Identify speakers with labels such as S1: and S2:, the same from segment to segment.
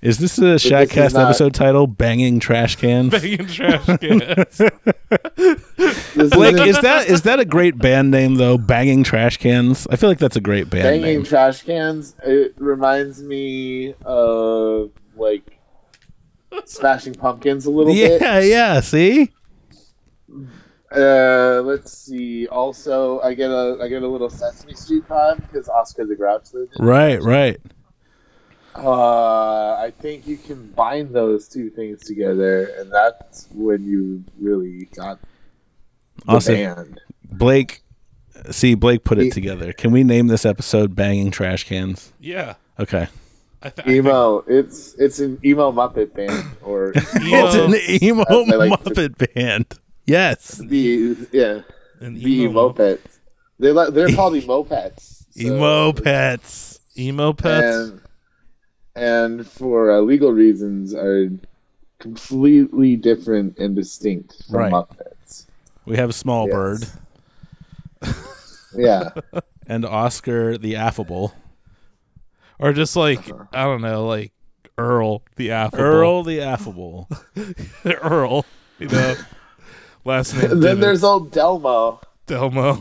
S1: Is this the
S2: is
S1: Shadcast
S2: not-
S1: episode title? Banging trash cans.
S3: Banging trash cans.
S2: This
S1: Blake,
S2: isn't
S1: is that is that a great band name though? Banging trash cans. I feel like that's a great band
S2: banging
S1: name.
S2: trash cans. It reminds me of like smashing pumpkins a little bit.
S1: yeah, yeah. See,
S2: Uh, let's see. Also, I get a I get a little Sesame Street vibe because Oscar the Grouch lived in.
S1: right, right.
S2: Uh, I think you combine those two things together, and that's when you really got the
S1: Awesome.
S2: band.
S1: Blake, see, Blake put
S2: He-
S1: it together. Can we name this episode "Banging Trash Cans"?
S3: yeah.
S1: Okay,
S3: I th- I think-
S2: Emo. It's it's an emo Muppet band, or
S3: Emo-
S1: it's an emo
S2: As I like to-
S1: Muppet band. Yes,
S2: the yeah
S3: an
S2: the emo pets. They li- they're called emo pets. so-
S1: emo pets.
S3: Emo pets.
S2: And, and for uh, legal reasons, are completely different and distinct from
S1: Right.
S2: Muppets.
S1: We have Small
S2: Yes.
S1: Bird
S2: Yeah,
S1: and Oscar the affable,
S3: Or just like,
S2: Uh-huh.
S3: I don't know, like Earl the affable.
S1: Earl the affable.
S3: Earl. You know. Last name.
S2: And then
S3: Then
S2: there's old Delmo.
S3: Delmo.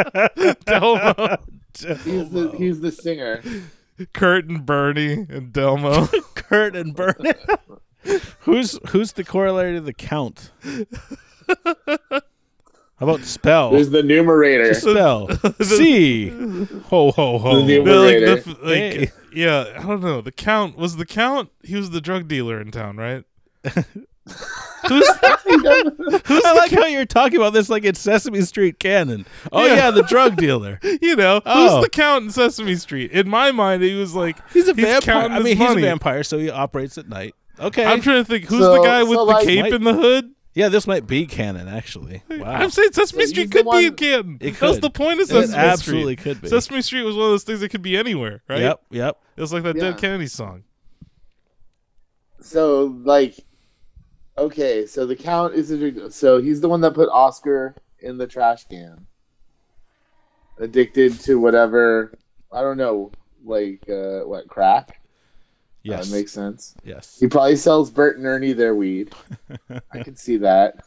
S3: Delmo.
S2: He's the he's the singer.
S3: Kurt and Bernie and Delmo.
S1: Kurt and Bernard. who's who's the corollary to the count? How about spell?
S2: There's the numerator.
S1: Spell. C. Ho ho ho.
S2: The
S3: No, like
S2: numerator.
S3: the, f- like,
S1: Hey.
S3: yeah, I don't know. The count was the count. He was the drug dealer in town, right? Who's
S1: I like how you're talking about this like it's Sesame Street canon. Oh
S3: Yeah.
S1: yeah, the drug dealer.
S3: you know
S1: Oh.
S3: who's the count in Sesame Street? In my mind, he was like
S1: He's a
S3: He's
S1: vampire.
S3: counting
S1: I
S3: his
S1: mean,
S3: money.
S1: he's a vampire, so he operates at night. Okay.
S3: I'm trying to think who's
S2: So-
S3: the guy with
S2: so,
S3: the
S2: like-
S3: cape
S1: Might-
S3: in the hood.
S1: yeah, this might be canon actually. Wow.
S3: I'm saying Sesame
S2: he's
S3: Street
S2: the
S3: could be in
S2: one-
S3: Canton.
S1: It
S3: That's
S1: could.
S3: the point
S1: it
S3: of Sesame
S1: absolutely
S3: Street.
S1: could be.
S3: Sesame Street was one of those things that could be anywhere, right?
S1: Yep, yep.
S3: It was like that
S2: Yeah.
S3: Dead Kennedy song.
S2: So like, okay, so the count is a so he's the one that put Oscar in the trash can, addicted to whatever I don't know, like uh, what crack.
S1: Yes.
S2: that makes sense.
S1: yes.
S2: He probably sells Bert and Ernie their weed. I can see that.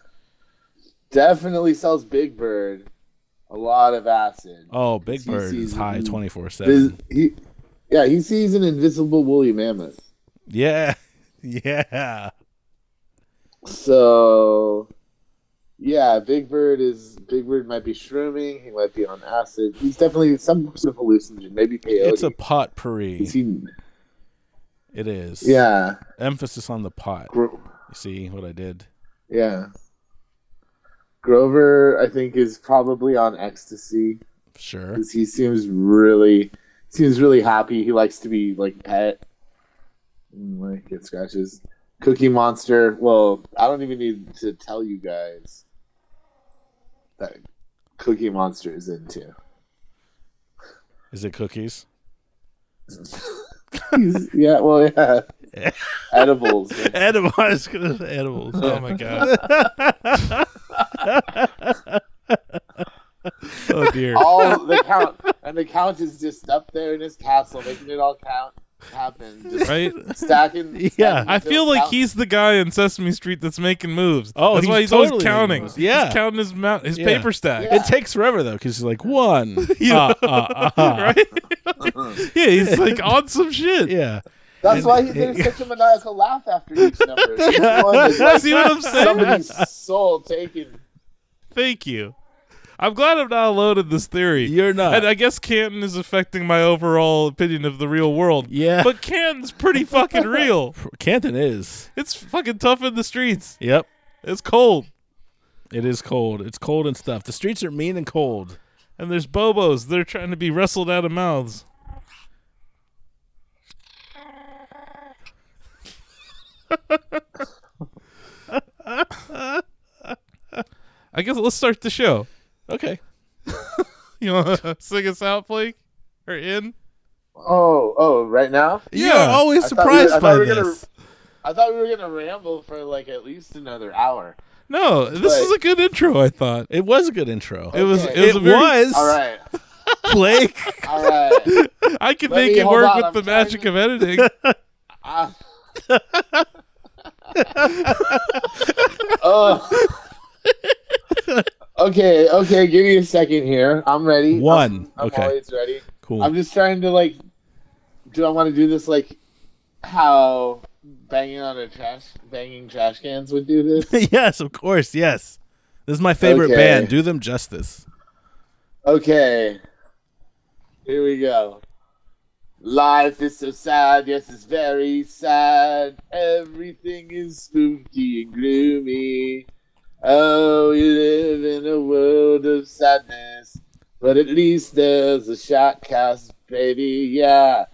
S2: Definitely sells Big Bird a lot of acid.
S1: Oh, Big
S2: He
S1: Bird
S2: sees
S1: is high
S2: it.
S1: 24/7.
S2: This- he, yeah, he sees an invisible woolly mammoth.
S1: Yeah. Yeah.
S2: So, yeah, Big Bird is Big Bird might be shrooming. He might be on acid. He's definitely some sort of hallucinogen, maybe peyote.
S1: It's a potpourri.
S2: Is he-
S1: It is.
S2: yeah,
S1: Emphasis on the pot.
S2: Gro-
S1: You see what I did?
S2: yeah. Grover, I think, is probably on ecstasy
S1: Sure.
S2: 'cause he seems really seems really happy. He likes to be like pet, and, like get scratches. Cookie Monster. Well, I don't even need to tell you guys that Cookie Monster is into.
S1: Is it cookies?
S2: He's- yeah, well, yeah. Edibles.
S1: Edible. I was gonna say edibles.
S3: Oh my god. oh dear.
S2: All the count and the count is just up there in his castle, making it all count happen. Just
S3: Right?
S2: stacking.
S1: Yeah.
S2: stacking
S3: I
S2: until
S3: feel
S2: it
S3: like
S2: counts.
S3: he's the guy in Sesame Street that's making moves.
S1: Oh,
S3: that's
S1: he's
S3: why he's always
S1: totally making
S3: counting.
S1: moves. Yeah.
S3: he's counting his mount, his
S1: Yeah.
S3: paper stack.
S2: Yeah.
S1: It takes forever though, because he's like one.
S3: Yeah.
S1: uh, uh, uh,
S3: Right?
S2: Uh-huh.
S3: yeah, he's like on some shit.
S1: Yeah.
S2: That's why he did such a maniacal laugh after each number. Each one is like
S3: See what I'm saying?
S2: somebody's soul taken.
S3: Thank you. I'm glad I'm not alone in this theory.
S1: You're not.
S3: and I guess Canton is affecting my overall opinion of the real world.
S1: Yeah.
S3: But Canton's pretty fucking real.
S1: Canton is.
S3: It's fucking tough in the streets.
S1: Yep.
S3: It's cold.
S1: It is cold. It's cold and stuff. The streets are mean and cold.
S3: And there's Bobos. They're trying to be wrestled out of mouths. I guess let's start the show.
S1: Okay.
S3: You want to sing us out, Blake? Or in?
S2: Oh, oh, right now?
S1: You're always
S2: I thought we were-
S1: surprised
S2: I thought
S1: by
S2: we were gonna-
S1: this.
S2: I thought we were gonna ramble for like at least another hour.
S3: No, this
S2: Right.
S3: is a good intro, I thought.
S1: It was a good intro.
S3: It was.
S2: Okay.
S3: It
S1: It
S3: was. a very-
S1: was
S2: All right,
S1: Blake.
S2: all right.
S3: I could
S2: Let
S3: make
S2: me-
S3: it
S2: hold
S3: work
S2: on,
S3: with
S2: I'm
S3: the
S2: trying
S3: magic
S2: to-
S3: of editing.
S2: Ah. oh. Okay, okay, give me a second here. I'm ready.
S1: One.
S2: I'm, I'm
S1: Okay.
S2: always ready.
S1: Cool.
S2: I'm just trying to like do I want to do this like how banging on a trash banging trash cans would do this?
S1: yes, of course. Yes. This is my favorite
S2: Okay.
S1: band. Do them justice.
S2: Okay. Here we go. Life is so sad, yes, it's very sad. Everything is spooky and gloomy. Oh, you live in a world of sadness, but at least there's a shot cast, baby, yeah.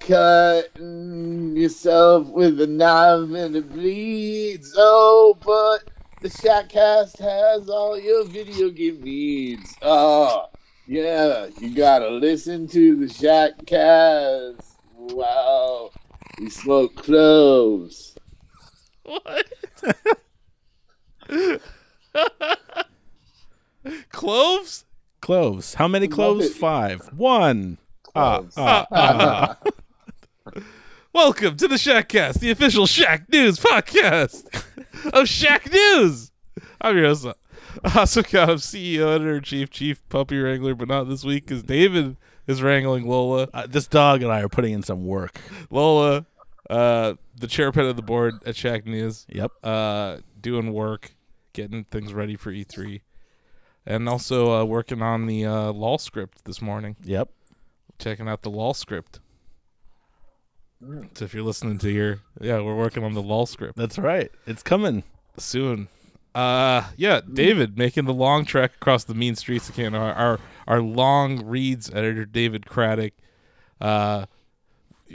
S2: Cutting yourself with a knife and it bleeds. Oh, but the Shotcast has all your video game needs. Oh, yeah, you gotta listen to the Shotcast. Wow, we smoke cloves.
S3: What? Cloves?
S1: Cloves. How many
S2: love
S1: cloves?
S2: it.
S1: Five. One.
S3: Uh,
S1: Ah,
S2: Cloves.
S1: ah, ah.
S3: Welcome to the Shackcast, the official Shack News podcast of Shack News. I'm your host, Asuka. I'm CEO, editor in chief, chief puppy wrangler, but not this week because David is wrangling Lola.
S1: Uh, this dog and I are putting in some work.
S3: Lola, uh, the chairman of the board at Shack News,
S1: Yep.
S3: uh, doing work, getting things ready for E3, and also uh, working on the uh, law script this morning.
S1: Yep.
S3: checking out the law script.
S1: Mm.
S3: So if you're listening to your yeah, we're working on the law script
S1: That's right. It's coming.
S3: soon. Uh yeah,
S1: Mm.
S3: David making the long trek across the mean streets of Canada. Our our, our long reads editor David Craddock. Uh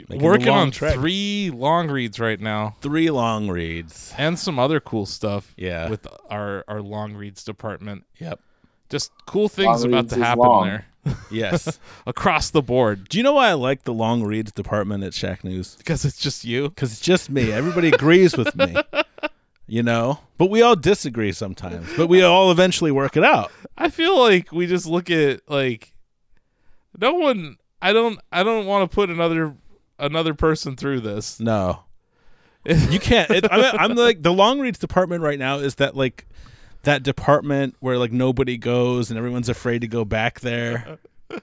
S1: the
S3: working
S1: long
S3: on
S1: trek.
S3: three long reads right now
S1: Three long reads.
S3: and some other cool stuff
S1: Yeah.
S3: with our our long reads department.
S1: Yep.
S3: Just cool things
S2: Long
S3: about
S2: reads
S3: to
S2: is
S3: happen
S2: long.
S3: there
S1: Yes.
S3: across the board
S1: Do you know why I like the long reads department at Shack News?
S3: because it's just you.
S1: Because it's just me. Everybody agrees with me. You know? But we all disagree sometimes. But we all eventually work it out.
S3: I feel like we just look at like no one I don't I don't want to put another another person through this.
S1: No. You can't. It, I'm, I'm like, the long reads department right now is that, like, that department where, like, nobody goes and everyone's afraid to go back there.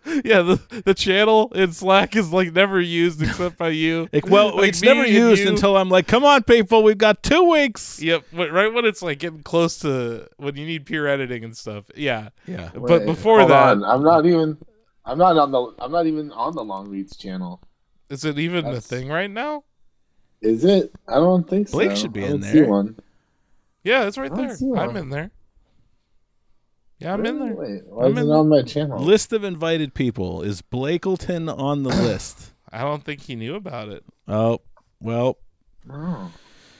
S3: yeah, the, the channel in Slack is like never used except by you.
S1: Like, well,
S3: Like,
S1: it's
S3: me
S1: never
S3: and
S1: used
S3: you-
S1: until I'm like, come on, people, we've got two weeks.
S3: Yep, but right when it's like getting close to when you need peer editing and stuff. Yeah.
S1: Yeah.
S3: But
S2: Wait,
S3: before
S2: hold
S3: that,
S2: on, I'm not even. I'm not on the. I'm not even on the Long Reads channel.
S3: is it even a
S2: That's-
S3: thing right now?
S2: Is it? I don't think so.
S1: Blake should be
S2: I
S1: in
S2: don't
S1: there.
S2: See one.
S3: Yeah, it's right
S2: I don't
S3: there.
S2: see one.
S3: I'm in there. Yeah, I'm in there.
S2: Wait, why
S3: I'm
S2: isn't
S3: in
S2: it on my channel?
S1: List of invited people. Is Blakelton on the list?
S3: I don't think he knew about it.
S1: Oh, well,
S2: Oh.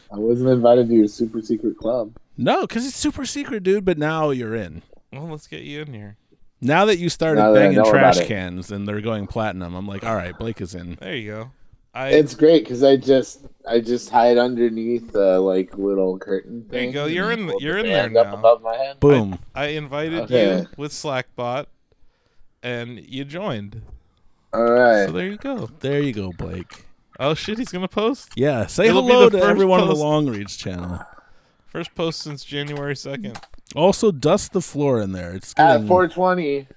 S2: I wasn't invited to your super secret club.
S1: no, because it's super secret, dude. But now you're in.
S3: Well, let's get you in here.
S1: Now that you started
S2: Now that I
S1: banging
S2: know about
S1: trash
S2: it.
S1: cans and they're going platinum, I'm like, all right, Blake is in.
S3: There you go. I
S2: It's great because I just I just hide underneath the like little curtain.
S3: There you
S2: thing
S3: go, you're
S2: and
S3: in the-
S2: hold
S3: you're in
S2: band
S3: there
S2: Up
S3: now.
S2: above my head.
S1: Boom.
S3: I invited
S2: Okay.
S3: you with Slackbot, and you joined.
S2: All right.
S3: So there you go.
S1: there you go, Blake.
S3: Oh shit, he's gonna post
S1: Yeah, say
S3: It'll be
S1: hello
S3: the
S1: to
S3: first
S1: everyone on
S3: post-
S1: the Long Reach channel.
S3: first post since January second.
S1: Also, dust the floor in there. It's
S2: At
S1: getting...
S2: 420.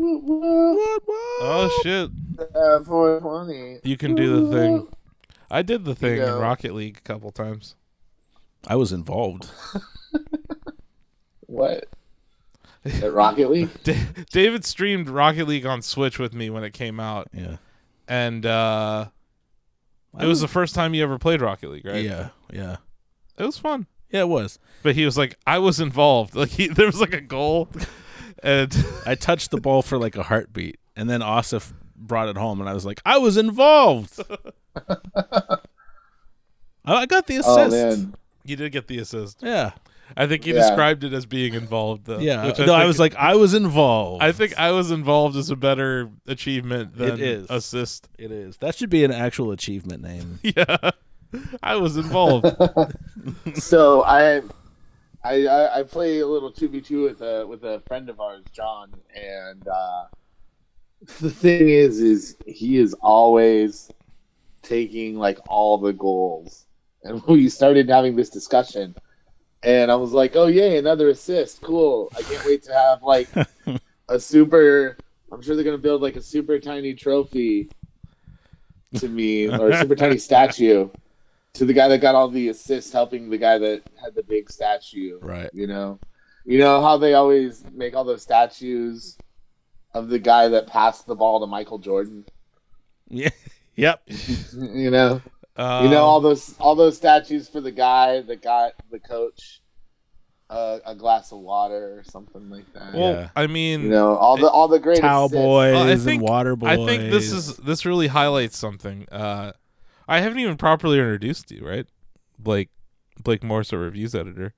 S2: Woo, woo,
S1: What, what?
S3: Oh shit,
S2: At 420.
S3: you can do the thing. I did the thing in
S2: go.
S3: Rocket League a couple times.
S1: I was involved.
S2: What? At Rocket League?
S3: Da- David streamed Rocket League on Switch with me when it came out,
S1: Yeah.
S3: and uh,
S1: I
S3: it was the first time you ever played Rocket League, right?
S1: Oh. Yeah, yeah,
S3: it was fun.
S1: yeah. It was.
S3: But he was like, I was involved. Like he, there was like a goal, and
S1: I touched the ball for like a heartbeat, and then Asif brought it home, and I was like, I was involved. I I got the assist.
S2: Oh, man.
S3: you did get the assist.
S1: Yeah,
S3: I think you
S2: Yeah.
S3: described it as being involved, though.
S1: yeah.
S3: which
S1: no,
S3: think-
S1: I was like, I was involved.
S3: I think I was involved is a better achievement than
S1: It is.
S3: assist.
S1: it is. That should be an actual achievement name.
S3: Yeah, I was involved.
S2: so I, I, I, I play a little two v two with a with a friend of ours, John, and uh, the thing is, is he is always taking like all the goals. And we started having this discussion. And I was like, oh, yay, another assist. Cool. I can't wait to have like a super. I'm sure they're going to build like a super tiny trophy to me or a super tiny statue to the guy that got all the assists helping the guy that had the big statue.
S3: Right.
S2: You know, you know how they always make all those statues of the guy that passed the ball to Michael Jordan.
S1: Yeah. Yep.
S2: You know,
S3: Um,
S2: you know all those all those statues for the guy that got the coach uh, a glass of water or something like that.
S3: Well,
S1: Yeah.
S3: I mean,
S2: you know, all the all the great
S1: Towel
S2: assists.
S1: boys
S3: Well, I
S1: and
S3: think-
S1: water boys.
S3: I think this is this really highlights something. Uh, I haven't even properly introduced you, right? Blake Blake Morse, a reviews editor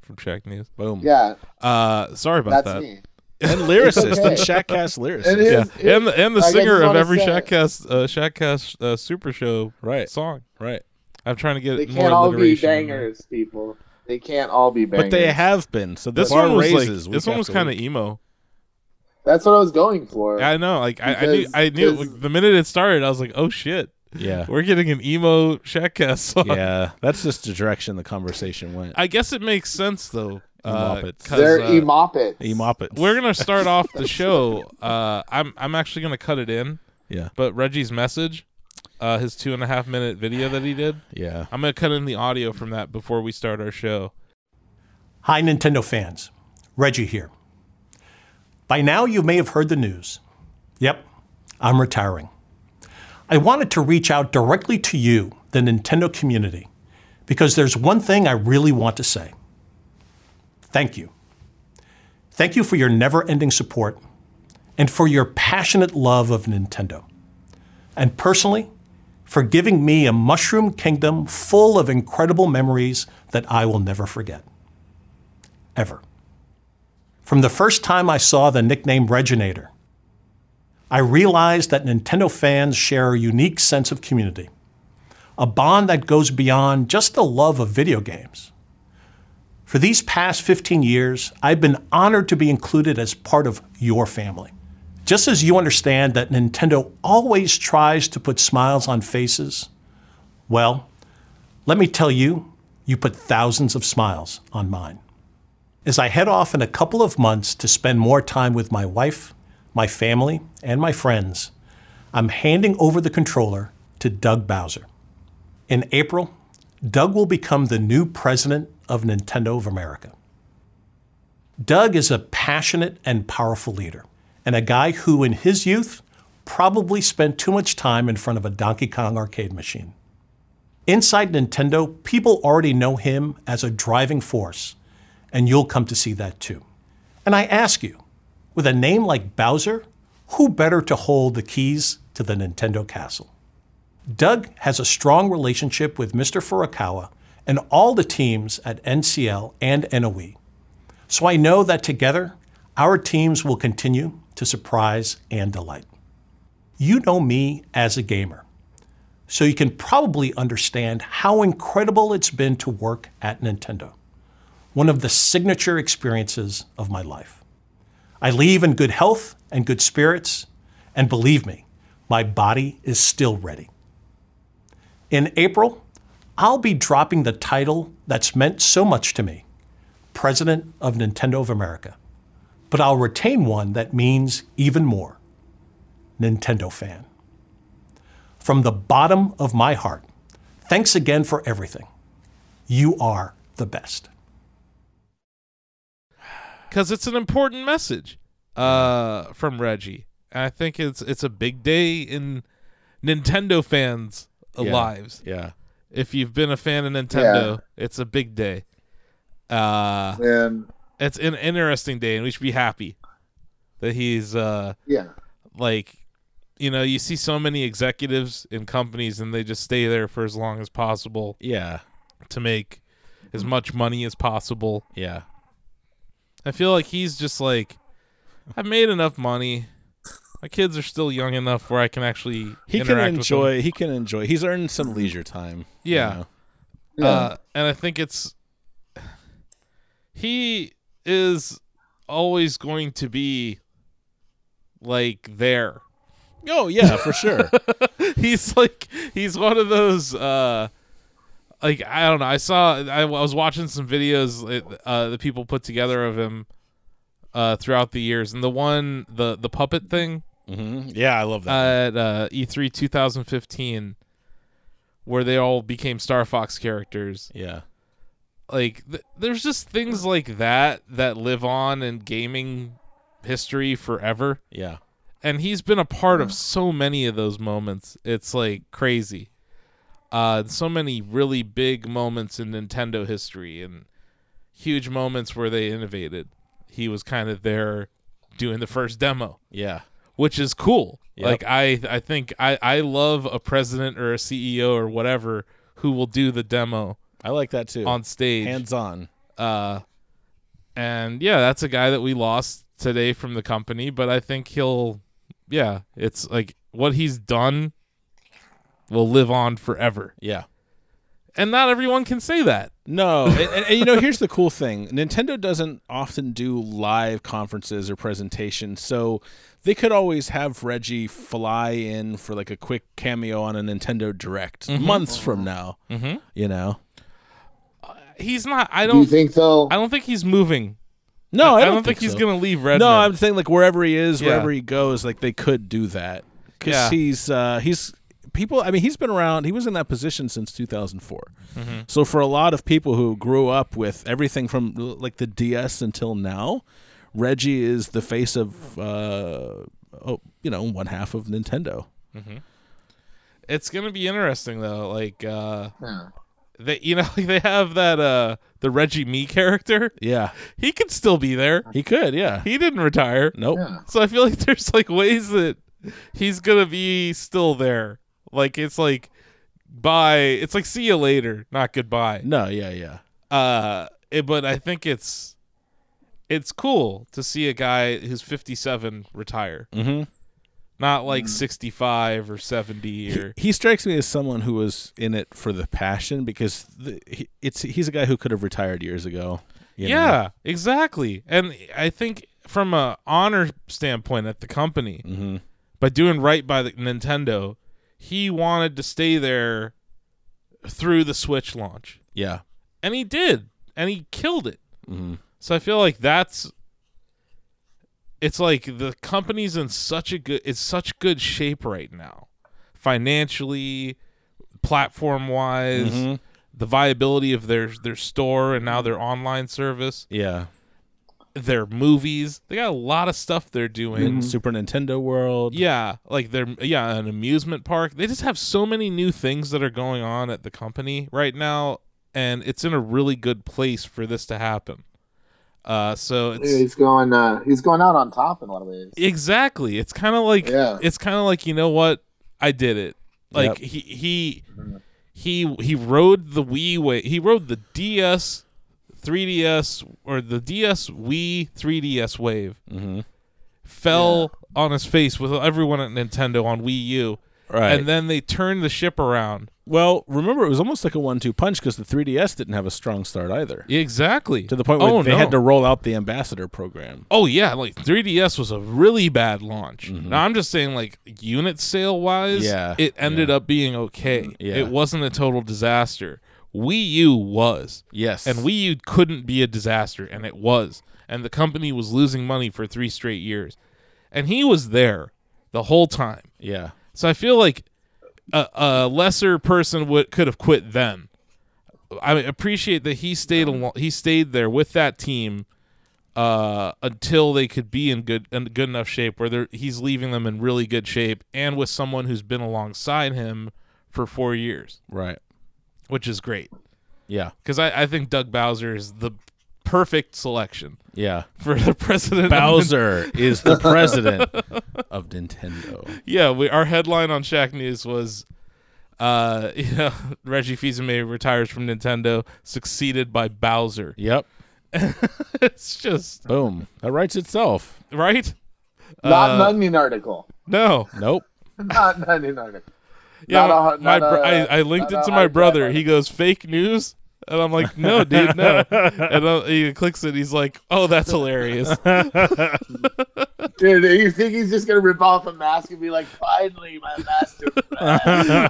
S3: from Shack News.
S1: boom.
S2: Yeah,
S3: Uh, sorry
S2: that's
S3: about that.
S2: me.
S1: And lyricist
S2: okay.
S1: and Shackcast lyricist.
S2: It is.
S3: Yeah,
S2: It-
S3: and the, and the
S2: like, I
S3: singer
S2: just
S3: of
S2: wanna
S3: every
S2: say-
S3: Shackcast uh, Shackcast uh, Super Show
S1: Right.
S3: song.
S1: Right.
S3: I'm trying to get
S2: They
S3: more
S2: can't all be
S3: alliteration in there.
S2: bangers, people. They can't all be bangers.
S1: But they have been. So the
S3: This
S1: bar
S3: one was
S1: raises.
S3: like this one was kind of emo.
S2: That's what I was going for.
S3: Yeah, I know. Like I, I knew,
S2: Because-
S3: I knew
S2: because-
S3: the minute it started, I was like, "Oh shit,
S1: Yeah.
S3: we're getting an emo Shackcast song."
S1: Yeah. That's just the direction the conversation went.
S3: I guess it makes sense though. Uh,
S1: Muppets.
S3: 'cause,
S2: They're
S3: uh,
S2: e moppets.
S1: E Moppets.
S3: we're gonna start off the show. Uh, I'm I'm actually gonna cut it in.
S1: Yeah.
S3: But Reggie's message, uh, his two and a half minute video that he did,
S1: Yeah.
S3: I'm gonna cut in the audio from that before we start our show.
S4: Hi, Nintendo fans. Reggie here. By now, you may have heard the news. Yep, I'm retiring. I wanted to reach out directly to you, the Nintendo community, because there's one thing I really want to say. Thank you. Thank you for your never ending support and for your passionate love of Nintendo. And personally, for giving me a Mushroom Kingdom full of incredible memories that I will never forget ever. From the first time I saw the nickname Reginator, I realized that Nintendo fans share a unique sense of community, a bond that goes beyond just the love of video games. For these past 15 years, I've been honored to be included as part of your family. Just as you understand that Nintendo always tries to put smiles on faces, well, let me tell you, you put thousands of smiles on mine as I head off in a couple of months to spend more time with my wife, my family, and my friends, I'm handing over the controller to Doug Bowser. In April, Doug will become the new president of Nintendo of America. Doug is a passionate and powerful leader, and a guy who, in his youth, probably spent too much time in front of a Donkey Kong arcade machine. Inside Nintendo, people already know him as a driving force and you'll come to see that too. And I ask you, with a name like Bowser, who better to hold the keys to the Nintendo castle? Doug has a strong relationship with Mr. Furukawa and all the teams at NCL and NOE. So I know that together, our teams will continue to surprise and delight. You know me as a gamer, so you can probably understand how incredible it's been to work at Nintendo one of the signature experiences of my life. I leave in good health and good spirits, and believe me, my body is still ready. In April, I'll be dropping the title that's meant so much to me President of Nintendo of America. But I'll retain one that means even more Nintendo fan. From the bottom of my heart, thanks again for everything. You are the best.
S3: because it's an important message uh, from Reggie, and I think it's it's a big day in Nintendo fans'
S1: Yeah.
S3: lives.
S1: Yeah.
S3: If you've been a fan of Nintendo, it's a big day. Uh,
S2: And
S3: it's an interesting day, and we should be happy that he's uh,
S2: yeah,
S3: like, you know, you see so many executives in companies, and they just stay there for as long as possible
S1: Yeah.
S3: to make as much money as possible.
S1: Yeah.
S3: I feel like he's just like, I've made enough money. My kids are still young enough where I can actually
S1: He can
S3: interact with them."
S1: enjoy. He can enjoy. He's earned some leisure time. you
S3: Yeah.
S1: know.
S3: Uh, and I think it's he is always going to be like there
S1: Oh yeah, for sure.
S3: he's like he's one of those uh like i don't know i saw i, I was watching some videos uh, uh that people put together of him uh throughout the years and the one the the puppet thing
S1: hmm Yeah, I love
S3: uh,
S1: that.
S3: at uh e3 2015 where they all became star fox characters
S1: yeah.
S3: like th- there's just things like that that live on in gaming history forever
S1: Yeah.
S3: and he's been a part of so many of those moments. It's like crazy. Uh, so many really big moments in Nintendo history and huge moments where they innovated. He was kind of there doing the first demo,
S1: Yeah.
S3: which is cool.
S1: Yep.
S3: Like I, I think I, I love a president or a CEO or whatever who will do the demo
S1: I like that too.
S3: on stage.
S1: Hands on.
S3: Uh, and yeah, that's a guy that we lost today from the company, but I think he'll, yeah, it's like what he's done will live on forever.
S1: Yeah.
S3: And not everyone can say that.
S1: No, and, and, and you know, here's the cool thing: Nintendo doesn't often do live conferences or presentations, so they could always have Reggie fly in for like a quick cameo on a Nintendo Direct
S3: Mm-hmm.
S1: months from now.
S3: Mhm.
S1: You know,
S3: He's not. I
S2: Do you
S3: don't.
S2: think though?
S3: I don't think he's moving.
S1: no, I don't,
S3: think, he's
S1: so.
S3: gonna leave Red.
S1: No, I'm saying like wherever he is,
S3: Yeah.
S1: wherever he goes, like they could do that because
S3: Yeah.
S1: he's uh, he's people. I mean, he's been around. He was in that position since 2004.
S3: Mm-hmm.
S1: So for a lot of people who grew up with everything from like the DS until now, Reggie is the face of uh, oh, you know, one half of Nintendo.
S3: it's gonna be interesting though. Like, uh,
S2: Yeah.
S3: they, you know, like they have that uh, the Reggie Me character.
S1: Yeah,
S3: He could still be there.
S1: he could. Yeah,
S3: He didn't retire.
S1: nope.
S2: Yeah.
S3: So I feel like there's like ways that he's gonna be still there. Like it's like bye. It's like see you later, not goodbye.
S1: No, yeah, yeah,
S3: Uh, it- but I think it's it's cool to see a guy who's 57 retire,
S1: mm-hmm.
S3: not like 65 or 70 or
S1: He strikes me as someone who was in it for the passion because the, he, it's he's a guy who could have retired years ago. you know?
S3: yeah, exactly. And I think from a honor standpoint at the company,
S1: Mm-hmm.
S3: by doing right by the Nintendo, he wanted to stay there through the Switch launch.
S1: Yeah.
S3: And he did. And he killed it.
S1: Mm-hmm.
S3: So I feel like that's it's like the company's in such a good it's such good shape right now. Financially, platform wise,
S1: Mhm.
S3: the viability of their their store and now their online service,
S1: Yeah.
S3: their movies. They got a lot of stuff they're doing.
S1: In Super Nintendo World.
S3: Yeah, like they're yeah, an amusement park. They just have so many new things that are going on at the company right now, and it's in a really good place for this to happen. Uh, so
S2: Yeah,
S3: it's
S2: he's going. Uh, he's going out on top in a lot of ways.
S3: exactly. It's kind of like
S2: Yeah.
S3: it's kind of like you know what I did it. Like he he he he rode the Wii way. He rode the DS, 3DS or the DS Wii 3DS wave.
S1: Mm-hmm.
S3: Fell on his face with everyone at Nintendo on Wii U.
S1: Right.
S3: and then they turned the ship around.
S1: well, remember it was almost like a one-two punch because the 3DS didn't have a strong start either.
S3: Exactly.
S1: To the point where
S3: oh,
S1: they
S3: no.
S1: had to roll out the ambassador program.
S3: Oh yeah, like 3DS was a really bad launch. Now I'm just saying, like unit sale wise,
S1: Mm-hmm. Yeah,
S3: it ended up being okay.
S1: Yeah.
S3: It wasn't a total disaster. Wii U was,
S1: Yes.
S3: and Wii U couldn't be a disaster, and it was. And the company was losing money for three straight years, and he was there the whole time.
S1: Yeah.
S3: So I feel like a, a lesser person would could have quit then. I appreciate that he stayed along. He stayed there with that team uh, until they could be in good in good enough shape where they're, he's leaving them in really good shape and with someone who's been alongside him for four years,
S1: Right.
S3: which is great
S1: Yeah.
S3: because I, I think Doug Bowser is the perfect selection
S1: Yeah.
S3: for the president. of
S1: Bowser is the president of Nintendo.
S3: yeah, we our headline on Shack News was uh you know Reggie Fils-Aimé retires from Nintendo succeeded by Bowser.
S1: Yep.
S3: it's just
S1: Boom. That writes itself.
S3: right?
S2: Not
S3: Uh,
S2: an onion article.
S3: No.
S1: Nope.
S2: Not an onion article.
S3: Yeah,
S2: Not a-
S3: my
S2: not
S3: br-
S2: a-
S3: I, I linked
S2: not
S3: it
S2: a
S3: to my
S2: hard
S3: brother.
S2: drive.
S3: He goes fake news. And I'm like, no, dude, no. and uh, he clicks it. He's like, oh, that's hilarious.
S2: Dude, you think he's just gonna rip off a mask and be like, "Finally, my master."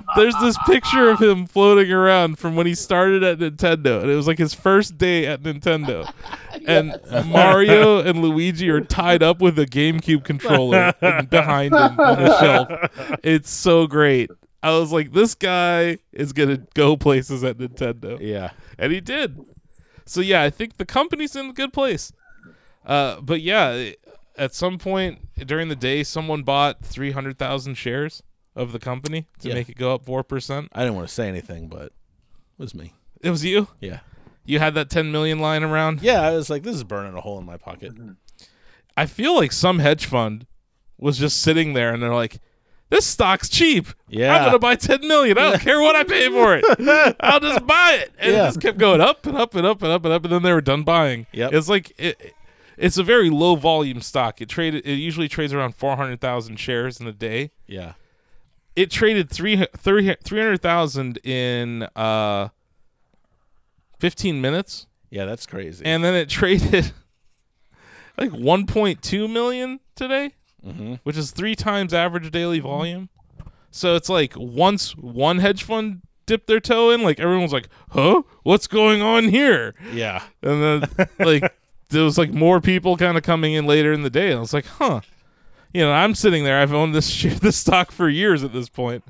S3: There's this picture of him floating around from when he started at Nintendo, and it was like his first day at Nintendo. And Mario and Luigi are tied up with a GameCube controller in- behind him on the shelf. It's so great. I was like, this guy is gonna go places at Nintendo.
S1: Yeah.
S3: and he did. So yeah, I think the company's in a good place. Uh, but yeah, at some point during the day, someone bought three hundred thousand shares of the company to
S1: Yeah.
S3: make it go up four percent.
S1: I didn't want to say anything, but it was me.
S3: It was you.
S1: Yeah.
S3: You had that ten million lying around.
S1: Yeah, I was like, this is burning a hole in my pocket.
S3: I feel like some hedge fund was just sitting there, and they're like. This stock's cheap. I'm
S1: Yeah.
S3: gonna buy 10 million. I don't care what I pay for it. I'll just buy it, and it
S1: Yeah.
S3: just kept going up and up and up and up and up, and then they were done buying.
S1: Yep.
S3: it's like it, it's a very low volume stock. It traded. It usually trades around 400,000 shares in a day.
S1: Yeah.
S3: It traded three- three- 300,000 in uh 15 minutes,
S1: Yeah, that's crazy.
S3: and then it traded like 1.2 million today
S1: mm-hmm.
S3: which is three times average daily volume. So it's like once one hedge fund dipped their toe in, like everyone's like, "Huh, what's going on here?"
S1: Yeah.
S3: And then like there was like more people kind of coming in later in the day, and I was like, "Huh." You know, I'm sitting there. I've owned this share, this stock for years at this point.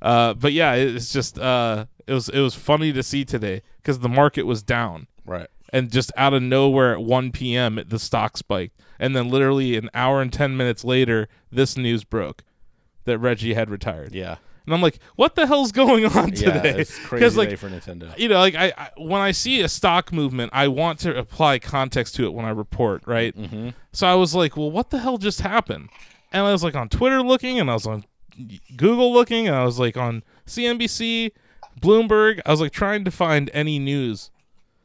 S3: Uh, but yeah, it- it's just uh, it was it was funny to see today because the market was down
S1: Right.
S3: and just out of nowhere at 1 p.m. it- the stock spiked, and then literally an hour and 10 minutes later, this news broke that Reggie had retired.
S1: Yeah.
S3: and I'm like, what the hell's going on
S1: Yeah.
S3: today?
S1: It's crazy
S3: like
S1: day for Nintendo.
S3: you know, like I, I when I see a stock movement, I want to apply context to it when I report, right? Mm-hmm. So I was like, well, what the hell just happened? And I was like on Twitter looking, and I was on Google looking, and I was like on CNBC, Bloomberg. I was like trying to find any news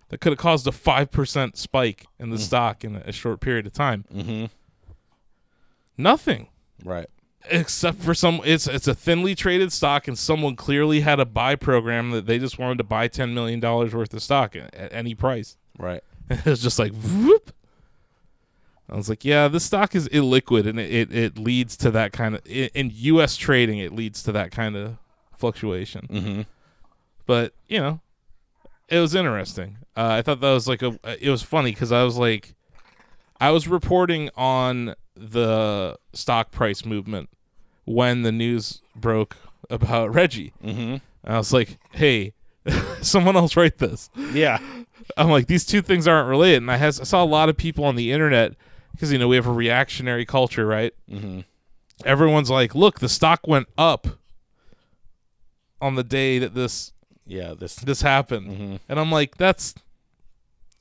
S3: that could have caused a five percent spike in the stock in a, a short period of time. Mm. Mm-hmm. Nothing
S1: Right.
S3: except for some it's it's a thinly traded stock and someone clearly had a buy program that they just wanted to buy 10 million dollars worth of stock at, at any price
S1: Right.
S3: it was just like whoop i was like yeah this stock is illiquid and it it, it leads to that kind of in, in us trading it leads to that kind of fluctuation
S1: Mm-hmm.
S3: but you know it was interesting uh, i thought that was like a it was funny because i was like i was reporting on the stock price movement when the news broke about reggie
S1: Mm-hmm.
S3: and i was like hey someone else write this
S1: Yeah.
S3: i'm like these two things aren't related and i, has, I saw a lot of people on the internet because you know we have a reactionary culture right
S1: Mm-hmm.
S3: everyone's like look the stock went up on the day that this
S1: Yeah. This.
S3: this happened.
S1: Mhm.
S3: And I'm like, that's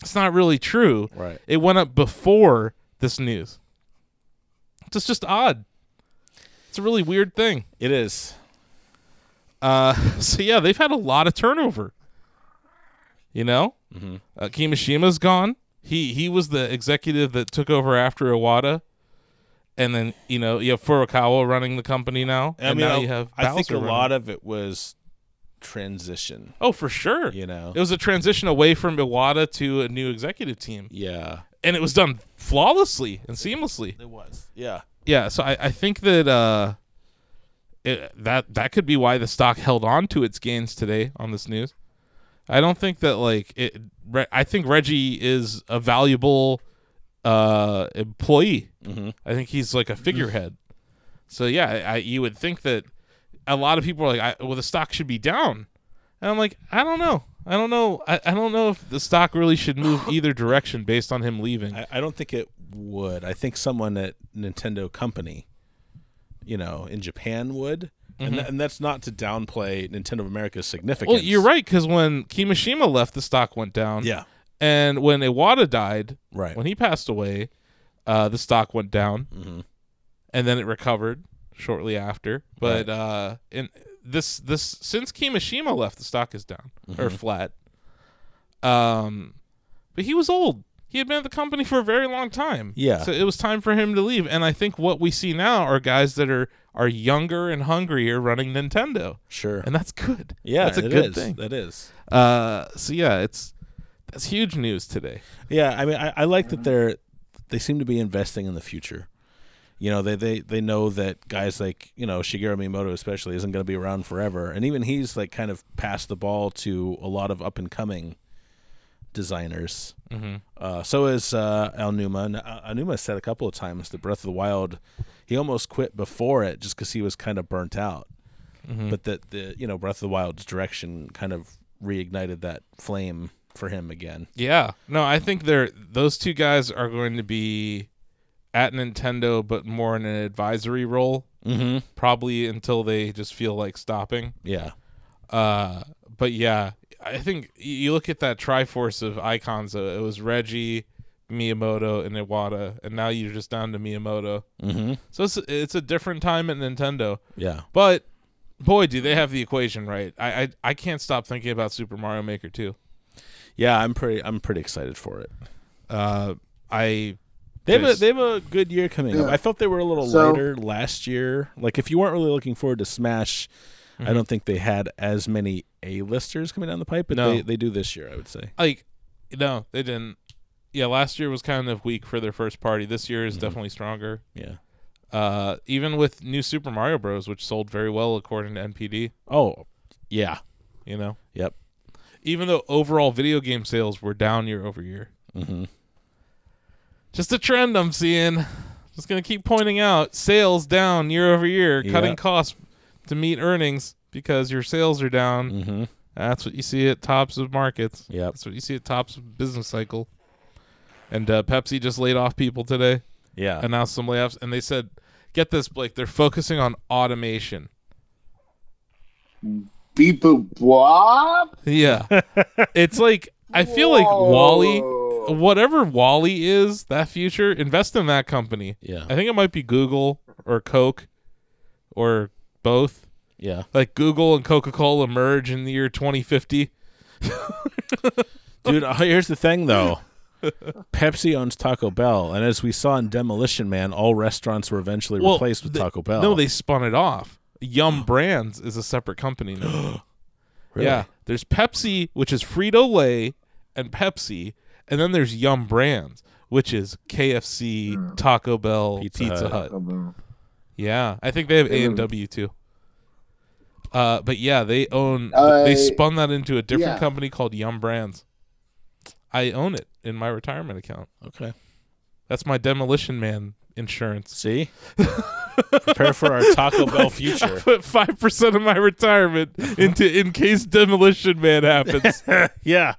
S3: it's not really true.
S1: Right.
S3: It went up before this news. It's just odd. It's a really weird thing.
S1: It is.
S3: Uh, so yeah, they've had a lot of turnover. You know,
S1: Mm-hmm.
S3: uh, Kimishima's gone. He he was the executive that took over after Iwata, and then you know you have Furukawa running the company now.
S1: I
S3: and
S1: mean,
S3: now
S1: I,
S3: you have
S1: I think a
S3: Bowser running.
S1: lot of it was transition.
S3: Oh, for sure.
S1: You know.
S3: It was a transition away from Iwata to a new executive team.
S1: yeah.
S3: and it was done flawlessly and seamlessly.
S1: It was. Yeah.
S3: Yeah, so I, I think that uh, it, that that could be why the stock held on to its gains today on this news. I don't think that like it. Re- I think Reggie is a valuable uh, employee.
S1: Mhm.
S3: I think he's like a figurehead. so yeah, I, I you would think that a lot of people are like, I, well, the stock should be down, and I'm like, I don't know. I don't know. I, I don't know if the stock really should move either direction based on him leaving.
S1: I, I don't think it would. I think someone at Nintendo Company, you know, in Japan would. And, tha- and that's not to downplay Nintendo of America's significance.
S3: Mm-hmm. Well, you're right because when Kimishima left, the stock went down.
S1: Yeah.
S3: and when Iwata died,
S1: Right.
S3: when he passed away, uh, the stock went down,
S1: Mhm.
S3: and then it recovered shortly after. But uh, in this this since Kimishima left, the stock is down or
S1: Mm-hmm.
S3: flat. Um, but he was old. He had been at the company for a very long time.
S1: Yeah.
S3: So it was time for him to leave. And I think what we see now are guys that are are younger and hungrier running Nintendo.
S1: Sure.
S3: And that's good.
S1: yeah,
S3: That's a
S1: it
S3: good
S1: is.
S3: thing.
S1: That is.
S3: Uh, so yeah, it's that's huge news today.
S1: Yeah, I mean, I, I like that they're they seem to be investing in the future. You know, they, they, they know that guys like, you know, Shigeru Miyamoto especially isn't going to be around forever. And even he's like kind of passed the ball to a lot of up and coming designers. Uh, so is uh, Al Numa. And, uh, Anuma said a couple of times that Breath of the Wild, he almost quit before it just because he was kind of burnt out. But that the you know Breath of the Wild's direction kind of reignited that flame for him again.
S3: Yeah. No, I think they're those two guys are going to be at Nintendo, but more in an advisory role,
S1: Mm-hmm.
S3: probably until they just feel like stopping.
S1: Yeah.
S3: Uh, but yeah, I think y- you look at that triforce of icons. Uh, it was Reggie, Miyamoto, and Iwata, and now you're just down to Miyamoto.
S1: Mm-hmm.
S3: So it's it's a different time at Nintendo.
S1: Yeah.
S3: But boy, do they have the equation right. I I, I can't stop thinking about Super Mario Maker 2.
S1: Yeah. I'm pretty. I'm pretty excited for it.
S3: Uh, I
S1: They have, a,
S3: Yes.
S1: they have a good year coming up.
S2: Yeah.
S1: I felt they were a little
S2: So-
S1: lighter last year. Like, if you weren't really looking forward to Smash,
S3: Mm-hmm.
S1: I don't think they had as many A-listers coming down the pipe, but
S3: No.
S1: they, they do this year, I would say.
S3: like no, they didn't. Yeah, last year was kind of weak for their first party. This year is definitely stronger.
S1: Yeah.
S3: Uh, even with new Super Mario Bros, which sold very well according to NPD.
S1: Oh, yeah.
S3: You know,
S1: Yep.
S3: even though overall video game sales were down year over year.
S1: Mhm.
S3: Just a trend I'm seeing. Just gonna keep pointing out sales down year over year, cutting
S1: Yeah.
S3: costs to meet earnings because your sales are down.
S1: Mm-hmm.
S3: That's what you see at tops of markets.
S1: Yep.
S3: That's what you see at tops of business cycle. And uh, Pepsi just laid off people today,
S1: Yeah.
S3: announced some layoffs, and they said, "Get this, Blake. They're focusing on automation."
S2: Beep boop wop.
S3: Yeah. it's like I feel like
S2: Whoa.
S3: Wally whatever Wally is, that future, invest in that company.
S1: Yeah.
S3: I think it might be Google or Coke or both.
S1: Yeah.
S3: Like Google and Coca-Cola merge in the year 2050.
S1: Dude, oh, here's the thing, though. Pepsi owns Taco Bell, and as we saw in Demolition Man, all restaurants were eventually
S3: Well,
S1: replaced with
S3: they-
S1: Taco Bell.
S3: No, they spun it off. Yum Brands is a separate company now.
S1: Really?
S3: Yeah. There's Pepsi, which is Frito-Lay and Pepsi, and then there's Yum Brands, which is KFC, Taco Bell,
S1: Pizza
S3: Pizza,
S1: Hut.
S3: Hut.
S2: Um,
S3: Yeah, I think they have A and W too. Uh, but yeah, they own.
S2: Uh,
S3: they spun that into a different
S2: yeah.
S3: company called Yum Brands. I own it in my retirement account.
S1: Okay.
S3: That's my demolition man insurance.
S1: See? Prepare for our Taco Bell future.
S3: Put five percent of my retirement into in case demolition man happens.
S1: yeah.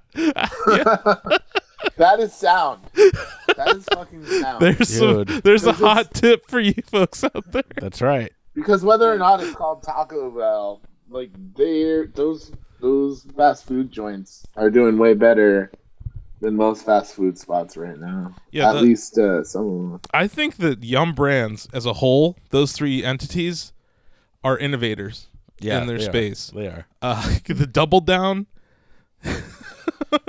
S2: That is sound. that is fucking sound.
S3: There's some,
S1: Dude.
S3: there's a
S2: Does this-
S3: hot tip for you folks out there.
S1: That's right.
S2: Because whether or not it's called Taco Bell, like they those those fast food joints are doing way better than most fast food spots right now.
S3: Yeah,
S2: at
S3: the-
S2: least uh, some of them.
S3: I think that Yum Brands as a whole, those three entities, are innovators
S1: Yeah.
S3: in their
S1: they are.
S3: space.
S1: They are.
S3: Uh, the double down.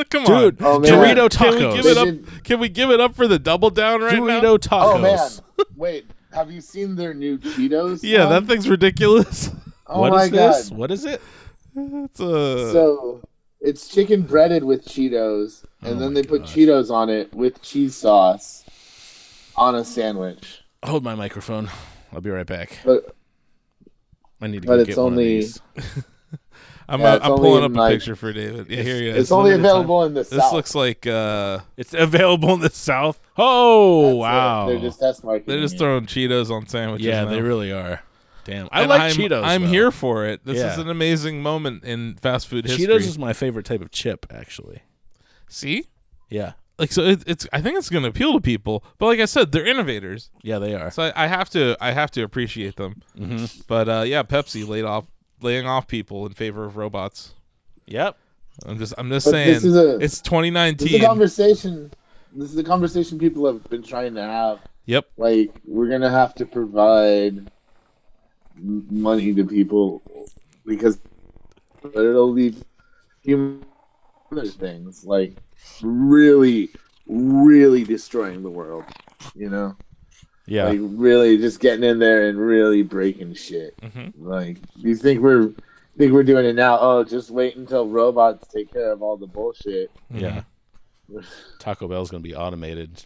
S3: Come
S1: Dude,
S3: on,
S2: Oh, man.
S1: Dorito
S3: Can
S1: tacos.
S3: we give it
S2: They
S3: up?
S2: did-
S3: Can we give it up for the double down right now?
S1: Dorito tacos.
S2: Oh man, wait, have you seen their new Cheetos?
S3: Yeah,
S2: now?
S3: that thing's ridiculous.
S2: Oh
S1: What is
S2: my god.
S1: this? What is it?
S3: it's uh, a
S2: So it's chicken breaded with Cheetos,
S3: Oh
S2: and then they put Cheetos on it with cheese sauce on a sandwich.
S1: Hold my microphone. I'll be right back.
S2: But
S1: I need to
S2: But
S1: go
S2: it's
S1: get one of
S2: only-
S1: these.
S3: I'm, uh,
S2: yeah, it's
S3: I'm
S2: only
S3: pulling up
S2: in,
S3: a
S2: like-
S3: picture for David. Yeah, here he is.
S2: it's, only
S3: Limited
S2: available
S3: time.
S2: in the
S3: This
S2: south.
S3: looks like uh,
S1: It's available in the South. Oh
S2: That's it.
S1: wow!
S2: They're just test marketing.
S3: they're just
S2: it.
S3: throwing Cheetos on sandwiches.
S1: yeah,
S3: now.
S1: they really are. Damn, I
S3: And
S1: like
S3: I'm,
S1: Cheetos.
S3: I'm
S1: though.
S3: here for it. This
S1: Yeah.
S3: is an amazing moment in fast food history.
S1: Cheetos is my favorite type of chip, actually.
S3: See,
S1: Yeah,
S3: like so, it, it's. I think it's going to appeal to people. But like I said, they're innovators.
S1: yeah, they are. Mm-hmm.
S3: So I, I have to I have to appreciate them. But uh, yeah, Pepsi laid off laying off people in favor of robots.
S1: Yep.
S3: I'm just I'm just
S2: But
S3: saying
S2: this is a-
S3: it's
S2: This is a
S3: 2019.
S2: conversation. This is a conversation people have been trying to have.
S3: Yep.
S2: Like we're gonna have to provide m- money to people because it'll leave human other things like really, really destroying the world. You know,
S1: Yeah.
S2: like really just getting in there and really breaking shit.
S1: Mm-hmm.
S2: Like you think we're think we're doing it now? Oh, just wait until robots take care of all the bullshit.
S1: yeah. Taco Bell's gonna be automated.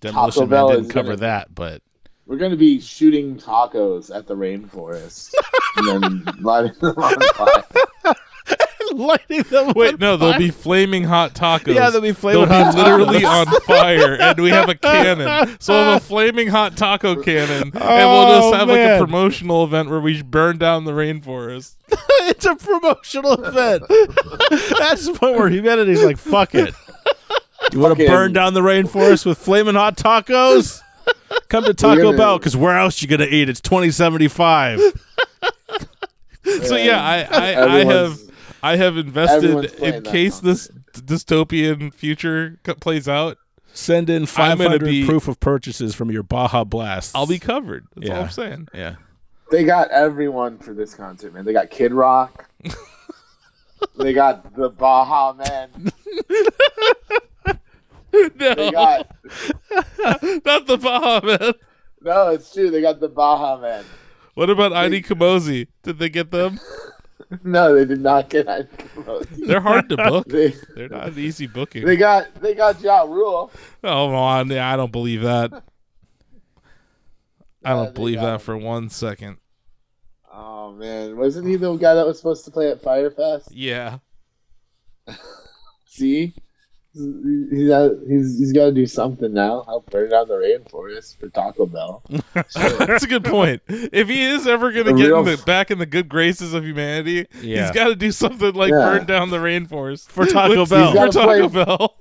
S2: Taco
S1: Demolition
S2: Bell
S1: Man didn't
S2: is
S1: cover
S2: gonna-
S1: that, but
S2: we're going to be shooting tacos at the rainforest and then lighting them on fire.
S1: Lighting them.
S3: Wait,
S1: on
S3: no, they'll
S1: fire.
S3: be flaming hot tacos.
S1: Yeah, they'll be flaming
S3: They'll
S1: hot
S3: be literally on fire, and we have a cannon. So we'll have a flaming hot taco cannon, and we'll
S1: Oh,
S3: just have like
S1: man.
S3: a promotional event where we burn down the rainforest.
S1: it's a promotional event. That's the point where humanity's like, fuck it. You want to
S2: Fucking-
S1: burn down the rainforest with flaming hot tacos? Come to Taco
S2: gonna-
S1: Bell because where else you gonna eat? It's twenty seventy five.
S3: So yeah, I I, I have
S2: Everyone's-
S3: I have
S2: everyone's
S3: invested
S2: playing
S3: in
S2: that
S3: case
S2: song.
S3: this dystopian future co- plays out.
S1: Send in
S3: I'm
S1: five
S3: gonna
S1: hundred
S3: be-
S1: proof of purchases from your Baja Blast.
S3: I'll be covered. That's all
S1: Yeah.
S3: I'm saying.
S1: yeah.
S2: They got everyone for this concert, man. They got Kid Rock. they got the Baja Men. They
S3: No,
S2: got
S3: not the Baja man.
S2: no, it's true. They got the Baja Men.
S3: What about Heidi Kamosi? Did they get them?
S2: No, they did not get Ivan Kamosi.
S3: They're hard to book.
S2: They
S3: They're not an easy booking.
S2: they got they got Ja Rule.
S3: Oh, come on. Yeah, I don't believe that. I
S2: Yeah,
S3: don't
S2: Uh, they
S3: believe
S2: got
S3: that
S2: him.
S3: for one second.
S2: Oh man, wasn't he the guy that was supposed to play at Firefest?
S3: Yeah.
S2: See, he's got, he's he's got to do something now. I'll burn down the rainforest for Taco Bell.
S3: That's a good point. If he is ever going to
S2: The
S3: get in
S2: real-
S3: the, back in the good graces of humanity,
S1: Yeah.
S3: he's got to do something like
S2: Yeah.
S3: burn down the rainforest
S1: For Taco
S3: With-
S1: Bell.
S3: For
S2: He's gotta
S3: Taco
S2: play-
S3: Bell.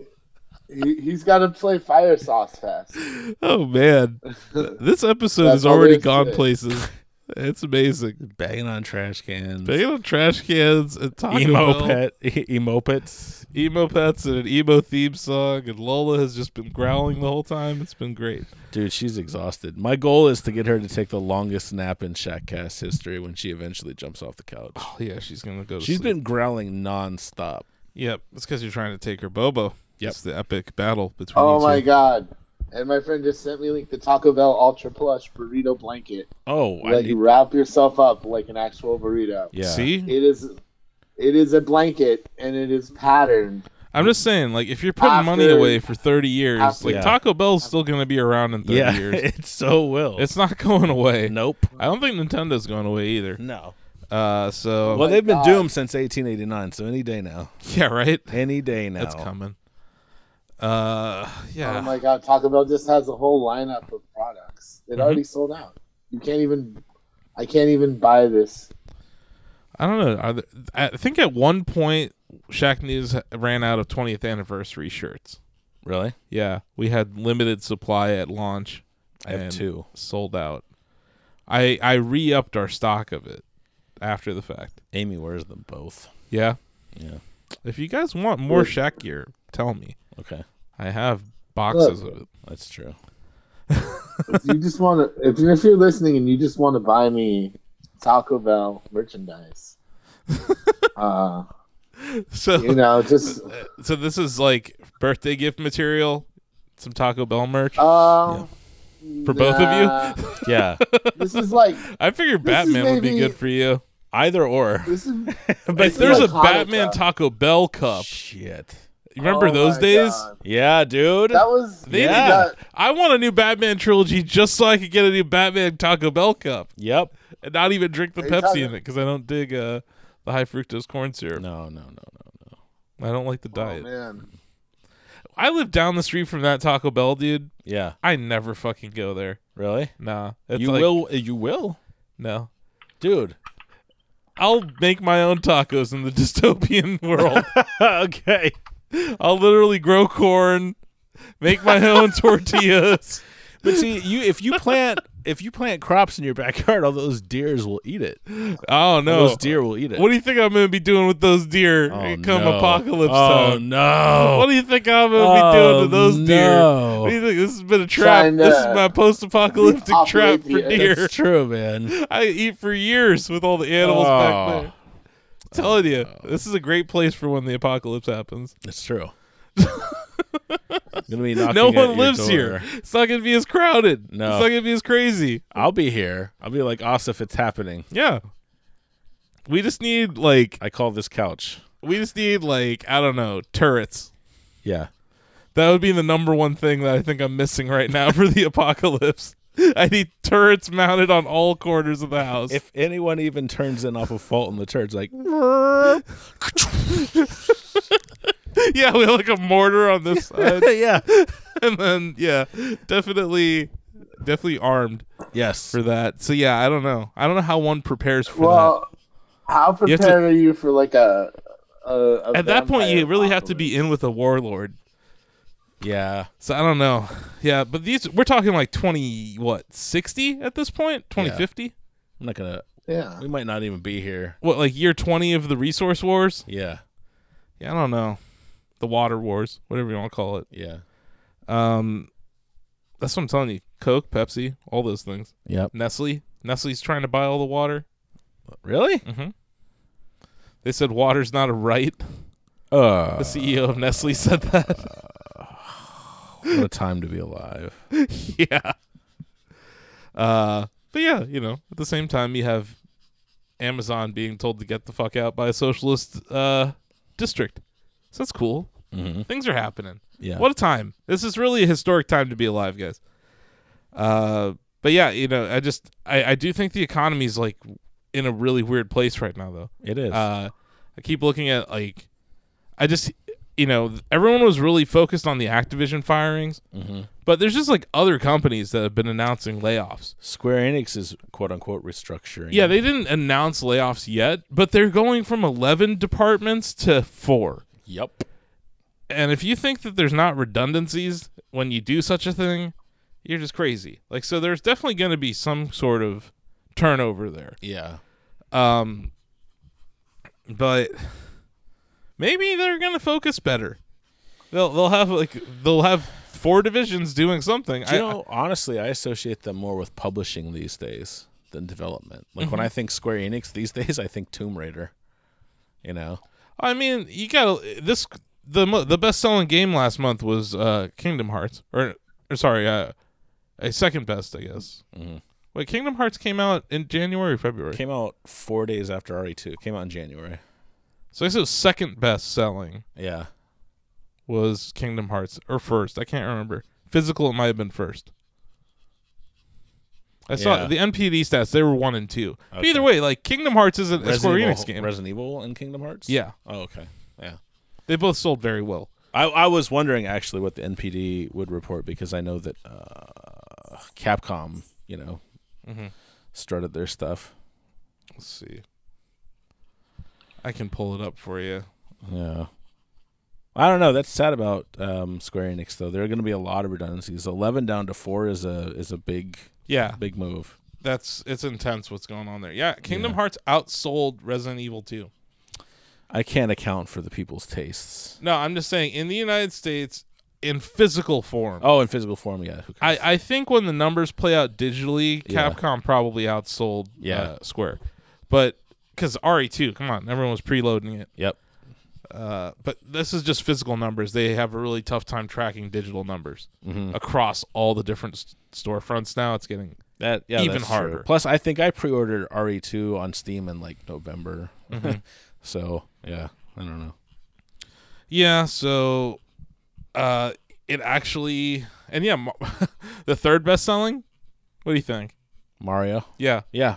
S2: He, he's got to play Fire Sauce Fest.
S3: Oh man. This episode
S2: That's
S3: has
S2: all there
S3: already
S2: is
S3: gone
S2: to it.
S3: places. It's amazing.
S1: Banging on trash cans.
S3: Banging on trash cans and Taco
S1: Emo
S3: Bell.
S1: pet. Emo pets.
S3: Emo pets and an emo theme song and Lola has just been growling the whole time. It's been great.
S1: Dude, she's exhausted. My goal is to get her to take the longest nap in Shackcast history when she eventually jumps off the couch.
S3: Oh yeah, she's gonna go to
S1: She's
S3: sleep.
S1: been growling nonstop.
S3: Yep, it's because you're trying to take her Bobo.
S1: Yep.
S3: It's the epic battle between.
S2: Oh
S3: you
S2: my
S3: two.
S2: god! And my friend just sent me like the Taco Bell Ultra Plush Burrito Blanket.
S1: Oh, I
S2: Let
S1: need-
S2: you wrap yourself up like an actual burrito.
S1: yeah.
S3: See,
S2: It is, it is a blanket and it is patterned.
S3: I'm just saying, like, if you're putting money
S2: After-
S3: away for 30 years,
S2: after-
S3: like
S1: Yeah.
S3: Taco Bell's still gonna be around in 30
S1: yeah,
S3: years.
S1: it so will.
S3: It's not going away.
S1: nope.
S3: I don't think Nintendo's going away either.
S1: No.
S3: Uh, so
S1: well, they've been
S2: God.
S1: doomed since 1889, so any day now.
S3: yeah, right.
S1: Any day now.
S3: That's coming. Uh, yeah.
S2: Oh my god! Taco Bell just has a whole lineup of products.
S3: Mm-hmm.
S2: It already sold out. You can't even. I can't even buy this.
S3: I don't know. Are there, I think at one point, Shaq News ran out of 20th anniversary shirts.
S1: Really?
S3: Yeah, we had limited supply at launch.
S1: I have
S3: and
S1: two.
S3: sold out. I I re upped our stock of it after the fact.
S1: Amy wears them both.
S3: Yeah,
S1: Yeah.
S3: if you guys want more Shaq gear, tell me.
S1: Okay.
S3: I have boxes
S2: Look.
S3: of it.
S1: That's true.
S2: If you just want to, if, if you're listening and you just want to buy me Taco Bell merchandise, uh,
S3: So
S2: you know, just
S3: so this is like birthday gift material, some Taco Bell merch.
S2: um,
S3: For both of you?
S2: you.
S1: Yeah.
S2: This is like
S3: I figured
S2: this is
S3: Batman would be
S2: maybe-
S3: good for you.
S1: Either or.
S2: this is.
S3: If there's a
S2: like Hanukkah.
S3: Batman Taco Bell cup,
S1: Shit.
S3: you remember
S2: Oh
S3: those
S2: my
S3: days?
S2: God.
S1: Yeah, dude.
S2: That was
S3: They
S1: Yeah.
S3: did
S2: that-
S3: that. I want a new Batman trilogy just so I could get a new Batman Taco Bell cup.
S1: yep.
S3: and not even drink the
S2: Are you
S3: Pepsi
S2: talking-
S3: in it because I don't dig uh, the high fructose corn syrup.
S1: No, no, no, no.
S3: I don't like the
S2: Oh
S3: diet.
S2: man,
S3: I live down the street from that Taco Bell, dude.
S1: Yeah.
S3: I never fucking go there.
S1: Really?
S3: Nah, it's
S1: you
S3: like-
S1: will you will.
S3: No,
S1: Dude.
S3: I'll make my own tacos in the dystopian world.
S1: okay.
S3: I'll literally grow corn, make my own tortillas.
S1: But see, you if you plant if you plant crops in your backyard, all those deers will eat it.
S3: Oh no,
S1: Those deer will eat it.
S3: What do you think I'm gonna be doing with those deer
S1: Oh,
S3: come
S1: no.
S3: apocalypse
S1: Oh
S3: time?
S1: no!
S3: What do you think I'm gonna be doing
S1: Oh,
S3: to those deer?
S1: no.
S3: What do you think? This has been a trap.
S2: Trying
S3: This is
S2: to
S3: my post-apocalyptic
S2: repopulate
S3: trap for
S2: the-
S3: deer.
S1: That's true, man.
S3: I eat for years with all the animals
S1: Oh.
S3: back there. telling you, this is a great place for when the apocalypse happens.
S1: It's true. Gonna be knocking
S3: no
S1: at your
S3: one lives
S1: door.
S3: here. It's not gonna be as crowded.
S1: No.
S3: it's not gonna be as crazy.
S1: I'll be here. I'll be like, Asif, it's happening.
S3: Yeah. We just need like
S1: I call this couch.
S3: we just need like I don't know turrets.
S1: Yeah.
S3: That would be the number one thing that I think I'm missing right now for the apocalypse. I need turrets mounted on all corners of the house.
S1: If anyone even turns in off of Fault in the Turds, like
S3: yeah, we have like a mortar on this side,
S1: yeah,
S3: and then yeah, definitely, definitely armed
S1: yes,
S3: for that. So yeah, I don't know. I don't know how one prepares for that.
S2: Well, how
S3: have
S2: prepared
S3: to-
S2: are you for like a? a, a
S3: At that point,
S2: vampire
S3: you really have to
S2: apocalypse?
S3: be in with a warlord.
S1: yeah.
S3: So I don't know. Yeah, but these we're talking like twenty what sixty at this point, twenty fifty.
S1: I'm not gonna.
S2: Yeah.
S1: We might not even be here.
S3: What like year twenty of the resource wars?
S1: Yeah,
S3: Yeah, I don't know. The water wars, whatever you want to call it.
S1: yeah,
S3: Um, that's what I'm telling you. Coke, Pepsi, all those things.
S1: yep.
S3: Nestle, Nestle's trying to buy all the water.
S1: Really?
S3: They said water's not a right.
S1: Uh,
S3: The CEO of Nestle said that.
S1: what a time to be alive.
S3: yeah. Uh, but yeah, you know, at the same time, you have Amazon being told to get the fuck out by a socialist uh, district. So that's cool. Things are happening.
S1: Mm-hmm. Yeah.
S3: What a time. This is really a historic time to be alive, guys. Uh, but yeah, you know, I just, I, I do think the economy's like in a really weird place right now, though.
S1: It is.
S3: Uh, I keep looking at like, I just, you know, everyone was really focused on the Activision firings, but there's just like other companies that have been announcing layoffs.
S1: Square Enix is quote unquote restructuring.
S3: Yeah, they didn't announce layoffs yet, but they're going from 11 departments to four.
S1: Yep.
S3: And if you think that there's not redundancies when you do such a thing, you're just crazy. Like, so there's definitely going to be some sort of turnover there.
S1: Yeah.
S3: Um, but maybe they're gonna focus better. They'll they'll have like they'll have four divisions doing something.
S1: Do you know, honestly, I associate them more with publishing these days than development. Like
S3: Mm-hmm.
S1: when I think Square Enix these days, I think Tomb Raider. You know,
S3: I, I mean, you gotta this the mo- the best selling game last month was uh Kingdom Hearts or, or sorry uh a second best I guess.
S1: Mm-hmm.
S3: Wait, Kingdom Hearts came out in January or February,
S1: came out four days after RE2. It came out in January.
S3: so I guess it was second best selling
S1: Yeah.
S3: was Kingdom Hearts or first. I can't remember. Physical, it might have been first. I saw
S1: Yeah.
S3: the NPD stats; they were one and two. But
S1: Okay.
S3: either way, like Kingdom Hearts isn't a Square
S1: Resident
S3: Enix
S1: Evil,
S3: game.
S1: Resident Evil and Kingdom Hearts.
S3: yeah,
S1: Oh, okay. Yeah.
S3: they both sold very well.
S1: I, I was wondering actually what the NPD would report because I know that uh, Capcom, you know,
S3: Mm-hmm.
S1: started their stuff.
S3: Let's see. I can pull it up for you.
S1: Yeah. I don't know. That's sad about um, Square Enix though. There are going to be a lot of redundancies. Eleven down to four is a is a big
S3: Yeah,
S1: big move.
S3: that's it's intense what's going on there. Yeah, Kingdom Hearts outsold Resident Evil 2.
S1: I can't account for the people's tastes.
S3: No, I'm just saying in the United States in physical form.
S1: Oh, in physical form, yeah. who cares?
S3: I, I think when the numbers play out digitally,
S1: Yeah.
S3: Capcom probably outsold
S1: Yeah.
S3: uh, Square, but because RE2, come on, everyone was preloading it.
S1: yep.
S3: Uh, but this is just physical numbers. They have a really tough time tracking digital numbers
S1: Mm-hmm.
S3: across all the different s- storefronts. Now it's getting
S1: That yeah,
S3: Even
S1: that's true.
S3: harder.
S1: Plus, I think I pre-ordered RE2 on Steam in like November.
S3: Mm-hmm.
S1: so yeah, I don't know.
S3: yeah. So uh, it actually and yeah, Mar- the third best selling. What do you think?
S1: Mario.
S3: Yeah,
S1: Yeah,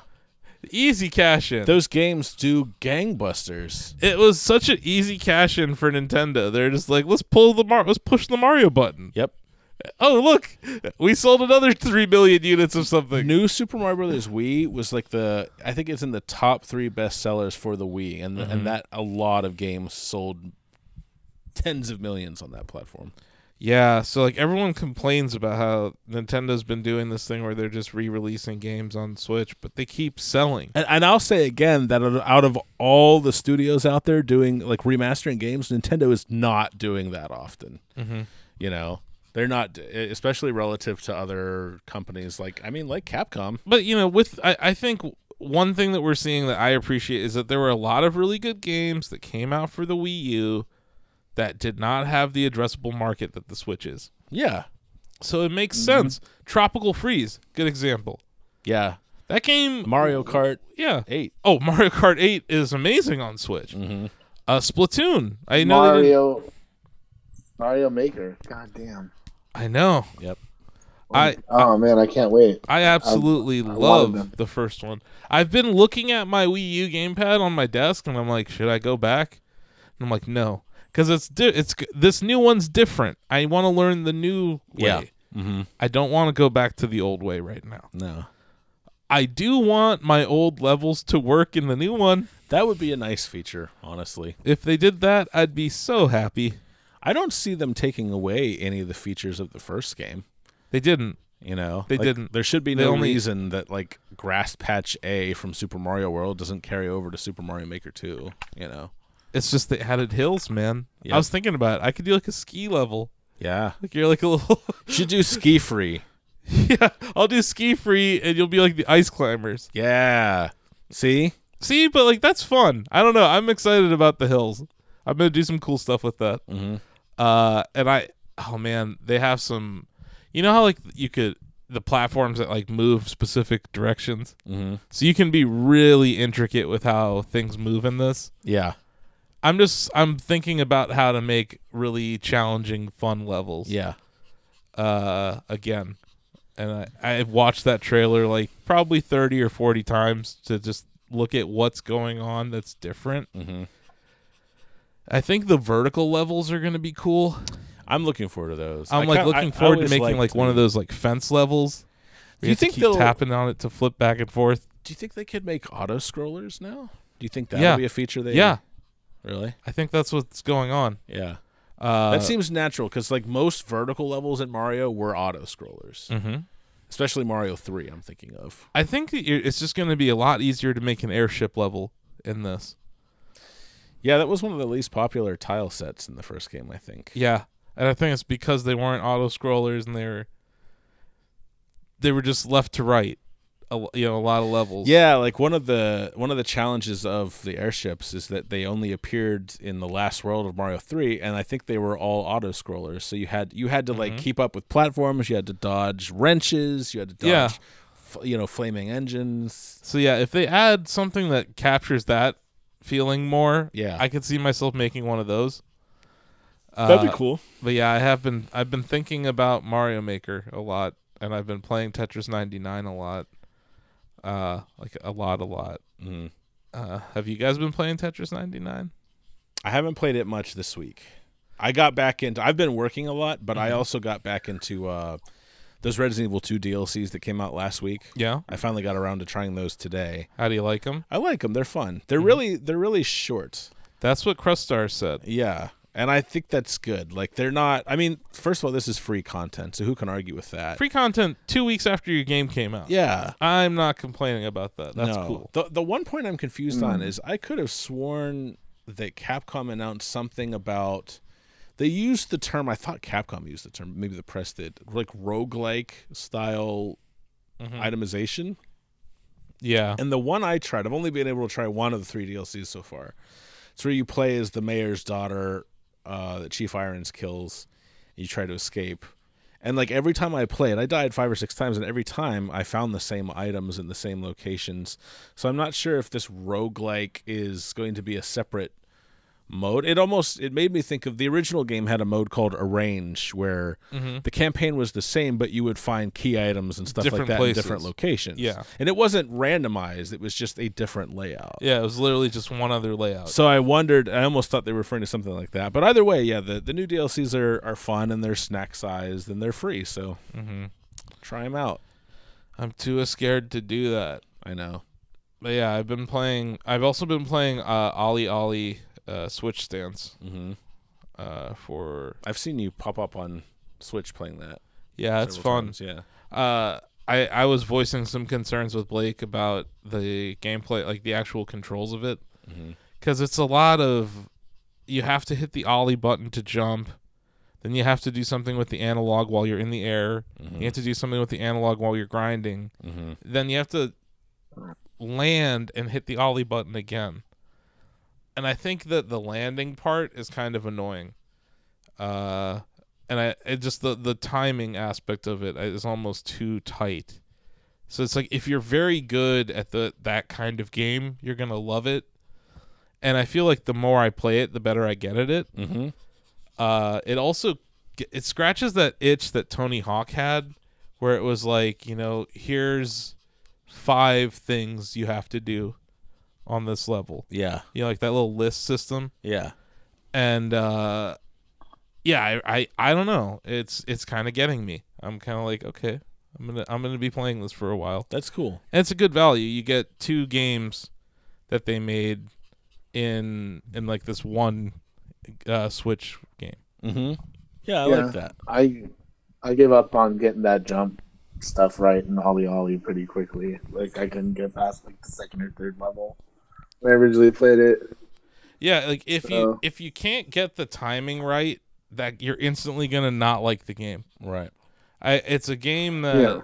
S3: easy cash in.
S1: those games do gangbusters.
S3: it was such an easy cash in for Nintendo. They're just like, let's pull the Mar, let's push the Mario button.
S1: Yep.
S3: Oh look, we sold another three million units of something.
S1: New Super Mario Brothers Wii was like the I think it's in the top three best sellers for the Wii, and and that a lot of games sold tens of millions on that platform.
S3: Yeah, so like everyone complains about how Nintendo's been doing this thing where they're just re-releasing games on Switch, but they keep selling.
S1: And, and I'll say again that out of- out of all the studios out there doing like remastering games, Nintendo is not doing that often. You know, they're not, e, especially relative to other companies like I mean, like Capcom.
S3: But you know, with I, I think one thing that we're seeing that I appreciate is that there were a lot of really good games that came out for the Wii U that did not have the addressable market that the Switch is.
S1: Yeah,
S3: So it makes sense. Tropical Freeze, good example.
S1: yeah.
S3: That game,
S1: Mario Kart
S3: yeah.
S1: Eight. Mm-hmm.
S3: Oh, Mario Kart 8 is amazing on Switch.
S1: Mm.
S3: Uh, Splatoon, I know. they didn't-
S2: Mario. Mario Maker. God damn.
S3: I know.
S1: Yep.
S3: I
S2: Oh man, I can't wait.
S3: I absolutely
S2: wanted them.
S3: love the first one. I've been looking at my Wii U gamepad on my desk, and I'm like, should I go back? And I'm like, no, because it's di- it's g- this new one's different. I want to learn the new way.
S1: Yeah. Mm-hmm.
S3: I don't want to go back to the old way right now.
S1: No.
S3: I do want my old levels to work in the new one.
S1: That would be a nice feature, honestly.
S3: If they did that, I'd be so happy.
S1: I don't see them taking away any of the features of the first game.
S3: They didn't.
S1: You know,
S3: They
S1: Like,
S3: didn't.
S1: There should be
S3: They
S1: no
S3: only-
S1: reason that like grass patch A from Super Mario World doesn't carry over to Super Mario Maker Two. You know,
S3: It's just they added hills, man.
S1: Yeah.
S3: I was thinking about it. I could do like a ski level.
S1: yeah,
S3: Like you're like a little
S1: should do ski free.
S3: Yeah, I'll do ski free and you'll be like the ice climbers.
S1: Yeah, see,
S3: See, but like that's fun. I don't know. I'm excited about the hills. I'm gonna do some cool stuff with that. Mm-hmm. Uh, and I, oh man, they have some. You know how like you could the platforms that like move specific directions, mm-hmm. so you can be really intricate with how things move in this.
S1: yeah,
S3: I'm just I'm thinking about how to make really challenging, fun levels.
S1: yeah,
S3: Uh, again, and I I've watched that trailer like probably thirty or forty times to just look at what's going on that's different.
S1: Mhm.
S3: I think the vertical levels are going to be cool.
S1: I'm looking forward to those.
S3: I'm
S1: I
S3: like
S1: kinda-
S3: looking
S1: I- I
S3: forward to
S1: always
S3: making
S1: liked
S3: like one
S1: the-
S3: of those like fence levels.
S1: Do you
S3: where have to
S1: think
S3: keep
S1: they'll-
S3: tapping on it to flip back and forth?
S1: Do you think they could make auto scrollers now? Do you think that
S3: Yeah.
S1: would be a feature? They
S3: Yeah,
S1: really,
S3: I think that's what's going on.
S1: yeah.
S3: Uh,
S1: That seems natural because like most vertical levels in Mario were auto scrollers,
S3: mhm.
S1: especially Mario Three. I'm thinking of.
S3: I think that you're- it's just going to be a lot easier to make an airship level in this.
S1: Yeah, that was one of the least popular tile sets in the first game. I think.
S3: Yeah, and I think it's because they weren't auto scrollers and they were they were just left to right, a, l- you know, a lot of levels.
S1: Yeah, like one of the one of the challenges of the airships is that they only appeared in the last world of Mario 3 and I think they were all auto scrollers. So you had you had to like keep up with platforms, you had to dodge wrenches, you had to dodge
S3: Yeah.
S1: f- you know flaming engines.
S3: So yeah, if they add something that captures that feeling more,
S1: Yeah.
S3: I could see myself making one of those. Uh,
S1: cool.
S3: But yeah, I have been I've been thinking about Mario Maker a lot, and I've been playing Tetris 99 a lot, uh, like a lot, a lot.
S1: Mhm.
S3: Uh, have you guys been playing Tetris 99?
S1: I haven't played it much this week. I got back into I've been working a lot, but
S3: Mm-hmm.
S1: I also got back into uh those Resident Evil 2 DLCs that came out last week.
S3: Yeah.
S1: I finally got around to trying those today.
S3: How do you like them?
S1: I like them. They're fun.
S3: Mm-hmm.
S1: They're really they're really short.
S3: That's what Crustar said.
S1: Yeah. And I think that's good. Like they're not I mean, first of all, this is free content, so who can argue with that?
S3: Free content two weeks after your game came out.
S1: yeah.
S3: I'm not complaining about that. That's
S1: No.
S3: cool.
S1: The the one point I'm confused on is I could have sworn that Capcom announced something about they used the term I thought Capcom used the term, maybe the press did, like roguelike style
S3: Mm-hmm.
S1: itemization.
S3: Yeah.
S1: And the one I tried, I've only been able to try one of the three DLCs so far. It's where you play as the mayor's daughter uh, that Chief Irons kills, and you try to escape. And like every time I played, I died five or six times, and every time I found the same items in the same locations. So I'm not sure if this roguelike is going to be a separate mode. It almost it made me think of the original game had a mode called Arrange where
S3: Mm-hmm.
S1: the campaign was the same, but you would find key items and stuff
S3: Different
S1: like that in different
S3: places.
S1: locations.
S3: Yeah.
S1: And it wasn't randomized, it was just a different layout.
S3: Yeah, it was literally just one other layout.
S1: So I wondered, I almost thought they were referring to something like that. But either way, yeah, the, the new DLCs are, are fun and they're snack sized and they're free. So
S3: Mm-hmm.
S1: try them out.
S3: I'm too scared to do that.
S1: I know.
S3: But yeah, I've been playing. I've also been playing uh, Ollie Ollie uh, Switch Stance
S1: hmm
S3: uh, for.
S1: I've seen you pop up on Switch playing that.
S3: Yeah, it's
S1: several
S3: fun.
S1: times, Yeah.
S3: Uh, I I was voicing some concerns with Blake about the gameplay, like the actual controls of it, because it's a lot of you have to hit the ollie button to jump, then you have to do something with the analog while you're in the air. You have to do something with the analog while you're grinding.
S1: Mhm.
S3: Then you have to land and hit the ollie button again. And I think that the landing part is kind of annoying. Uh, and I it just the the timing aspect of it uh, is almost too tight. So it's like if you're very good at the that kind of game, you're gonna love it. And I feel like the more I play it, the better I get at it.
S1: Mm-hmm.
S3: Uh, it also g- it scratches that itch that Tony Hawk had, where it was like, you know, here's five things you have to do on this level.
S1: Yeah.
S3: You know, like that little list system.
S1: Yeah.
S3: And uh yeah, I I, I don't know. It's it's kind of getting me. I'm kind of like, okay, I'm going to I'm going to be playing this for a while.
S1: That's cool.
S3: And it's a good value. You get two games that they made in in like this one uh Switch game.
S1: Mm-hmm. Yeah, I
S2: Yeah.
S1: like that.
S2: I I gave up on getting that jump stuff right and ollie ollie pretty quickly. Like I couldn't get past like the second or third level when I originally played it.
S3: Yeah, like if you
S2: So-
S3: if you can't get the timing right, that you're instantly going to not like the game.
S1: Right.
S3: I it's a game that
S2: Yeah.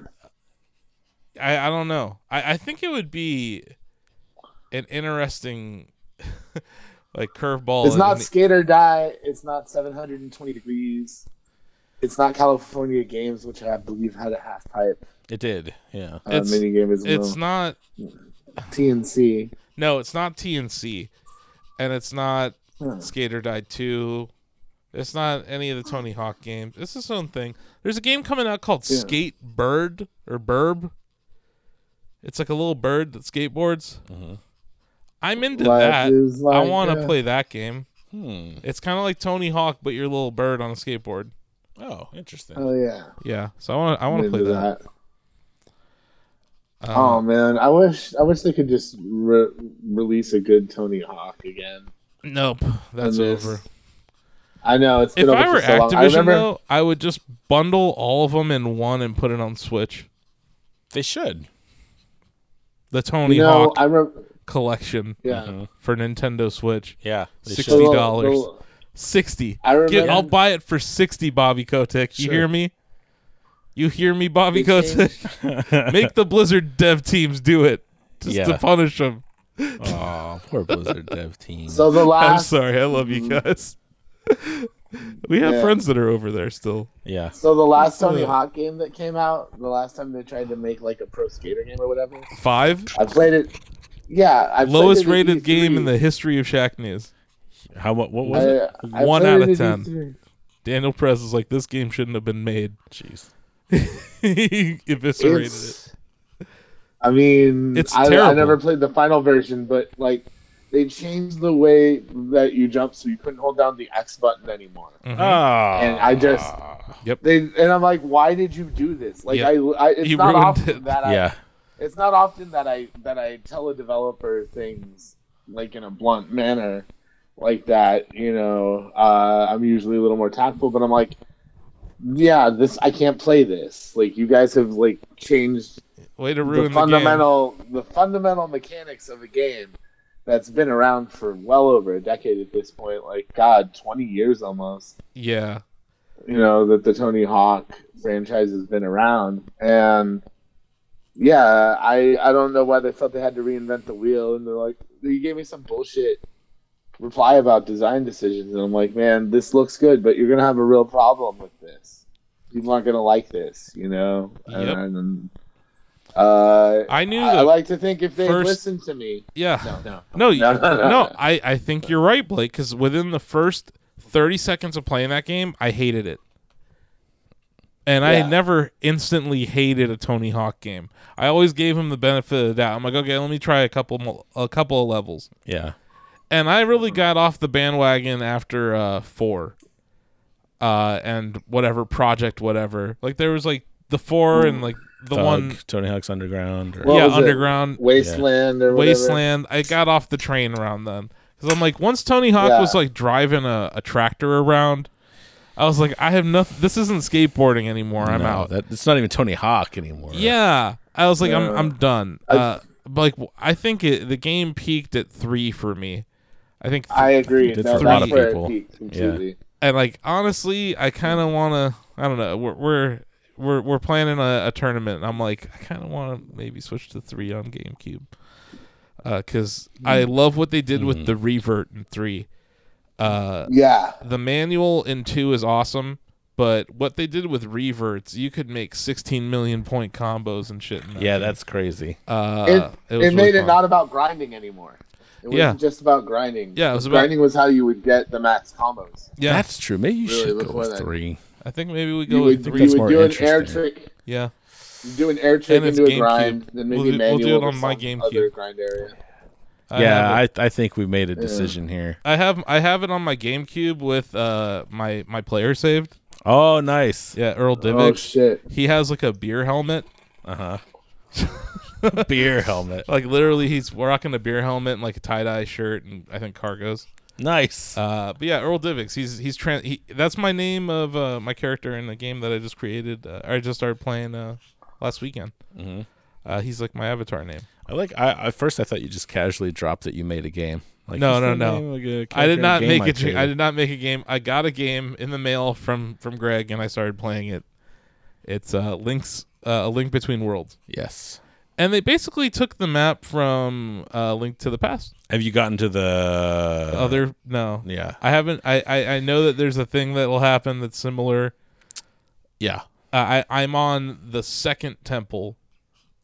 S3: I, I don't know. I, I think it would be an interesting like curveball.
S2: It's
S3: in
S2: not
S3: the-
S2: skate or die. It's not 720 degrees. It's not California Games, which I believe had a half pipe
S1: It did. Yeah.
S2: uh,
S3: It's-
S2: mini game as well.
S3: it's not
S2: TNC.
S3: no, it's not TNC. And it's not
S2: Huh.
S3: Skater Die 2. It's not any of the Tony Hawk games. It's its own thing. There's a game coming out called
S2: Yeah.
S3: Skate Bird or Burb. It's like a little bird that skateboards. I'm into
S2: Life
S3: that.
S2: is
S3: I
S2: like uh,
S3: want to
S2: a-
S3: play that game.
S1: Hmm.
S3: It's kind of like Tony Hawk, but you're a little bird on a skateboard.
S1: Oh, interesting.
S2: Oh yeah.
S3: Yeah, so I want to. I want to
S2: Into
S3: play that.
S2: oh
S3: Um,
S2: man, I wish I wish they could just re- release a good Tony Hawk again.
S3: nope, that's
S2: And this-
S3: over.
S2: I know it's
S3: If
S2: been
S3: I
S2: over
S3: were
S2: for so long. I
S3: Activision,
S2: remember
S3: though, I would just bundle all of them in one and put it on Switch.
S1: They should.
S3: The Tony
S2: you know,
S3: Hawk Mm-hmm.
S2: I remember
S3: collection
S2: yeah.
S3: for Nintendo Switch.
S1: Yeah. They
S3: Six-
S1: should.
S2: The- the-
S3: $60. Sixty.
S2: I remember-
S3: Get- I'll buy it for sixty, Bobby Kotick. You
S1: Sure.
S3: hear me? You hear me, Bobby
S2: Big
S3: Kotick? Make the Blizzard dev teams do it just
S1: Yeah.
S3: to punish them.
S1: Aw, poor Blizzard dev team.
S2: So the
S3: I'm
S2: last
S3: sorry. I love you guys. we have
S2: Yeah.
S3: friends that are over there still.
S1: yeah.
S2: so the last Tony
S3: the-
S2: Hawk game that came out, the last time they tried to make like a pro skater game or whatever.
S3: Five
S2: I played it. Yeah, I played
S3: lowest
S2: it E at
S3: rated
S2: E3.
S3: game in the history of Shack News.
S1: How what, what was it?
S2: I, uh, I
S3: One
S2: played
S3: out
S2: it
S3: of
S2: at
S3: 10.
S2: E3.
S3: Daniel Press is like, this game shouldn't have been made.
S1: Jeez.
S3: he eviscerated it.
S2: It's, I mean,
S3: It's
S2: I, I
S3: terrible.
S2: never played the final version, but like they changed the way that you jump, so you couldn't hold down the X button anymore.
S3: Mhm.
S1: Ah.
S2: And I just they and I'm like, why did you do this? Like
S3: Yeah.
S2: I, I it's
S3: You
S2: not
S3: ruined
S2: often
S3: it.
S2: that I
S1: yeah.
S2: it's not often that I that I tell a developer things like in a blunt manner like that. You know, uh, I'm usually a little more tactful, but I'm like, yeah, this I can't play this. Like you guys have like changed
S3: Way to
S2: the
S3: ruin the, game.
S2: fundamental the fundamental mechanics of a game that's been around for well over a decade at this point. Like God, twenty years almost
S3: Yeah.
S2: you know that the Tony Hawk franchise has been around, and yeah, I I don't know why they felt they had to reinvent the wheel, and they're like, you gave me some bullshit reply about design decisions, and I'm like, man, this looks good, but you're gonna have a real problem with this. People aren't gonna like this, you know.
S3: Yep.
S2: And, and, uh,
S3: I knew
S2: I, I
S3: the-
S2: like to think if they
S3: first-
S2: listened to me.
S3: Yeah.
S2: No, no.
S3: No, you-
S2: No,
S3: no,
S2: no, no, no.
S3: I, I think you're right, Blake, because within the first 30 seconds of playing that game, I hated it. And I
S2: Yeah.
S3: never instantly hated a Tony Hawk game. I always gave him the benefit of the doubt. I'm like, okay, let me try a couple mo- a couple of levels.
S1: Yeah.
S3: And I really
S2: Mm-hmm.
S3: got off the bandwagon after uh, four, uh, and whatever project, whatever. Like there was like the four and like the
S1: Thug,
S3: one,
S1: Tony Hawk's Underground. Or,
S2: Well- What
S3: yeah,
S2: was it?
S3: underground.
S2: Wasteland or whatever.
S3: Wasteland. I got off the train around then because I'm like, once Tony Hawk
S2: Yeah.
S3: was like driving a, a tractor around, I was like, I have nothing. This isn't skateboarding anymore. I'm
S1: No,
S3: out.
S1: That, it's not even Tony Hawk anymore.
S3: yeah, I was like, I'm
S2: Yeah.
S3: I'm done. uh, but like, w- I think it, the game peaked at three for me. I think, th-
S2: I agree.
S1: Did
S2: No,
S1: for
S3: a lot
S2: that's
S3: of
S2: where
S1: people.
S2: it peaked completely.
S3: and like honestly, I kind of want to. I don't know. We're we're we're, we're planning a, a tournament. And I'm like, I kind of want to maybe switch to three on GameCube. Because I
S1: Mm.
S3: love what they did with the revert in three. Uh,
S2: Yeah.
S3: the manual in two is awesome, but what they did with reverts, you could make 16 million point combos and shit. In that
S1: Yeah,
S3: game.
S1: that's crazy.
S3: uh,
S2: it,
S3: it,
S2: it,
S3: was
S2: made
S3: really
S2: it
S3: fun.
S2: not about grinding anymore. It wasn't
S3: Yeah.
S2: just about grinding.
S3: Yeah, it was about-
S2: grinding was how you would get the max combos.
S3: Yeah,
S1: That's true. Maybe you
S2: Really,
S1: should go
S2: before
S1: with
S2: that-
S1: three.
S3: I think maybe we go
S2: You
S3: with
S2: would,
S3: three.
S2: you would
S1: more
S2: do an air
S1: interesting.
S2: trick,
S3: Yeah.
S2: you do an air trick
S3: And it's
S2: into a
S3: GameCube.
S2: grind, then maybe
S3: We'll do- we'll
S2: manual
S3: do it
S2: to
S3: on my
S2: some Other
S3: GameCube.
S2: grind area.
S3: I
S1: yeah,
S3: have it.
S1: I, I think we made a decision here.
S3: I have I have it on my GameCube with uh my my player saved.
S1: Oh, nice.
S3: Yeah, Earl
S2: Oh
S3: Divick.
S2: shit!
S3: he has like a beer helmet.
S1: Beer helmet.
S3: Like literally, he's rocking a beer helmet and like a tie dye shirt and I think cargos.
S1: Nice.
S3: Uh, but yeah, Earl Divix. He's he's trans. He, that's my name of uh, my character in the game that I just created. Uh, or I just started playing uh, last weekend. Uh, he's like my avatar name.
S1: I like. I at first I thought you just casually dropped that you made a game. Like,
S3: No,
S1: what's
S3: no,
S1: the
S3: no.
S1: name of a
S3: I did
S1: character
S3: not
S1: game
S3: make
S1: I
S3: a j- I
S1: created?
S3: did not make a game. I got a game in the mail from from Greg and I started playing it. It's uh, links uh, a link between worlds,
S1: Yes.
S3: and they basically took the map from uh, Link to the Past.
S1: Have you gotten to the
S3: Other no,
S1: Yeah.
S3: I haven't. I, I I know that there's a thing that will happen that's similar.
S1: Yeah.
S3: Uh, I I'm on the second temple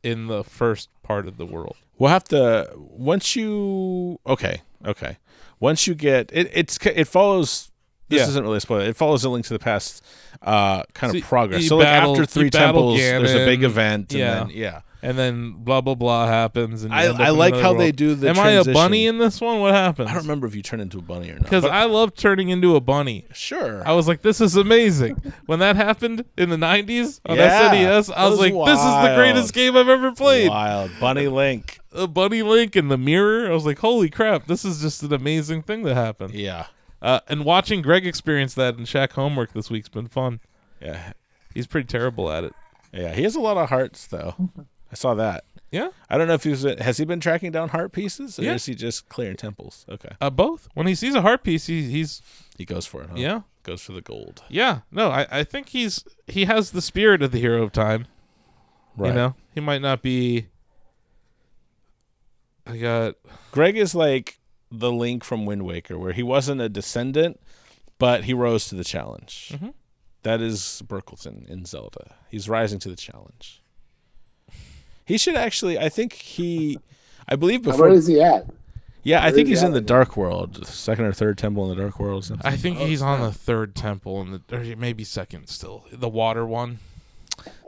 S3: in the first part of the world.
S1: We'll have to once you okay, okay. Once you get it, it's it follows. This
S3: Yeah.
S1: isn't really a spoiler. It follows a link to the past uh, kind
S3: So you-
S1: of progress.
S3: you
S1: So like
S3: battle-
S1: after three
S3: you battle
S1: temples, there's a big
S3: Ganon,
S1: event. And
S3: yeah.
S1: Then, yeah.
S3: And then blah blah blah happens. And you
S1: I-
S3: end up
S1: I
S3: in
S1: like
S3: another
S1: how they
S3: world.
S1: do the
S3: Am I a
S1: transition.
S3: bunny in this one? What happens?
S1: I don't remember if you turn into a bunny or not.
S3: because
S1: but-
S3: I love turning into a bunny.
S1: sure.
S3: I was like, this is amazing. When that happened in the 90s on
S1: Yeah.
S3: SNES, I
S1: That
S3: was
S1: was
S3: like, this is the
S1: wild.
S3: greatest game I've ever played.
S1: Wild bunny link.
S3: A bunny link in the mirror. I was like, holy crap, this is just an amazing thing that happened.
S1: Yeah.
S3: Uh, and watching Greg experience that in Shack Homework this week's been fun.
S1: Yeah.
S3: He's pretty terrible at it.
S1: Yeah. He has a lot of hearts though. I saw that.
S3: Yeah.
S1: I don't know if he was has he been tracking down heart pieces or
S3: Yeah.
S1: is he just clearing temples? Okay.
S3: Uh, both. When he sees a heart piece, he, he's,
S1: He goes for it. Huh?
S3: yeah.
S1: Goes for the gold.
S3: Yeah. No, I, I think he's, he has the spirit of the hero of time.
S1: Right.
S3: You know, he might not be. I got.
S1: Greg is like the Link from Wind Waker, where he wasn't a descendant, but he rose to the challenge.
S3: Mm-hmm.
S1: That is Burkleton in Zelda. He's rising to the challenge. He should actually. I think he. I believe
S2: Where
S1: before.
S2: is he at?
S1: Yeah, I think
S2: is
S1: he's
S2: he
S1: in
S2: at
S1: the
S2: right
S1: Dark World, second or third temple in the Dark World. or something.
S3: I think he's on the third temple and the or maybe second still. The water one.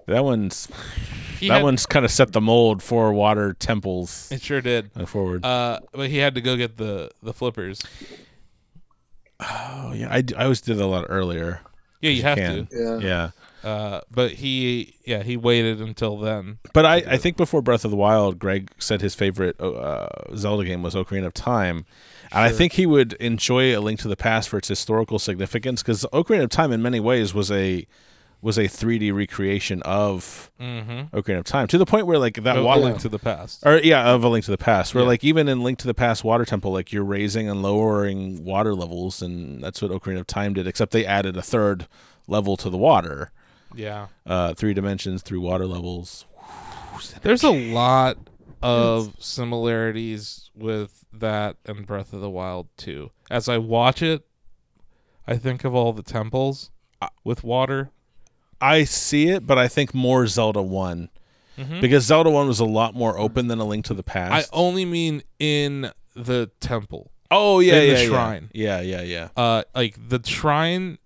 S1: that one's
S3: He
S1: that
S3: had-
S1: one's kind of set the mold for water temples
S3: It sure did.
S1: going forward.
S3: Uh, but he had to go get the the flippers.
S1: oh yeah, I, d- I always did a lot earlier.
S3: Yeah, you have
S1: Can.
S3: to.
S2: Yeah.
S1: yeah.
S3: Uh, but he yeah he waited until then.
S1: But I, I think before Breath of the Wild, Greg said his favorite uh, Zelda game was Ocarina of Time. And I think he would enjoy A Link to the Past for its historical significance because Ocarina of Time, in many ways, was a was a 3D recreation of Ocarina Mm-hmm. of Time to the point where like that
S3: No,
S1: water
S3: link to the past.
S1: or yeah, of a link to the past. Where like even in Link to the Past Water Temple, like you're raising and lowering water levels, and that's what Ocarina of Time did. Except they added a third level to the water,
S3: Yeah,
S1: uh, three dimensions through water levels.
S3: there's a lot of similarities with that and Breath of the Wild too. As I watch it, I think of all the temples uh, with water.
S1: I see it, but I think more Zelda One because Zelda One was a lot more open than A Link to the
S3: Mm-hmm. I
S1: Past.
S3: only mean in the temple.
S1: oh yeah,
S3: in the
S1: yeah, yeah.
S3: shrine.
S1: Yeah, yeah, yeah.
S3: uh like the shrine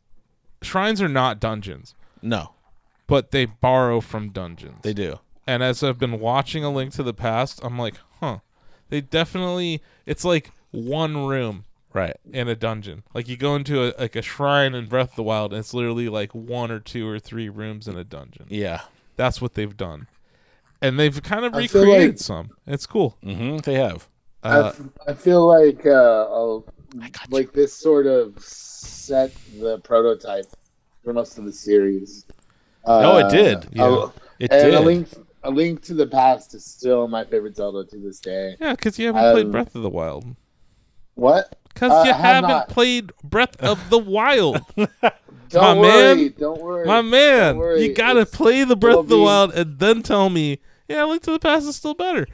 S3: shrines are not dungeons
S1: No,
S3: but they borrow from dungeons
S1: they do.
S3: and as i've been watching a link to the past i'm like huh they definitely it's like one room
S1: Right.
S3: in a dungeon like you go into a like a shrine in breath of the wild and it's literally like one or two or three rooms in a dungeon
S1: Yeah.
S3: that's what they've done and they've kind of
S2: I feel
S3: recreated
S2: like- Mm.
S3: some it's cool
S1: hmm They have.
S3: uh,
S2: I, I feel like uh, I'll, like this sort of set the prototype for most of the series. Uh,
S1: No, it did.
S2: a-
S3: Yeah.
S1: It
S2: and
S1: did.
S2: a link, a link to the past is still my favorite Zelda to this day.
S3: yeah because you haven't played
S2: um,
S3: breath of the wild
S2: What?
S3: because
S2: Uh,
S3: you
S2: I have
S3: haven't
S2: not.
S3: played breath of the wild
S2: Don't
S3: My
S2: worry.
S3: man.
S2: Don't worry.
S3: My man,
S2: Don't worry,
S3: you gotta
S2: it's-
S3: play the Breath of the
S2: be-
S3: Wild and then tell me, yeah, Link to the Past is still better.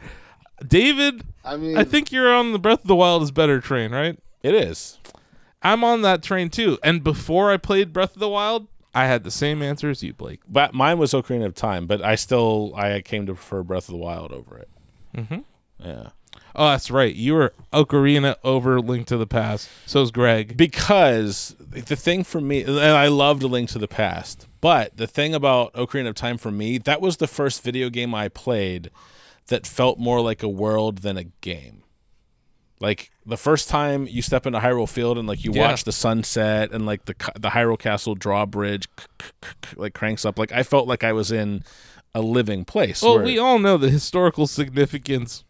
S3: David,
S2: I mean,
S3: I think you're on the Breath of the Wild is better train, right?
S1: it is.
S3: I'm on that train too. And before I played Breath of the Wild, I had the same answer as you, Blake.
S1: But mine was Ocarina of Time, but I still I came to prefer Breath of the Wild over it. Mm-hmm. Yeah.
S3: Oh, that's right. You were Ocarina over Link to the Past. So is Greg.
S1: because the thing for me and i loved a link to the past but the thing about ocarina of time for me that was the first video game i played that felt more like a world than a game like the first time you step into hyrule field and like you
S3: Yeah.
S1: watch the sunset and like the ca- the hyrule castle drawbridge like cranks up like i felt like i was in a living place
S3: Well,
S1: where-
S3: Oh, we all know the historical significance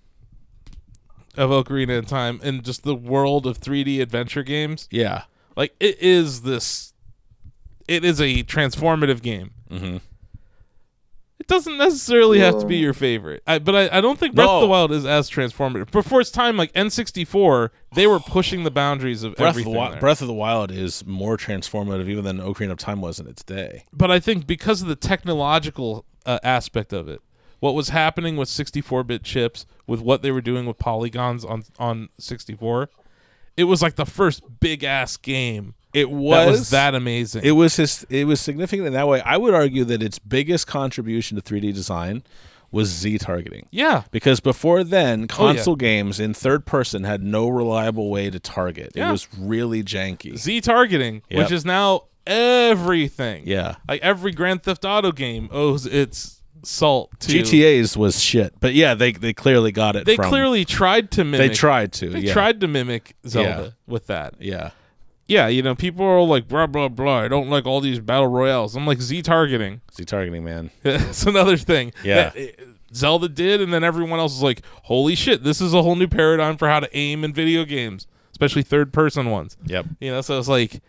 S3: of Ocarina of Time and just the world of 3D adventure games.
S1: yeah
S3: Like it is this, it is a transformative game. Mm-hmm. It doesn't necessarily have to be your favorite, I, but I, I don't think Breath of the
S1: No.
S3: Wild is as transformative. Before its time, like N64, they were pushing the boundaries of
S1: Breath of, the
S3: everything.
S1: Wi-
S3: there.
S1: Breath of the Wild is more transformative even than Ocarina of Time was in its day.
S3: but I think because of the technological uh, aspect of it, what was happening with 64-bit chips, with what they were doing with polygons on on 64, it was like the first big ass game
S1: It
S3: that was that amazing.
S1: It was his. It was significant in that way. I would argue that its biggest contribution to 3D design was Z targeting.
S3: yeah,
S1: Because before then,
S3: Oh, yeah.
S1: console games in third person had no reliable way to target.
S3: Yeah.
S1: It was really janky.
S3: Z targeting,
S1: Yep.
S3: which is now everything.
S1: yeah.
S3: like every Grand Theft Auto game owes its salt to
S1: GTA's was shit. But yeah, they they clearly got it
S3: They
S1: from
S3: clearly tried to
S1: they
S3: mimic.
S1: tried to.
S3: They
S1: yeah.
S3: tried to mimic Zelda with that.
S1: Yeah.
S3: yeah, you know, people are like blah blah blah. I don't like all these battle royales. I'm like Z targeting.
S1: Z targeting, man.
S3: That's another thing.
S1: Yeah.
S3: That, uh, Zelda did, and then everyone else is like, "Holy shit! This is a whole new paradigm for how to aim in video games, especially third-person ones."
S1: Yep.
S3: You know, so it's like,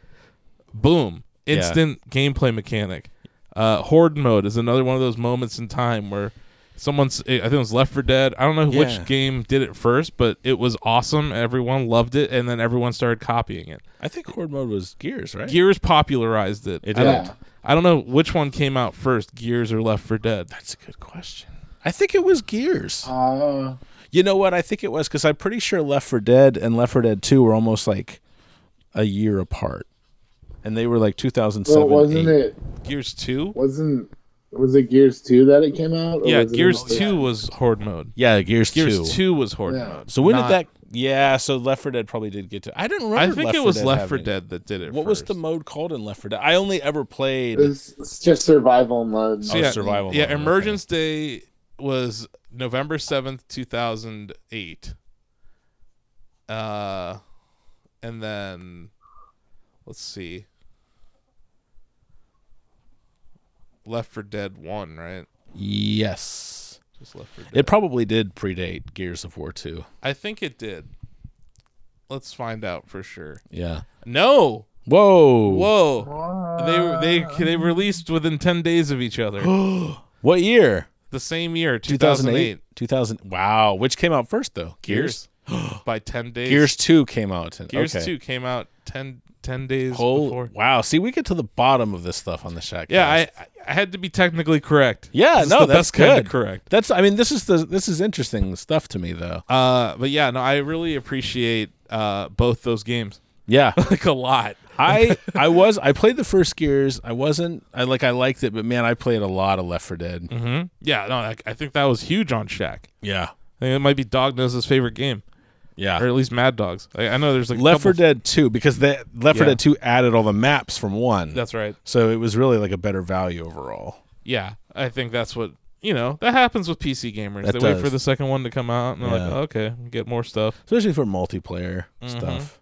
S3: boom,
S1: Yeah.
S3: instant gameplay mechanic. Uh, Horde mode is another one of those moments in time where someone's, I think it was Left for Dead. I don't know
S1: Yeah.
S3: which game did it first, but it was awesome. Everyone loved it, and then everyone started copying it.
S1: I think horde mode was Gears, right?
S3: Gears popularized it.
S1: It
S3: I
S1: did.
S3: don't, I don't know which one came out first, Gears or Left for Dead.
S1: That's a good question. I think it was Gears.
S2: Uh,
S1: You know what? I think it was because I'm pretty sure Left for Dead and Left for Dead 2 were almost like a year apart, and they were like 2007.
S2: well, wasn't
S1: eight.
S2: it?
S3: Gears 2?
S2: Wasn't was it Gears Two that it came out? or
S3: Yeah,
S2: was it Oh,
S3: Gears
S2: another-
S3: 2 was Horde mode.
S1: Yeah, Gears,
S3: Gears
S1: 2.
S3: 2, was Horde
S2: Yeah.
S3: mode.
S1: So when
S3: Not-
S1: did that? Yeah, so Left for Dead probably did get to. I didn't
S3: I
S1: remember.
S3: think
S1: Left
S3: it
S1: 4
S3: was
S1: Dead
S3: Left for
S1: having-
S3: Dead that did it.
S1: What was the
S3: first.
S1: mode called in Left for Dead? I only ever played.
S2: It's, it's just survival mode.
S1: So, Oh, yeah. survival
S3: Yeah,
S1: mode, okay.
S3: Emergence Day was November 7th, 2008. Uh and then let's see. Left for Dead 1, right?
S1: yes,
S3: Just Left for Dead.
S1: it probably did predate Gears of War 2.
S3: I think it did. Let's find out for sure.
S1: Yeah.
S3: No.
S1: Whoa.
S3: Whoa. They were- they they released within 10 days of each other.
S1: What year?
S3: the same year, 2008.
S1: 2008. 2000. Wow. Which came out first though?
S3: Gears by 10 days.
S1: Gears 2 came out. in-
S3: Gears
S1: okay.
S3: 2 came out 10, 10 days
S1: Whole-
S3: before.
S1: wow! See, we get to the bottom of this stuff on the Shack.
S3: Yeah, I
S1: Cast.
S3: I- I had to be technically correct.
S1: yeah,
S3: This is
S1: no,
S3: the
S1: that's
S3: best kinda
S1: good.
S3: correct.
S1: That's, I mean, this is the this is interesting stuff to me though.
S3: Uh, but yeah, no, I really appreciate uh both those games
S1: Yeah,
S3: like a lot.
S1: I I was I played the first Gears. I wasn't I like I liked it, but man, I played a lot of Left 4 Dead.
S3: Mm-hmm. Yeah, no, I, I think that was huge on Shaq.
S1: Yeah,
S3: I think it might be Dog Nose's favorite game,
S1: yeah.
S3: or at least Mad Dog's. I, I know there's like a
S1: Left 4
S3: couple-
S1: Dead 2 because they, Left 4
S3: Yeah.
S1: Dead 2 added all the maps from one.
S3: That's right.
S1: so it was really like a better value overall.
S3: Yeah, I think that's what you know. That happens with PC gamers.
S1: That
S3: they wait
S1: does.
S3: for the second one to come out, and they're like,
S1: Yeah.
S3: oh, okay, get more stuff.
S1: Especially for multiplayer
S3: Mm-hmm.
S1: stuff.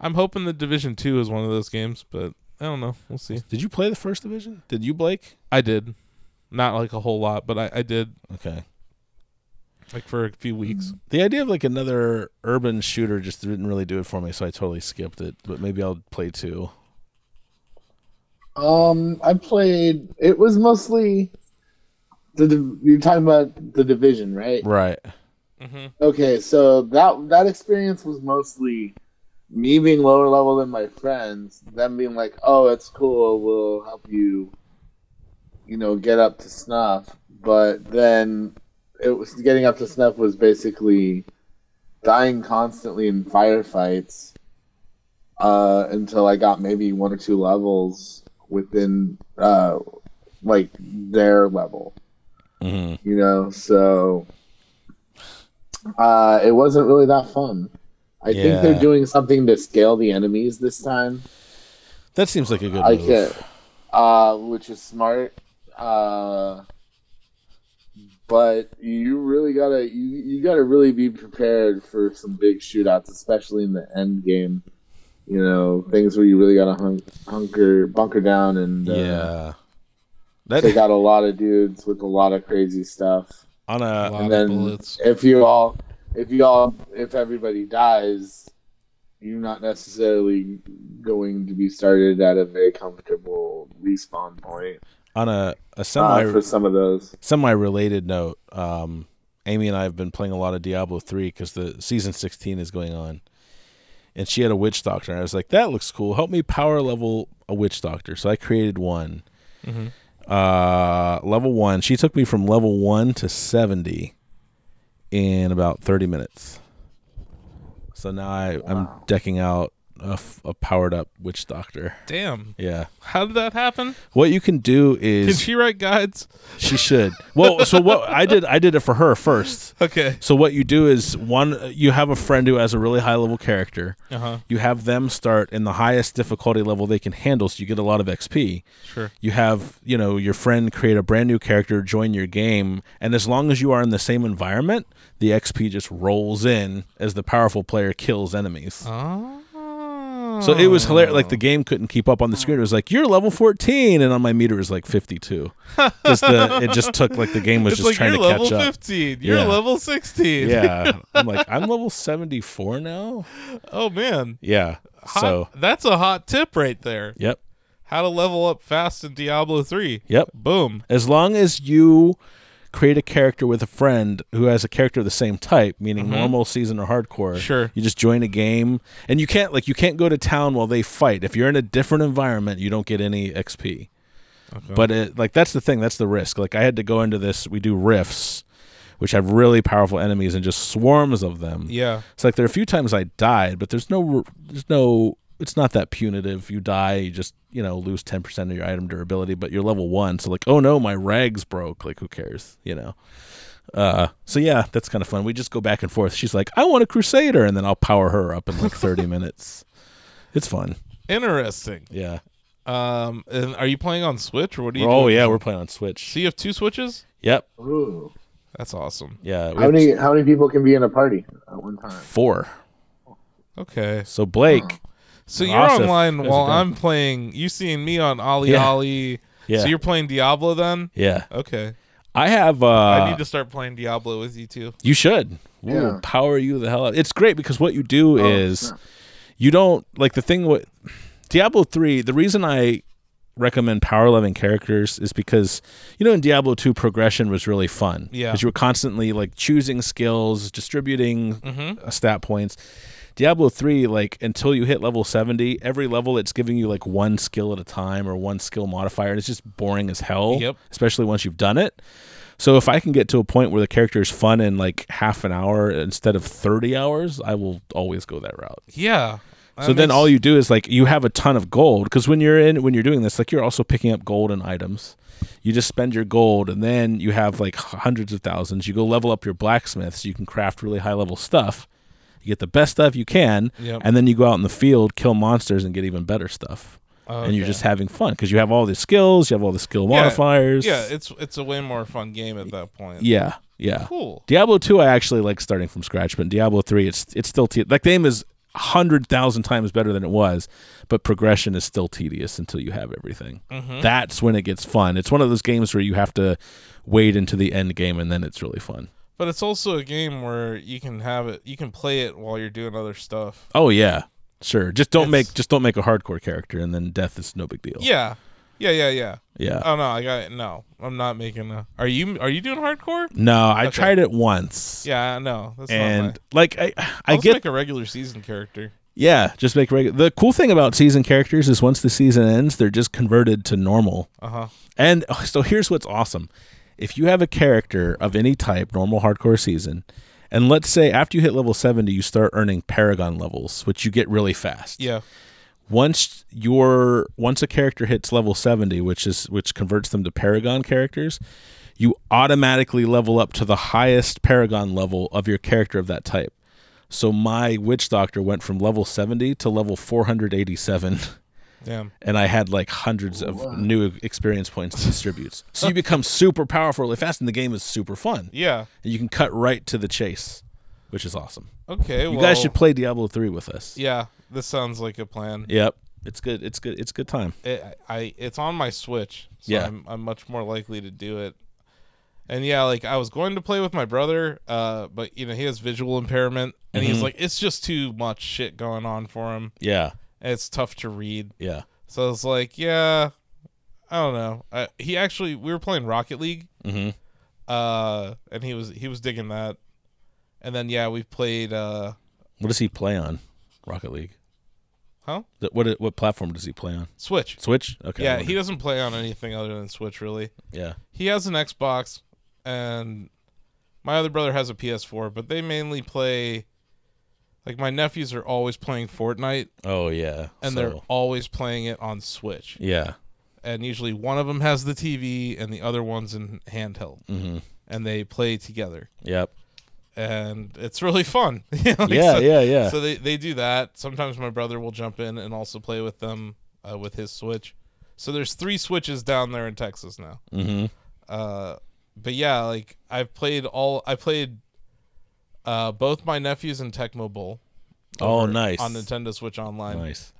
S3: I'm hoping the Division Two is one of those games, but I don't know. We'll see.
S1: Did you play the first division? Did you, Blake?
S3: I did, not like a whole lot, but I, I did
S1: Okay.
S3: like for a few weeks.
S1: The idea of like another urban shooter just didn't really do it for me, so I totally skipped it. But maybe I'll play two.
S2: Um, I played. It was mostly the. Div- You're talking about the division, right?
S1: Right.
S3: Mm-hmm.
S2: Okay, so that that experience was mostly me being lower level than my friends. Them being like, "Oh, it's cool. We'll help you, you know, get up to snuff." But then it was getting up to snuff was basically dying constantly in firefights uh, until I got maybe one or two levels within uh, like their level. You know, so Uh, it wasn't really that fun. I think
S1: Yeah.
S2: they're doing something to scale the enemies this time.
S1: That seems like a good
S2: I
S1: move.
S2: can't, uh, which is smart. Uh, but you really gotta you, you gotta really be prepared for some big shootouts, especially in the end game. You know, things where you really gotta hun- hunker bunker down and uh,
S1: Yeah. That
S2: take out a lot of dudes with a lot of crazy stuff.
S1: on a
S3: A lot
S2: And
S3: of
S2: then
S3: bullets.
S2: if you all if you all if everybody dies, you're not necessarily going to be started at a very comfortable respawn point
S1: on a, a
S2: uh,
S1: semi
S2: for some of those.
S1: semi related note, um, Amy and I have been playing a lot of Diablo three because the season sixteen is going on, and she had a witch doctor, and I was like, "That looks cool. Help me power level a witch doctor." So I created one. Uh, level one. She took me from level one to seventy in about thirty minutes. So now I, I'm decking out a, f- a powered up witch doctor.
S3: Damn.
S1: Yeah.
S3: How did that happen?
S1: What you can do is
S3: Did she write guides?
S1: she should. Well, so what I did, I did it for her first.
S3: Okay.
S1: So what you do is one, you have a friend who has a really high level character.
S3: Uh huh.
S1: You have them start in the highest difficulty level they can handle, so you get a lot of XP.
S3: Sure.
S1: You have, you know, your friend create a brand new character, join your game, and as long as you are in the same environment, the XP just rolls in as the powerful player kills enemies.
S3: Ah. Oh.
S1: So it was hilarious. Like the game couldn't keep up on the screen. It was like you're level 14, and on my meter it was like 52. Just the it just took like the game was
S3: It's
S1: just
S3: like
S1: trying
S3: you're
S1: to
S3: level
S1: catch up.
S3: 15. You're
S1: Yeah.
S3: level 16.
S1: Yeah, I'm like I'm level 74 now.
S3: Oh man.
S1: Yeah.
S3: Hot,
S1: So
S3: that's a hot tip right there.
S1: yep,
S3: How to level up fast in Diablo 3.
S1: yep.
S3: Boom.
S1: As long as you create a character with a friend who has a character of the same type, meaning normal, season, or hardcore.
S3: Mm-hmm. Sure.
S1: You just join a game, and you can't like you can't go to town while they fight. If you're in a different environment, you don't get any XP. But it, like that's the thing. That's the risk. Like I had to go into this. We do rifts, which have really powerful enemies and just swarms of them.
S3: Yeah.
S1: It's like there are a few times I died, but there's no, there's no, it's not that punitive. You die, you just, you know, lose 10% of your item durability, but you're level one. So, like, oh no, my rags broke. Like, who cares, you know? Uh, so yeah, that's kind of fun. We just go back and forth. She's like, I want a Crusader. And then I'll power her up in like 30 minutes. It's fun.
S3: Interesting.
S1: Yeah.
S3: Um, and are you playing on Switch or what are you?
S1: Oh,
S3: doing?
S1: yeah, we're playing on Switch.
S3: So you have two Switches?
S1: Yep.
S2: Ooh.
S3: That's awesome.
S1: Yeah. we
S2: How
S1: have
S2: many how many people can be in a party at one time?
S1: Four.
S3: Okay.
S1: So, Blake,
S3: So
S1: And
S3: you're
S1: Asif
S3: online
S1: is
S3: while
S1: a
S3: I'm playing. You seeing me on Ali
S1: Yeah.
S3: Ali.
S1: Yeah.
S3: So you're playing Diablo then?
S1: yeah.
S3: Okay.
S1: I have, uh,
S3: I need to start playing Diablo with you too.
S1: You should. We will
S2: Yeah.
S1: power you the hell out. It's great because what you do is you don't like the thing what Diablo 3, the reason I recommend power loving characters is because you know in Diablo 2 progression was really fun.
S3: Yeah.
S1: Because you were constantly like choosing skills, distributing uh, stat points. Diablo 3 like until you hit level 70, every level it's giving you like one skill at a time or one skill modifier and it's just boring as hell,
S3: Yep.
S1: especially once you've done it. So if I can get to a point where the character is fun in like half an hour instead of 30 hours, I will always go that route.
S3: Yeah.
S1: so then all you do is like you have a ton of gold because when you're in when you're doing this like you're also picking up gold and items. You just spend your gold and then you have like h- hundreds of thousands. You go level up your blacksmith so you can craft really high level stuff. You get the best stuff you can
S3: Yep.
S1: and then you go out in the field, kill monsters and get even better stuff. And you're
S3: Okay.
S1: just having fun because you have all the skills, you have all the skill modifiers.
S3: Yeah, it's it's a way more fun game at that point.
S1: yeah. Yeah.
S3: Cool.
S1: Diablo two, I actually like starting from scratch, but Diablo three, it's it's still te- like the aim is hundred thousand times better than it was, but progression is still tedious until you have everything.
S3: Mm-hmm.
S1: That's when it gets fun. It's one of those games where you have to wait into the end game, and then it's really fun.
S3: But it's also a game where you can have it you can play it while you're doing other stuff.
S1: Oh yeah, sure. Just don't
S3: It's-
S1: make just don't make a hardcore character, and then death is no big deal.
S3: Yeah. Yeah, yeah, yeah.
S1: yeah.
S3: Oh no, I got it. No, I'm not making a. Are you are you doing hardcore?
S1: no, I
S3: Okay.
S1: tried it once,
S3: Yeah, no. That's not
S1: and
S3: my-
S1: like I, I
S3: I'll just
S1: get
S3: make a regular season character.
S1: Yeah, just make regular. The cool thing about season characters is once the season ends, they're just converted to normal.
S3: Uh huh.
S1: And oh, so here's what's awesome: if you have a character of any type, normal, hardcore, season, and let's say after you hit level seventy, you start earning Paragon levels, which you get really fast.
S3: Yeah.
S1: Once your once a character hits level seventy, which is which converts them to Paragon characters, you automatically level up to the highest paragon level of your character of that type. So my witch doctor went from level 70 to level 487
S3: Damn.
S1: and I had like hundreds of new experience points to distribute. So you become super powerful really fast and the game is super fun.
S3: Yeah.
S1: And you can cut right to the chase, which is awesome.
S3: Okay.
S1: You guys should play Diablo 3 with us.
S3: Yeah, this sounds like a plan.
S1: Yep. It's good. It's good. It's good time.
S3: It, I it's on my Switch, so
S1: Yeah.
S3: I'm I'm much more likely to do it. And yeah, like I was going to play with my brother, uh, but you know he has visual impairment, and he's like, it's just too much shit going on for him.
S1: Yeah.
S3: And it's tough to read.
S1: Yeah.
S3: So I was like, yeah, I don't know. Uh, he actually, we were playing Rocket League,
S1: Mhm.
S3: uh, and he was he was digging that. And then yeah, we played. Uh,
S1: What does he play on? Rocket League.
S3: Huh?
S1: Th- What what platform does he play on?
S3: Switch.
S1: Switch? Okay. I
S3: Yeah,
S1: wonder.
S3: he doesn't play on anything other than Switch, really.
S1: Yeah.
S3: He has an Xbox, and my other brother has a PS4, but they mainly play. Like my nephews are always playing Fortnite,
S1: Oh yeah.
S3: and
S1: so,
S3: they're always playing it on Switch.
S1: yeah.
S3: and usually one of them has the TV and the other one's in handheld, mm-hmm. and they play together,
S1: Yep.
S3: and it's really fun. You know, like,
S1: Yeah,
S3: so-
S1: yeah, yeah.
S3: So they they do that. Sometimes my brother will jump in and also play with them uh, with his Switch. So there's three Switches down there in Texas now. Mm-hmm. Uh, but yeah, like I've played all. I played uh, both my nephews in Tecmo Bowl.
S1: Oh,
S3: over
S1: nice.
S3: on Nintendo Switch Online
S1: Nice.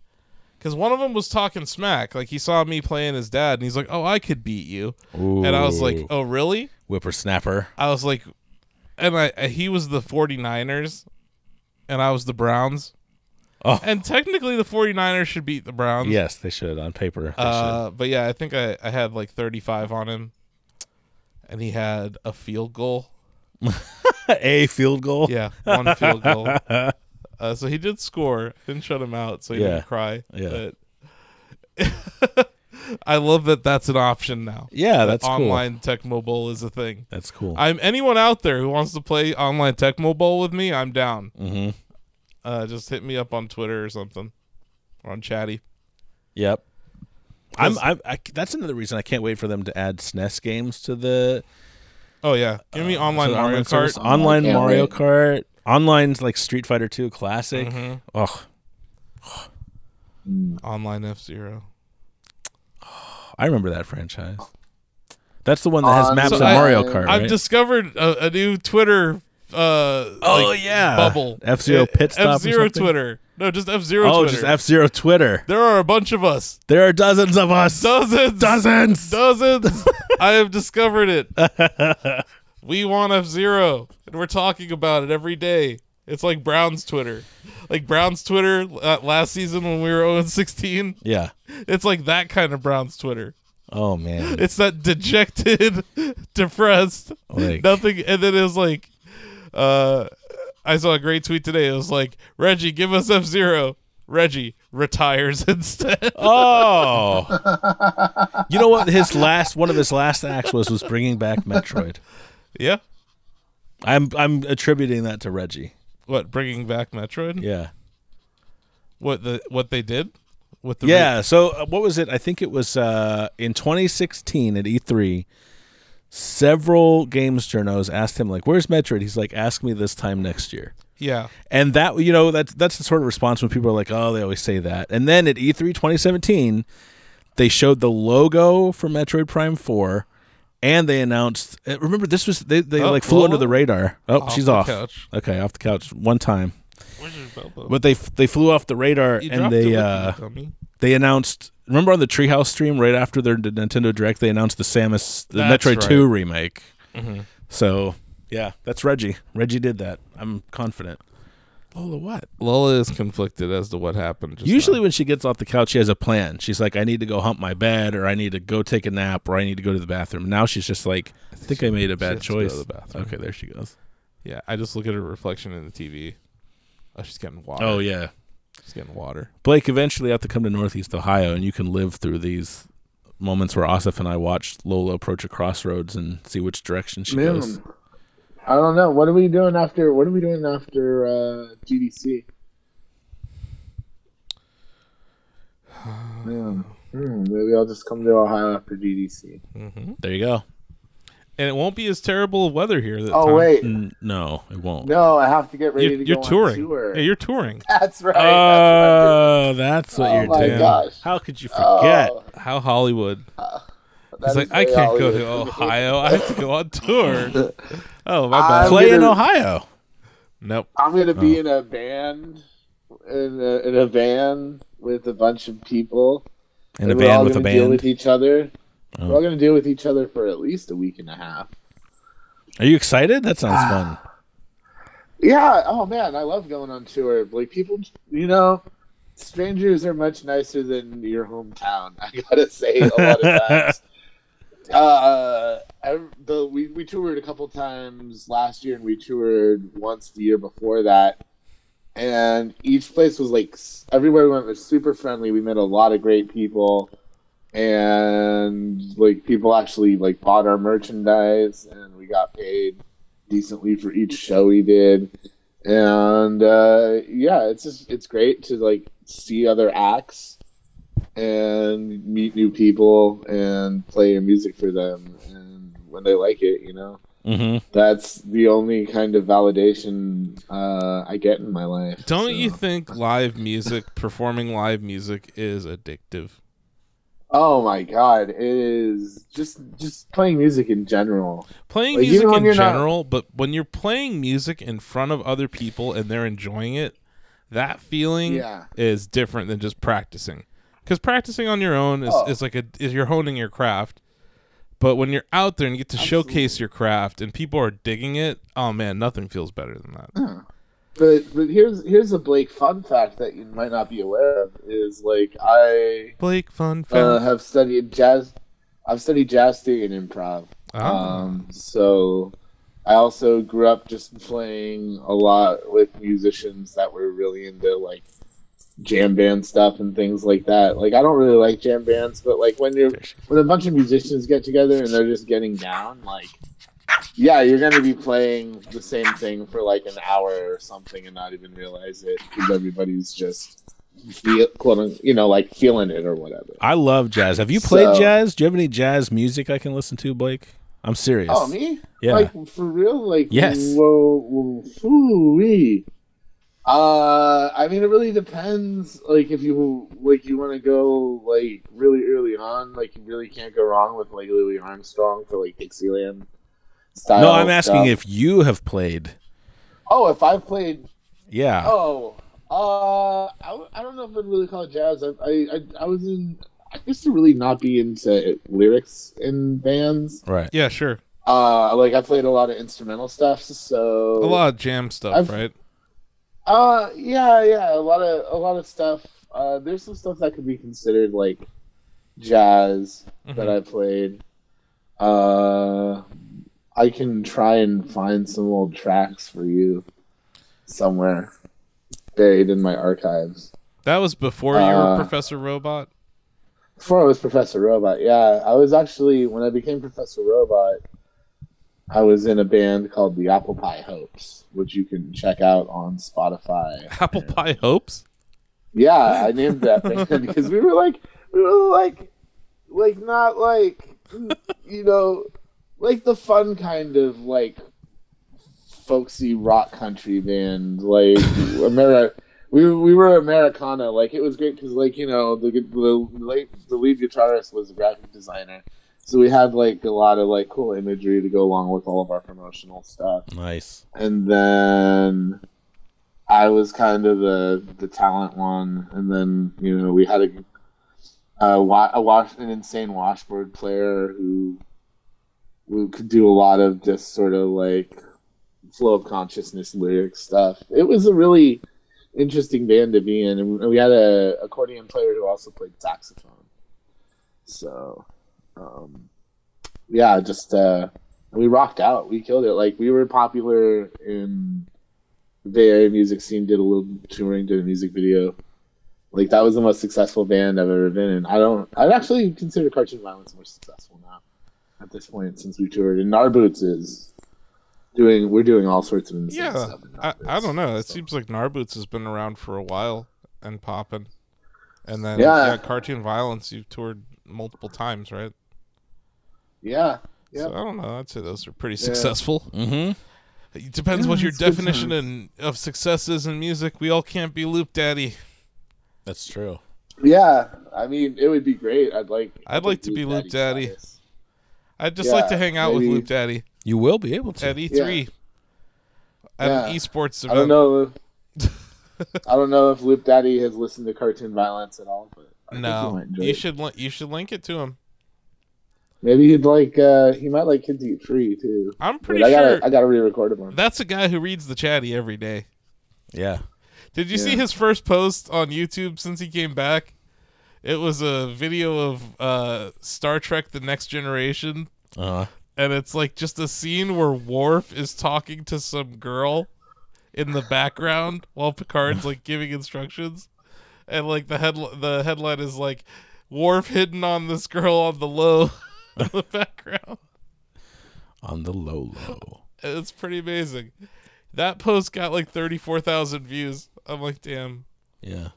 S3: because one of them was talking smack. Like he saw me playing his dad, and he's like, "Oh, I could beat you," and I was like,
S1: Ooh.
S3: "Oh, really?"
S1: Whippersnapper.
S3: I was like, and I and he was the 49ers, and I was the Browns.
S1: Oh.
S3: and technically the 49ers should beat the Browns.
S1: Yes, they should on paper. They
S3: Uh, but yeah, I think I, I had like 35 on him, and he had a field goal.
S1: should. a field goal.
S3: Yeah, one field goal. Uh, so he did score. Didn't shut him out, so he
S1: Yeah.
S3: didn't cry.
S1: Yeah.
S3: but- I love that that's an option now.
S1: Yeah,
S3: That
S1: that's cool.
S3: online Tecmo Bowl is a thing.
S1: That's cool.
S3: I'm anyone out there who wants to play online Tecmo Bowl with me, I'm down. Mm-hmm. Uh, just hit me up on Twitter or something, or on Chatty.
S1: Yep. I'm, I'm, I, that's another reason I can't wait for them to add SNES games to the
S3: Oh yeah, give me online
S1: to the
S3: Mario
S1: online service.
S3: Kart.
S1: Online
S2: Can't
S1: Mario
S2: wait.
S1: Kart. Online's like Street Fighter 2 Classic.
S3: Mm-hmm.
S1: Oh,
S3: Online F Zero.
S1: I remember that franchise. That's the one that has
S2: On-
S1: maps
S2: So
S1: of
S3: I-
S1: Mario Kart.
S3: I've
S1: right?
S3: discovered a, a new Twitter. Uh, oh
S1: yeah.
S3: bubble
S1: F-Zero pit stop or
S3: F Zero
S1: something?
S3: Twitter. No, just F Zero.
S1: Oh,
S3: Twitter.
S1: just F Zero Twitter.
S3: There are a bunch of us.
S1: There are dozens of us.
S3: Dozens.
S1: dozens.
S3: Dozens. I have discovered it. we want F Zero, and we're talking about it every day. It's like Brown's Twitter. Like Brown's Twitter uh, last season when we were 0 16.
S1: yeah.
S3: It's like that kind of Brown's Twitter.
S1: Oh man.
S3: It's that dejected, depressed,
S1: Like-
S3: nothing. And then it was like, uh, I saw a great tweet today. It was like, Reggie, give us F Zero. Reggie retires instead.
S1: Oh. you know what? His last one of his last acts was was bringing back Metroid.
S3: yeah.
S1: I'm I'm attributing that to Reggie.
S3: What bringing back Metroid?
S1: Yeah.
S3: What the what they did with the
S1: Yeah. So uh, what was it? I think it was uh, in 2016 at E3. Several games journos asked him like, "Where's Metroid?" He's like, "Ask me this time next year."
S3: re- yeah
S1: And that you know that's that's the sort of response when people are like, "Oh, they always say that." And then at E E3 2017, they showed the logo for Metroid Prime 4 and they announced uh, remember this was they, they
S3: Oh,
S1: like flew
S3: Lola?
S1: under the radar. Oh,
S3: Off
S1: she's
S3: the
S1: off.
S3: couch.
S1: Okay, off the couch one time.
S3: Where's your bell button?
S1: But they f- they flew off the radar
S3: You
S1: and
S3: dropped it
S1: they
S3: with
S1: uh
S3: me, dummy.
S1: they announced remember on the treehouse stream right after their nintendo direct they announced the samus the
S3: That's
S1: metroid
S3: right.
S1: 2 remake Mm-hmm. so yeah that's reggie reggie did that i'm confident
S3: Lola what Lola is conflicted as to what happened just
S1: usually
S3: now.
S1: when she gets off the couch she has a plan she's like i need to go hump my bed or i need to go take a nap or i need to go to the bathroom now she's just like i think i made a bad
S3: has to go to
S1: choice
S3: the bathroom.
S1: okay there she goes
S3: yeah I just look at her reflection in the TV oh she's getting water
S1: oh yeah
S3: she's getting water
S1: blake eventually you have to come to northeast ohio and you can live through these moments where asif and i watched lola approach a crossroads and see which direction she goes
S2: Man, I don't know. What are we doing after? What are we doing after uh, GDC? Man. Hmm, maybe I'll just come to Ohio after GDC.
S1: there you go
S3: and it won't be as terrible of weather here. That
S2: Oh
S3: time.
S2: wait,
S1: N- no, it won't.
S2: no, I have to get ready
S3: you're,
S2: to
S3: you're
S2: go
S3: touring.
S2: on tour.
S3: Yeah, you're touring.
S2: That's right. That's
S3: Uh,
S1: Oh, that's what
S2: Oh
S1: you're
S2: my Oh.
S1: doing.
S2: gosh.
S1: How could you
S2: what I'm
S1: forget?
S2: doing.
S3: How Hollywood?
S2: Oh, that
S3: It's like
S2: is
S3: I
S2: very
S3: can't go to
S2: Hollywood.
S3: Ohio. I have to go on tour. Oh my
S2: I'm
S3: bad.
S1: Play in
S2: gonna-
S1: Ohio.
S3: Nope.
S2: I'm gonna
S1: Oh.
S2: be in a band, in a, in a van with a bunch of people.
S1: In a
S2: and we're all
S1: band with a
S2: gonna Deal with
S1: band. Oh.
S2: each other. We're all gonna deal with each other for at least a week and a half.
S1: Are you excited? That sounds fun.
S2: Ah. Yeah. Oh man, I love going on tour. Like people, you know, strangers are much nicer than your hometown. I gotta say a lot of times. Uh, I, the, we we toured a couple times last year, and we toured once the year before that. And each place was like s- everywhere we went was super friendly. We met a lot of great people, and like people actually like bought our merchandise, and we got paid decently for each show he did and uh, yeah it's just it's great to like see other acts and meet new people and play your music for them and when they like it you know
S1: hmm
S2: that's the only kind of validation uh, i get in my life
S3: Don't
S2: so.
S3: you think live music, performing live music, is addictive?
S2: oh my god it is just just playing music in general
S3: Playing
S2: Like, even
S3: music
S2: when
S3: in
S2: you're not-
S3: general, but when you're playing music in front of other people and they're enjoying it, that feeling
S2: Yeah.
S3: is different than just practicing. Because practicing on your own is,
S2: Oh.
S3: is like a is you're honing your craft. But when you're out there and you get to showcase your craft and people are digging it, oh man, nothing feels better than that.
S2: but but here's here's a blake fun fact that you might not be aware of is like i
S3: Blake, fun fact.
S2: uh, have studied jazz. I've studied jazz theory and improv.
S3: Ah.
S2: Um, so I also grew up just playing a lot with musicians that were really into like jam band stuff and things like that. Like I don't really like jam bands, but like when you're when a bunch of musicians get together and they're just getting down, like yeah, you're gonna be playing the same thing for like an hour or something and not even realize it because everybody's just feel quote un- you know like feeling it or whatever.
S1: I love jazz. Have you played
S2: So-
S1: jazz? Do you have any jazz music I can listen to, Blake? I'm serious.
S2: Oh me?
S1: Yeah.
S2: Like for real? Like
S1: Yes.
S2: Whoa, whoa, woo-wee. Uh, I mean, it really depends. Like if you like, you want to go like really early on. Like you really can't go wrong with like Louis Armstrong for like Dixieland style.
S1: no, I'm asking
S2: stuff.
S1: if you have played.
S2: Oh, if I played.
S1: Yeah.
S2: Oh, uh, I, w- I don't know if I'd really call it jazz. I I I, I was in. I used to really not be into lyrics in bands.
S1: Right.
S3: yeah, sure.
S2: Uh, like I played a lot of instrumental stuff, so
S1: Oh,
S3: A lot of jam stuff,
S2: I've-
S3: right?
S2: Uh, yeah, yeah, a lot of a lot of stuff. Uh, there's some stuff that could be considered like jazz
S3: Mm-hmm.
S2: that I played. Uh, I can try and find some old tracks for you somewhere buried in my archives.
S3: That was before you
S2: Uh,
S3: were Professor Robot.
S2: Before I was Professor Robot, yeah, I was actually when I became Professor Robot, I was in a band called the Apple Pie Hopes, which you can check out on Spotify.
S3: Apple Pie Hopes?
S2: Yeah, I named that band because we were like, we were like, like not like, you know, like the fun kind of like folksy rock country band, like Ameri. We, we were Americana, like it was great because like you know the the, late, the lead guitarist was a graphic designer, so we had like a lot of like cool imagery to go along with all of our promotional stuff
S1: Nice.
S2: and then I was kind of the the talent one, and then you know we had a a, wa- a wash an insane washboard player who who could do a lot of just sort of like flow of consciousness lyric stuff. It was a really interesting band to be in, and we had a accordion player who also played saxophone. So, um, yeah, just. Uh, we rocked out. We killed it. Like we were popular in the Bay Area music scene. Did a little touring. Did a music video. Like that was the most successful band I've ever been in. I don't. I'd actually consider Cartoon Violence more successful now at this point since we toured. And our boots is doing. We're doing all sorts of insane
S3: Yeah.
S2: stuff. in
S3: I, I
S2: Narboots.
S3: don't know. It seems like Narboots has been around for a while and popping. And then yeah.
S2: Yeah.
S3: Cartoon Violence you've toured multiple times, right?
S2: Yeah. Yep.
S3: So I don't know. I'd say those are pretty successful.
S1: Mhm.
S3: It depends what your
S2: that's good
S3: definition in, of success is in music. We all can't be Loop Daddy.
S1: That's true.
S2: Yeah, I mean, it would be great. I'd like.
S3: I'd like to be Luke Daddy.
S2: status.
S3: I'd just
S2: Yeah,
S3: like to hang out
S2: maybe.
S3: with Loop Daddy
S1: You will be able to.
S3: at E3 at an
S2: Yeah.
S3: esports event.
S2: I don't know. If, I don't know if Loop Daddy has listened to Cartoon Violence at all, but I think he
S3: No,
S2: might enjoy
S3: you
S2: it.
S3: should li- you should link it to him.
S2: Maybe he'd like. uh He might like Kids Eat Free too.
S3: I'm
S2: But
S3: pretty
S2: I gotta,
S3: sure
S2: I gotta re-record him. On.
S3: that's a guy who reads the chatty every day.
S1: Yeah.
S3: Did you see
S2: Yeah.
S3: his first post on YouTube since he came back? It was a video of uh, Star Trek: The Next Generation,
S1: Uh,
S3: and it's like just a scene where Worf is talking to some girl in the background while Picard's like giving instructions, and like the head the headline is like Worf hidden on this girl on the low in the background.
S1: on the low low.
S3: It's pretty amazing. That post got like thirty four thousand views. I'm like, damn.
S1: Yeah.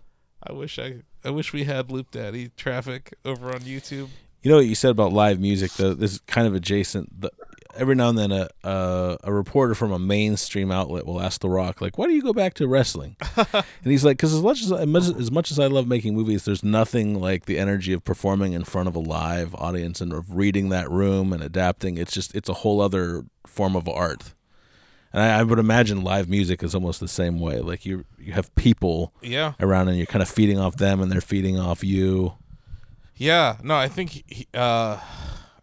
S3: I wish I I wish we had Loop Daddy traffic over on YouTube.
S1: You know what you said about live music, though. This is kind of adjacent. The, every now and then, a, a a reporter from a mainstream outlet will ask The Rock, like, "Why do you go back to wrestling?" and he's like, "Because as much as as much, as much as I love making movies, there's nothing like the energy of performing in front of a live audience and of reading that room and adapting. It's just it's a whole other form of art." And I, I would imagine live music is almost the same way. Like you you have people
S3: Yeah,
S1: around and you're kind of feeding off them and they're feeding off you.
S3: yeah. No, I think he- he, uh,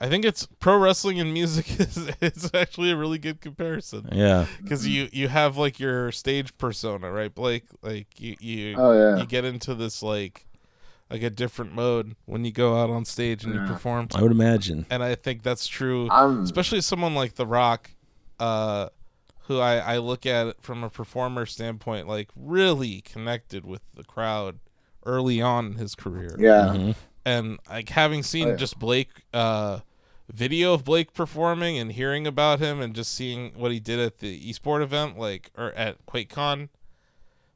S3: I think it's pro wrestling and music is is actually a really good comparison
S1: Yeah.
S3: because you you have like your stage persona, right, Blake? Like you you
S2: Oh yeah.
S3: you get into this like like a different mode when you go out on stage and you perform.
S1: I would imagine.
S3: and I think that's true,
S2: I'm-
S3: especially someone like The Rock, uh, who I, I look at from a performer standpoint, like really connected with the crowd early on in his career.
S2: Yeah.
S3: And like having seen
S2: Oh, yeah.
S3: just Blake, uh, video of Blake performing and hearing about him and just seeing what he did at the eSport event, like or at QuakeCon,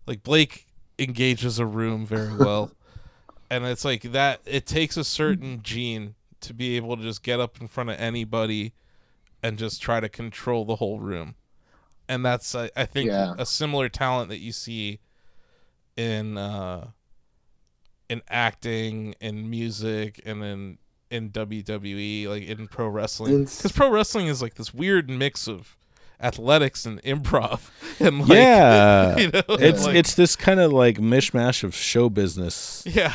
S3: like Blake engages a room very well. and it's like that it takes a certain gene to be able to just get up in front of anybody and just try to control the whole room and that's i, I think
S2: Yeah.
S3: a similar talent that you see in uh in acting in music and in in wwe like in pro wrestling
S2: It's-
S3: because pro wrestling is like this weird mix of athletics and improv and like
S1: yeah.
S3: you know
S1: It's
S3: like-
S1: it's this kind of like mishmash of show business.
S3: Yeah.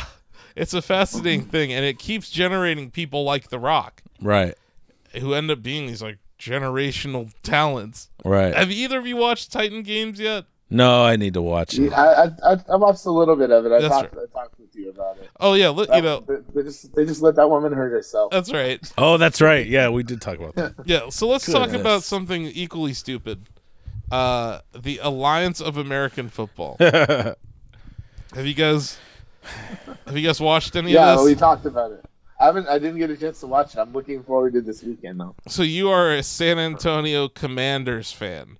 S3: It's a fascinating thing and it keeps generating people like The Rock
S1: Right.
S3: who end up being these like generational talents.
S1: Right.
S3: Have either of you watched Titan Games yet?
S1: No, I need to watch
S2: Yeah,
S1: it.
S2: I, I- I I watched a little bit of it. I
S3: That's
S2: talked I talked with you about it.
S3: Oh yeah, look, you know.
S2: they, they just they just let that woman hurt herself.
S3: That's right.
S1: Oh, that's right. Yeah, we did talk about that.
S3: Yeah, so let's talk
S1: Goodness.
S3: about something equally stupid. Uh the Alliance of American Football. have you guys have you guys watched any
S2: yeah,
S3: of this?
S2: we talked about it. I haven't. I didn't get a chance to watch it. I'm looking forward to this weekend though.
S3: so you are a San Antonio Commanders fan.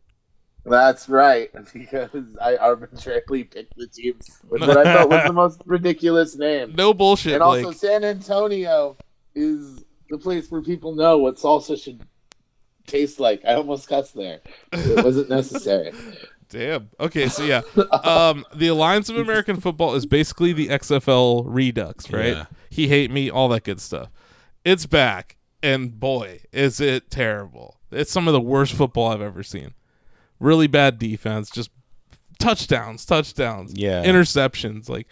S2: That's right, because I arbitrarily picked the team with what I thought was the most ridiculous name.
S3: No bullshit,
S2: and also,
S3: Blake.
S2: San Antonio is the place where people know what salsa should taste like. I almost cussed there. It wasn't necessary.
S3: Damn. Okay, so yeah, um, the Alliance of American Football is basically the XFL Redux, right?
S1: Yeah.
S3: He hate me, all that good stuff. It's back, and boy, is it terrible! It's some of the worst football I've ever seen. Really bad defense, just touchdowns, touchdowns,
S1: Yeah.
S3: interceptions, like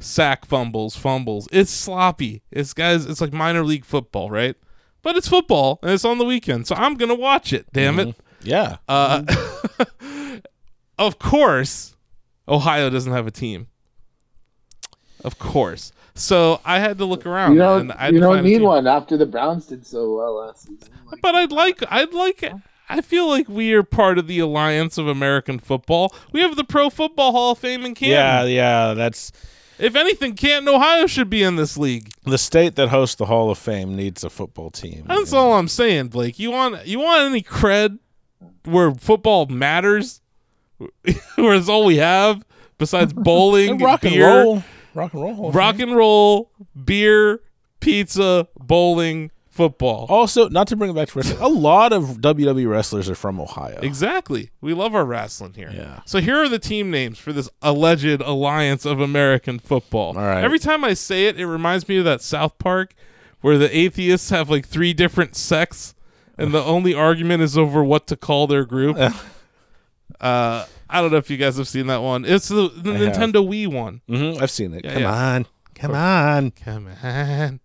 S3: sack fumbles, fumbles. It's sloppy. It's guys. It's like minor league football, right? But it's football, and it's on the weekend, so I'm gonna watch it. Damn it.
S1: Mm-hmm. Yeah.
S3: Uh, of course, Ohio doesn't have a team. Of course. So I had to look around.
S2: You don't.
S3: and Oh, I had
S2: you
S3: to
S2: don't
S3: find a
S2: need
S3: team.
S2: one after the Browns did so well last season. Like,
S3: But I'd like. I'd like. I feel like we are part of the alliance of American football. We have the Pro Football Hall of Fame in
S1: Yeah,
S3: Canton.
S1: yeah, that's
S3: If anything, Canton, Ohio should be in this league.
S1: the state that hosts the Hall of Fame needs a football team.
S3: That's all I'm saying, Blake. You want you want any cred where football matters, where it's all we have besides bowling,
S1: And rock and
S3: beer,
S1: roll. Rock and roll. Hall of
S3: rock and roll, beer, pizza, bowling, football.
S1: Also, not to bring it back to wrestling, a lot of WWE wrestlers are from Ohio.
S3: Exactly. We love our wrestling here.
S1: Yeah.
S3: So here are the team names for this alleged alliance of American football.
S1: All right.
S3: Every time I say it, it reminds me of that South Park where the atheists have like three different sects and the only argument is over what to call their group. uh I don't know if you guys have seen that one. It's the, the
S1: have.
S3: Nintendo Wii one.
S1: hmm I've seen it. Come
S3: yeah.
S1: on. Come on.
S3: Come on.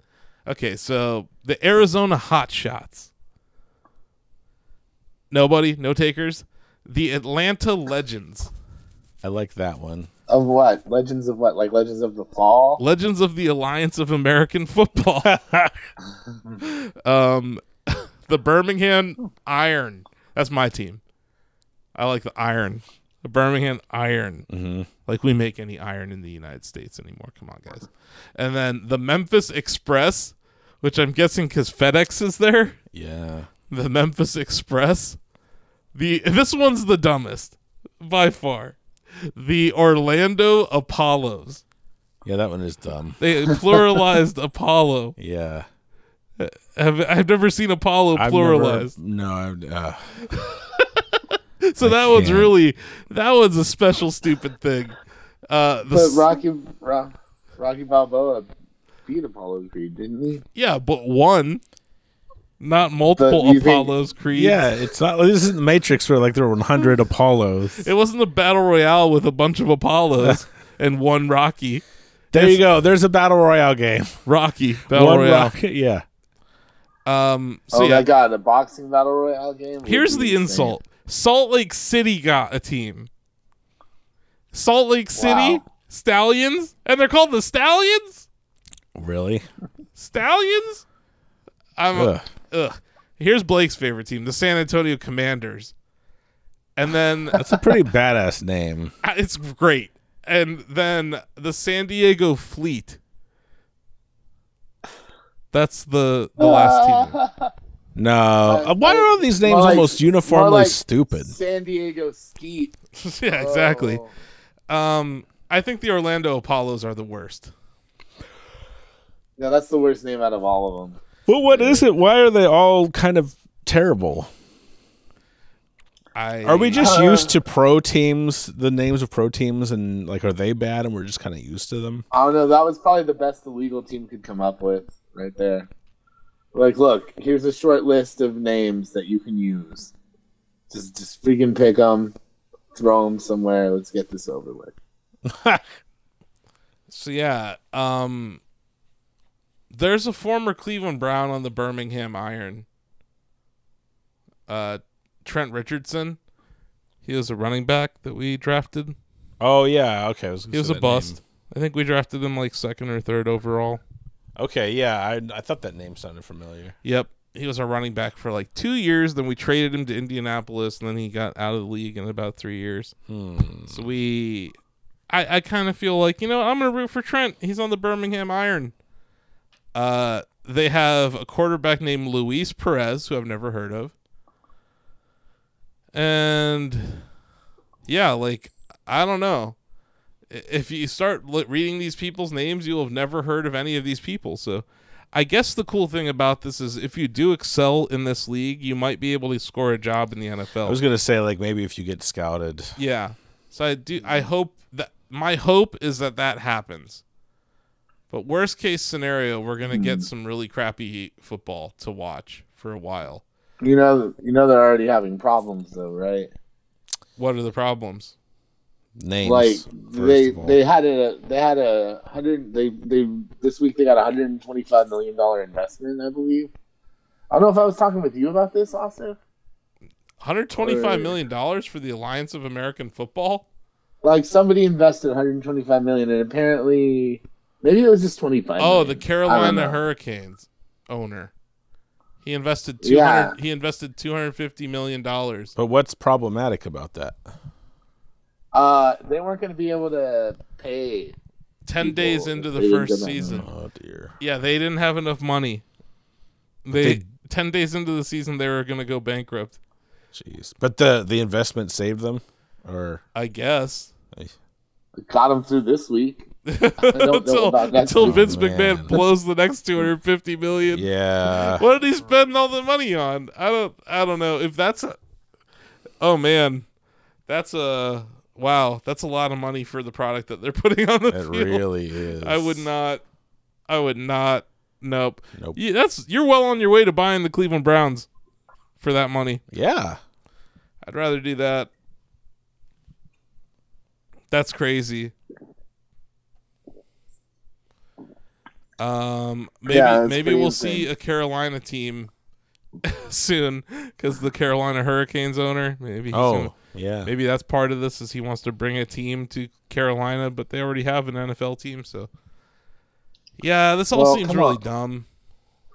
S3: Okay, so the Arizona Hot Shots. Nobody, no takers. The Atlanta Legends.
S1: I like that one.
S2: Of what? Legends of what? Like Legends of the Fall?
S3: Legends of the Alliance of American Football. um, the Birmingham Iron. That's my team. I like the Iron. The Birmingham Iron. Mm-hmm. Like we make any iron in the United States anymore. Come on, guys. And then the Memphis Express, which I'm guessing because FedEx is there.
S1: Yeah.
S3: the Memphis Express. The this one's the dumbest by far. The Orlando Apollos.
S1: Yeah, that one is dumb.
S3: They pluralized Apollo.
S1: Yeah.
S3: I've, I've never seen Apollo
S1: I've never-
S3: pluralized.
S1: no. I've- uh,
S3: so that one's
S1: can't.
S3: really that one's a special stupid thing. Uh, the,
S2: But
S3: s-
S2: Rocky Ro- Rocky Balboa beat Apollo Creed, didn't he?
S3: yeah, but one, not multiple
S2: you think-
S3: Apollos. Creed.
S1: yeah, it's not. This isn't the Matrix where like there were 100 Apollos.
S3: it wasn't a battle royale with a bunch of Apollos and one Rocky.
S1: There you go. There's a battle royale game.
S3: Rocky battle
S1: one
S3: royale.
S1: rocket. Yeah.
S3: Um.
S2: oh
S3: So yeah,
S2: my god, a boxing battle royale game? would
S3: Here's
S2: be
S3: the
S2: insane.
S3: insult. Salt Lake City got a team. Salt Lake City
S2: Wow.
S3: Stallions, and they're called the Stallions.
S1: Really?
S3: Stallions. I'm ugh.
S1: Ugh.
S3: Here's Blake's favorite team, the San Antonio Commanders, and then
S1: That's a pretty badass name.
S3: uh, it's great. And then the San Diego Fleet. That's the the last team.
S1: No. Uh, Why are all these names
S2: More like-
S1: almost
S2: more
S1: uniformly
S2: like
S1: stupid?
S2: San Diego Skeet.
S3: yeah, exactly.
S2: Oh.
S3: Um, I think the Orlando Apollos are the worst.
S2: No, that's the worst name out of all of them.
S1: Well, what is it? Why are they all kind of terrible?
S3: I
S1: Are we just
S2: Uh,
S1: used to pro teams, the names of pro teams, and like are they bad and we're just kind of used to them?
S2: I don't know. That was probably the best the legal team could come up with right there. Like, look, here's a short list of names that you can use. Just, just freaking pick them, throw them somewhere. Let's get this over with.
S3: So yeah, um there's a former Cleveland Brown on the Birmingham Iron. Uh Trent Richardson. He was a running back that we drafted.
S1: Oh yeah, okay. I was gonna
S3: He was
S1: say
S3: a
S1: that
S3: bust. I think we drafted him like second or third overall.
S1: name. Okay, yeah, I, I thought that name sounded familiar.
S3: Yep. He was our running back for like two years. Then we traded him to Indianapolis, and then he got out of the league in about three years.
S1: Hmm.
S3: So we, I, I kind of feel like you know I'm gonna root for Trent. He's on the Birmingham Iron. Uh, they have a quarterback named Luis Perez, who I've never heard of. And yeah, like I don't know. I- If you start li- reading these people's names, you'll have never heard of any of these people. So I guess the cool thing about this is if you do excel in this league, you might be able to score a job in the NFL.
S1: I was gonna say like maybe if you get scouted.
S3: yeah. So I do
S2: Mm-hmm.
S3: I hope that my hope is that that happens. But worst case scenario, we're going to
S2: Mm-hmm.
S3: get some really crappy football to watch for a while.
S2: You know, you know they're already having problems though, right?
S3: What are the problems?
S1: Names
S2: Like
S1: first
S2: they
S1: of all.
S2: they had a they had a hundred they they this week they got a hundred and twenty five million dollar investment, I believe. I don't know if I was talking with you about this, Austin.
S3: 125
S2: Or-
S3: million dollars for the Alliance of American Football?
S2: Like somebody invested 125 million, and apparently, maybe it was just 25.
S3: Oh,
S2: million.
S3: the
S2: I don't
S3: Carolina
S2: know.
S3: Hurricanes owner. He invested 200
S2: Yeah.
S3: he invested 250 million dollars.
S1: But what's problematic about that?
S2: Uh, they weren't going to be able to pay.
S3: 10
S2: people
S3: days into
S2: if
S3: the
S2: they didn't
S3: first
S2: get that
S3: season.
S1: Oh dear.
S3: Yeah, they didn't have enough money. They,
S1: they-
S3: 10 days into the season they were going to go bankrupt,
S1: Jeez. But the the investment saved them, or
S3: I guess.
S2: Got them through this week. I don't know
S3: until
S2: about next
S3: until
S2: week.
S3: Vince
S5: Oh, man.
S3: McMahon blows the next 250 million.
S5: Yeah.
S3: What did he spend all the money on? I don't I don't know. If that's a Oh man. That's a wow, that's a lot of money for the product that they're putting on the
S5: It
S3: field.
S5: really is.
S3: I would not I would not nope.
S5: Nope.
S3: You, that's you're well on your way to buying the Cleveland Browns for that money.
S5: Yeah.
S3: I'd rather do that. That's crazy. Um, maybe
S2: Yeah, that's
S3: maybe
S2: pretty
S3: we'll
S2: insane.
S3: see a Carolina team soon because the Carolina Hurricanes owner maybe he's gonna-
S5: Oh, yeah.
S3: maybe that's part of this is he wants to bring a team to Carolina, but they already have an NFL team, so yeah, this all
S2: Well,
S3: seems
S2: come
S3: really
S2: on.
S3: dumb.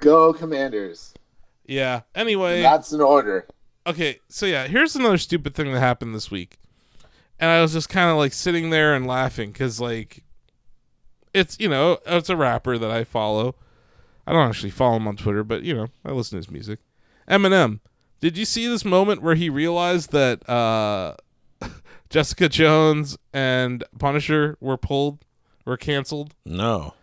S2: Go Commanders.
S3: Yeah. Anyway,
S2: That's an order.
S3: okay, so yeah, here's another stupid thing that happened this week. And I was just kind of like sitting there and laughing cuz like it's, you know, it's a rapper that I follow. I don't actually follow him on Twitter, but you know, I listen to his music. Eminem. Did you see this moment where he realized that uh Jessica Jones and Punisher were pulled, were canceled?
S5: No.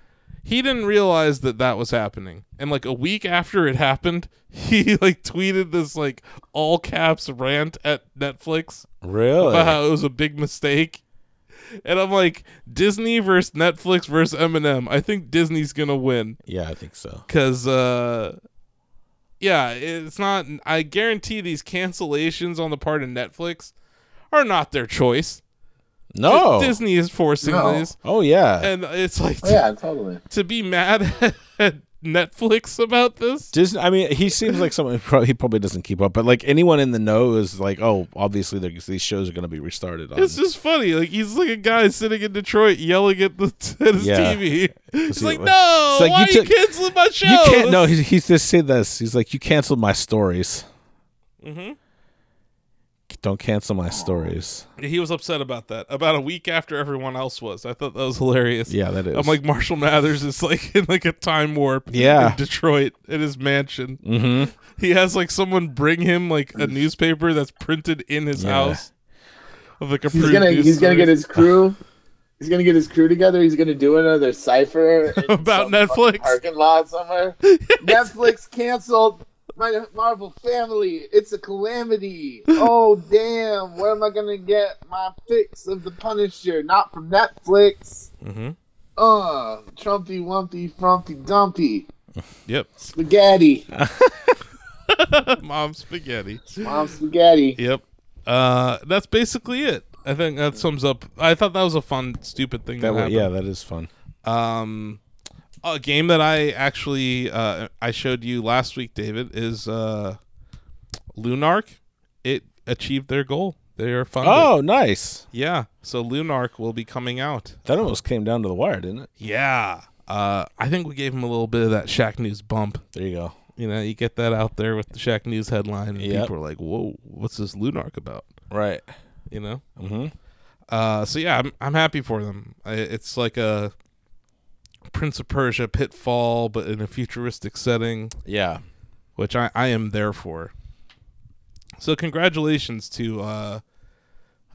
S3: he didn't realize that that was happening and like a week after it happened he like tweeted this like all caps rant at netflix
S5: Really?
S3: about how it was a big mistake and i'm like disney versus netflix versus eminem i think disney's gonna win
S5: yeah, I think so.
S3: because uh yeah it's not i guarantee these cancellations on the part of netflix are not their choice
S5: No.
S3: disney is forcing
S2: Oh. No.
S3: these
S5: oh yeah.
S3: and it's like
S2: Oh, yeah, totally.
S3: to be mad at Netflix about this.
S5: Disney. I mean, he seems like someone. Probably, he probably doesn't keep up, but like anyone in the know is like, oh, obviously they're- these shows are going to be restarted. On.
S3: It's just funny. Like he's like a guy sitting in Detroit yelling at the at his
S5: Yeah.
S3: TV. He's
S5: he-
S3: like, "No,
S5: it's like,
S3: why
S5: you
S3: you,
S5: took-
S3: canceling my show?"
S5: you can't. No, he, he just said this. He's like, you canceled my stories.
S3: Mhm.
S5: Mm-hmm. Don't cancel my stories.
S3: he was upset about that. About a week after everyone else was. I thought that was hilarious.
S5: Yeah, that is.
S3: I'm like Marshall Mathers is like in like a time warp.
S5: Yeah.
S3: in Detroit at his mansion.
S5: mm-hmm.
S3: He has like someone bring him like a newspaper that's printed in his
S5: Yeah.
S3: house. Of like
S2: He's
S3: approved
S2: gonna
S3: news
S2: he's gonna
S3: stories
S2: get his crew. He's gonna get his crew together. He's gonna do another cipher in
S3: About
S2: some fucking
S3: Netflix.
S2: parking lot somewhere. Netflix canceled my Marvel family. It's a calamity. Oh damn! Where am I gonna get my fix of the Punisher? Not from Netflix.
S3: Mm-hmm.
S2: Uh, Trumpy, Wumpy, Frumpy, Dumpy,
S3: Yep,
S2: Spaghetti,
S3: mom spaghetti.
S2: Mom Spaghetti.
S3: Yep. Uh, that's basically it. I think that sums up. I thought that was a fun, stupid thing that,
S5: That, wa-
S3: happened.
S5: yeah, that is fun.
S3: Um, a game that I actually uh, I showed you last week, David, is uh, Lunark. It achieved their goal. They are funded.
S5: Oh, nice.
S3: yeah. So Lunark will be coming out.
S5: That almost came down to the wire, didn't it?
S3: Yeah. Uh, I think we gave him a little bit of that Shaq News bump.
S5: There you go.
S3: You know, you get that out there with the Shaq News headline, and
S5: Yep.
S3: people are like, "Whoa, what's this Lunark about?"
S5: Right.
S3: You know.
S5: Mm-hmm.
S3: Uh, so yeah, I'm I'm happy for them. I, it's like a Prince of Persia pitfall, but in a futuristic setting,
S5: Yeah.
S3: which I, I am there for. So congratulations to uh,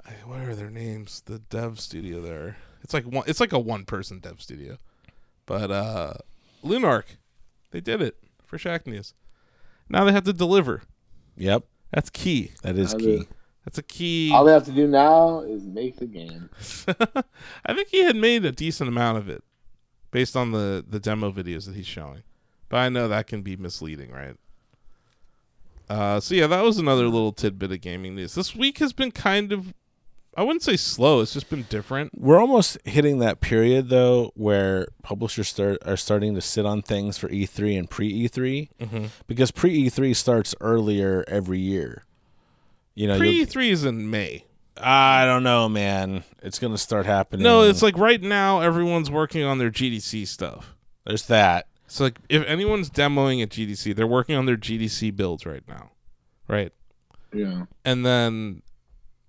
S3: I- what are their names? The dev studio there. It's like one. It's like a one person dev studio, but uh, Lunark, they did it for Shack News. Now they have to deliver.
S5: Yep.
S3: That's key.
S5: That is
S2: How
S5: key.
S2: do-
S3: That's a key.
S2: All they have to do now is make the game.
S3: I think he had made a decent amount of it based on the the demo videos that he's showing. But I know that can be misleading, right? Uh, so yeah, that was another little tidbit of gaming news. This week has been kind of I wouldn't say slow, it's just been different.
S5: We're almost hitting that period though where publishers start are starting to sit on things for E3 and pre E3 because pre E3 starts earlier every year. You know,
S3: Pre
S5: you'll-
S3: E3 is in May.
S5: I don't know, man. It's gonna start happening.
S3: No, it's like right now everyone's working on their GDC stuff.
S5: there's that.
S3: So like if anyone's demoing at GDC, they're working on their GDC builds right now. Right?
S2: Yeah.
S3: And then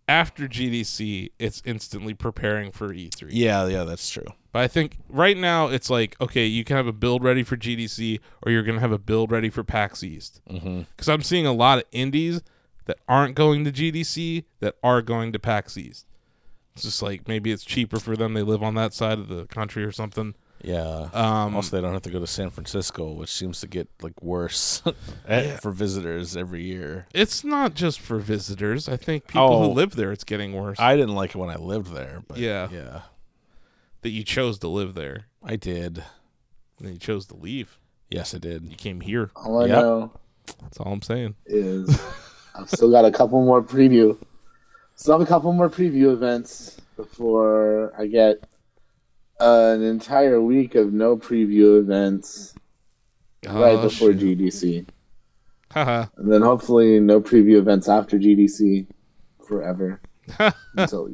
S3: after GDC, it's instantly preparing for E3.
S5: Yeah, yeah, that's true.
S3: But I think right now it's like, okay, you can have a build ready for GDC or you're going to have a build ready for PAX East. Because mm-hmm. I'm seeing a lot of indies that aren't going to GDC that are going to PAX East. It's just like maybe it's cheaper for them. They live on that side of the country or something.
S1: Yeah.
S3: Um,
S1: also, they don't have to go to San Francisco, which seems to get like worse for visitors every year.
S3: it's not just for visitors. I think people
S1: Oh.
S3: who live there, it's getting worse.
S1: I didn't like it when I lived there, but
S3: Yeah.
S1: yeah,
S3: that you chose to live there
S1: I did.
S3: and you chose to leave.
S1: Yes, I
S3: You
S1: did.
S3: came here.
S2: All I
S1: Yep.
S2: know
S3: That's all I'm saying.
S2: is I've still got a couple more preview. Still have a couple more preview events before I get uh, an entire week of no preview events right
S3: Oh,
S2: before
S3: shit.
S2: GDC.
S3: Haha.
S2: And then hopefully no preview events after GDC forever. Until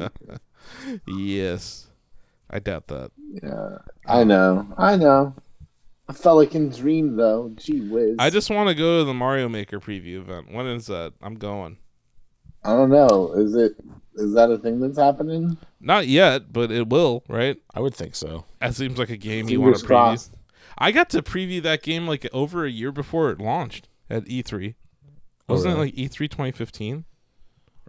S3: yes. I doubt that.
S2: yeah, I know, I know. A fella can dream though. Gee whiz.
S3: I just want to go to the Mario Maker preview event. When is that? I'm going.
S2: I don't know. Is it is that a thing that's happening?
S3: Not yet, but it will, right?
S1: I would think so.
S3: That seems like a game you want
S2: Fingers
S3: to preview.
S2: crossed.
S3: I got to preview that game like over a year before it launched at E3. Wasn't
S1: really?
S3: it like E E3 2015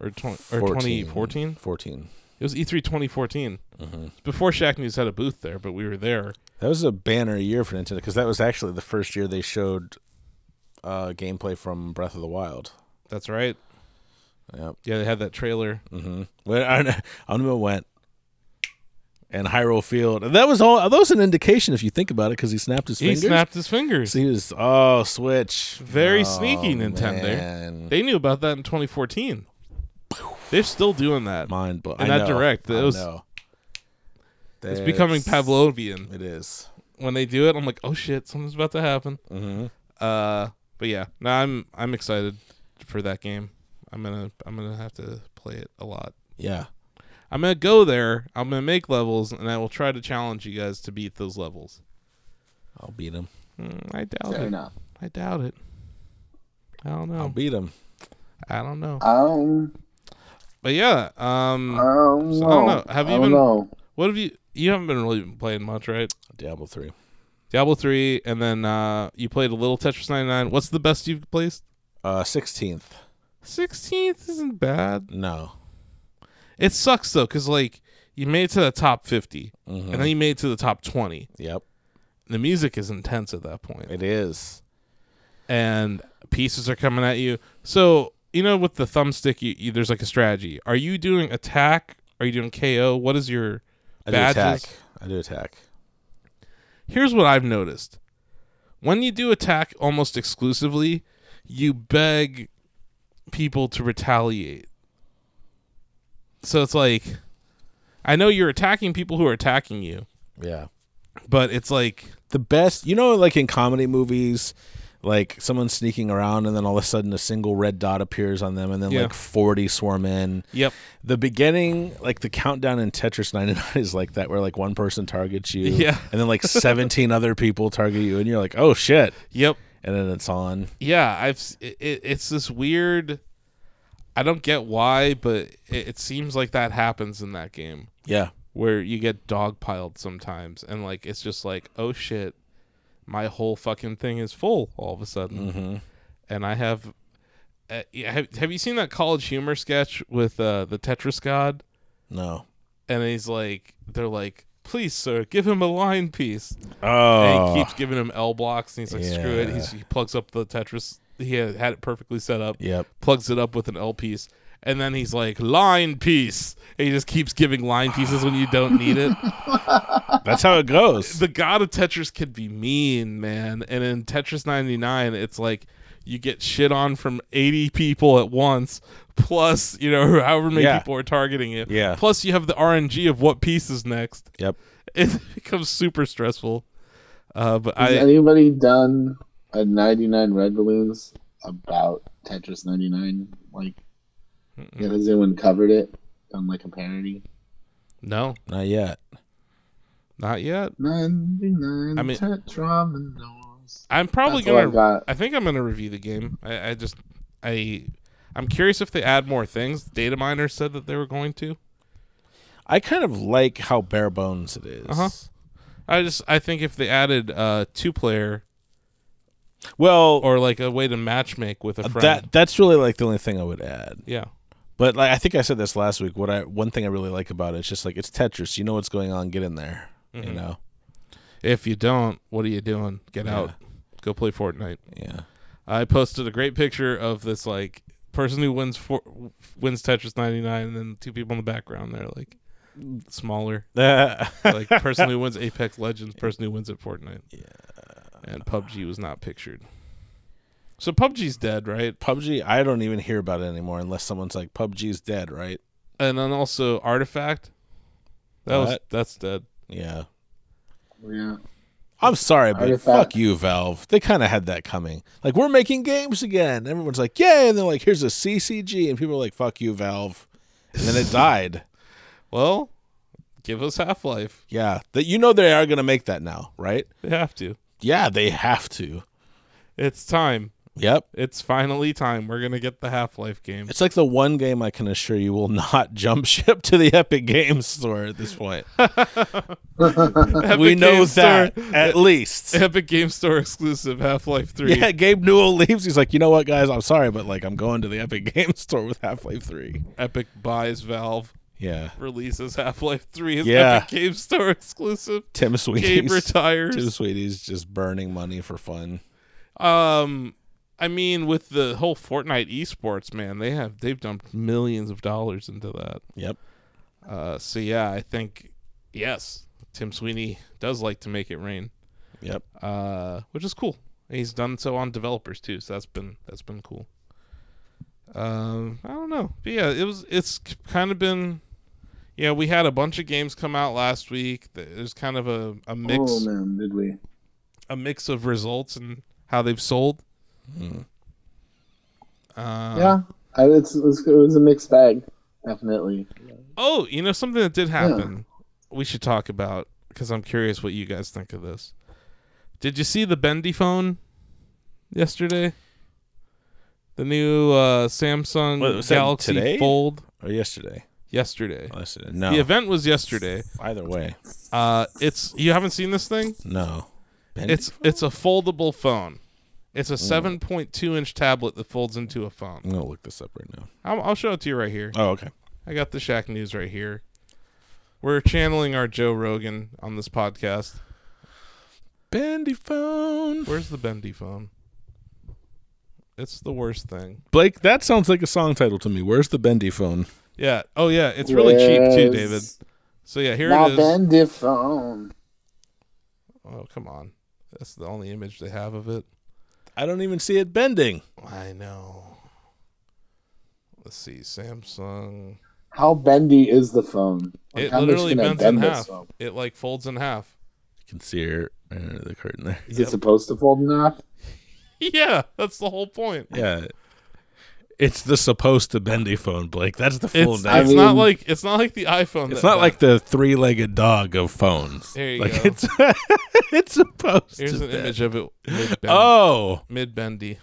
S3: or 20, or 2014?
S1: 14.
S3: It was E E3 2014. It's Before Shaq News had a booth there, but we were there.
S1: That was a banner year for Nintendo because that was actually the first year they showed uh, gameplay from Breath of the Wild.
S3: That's right.
S1: Yep.
S3: Yeah, they had that trailer.
S1: When Ar- Arnuma went and Hyrule Field, and that was all. That was an indication if you think about it because he snapped his
S3: He
S1: fingers.
S3: snapped his fingers.
S1: So he was oh Switch.
S3: Very
S1: Oh,
S3: sneaky, Nintendo.
S1: man.
S3: They knew about that in 2014. They're still doing that.
S1: Mind blown.
S3: And
S1: I
S3: that
S1: know.
S3: direct, that
S1: I
S3: was-
S1: know.
S3: It's becoming
S1: That's-
S3: Pavlovian.
S1: It is.
S3: When they do it, I'm like, oh shit, something's about to happen. Uh, but yeah, no, I'm I'm excited for that game. I'm gonna I'm gonna have to play it a lot.
S1: Yeah.
S3: I'm gonna go there. I'm gonna make levels, and I will try to challenge you guys to beat those levels.
S1: I'll beat him.
S3: Mm, I doubt
S2: Fair
S3: it.
S2: enough.
S3: I doubt it. I don't know.
S1: I'll beat him.
S3: I don't know.
S2: Um,
S3: But yeah, um,
S2: um,
S3: So I don't know. Have
S2: I
S3: you
S2: don't
S3: been-
S2: know.
S3: what have you? You haven't been really playing much, right?
S1: Diablo three.
S3: Diablo three, and then uh, you played a little Tetris ninety nine. What's the best you've placed?
S1: Uh, sixteenth.
S3: Sixteenth isn't bad.
S1: No.
S3: It sucks though, cause like you made it to the top 50
S1: Mm-hmm.
S3: and then you made it to the top twenty.
S1: Yep.
S3: The music is intense at that point,
S1: It is.
S3: and pieces are coming at you. So you know, with the thumbstick, you, you, there's like a strategy. Are you doing attack? Are you doing KO? What is your
S1: I do
S3: badges?
S1: attack. I do attack.
S3: here's what I've noticed. When you do attack almost exclusively, you beg people to retaliate. So it's like I know you're attacking people who are attacking you,
S1: Yeah.
S3: but it's like
S1: The best, you know, like in comedy movies, like someone's sneaking around and then all of a sudden a single red dot appears on them and then
S3: Yeah.
S1: like 40 swarm in.
S3: yep.
S1: the beginning like the countdown in tetris 99 is like that where like one person targets you
S3: Yeah.
S1: and then like 17 other people target you and you're like oh shit
S3: Yep.
S1: and then it's on
S3: Yeah, I've s- it, it- it's this weird I don't get why, but it, it seems like that happens in that game.
S1: yeah
S3: where you get dogpiled sometimes and like it's just like oh shit my whole fucking thing is full all of a sudden
S1: Mm-hmm.
S3: and i have uh, yeah, have, have you seen that college humor sketch with uh, the tetris god
S1: no
S3: and he's like they're like please sir give him a line piece and
S1: oh
S3: he keeps giving him l blocks and he's like screw it
S1: Yeah.
S3: he's, he plugs up the tetris he had, had it perfectly set up
S1: yep
S3: plugs it up with an L piece, and then he's like line piece, and he just keeps giving line pieces when you don't need it.
S1: that's how it goes
S3: the god of Tetris could be mean, man, and in Tetris 99, it's like you get shit on from 80 people at once, plus you know however many
S1: Yeah.
S3: people are targeting you.
S1: Yeah.
S3: Plus you have the RNG of what piece is next.
S1: yep
S3: It becomes super stressful. Uh, but
S2: Has
S3: I
S2: anybody done a 99 Red Balloons about Tetris 99? Like, yeah, has anyone covered it? Done like a parody?
S3: no,
S1: not yet
S3: not yet.
S2: 99
S3: I mean-
S2: Tetrominoes.
S3: I'm probably
S2: That's all I've
S3: gonna.
S2: got.
S3: I think I'm gonna review the game. I, I just, I, I'm curious if they add more things. Data miners said that they were going to.
S1: i kind of like how bare bones it is.
S3: Uh-huh. I just, I think if they added uh two player
S1: well
S3: or like a way to matchmatch with a friend. Uh,
S1: that that's really like the only thing i would add
S3: yeah.
S1: But like I think I said this last week. What I one thing I really like about it is just like it's Tetris. You know what's going on. Get in there. You know.
S3: If you don't, what are you doing? Get out. Go play Fortnite.
S1: Yeah.
S3: I posted a great picture of this like person who wins for, wins Tetris 99 and then two people in the background they're like smaller like person who wins Apex Legends, person who wins at Fortnite. Yeah. And PUBG was not pictured. So PUBG's dead, right?
S1: PUBG. I don't even hear about it anymore unless someone's like PUBG's dead, right?
S3: And then also Artifact. That was
S1: What?
S3: that's dead.
S1: Yeah.
S2: Yeah.
S1: I'm sorry, but
S2: Artifact.
S1: fuck you, Valve. They kind of had that coming. Like, we're making games again. Everyone's like, yay. And they're like, here's a CCG. And people are like, fuck you, Valve. And then it died.
S3: Well, give us Half-Life.
S1: Yeah. That You know they are going to make that now, right?
S3: They have to.
S1: Yeah, they have to.
S3: It's time.
S1: Yep.
S3: It's finally time. We're going to get the Half-Life game.
S1: It's like the one game I can assure you will not jump ship to the Epic Games Store at this point. we
S3: Epic
S1: know
S3: Games
S1: that
S3: Store-
S1: at least.
S3: Epic Game Store exclusive Half-Life 3.
S1: Yeah, Gabe Newell leaves. He's like, you know what, guys? I'm sorry, but like, I'm going to the Epic Games Store with Half Life 3.
S3: Epic buys Valve,
S1: Yeah.
S3: releases Half-Life 3 as
S1: Yeah.
S3: Epic Game Store exclusive.
S1: Tim
S3: Gabe
S1: Sweeney's, Tim
S3: retires.
S1: Sweeney's just burning money for fun.
S3: Um I mean with the whole Fortnite esports, man, they have they've dumped millions of dollars into that.
S1: Yep.
S3: Uh so yeah, I think yes, Tim Sweeney does like to make it rain.
S1: Yep.
S3: uh, which is cool. And he's done so on developers too, so that's been that's been cool. Um, I don't know, but yeah, it was it's kind of been, yeah. We had a bunch of games come out last week. There's kind of a a mix
S2: Oh man, did we?
S3: a mix of results and how they've sold. Uh,
S2: yeah, I, it's, it's, it was a mixed bag, definitely.
S3: Oh, you know something that did happen. We should talk about because I'm curious what you guys think of this. Did you see the Bendy phone yesterday? The new uh, Samsung
S1: What, was that
S3: Galaxy
S1: today?
S3: Fold
S1: Or yesterday.
S3: yesterday.
S1: Yesterday. No.
S3: The event was yesterday.
S1: Either way.
S3: Uh, it's you haven't seen this thing?
S1: No. Bendy
S3: It's it's a foldable phone. It's a
S1: Mm.
S3: 7.2 inch tablet that folds into a phone.
S1: I'm going to look this up right now.
S3: I'll, I'll show it to you right here.
S1: Oh, okay.
S3: I got the Shaq news right here. We're channeling our Joe Rogan on this podcast.
S1: Bendy phone.
S3: Where's the bendy phone? It's the worst thing.
S1: Blake, that sounds like a song title to me. Where's the bendy phone?
S3: Yeah. Oh yeah, it's really cheap too, David.
S2: Where's
S3: So yeah, here
S2: My
S3: it is.
S2: bendy phone.
S3: Oh come on, that's the only image they have of it.
S1: I don't even see it bending.
S3: I know. Let's see, Samsung.
S2: How bendy is the phone? Like,
S3: it
S2: how much
S3: literally
S2: can I
S3: bends in
S2: this
S3: half.
S2: phone?
S3: It like folds in half.
S1: You can see her under the curtain there.
S2: Is it supposed to fold in half?
S3: Yeah, that's the whole point.
S1: Yeah. It's the supposed to bendy phone, Blake. That's the full
S3: It's,
S1: name.
S3: it's
S2: I
S3: not
S2: mean-
S3: like it's not like the iPhone.
S1: It's
S3: that
S1: not
S3: bends.
S1: like the three-legged dog of phones.
S3: There you
S1: like
S3: go.
S1: it's it's supposed
S3: Here's
S1: to
S3: an
S1: bend.
S3: image of it. Mid oh,
S1: Oh,
S3: mid bendy.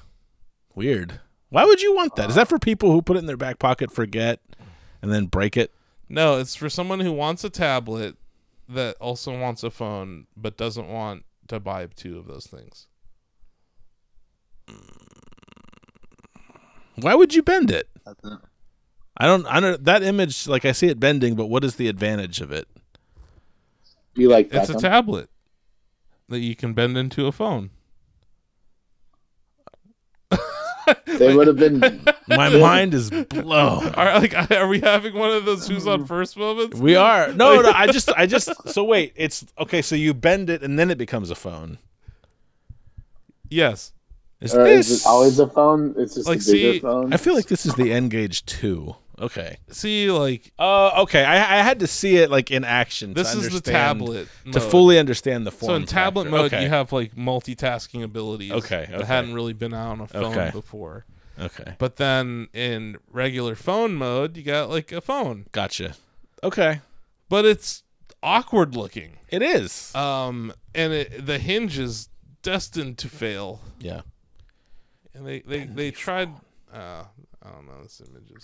S1: weird. Why would you want that?
S3: Uh,
S1: Is that for people who put it in their back pocket, forget, and then break it?
S3: No, it's for someone who wants a tablet that also wants a phone but doesn't want to buy two of those things.
S1: Why would you bend it?
S2: That's not-
S1: I don't. I don't. That image, like I see it bending, but what is the advantage of it?
S2: Be like
S3: It's
S2: that.
S3: a tablet that you can bend into a phone.
S2: they would have been.
S1: My mind is blown.
S3: Are like are we having one of those who's on first moments?
S1: We are no, no. I just, I just. So wait, it's okay. So you bend it, and then it becomes a phone.
S3: Yes.
S1: Is
S2: Or
S1: this?
S2: is it always a phone? It's just
S3: Like,
S2: a bigger
S3: see,
S2: phone.
S1: I feel like this is the N Gage two. Okay.
S3: See like
S1: Uh, okay. I, I had to see it like in action.
S3: this
S1: to
S3: is the
S1: understand-
S3: tablet
S1: to
S3: mode.
S1: fully understand the form.
S3: So in tablet
S1: factor.
S3: mode
S1: okay.
S3: you have like multitasking abilities
S1: Okay,
S3: that
S1: okay.
S3: hadn't really been out on a phone
S1: Okay.
S3: before.
S1: okay,
S3: But then in regular phone mode you got like a phone.
S1: gotcha. Okay,
S3: But it's awkward looking.
S1: it is.
S3: Um, and it, the hinge is destined to fail.
S1: yeah,
S3: And they they, they tried. Uh, I don't know this image is.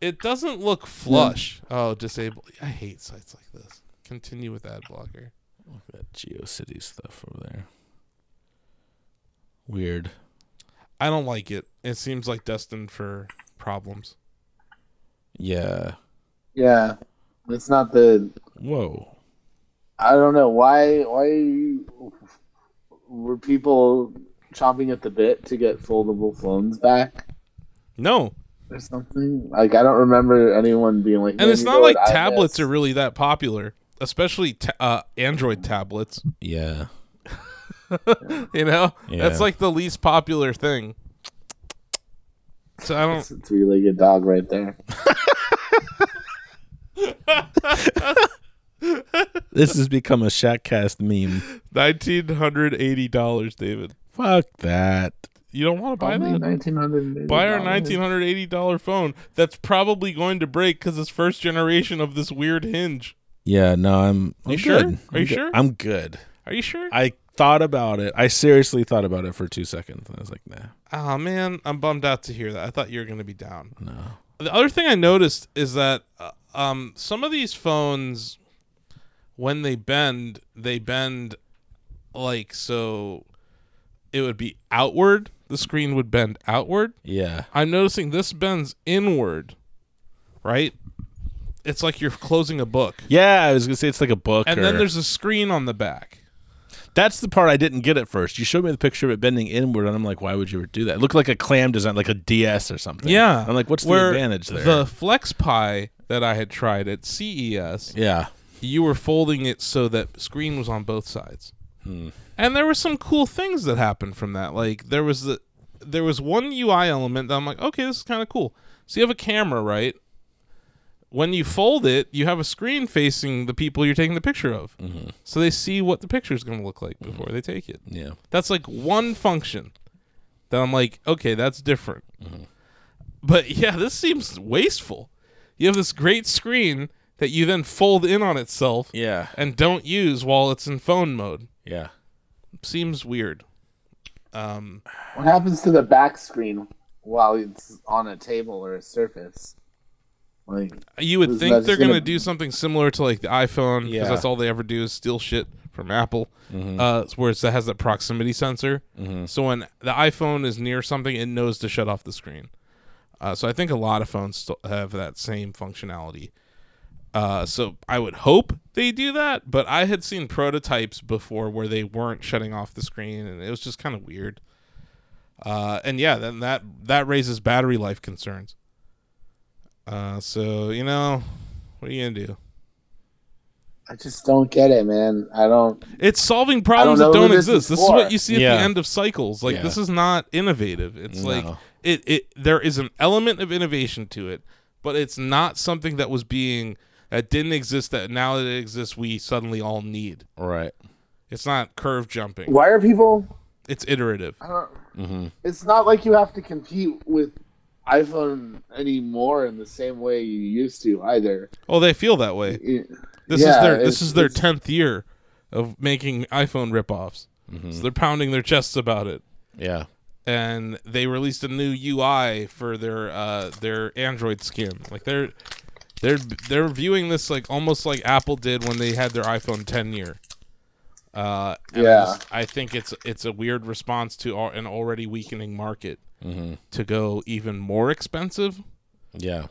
S3: It doesn't look flush. Oh, disable. I hate sites like this. Continue with ad blocker.
S1: that GeoCities stuff over there. Weird.
S3: I don't like it. It seems like destined for problems.
S5: Yeah.
S2: Yeah, it's not the.
S5: Whoa.
S2: I don't know why. Why were people chomping at the bit to get foldable phones back
S3: No,
S2: or something? Like I don't remember anyone being like.
S3: and it's not like tablets are really that popular, especially ta- uh, Android tablets.
S5: Yeah.
S3: You know,
S5: Yeah.
S3: that's like the least popular thing. So I don't.
S2: Three-legged dog right there.
S5: This has become a Shaqcast meme.
S3: Nineteen hundred eighty dollars, David.
S5: Fuck that.
S3: You don't want to buy
S2: Only
S3: Oh, that.
S2: nineteen hundred.
S3: Buy our nineteen hundred eighty dollar phone. That's probably going to break because it's first generation of this weird hinge.
S5: Yeah, no, I'm, I'm
S3: You sure?
S5: good.
S3: Are
S5: I'm
S3: you
S5: good.
S3: sure?
S5: I'm good.
S3: Are you sure?
S5: I thought about it. I seriously thought about it for two seconds. and I was like, nah.
S3: Oh man, I'm bummed out to hear that. I thought you were going to be down. No. The other thing I noticed is that uh, um, some of these phones, when they bend, they bend like so. It would be outward. The screen would bend outward.
S5: Yeah.
S3: I'm noticing this bends inward. Right. It's like you're closing a book,
S5: Yeah, I was gonna say it's like a book.
S3: and
S5: or-
S3: then there's a screen on the back.
S5: that's the part I didn't get at first. You showed me the picture of it bending inward, and I'm like, why would you ever do that? It looked like a clam design, like a DS or something.
S3: Yeah.
S5: I'm like, what's
S3: Where
S5: the advantage there?
S3: The Flex Pie that I had tried at E CES.
S5: yeah.
S3: you were folding it so that screen was on both sides. And there were some cool things that happened from that. Like there was the there was one UI element that I'm like, okay, this is kind of cool. So you have a camera, right? When you fold it, you have a screen facing the people you're taking the picture of, so they see what the picture is going to look like before they take it.
S5: Yeah.
S3: That's like one function that I'm like, okay, that's different. But yeah, this seems wasteful. You have this great screen that you then fold in on itself
S5: Yeah.
S3: and don't use while it's in phone mode.
S5: Yeah.
S3: Seems weird. Um,
S2: What happens to the back screen while it's on a table or a surface? Like
S3: you would
S2: Is
S3: think
S2: that
S3: they're
S2: just gonna-
S3: going to do something similar to like the iPhone because
S5: Yeah.
S3: that's all they ever do is steal shit from Apple, uh, where it's, it has that proximity sensor. So when the iPhone is near something, it knows to shut off the screen. Uh, so I think a lot of phones still have that same functionality. Uh, so I would hope they do that, but I had seen prototypes before where they weren't shutting off the screen, and it was just kind of weird. Uh, and yeah, then that that raises battery life concerns. Uh, so you know, what are you gonna do?
S2: I just don't get it, man. I don't.
S3: It's solving problems
S2: know
S3: that don't
S2: who this is
S3: exist. This is
S2: for.
S3: what you see at
S5: Yeah.
S3: the end of cycles. Like this is not innovative. It's like
S5: No.
S3: it, it there is an element of innovation to it, but it's not something that was being that didn't exist that now that it exists we suddenly all need.
S5: Right.
S3: It's not curve jumping.
S2: Why are people?
S3: It's iterative.
S2: I don't.
S3: Mm-hmm.
S2: It's not like you have to compete with iPhone anymore in the same way you used to either.
S3: Oh, they feel that way.
S2: It-
S3: This is
S2: yeah,
S3: their this
S2: it's-
S3: is their
S2: it's-
S3: tenth year of making iPhone ripoffs.
S5: Mm-hmm.
S3: So they're pounding their chests about it.
S5: Yeah.
S3: and they released a new UI for their uh, their Android skin. Like they're they're they're viewing this like almost like Apple did when they had their iPhone 10 year. Uh, and I,
S2: Yeah.
S3: just- I think it's it's a weird response to al- an already weakening market to go even more expensive.
S5: Yeah.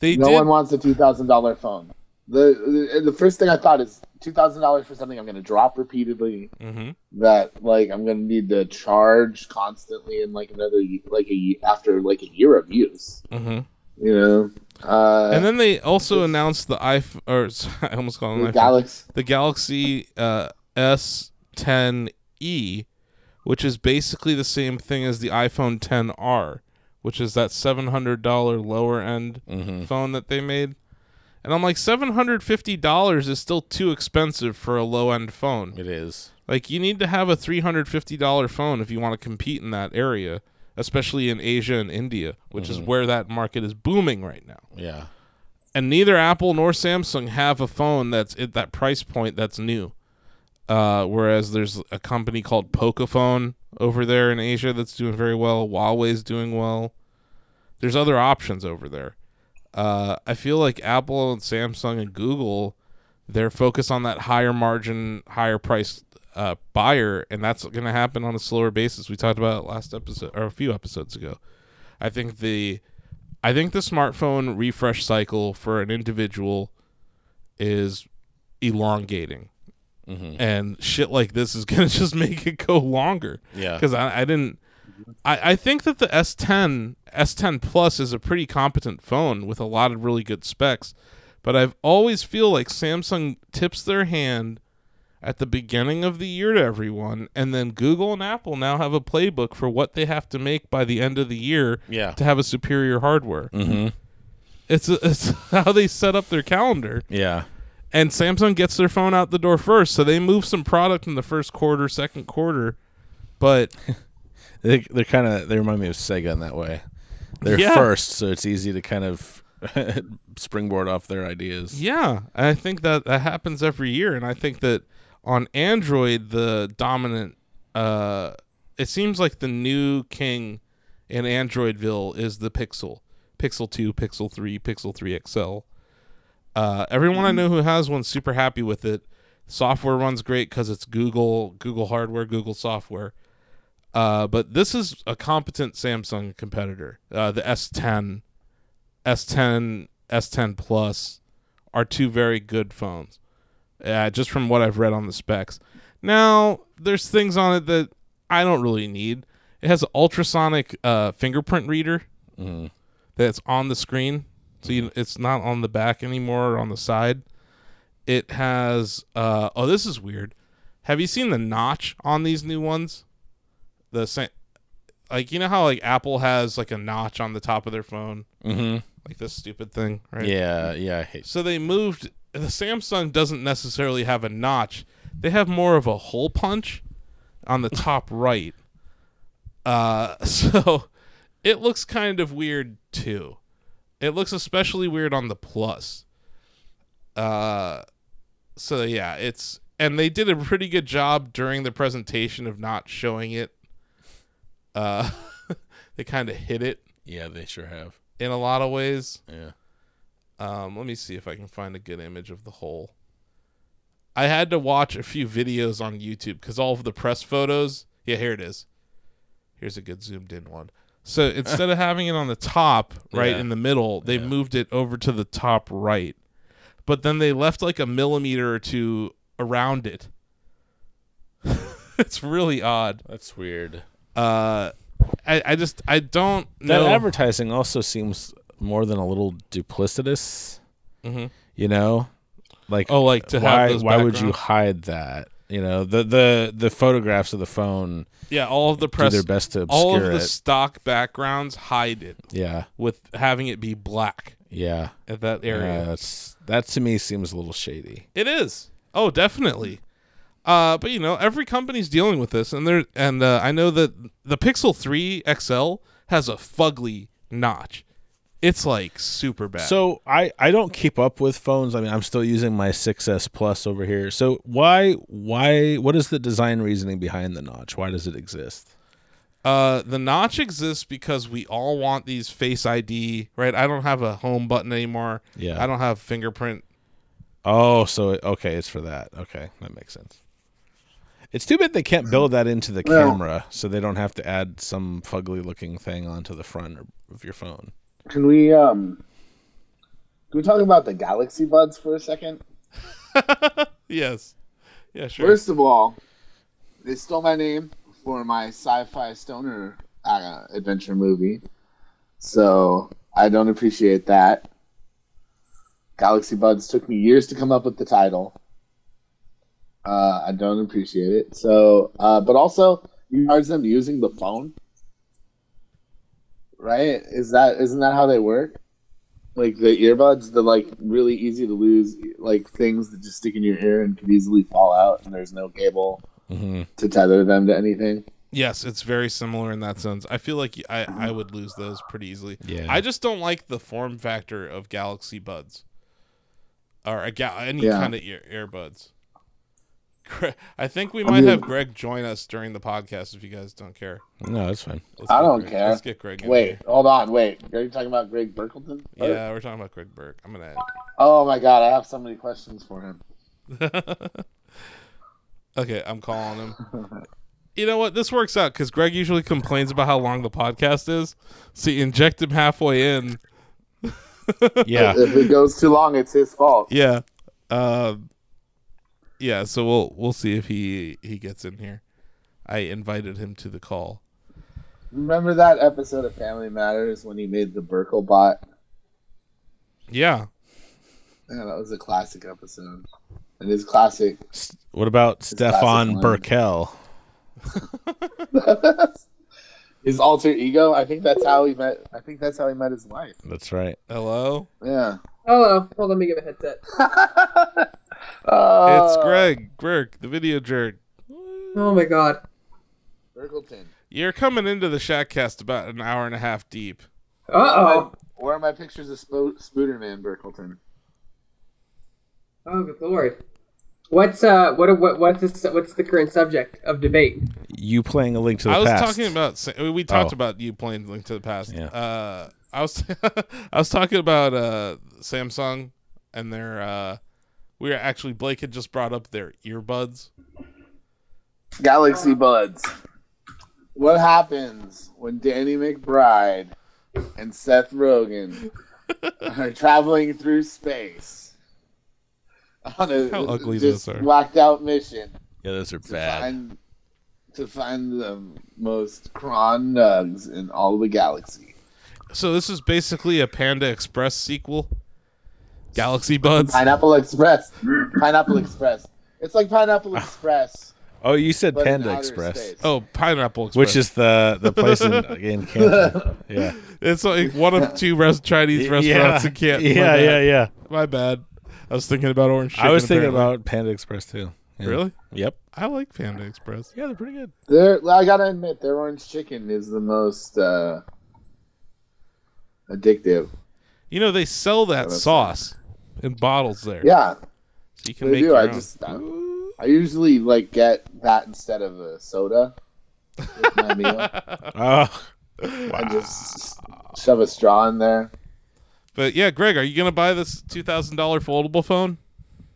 S3: They
S2: No
S3: did.
S2: one wants a two thousand dollar phone. The, the the first thing I thought is two thousand dollars for something I'm going to drop repeatedly.
S3: Mhm.
S2: That like I'm going to need to charge constantly in like another y- like a y- after like a year of use.
S3: Mhm.
S2: You know, uh,
S3: And then they also announced the iPhone, or I almost called it
S2: the
S3: an iPhone.
S2: Galaxy.
S3: the Galaxy uh, S10e, which is basically the same thing as the iPhone 10R, which is that seven hundred dollar lower end phone that they made. And I'm like, seven hundred fifty dollars is still too expensive for a low end phone.
S5: It is.
S3: Like, you need to have a three hundred fifty dollar phone if you want to compete in that area, especially in Asia and India, which is where that market is booming right now
S5: Yeah.
S3: and neither Apple nor Samsung have a phone that's at that price point that's new. Uh, whereas there's a company called Pocophone over there in Asia that's doing very well. Huawei's doing well. There's other options over there. Uh, I feel like Apple and Samsung and Google, they're focused on that higher margin, higher priced uh, buyer, and that's going to happen on a slower basis. We talked about it last episode or a few episodes ago. I think the I think the smartphone refresh cycle for an individual is elongating. And shit like this is going to just make it go longer.
S1: Yeah.
S3: Because I, I didn't. I, I think that the S10, S10 Plus is a pretty competent phone with a lot of really good specs. But I've always feel like Samsung tips their hand at the beginning of the year to everyone, and then Google and Apple now have a playbook for what they have to make by the end of the year
S1: Yeah.
S3: to have a superior hardware. Mm-hmm. It's it's how they set up their calendar,
S1: Yeah.
S3: and Samsung gets their phone out the door first, so they move some product in the first quarter, second quarter, but
S1: They, they're kind of they remind me of Sega in that way. They're
S3: Yeah.
S1: first, so it's easy to kind of springboard off their ideas.
S3: Yeah, I think that that happens every year, and I think that on Android the dominant, uh, it seems like the new king in Androidville is the Pixel, Pixel Two, Pixel Three, Pixel Three XL. Uh, everyone I know who has one's super happy with it. Software runs great because it's Google, Google hardware, Google software. Uh, but this is a competent Samsung competitor. Uh, the S10, S10, S10 Plus are two very good phones. Uh, just from what I've read on the specs. Now, there's things on it that I don't really need. It has an ultrasonic uh, fingerprint reader that's on the screen, so you, it's not on the back anymore or on the side. It has. Uh, oh, this is weird. Have you seen the notch on these new ones? The same, like you know how like Apple has like a notch on the top of their phone,
S1: Mhm.
S3: like this stupid thing, right?
S1: Yeah, yeah, I hate.
S3: So they moved. The Samsung doesn't necessarily have a notch. They have more of a hole punch on the top right. Uh, so it looks kind of weird too. It looks especially weird on the plus. Uh, so yeah, it's and they did a pretty good job during the presentation of not showing it. Uh, they kind of hid it
S1: Yeah, they sure have.
S3: in a lot of ways.
S1: Yeah.
S3: Um, let me see if I can find a good image of the whole. I had to watch a few videos on YouTube because all of the press photos. Yeah, here it is. Here's a good zoomed in one. So instead of having it on the top right
S1: Yeah.
S3: in the middle, they moved it over to the top right. But then they left like a millimeter or two around it. it's really odd.
S1: That's weird.
S3: Uh, I, I just I don't
S1: That
S3: know.
S1: advertising also seems more than a little duplicitous.
S3: Mhm.
S1: You know, like
S3: oh, like to
S1: why
S3: have those
S1: why would you
S3: backgrounds?
S1: hide that? You know, the the the photographs of the phone
S3: Yeah, all of the press
S1: do their best to obscure
S3: all of the
S1: it.
S3: stock backgrounds hide it
S1: yeah,
S3: with having it be black
S1: yeah.
S3: at that
S1: Yeah,
S3: area.
S1: that's that to me seems a little shady.
S3: It is. Oh, definitely. Uh, but you know, every company's dealing with this, and there and uh, I know that the Pixel 3 XL has a fugly notch. It's like super bad.
S1: So I I don't keep up with phones. I mean, I'm still using my 6s Plus over here. So why why what is the design reasoning behind the notch? Why does it exist?
S3: Uh, the notch exists because we all want these Face ID, right? I don't have a home button anymore.
S1: Yeah.
S3: I don't have fingerprint
S1: Oh, so it- okay, it's for that. Okay, that makes sense. It's too bad they can't build that into the
S2: Well-
S1: camera, so they don't have to add some fugly looking thing onto the front of your phone.
S2: Can we um? Can we talk about the Galaxy Buds for a second?
S3: Yes. Yeah, sure.
S2: First of all, they stole my name for my sci-fi stoner uh, adventure movie, so I don't appreciate that. Galaxy Buds took me years to come up with the title. Uh, I don't appreciate it. So, uh, but also, you charge them using the phone, right? Is that isn't that how they work? Like the earbuds, the like really easy to lose, like things that just stick in your ear and could easily fall out, and there's no cable
S1: Mm-hmm.
S2: to tether them to anything.
S3: Yes, it's very similar in that sense. I feel like I, I would lose those pretty easily.
S1: Yeah.
S3: I just don't like the form factor of Galaxy Buds or a ga- any
S2: Yeah.
S3: kind of ear- earbuds. Gre- I think we might
S2: mean-
S3: have Greg join us during the podcast if you guys don't care.
S1: No, that's fine.
S3: Let's
S2: I
S3: get
S2: don't
S3: Greg-
S2: care.
S3: Let's get Greg. in
S2: Wait, hold on, wait. Are you talking about Greg Berkelton?
S3: here. Yeah, we're talking about Greg Burke. I'm gonna.
S2: Oh my god, I have so many questions for him.
S3: Okay, I'm calling him. You know what? This works out because Greg usually complains about how long the podcast is, so you inject him halfway in, yeah.
S2: if it goes too long, it's his fault.
S3: Yeah. Um yeah, so we'll we'll see if he he gets in here. I invited him to the call.
S2: Remember that episode of Family Matters when he made the Burkle bot?
S3: Yeah.
S2: Yeah, that was a classic episode. It is classic.
S1: What about Stefan
S2: classic line.
S1: Burkell?
S2: His alter ego. I think that's how he met. I think that's how he met his wife.
S1: That's right.
S3: Hello?
S2: Yeah.
S6: Hello. Oh, Hold on, let me get a headset.
S2: Uh,
S3: it's Greg Burke, the video jerk.
S6: Oh my god.
S2: Burkleton.
S3: You're coming into the Shackcast about an hour and a half deep.
S6: Uh oh.
S2: Where are my pictures of Spo- Spooderman Burkleton?
S6: Oh good lord. What's uh what what what's this, what's the current subject of debate?
S1: You playing a link to the
S3: I was
S1: past?
S3: talking about Sa- we
S1: Oh.
S3: talked about you playing Link to the Past.
S1: Yeah.
S3: Uh I was I was talking about uh Samsung and their uh we were actually Blake had just brought up their earbuds.
S2: Galaxy Buds. What happens when Danny McBride and Seth Rogen are traveling through space on a
S3: How ugly
S2: just
S3: those are.
S2: whacked out mission
S1: yeah, those are
S2: to
S1: bad.
S2: find to find the most cron nugs in all the galaxy?
S3: So this is basically a Panda Express sequel. Galaxy Buds.
S2: Pineapple Express. Pineapple Express. It's like Pineapple Express,
S1: Oh, you said
S2: but in
S1: Panda
S2: outer
S1: Express,
S2: space.
S3: Oh, Pineapple Express.
S1: which is the the place in, in Canton. Yeah,
S3: it's like one of two res- Chinese restaurants in Canton. My
S1: Yeah,
S3: bad.
S1: yeah, yeah.
S3: My bad. I was thinking about orange. Chicken,
S1: I was thinking
S3: apparently.
S1: about Panda Express too. Yeah.
S3: really.
S1: Yep.
S3: I like Panda Express.
S1: Yeah, they're pretty good.
S2: Their, well, I gotta admit, their orange chicken is the most uh, addictive.
S3: You know they sell that
S2: that's
S3: sauce in bottles there.
S2: Yeah,
S3: so you can
S2: they
S3: make
S2: do.
S3: your
S2: I
S3: own.
S2: just I, I usually like get that instead of a soda with my meal.
S3: Uh.
S1: Oh,
S2: I just shove a straw in there.
S3: But yeah, Greg, are you gonna buy this two thousand dollar foldable phone?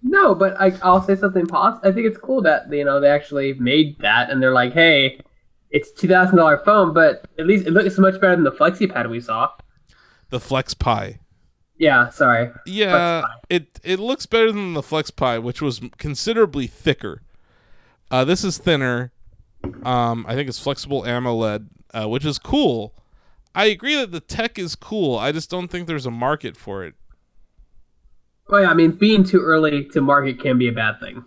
S6: No, but I, I'll say something positive. I think it's cool that you know they actually made that, and they're like, "Hey, it's two thousand dollar phone, but at least it looks much better than the flexi pad we saw."
S3: The Flex Pi.
S6: Yeah, sorry.
S3: Yeah, it it looks better than the Flex Pi, which was considerably thicker. Uh, this is thinner. Um, I think it's flexible AMOLED, uh, which is cool. I agree that the tech is cool. I just don't think there's a market for it.
S6: Well, Oh, yeah, I mean, being too early to market can be a bad thing.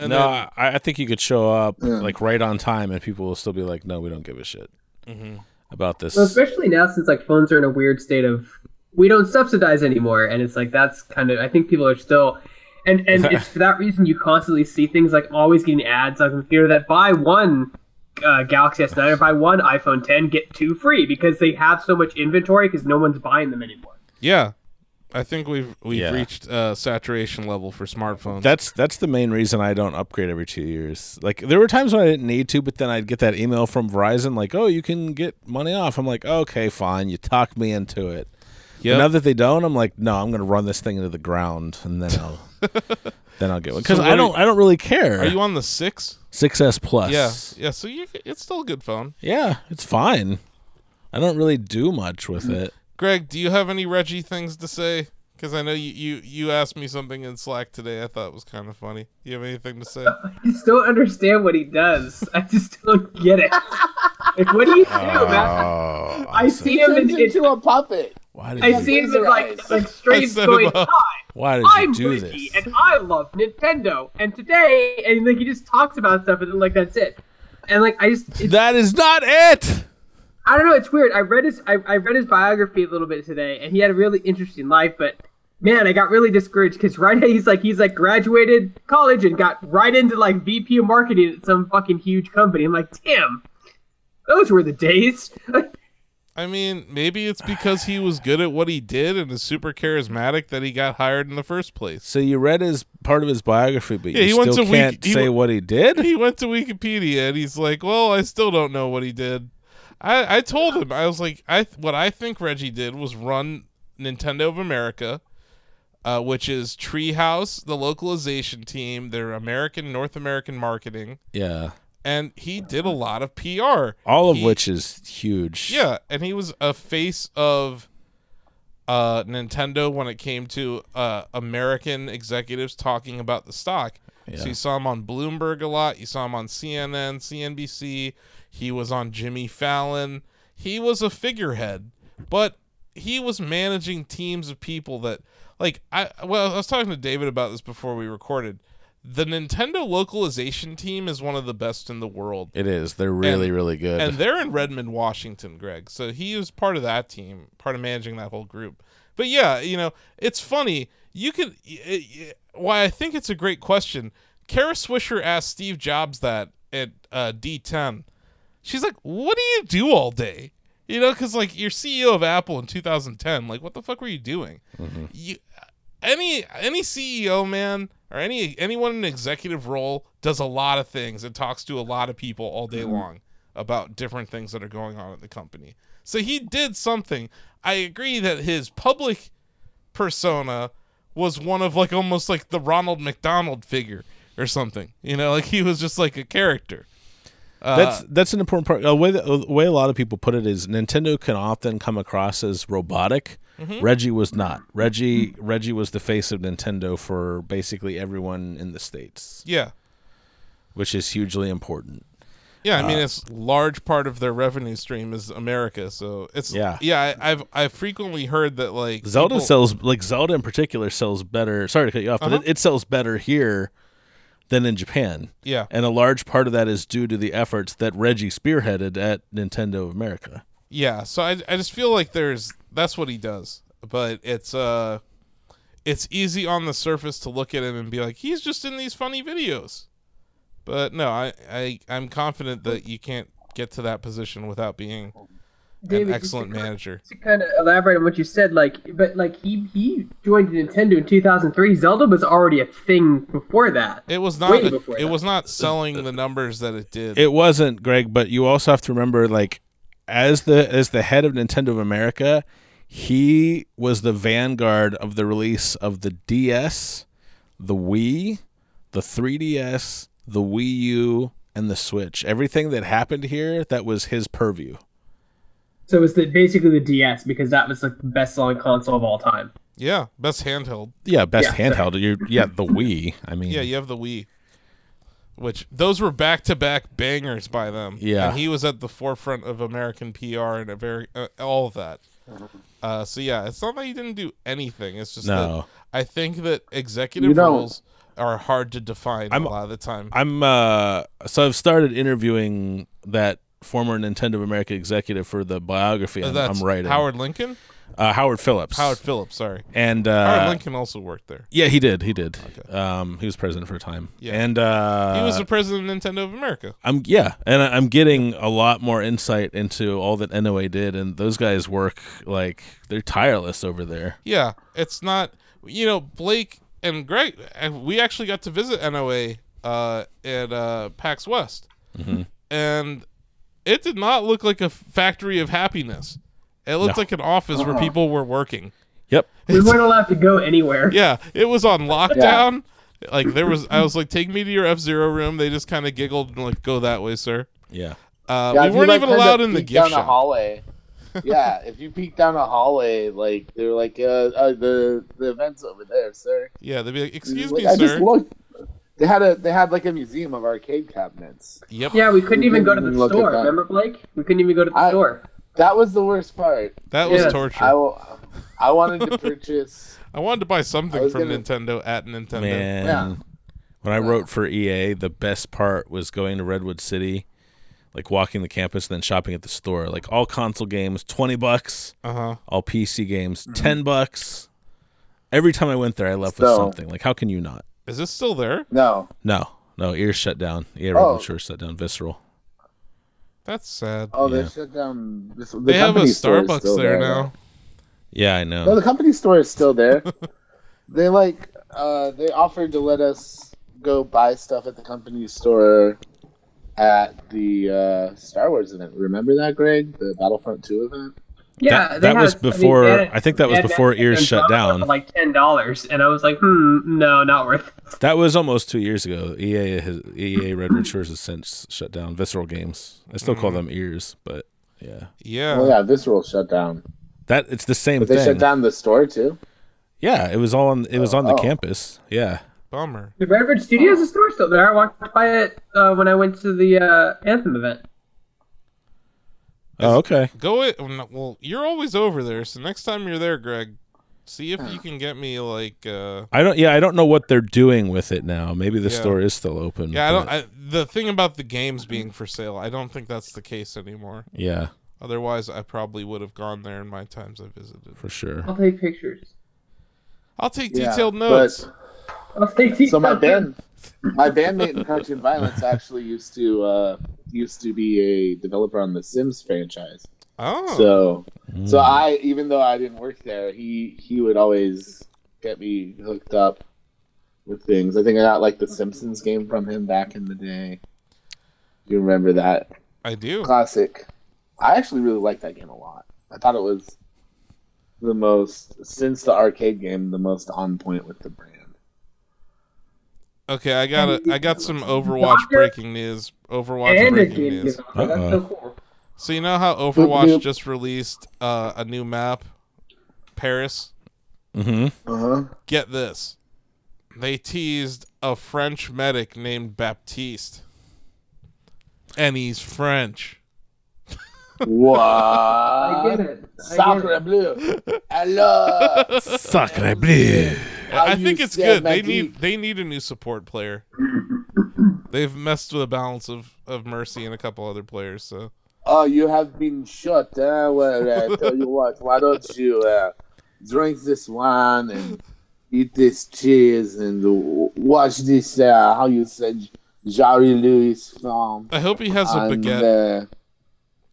S3: And
S1: no,
S3: then-
S1: I, I think you could show up like right on time, and people will still be like, "No, we don't give a shit
S3: Mm-hmm.
S1: about this."
S6: Well, especially now since like phones are in a weird state of we don't subsidize anymore, and it's like that's kind of I think people are still, and and it's for that reason you constantly see things like always getting ads on computer that buy one uh, Galaxy S9 or buy one iPhone 10 get two free because they have so much inventory because no one's buying them anymore.
S3: yeah, I think we've we've
S1: Yeah.
S3: reached uh, saturation level for smartphones.
S1: That's that's the main reason I don't upgrade every two years. Like there were times when I didn't need to, but then I'd get that email from Verizon like, "Oh, you can get money off." I'm like, "Okay, fine." You talk me into it.
S3: Yep.
S1: Now that they don't, I'm like, "No, I'm going to run this thing into the ground, and then I'll then I'll get one." Because
S3: So what
S1: I don't I don't really care.
S3: Are you on the six?
S1: 6S Plus?
S3: Yeah, yeah. So you, it's still a good phone.
S1: yeah, it's fine. I don't really do much with
S3: Mm-hmm.
S1: it.
S3: Greg, do you have any Reggie things to say? Because I know you, you you asked me something in Slack today. I thought was kind of funny. Do you have anything to say?
S6: I just don't understand what he does. I just don't get it. like, what do you do, man?
S1: Oh,
S6: I see him in,
S2: Turns
S6: in
S2: into a puppet.
S1: why did
S6: I
S1: you,
S6: see him in like like streams
S3: set him
S6: going.
S3: up.
S6: Hi,
S1: why did
S6: I'm
S1: you do
S6: Ricky,
S1: this?
S6: and I love Nintendo. And today, and like he just talks about stuff, and then like that's it. And like I just, it,
S1: That is not it.
S6: I don't know. It's weird. I read his, I, I read his biography a little bit today, and he had a really interesting life. But man, I got really discouraged because right now he's like, he's like graduated college and got right into like VP of marketing at some fucking huge company. I'm like, damn, those were the days.
S3: I mean, maybe it's because he was good at what he did and is super charismatic that he got hired in the first place.
S1: So you read his part of his biography, but
S3: Yeah,
S1: you
S3: he went
S1: still
S3: to Wiki-
S1: can't
S3: he
S1: say
S3: w-
S1: what he did.
S3: He went to Wikipedia and he's like, "Well, I still don't know what he did." I I told him I was like, "I what I think Reggie did was run Nintendo of America." Uh, which is Treehouse, the localization team, their American North American marketing,
S1: Yeah,
S3: and he did a lot of PR.
S1: all of
S3: He-
S1: which is huge.
S3: Yeah, and he was a face of uh, Nintendo when it came to uh, American executives talking about the stock. So you saw him on Bloomberg a lot. You saw him on CNN, CNBC. He was on Jimmy Fallon. He was a figurehead, but he was managing teams of people that, like, I well, I was talking to David about this before we recorded. The Nintendo localization team is one of the best in the world
S1: It is. They're really, really good.
S3: and they're in Redmond, Washington, Greg. So he was part of that team, part of managing that whole group. But yeah, you know, it's funny. You could y- y- why I think it's a great question. Kara Swisher asked Steve Jobs that at uh, D10. She's like, "What do you do all day?" You know, because like you're CEO of Apple in 2010. Like, what the fuck were you doing? You any any CEO man or any anyone in an executive role does a lot of things and talks to a lot of people all day
S1: Mm-hmm.
S3: long about different things that are going on at the company. So he did something. I agree that his public persona was one of like almost like the Ronald McDonald figure or something. You know, like he was just like a character. uh,
S1: that's that's an important part. A way that, a way a lot of people put it is Nintendo can often come across as robotic.
S3: Mm-hmm.
S1: Reggie was not. Reggie Reggie was the face of Nintendo for basically everyone in the states,
S3: Yeah.
S1: which is hugely important.
S3: Yeah, I mean
S1: Uh,
S3: it's large part of their revenue stream is America, so it's
S1: Yeah.
S3: yeah. I, I've I've frequently heard that like
S1: Zelda
S3: people- Uh-huh.
S1: sells like Zelda in particular sells better. Sorry to cut you off, but it, it sells better here than in Japan.
S3: Yeah.
S1: and a large part of that is due to the efforts that Reggie spearheaded at Nintendo of America.
S3: Yeah, so I, I just feel like there's that's what he does, but it's uh, it's easy on the surface to look at him and be like he's just in these funny videos, but no, I I I'm confident that you can't get to that position without being
S6: David,
S3: an
S6: just
S3: excellent
S6: to cut-
S3: manager.
S6: to kind of elaborate on what you said, like, but like he he joined Nintendo in 2003. Zelda was already a thing before that.
S3: It was not
S6: Way
S3: it
S6: before that.
S3: was not selling the numbers that it did.
S1: It wasn't Greg, but you also have to remember, like, as the as the head of Nintendo of America, he was the vanguard of the release of the DS, the Wii, the 3DS, the Wii U, and the Switch. Everything that happened here that was his purview.
S6: So it was the, basically the DS because that was like the best selling console of all time.
S3: yeah, best handheld.
S1: Yeah, best
S6: Yeah.
S1: handheld. You're, yeah, the Wii. I mean,
S3: Yeah, you have the Wii, which those were back to back bangers by them.
S1: Yeah.
S3: and he was at the forefront of American PR and a very uh, all of that. Uh, so yeah, it's not that he didn't do anything. It's just
S1: No.
S3: that I think that executive
S2: You don't-
S3: roles are hard to define
S1: I'm-
S3: a lot of the time.
S1: I'm uh so I've started interviewing that former Nintendo of America executive for the biography I'm,
S3: Uh, That's
S1: I'm writing.
S3: Howard Lincoln,
S1: uh, Howard Phillips.
S3: Howard Phillips. Sorry,
S1: and uh,
S3: Howard Lincoln also worked there.
S1: yeah, he did. He did. Um, he was president for a time.
S3: Yeah.
S1: and uh,
S3: He was the president of Nintendo of America.
S1: I'm yeah, and I- I'm getting a lot more insight into all that NOA did, and those guys work like they're tireless over there.
S3: Yeah, it's not. You know, Blake and Greg, uh, we actually got to visit NOA uh, at uh, PAX West, and it did not look like a factory of happiness. It looked like an office
S2: Uh-huh.
S3: where people were working.
S1: Yep.
S6: We weren't allowed to go anywhere.
S3: Yeah, it was on lockdown. Like there was, I was like, "Take me to your F Zero room." They just kind of giggled and like, "Go that way, sir."
S1: Yeah.
S3: Uh,
S2: Yeah,
S3: we
S2: if you,
S3: weren't
S2: like,
S3: even
S2: turned
S3: allowed
S2: to
S3: in the
S2: peek
S3: gift
S2: down a
S3: shop.
S2: hallway. yeah, if you peek down a hallway, like they were like, uh, uh the the events over there, sir.
S3: yeah, they'd be like, "Excuse
S2: Like,
S3: me,
S2: I
S3: sir."
S2: just looked. They had a they had like a museum of arcade cabinets.
S3: yep,
S6: Yeah, we couldn't even go to
S2: couldn't
S6: the
S2: look at
S6: store.
S2: that.
S6: Remember, Blake? We couldn't even go to the
S2: I-
S6: store.
S2: That was the worst part.
S3: that was
S6: Yeah.
S3: torture.
S2: I w- I wanted to purchase.
S3: I wanted to buy something
S2: was
S3: from
S2: gonna-
S3: Nintendo at Nintendo.
S1: Man,
S2: Yeah.
S1: when I wrote for EA, the best part was going to Redwood City, like walking the campus, and then shopping at the store. Like all console games, twenty bucks.
S3: Uh huh.
S1: All PC games,
S3: Mm-hmm.
S1: ten bucks. Every time I went there, I left with
S2: So-
S1: something. Like, how can you not?
S3: Is this still there?
S2: No,
S1: No, no, ears shut down. Yeah,
S2: Oh.
S1: oh. sure shut down. Visceral.
S3: That's sad.
S2: oh, they
S1: Yeah.
S2: shut down. This, the
S3: they have a
S2: company store is
S3: Starbucks
S2: still
S3: there, now.
S1: Yeah, I
S2: No,
S1: know.
S2: the company store is still there. they like uh, they offered to let us go buy stuff at the company store at the uh, Star Wars event. Remember that, Greg? The Battlefront Two event.
S6: Yeah,
S1: that
S6: they
S1: that was
S6: had- I mean,
S1: before-
S6: they had-
S1: I think that was
S6: they had
S1: before ears
S6: Nintendo
S1: shut down.
S6: for Like ten dollars, and I was like, hmm, no, not worth. it.
S1: That was almost two years ago. EA has, E EA Redwood Shores has since shut
S2: Mm-hmm.
S1: down Visceral Games. I still call them ears, but yeah.
S3: Yeah.
S2: Oh yeah, Visceral shut down.
S1: That it's the same
S2: But they
S1: thing.
S2: shut down the store too.
S1: Yeah, it was all on it was on the
S2: oh.
S1: campus. Yeah.
S3: Bummer.
S6: The Redbird Studios is a store still there. I walked by it uh, when I went to the uh, Anthem event.
S1: Oh, okay.
S3: Go it. Well, you're always over there, so next time you're there, Greg, see if you can get me like. uh
S1: I don't. Yeah, I don't know what they're doing with it now. Maybe the
S3: Yeah.
S1: store is still open.
S3: Yeah, I don't.
S1: but-
S3: I, the thing about the games being for sale, I don't think that's the case anymore.
S1: yeah,
S3: Otherwise, I probably would have gone there in my times I visited.
S1: for sure.
S6: I'll take pictures.
S3: I'll take
S2: Yeah,
S3: detailed
S2: but-
S3: notes.
S6: I'll take details.
S2: So my band, my bandmate in Crouching Violence actually used to uh, used to be a developer on the Sims franchise.
S3: oh,
S2: So so I even though I didn't work there, he he would always get me hooked up with things. I think I got like the Simpsons game from him back in the day. You remember that
S3: I do.
S2: classic? I actually really liked that game a lot. I thought it was the most since the arcade game, the most on point with the brand.
S3: Okay, I got a, I got some Overwatch breaking news. Overwatch
S6: and a
S3: breaking
S6: game
S3: news.
S6: developer. That's so cool.
S3: So you know how Overwatch
S2: Boop, boop.
S3: just released uh, a new map, Paris.
S1: Mm-hmm.
S2: Uh huh.
S3: Get this, they teased a French medic named Baptiste, and he's French.
S2: What?
S6: I
S2: Uh,
S6: get it. I get
S2: Sacre
S6: it.
S2: bleu. Hello.
S1: Sacre bleu.
S2: How
S3: I
S2: you
S3: think it's
S2: said
S3: good. They
S2: Maggie.
S3: need they need a new support player. They've messed with the balance of, of Mercy and a couple other players. So
S2: Oh, you have been shot. Huh? Well, eh, I tell you what. Why don't you uh, drink this wine and eat this cheese and w- watch this? Uh, how you said Jerry Lewis film?
S3: I hope he has a
S2: And,
S3: baguette
S2: uh,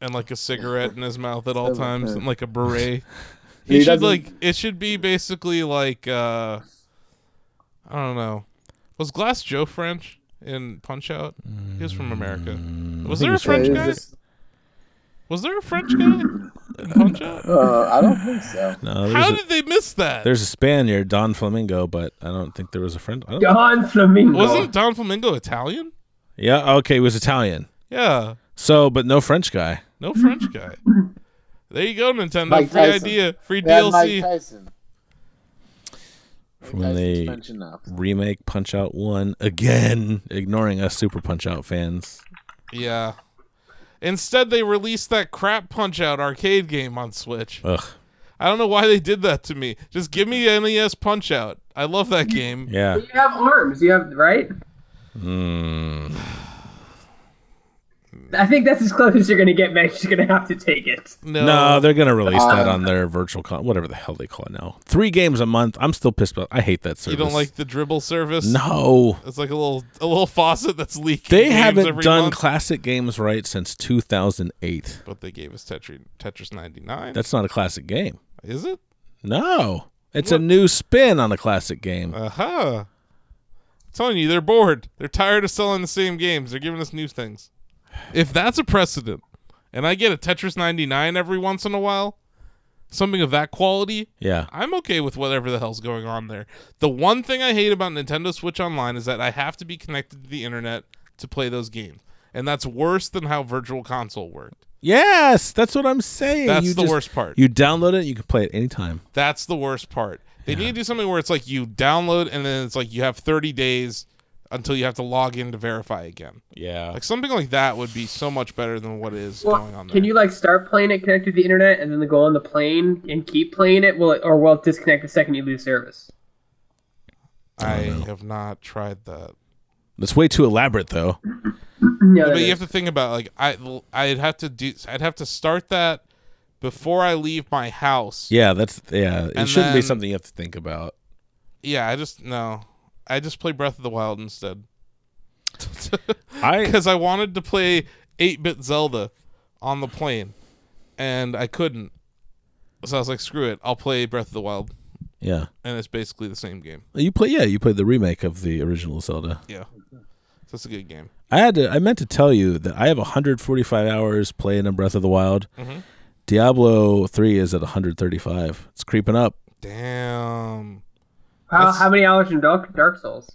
S3: and like a cigarette in his mouth at all times and like a beret.
S2: He
S3: He should
S2: doesn't-
S3: like it should be basically like uh I don't know. Was Glass Joe French in Punch Out? He was from America. Was there a
S2: yeah,
S3: French
S2: it's
S3: guy?
S2: just-
S3: Was there a French guy in Punch Out?
S2: uh, I don't think so.
S1: No,
S3: How
S1: there's a,
S3: did they miss that?
S1: there's a Spaniard, Don Flamingo, but I don't think there was a friend. I don't,
S6: Don Flamingo.
S3: Wasn't Don Flamingo Italian?
S1: yeah. Okay, he was Italian.
S3: Yeah.
S1: So, but no French guy.
S3: No French guy. There you go, Nintendo.
S2: Mike
S3: free
S2: Tyson.
S3: idea, free
S2: Yeah, Mike
S3: DLC.
S2: Tyson.
S1: When
S2: Mike Tyson's
S1: they-
S2: French enough.
S1: Remake Punch Out One again, ignoring us Super Punch Out fans.
S3: Yeah. Instead, they released that crap Punch Out arcade game on Switch.
S1: Ugh.
S3: I don't know why they did that to me. Just give me NES Punch Out. I love that game.
S1: Yeah.
S6: You have arms. You have right.
S3: Hmm.
S1: Mm.
S6: I think that's as close as you're gonna get. Meg's just gonna have to take it.
S3: No.
S1: No, they're gonna release that
S2: Uh,
S1: on their virtual con, whatever the hell they call it now. Three games a month. I'm still pissed about. I hate that
S3: you
S1: service.
S3: don't like the dribble service?
S1: No.
S3: It's like a little a little faucet that's leaking.
S1: They
S3: games
S1: haven't
S3: every
S1: done
S3: month.
S1: classic games right since 2008.
S3: but they gave us Tetris, Tetris 99.
S1: That's not a classic game.
S3: Is it?
S1: No. It's a new spin on a classic game.
S3: Uh huh. I'm telling you, they're bored. They're tired of selling the same games. They're giving us new things. If that's a precedent, and I get a Tetris 99 every once in a while, something of that quality,
S1: yeah.
S3: I'm okay with whatever the hell's going on there. The one thing I hate about Nintendo Switch Online is that I have to be connected to the internet to play those games. And that's worse than how Virtual Console worked.
S1: Yes, that's what I'm saying.
S3: That's
S1: You
S3: the
S1: just-
S3: worst part.
S1: You download it, you can play it anytime.
S3: That's the worst part. They need to do something where it's like you download and then it's like you have 30 days until you have to log in to verify again.
S1: Yeah.
S3: Like something like that would be so much better than what is
S6: Well,
S3: going on there.
S6: Can you like start playing it connected to the internet and then go on the plane and keep playing it? Will it or will it disconnect the second you lose service?
S3: I have not tried that.
S1: It's way too elaborate though.
S6: No, that
S3: but you
S6: is-
S3: have to think about like I I'd have to do I'd have to start that before I leave my house.
S1: Yeah, that's yeah. It
S3: And
S1: shouldn't be
S3: then-
S1: something you have to think about.
S3: Yeah, I just no. I just play Breath of the Wild instead.
S1: I
S3: because I wanted to play 8 bit Zelda on the plane and I couldn't. So I was like, screw it, I'll play Breath of the Wild.
S1: yeah.
S3: And it's basically the same game.
S1: You play yeah, you played the remake of the original Zelda.
S3: Yeah. So it's a good game.
S1: I had to, I meant to tell you that I have 145 hours playing in Breath of the Wild.
S3: Mm-hmm.
S1: Diablo 3 is at 135. It's creeping up.
S3: Damn.
S6: how, how many hours in Dark, Dark Souls?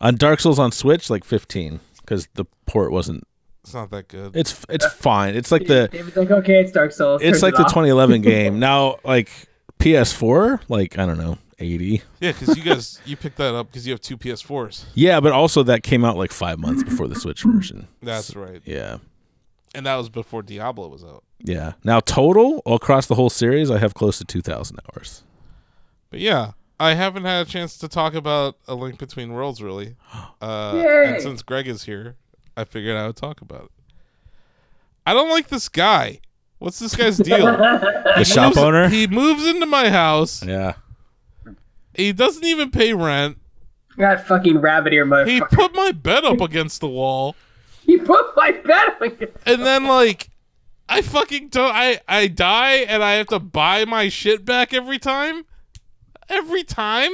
S1: On Dark Souls on Switch, like 15, because the port wasn't
S3: It's not that good.
S1: It's it's fine. It's like the
S6: David's like, okay, it's Dark Souls.
S1: it's
S6: turns
S1: like
S6: it
S1: the
S6: off.
S1: 2011 game. Now like PS4, like I don't know, 80.
S3: Yeah, because you guys you picked that up because you have two PS4s.
S1: Yeah, but also that came out like 5 months before the Switch version.
S3: That's right,
S1: Yeah.
S3: and that was before Diablo was out.
S1: Yeah. Now total across the whole series, I have close to 2000 hours.
S3: But yeah, I haven't had a chance to talk about a link between worlds really. Uh,
S6: Yay.
S3: and since Greg is here, I figured I would talk about it. I don't like this guy. What's this guy's deal? Uh,
S1: The shop
S3: Moves-
S1: owner?
S3: He moves into my house.
S1: Yeah.
S3: He doesn't even pay rent.
S6: That fucking rabbit ear
S3: He
S6: motherfucker.
S3: put my bed up against the wall.
S6: He put my bed on it.
S3: and then like I fucking don't I I die and I have to buy my shit back every time. Every time?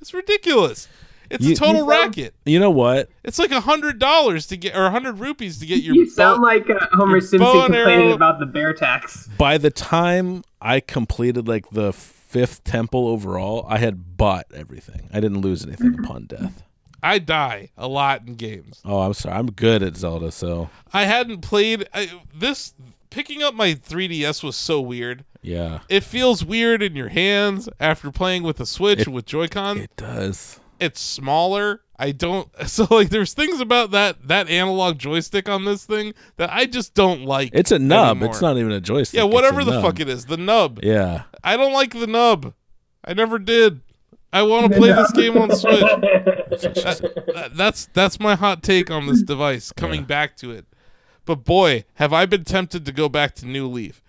S3: It's ridiculous. It's
S1: You-
S3: a total
S1: you-
S3: racket.
S1: You know what?
S3: It's like a hundred dollars to get or a hundred rupees to get your
S6: You sound
S3: bow-
S6: like uh, Homer Simpson
S3: bow and
S6: complaining
S3: arrow.
S6: about the bear tax.
S1: By the time I completed like the fifth temple overall, I had bought everything. I didn't lose anything upon death.
S3: I die a lot in games.
S1: Oh, I'm sorry. I'm good at Zelda, so
S3: I hadn't played I, this picking up my 3DS was so weird.
S1: yeah.
S3: It feels weird in your hands after playing with a Switch and with Joy-Con.
S1: It does.
S3: it's smaller. I don't so like there's things about that that analog joystick on this thing that I just don't like.
S1: It's a nub.
S3: anymore.
S1: It's not even a joystick.
S3: Yeah,
S1: It's
S3: whatever
S1: a
S3: the
S1: nub.
S3: fuck it is, the nub.
S1: Yeah.
S3: I don't like the nub. I never did. I want to play this game on Switch. That- that- that's that's my hot take on this device. Coming back to it, but boy, have I been tempted to go back to New Leaf.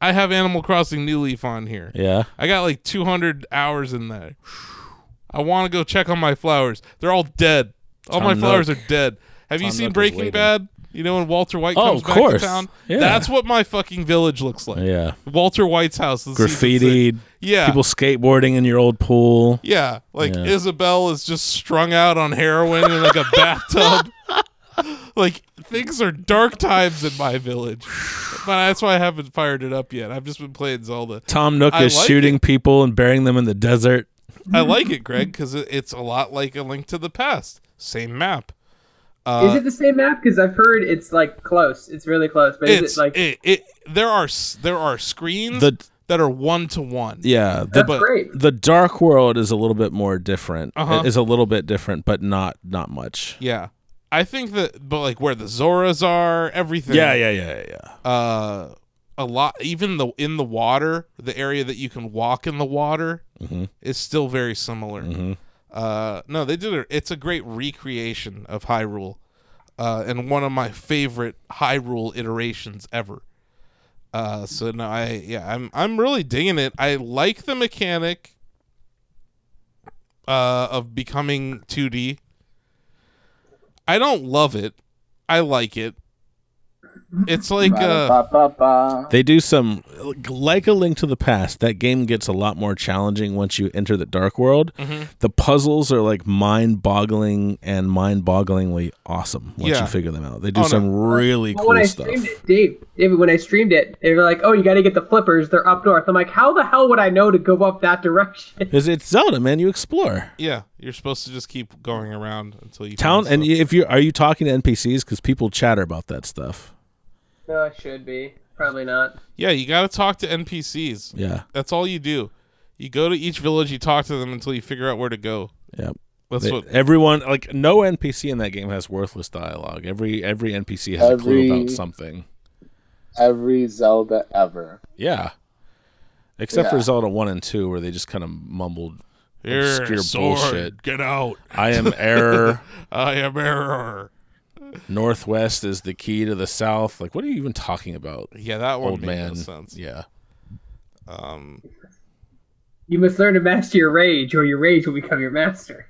S3: I have Animal Crossing New Leaf on here.
S1: Yeah.
S3: I got like 200 hours in there. I want to go check on my flowers. They're all dead. All my
S1: Tom
S3: flowers
S1: Nook.
S3: are dead. Have you
S1: Tom
S3: seen
S1: Nook is
S3: Breaking
S1: waiting.
S3: Bad? You know when Walter White
S1: Oh,
S3: comes
S1: of
S3: back
S1: course.
S3: to town.
S1: Yeah.
S3: That's what my fucking village looks like.
S1: Yeah.
S3: Walter White's house. in season
S1: Graffitied.
S3: six. Yeah.
S1: People skateboarding in your old pool.
S3: yeah. Like
S1: Yeah.
S3: Isabel is just strung out on heroin in like a bathtub. Like things are dark times in my village, but that's why I haven't fired it up yet. I've just been playing Zelda.
S1: Tom Nook
S3: I
S1: is
S3: like
S1: shooting people and burying them in the desert.
S3: I like it, Greg, because it's a lot like a Link to the Past. Same map.
S1: Uh,
S6: is it the same map? Because I've heard it's like close. It's really close. But
S3: It's
S6: is it like
S3: it, it. There are s- there are screens
S1: The-
S3: that are one to one.
S1: Yeah. The
S6: that's
S3: but-
S6: great?
S1: the dark world is a little bit more different.
S3: Uh-huh.
S1: It is a little bit different, but not not much.
S3: Yeah, I think that, but like where the Zoras are, everything.
S1: yeah, yeah, yeah.
S3: Uh, a lot. Even the in the water, the area that you can walk in the water is still very similar. Uh, no, they did it. It's a great recreation of Hyrule, uh, and one of my favorite Hyrule iterations ever. Uh, so no, I yeah, I'm I'm really digging it. I like the mechanic uh, of becoming 2D. I don't love it. I like it. It's like uh,
S2: Ba-da-ba-ba-ba.
S1: They do some like a link to the past. That game gets a lot more challenging once you enter the dark world.
S3: Mm-hmm.
S1: The puzzles are like mind-boggling and mind-bogglingly awesome once
S3: Yeah.
S1: you figure them out. They do
S3: Oh, no.
S1: some really
S6: when I
S1: cool stuff.
S6: streamed it, Dave, David, when I streamed it, they were like, "Oh, you got to get the flippers. They're up north." I'm like, "How the hell would I know to go up that direction?"
S1: Cuz it's Zelda, man, you explore.
S3: yeah, you're supposed to just keep going around until you
S1: Town
S3: find
S1: and
S3: stuff.
S1: if you are you talking to NPCs cuz people chatter about that stuff.
S6: no, it should be probably not.
S3: yeah, you got to talk to NPCs.
S1: Yeah.
S3: That's all you do. You go to each village, you talk to them until you figure out where to go.
S1: Yep.
S3: That's
S1: They-
S3: what
S1: everyone like no NPC in that game has worthless dialogue. Every every NPC has a clue
S2: Every-
S1: about something.
S2: Every Zelda ever.
S1: Yeah. Except for
S2: Yeah.
S1: Zelda 1 and 2 where they just kind of mumbled
S3: Here,
S1: obscure
S3: sword,
S1: bullshit.
S3: Get out!
S1: I am error,
S3: I am error.
S1: northwest is the key to the south. Like what are you even talking about?
S3: Yeah, that one
S1: Old
S3: made
S1: man.
S3: no sense.
S1: Yeah.
S3: Um,
S6: You must learn to master your rage, or your rage will become your master.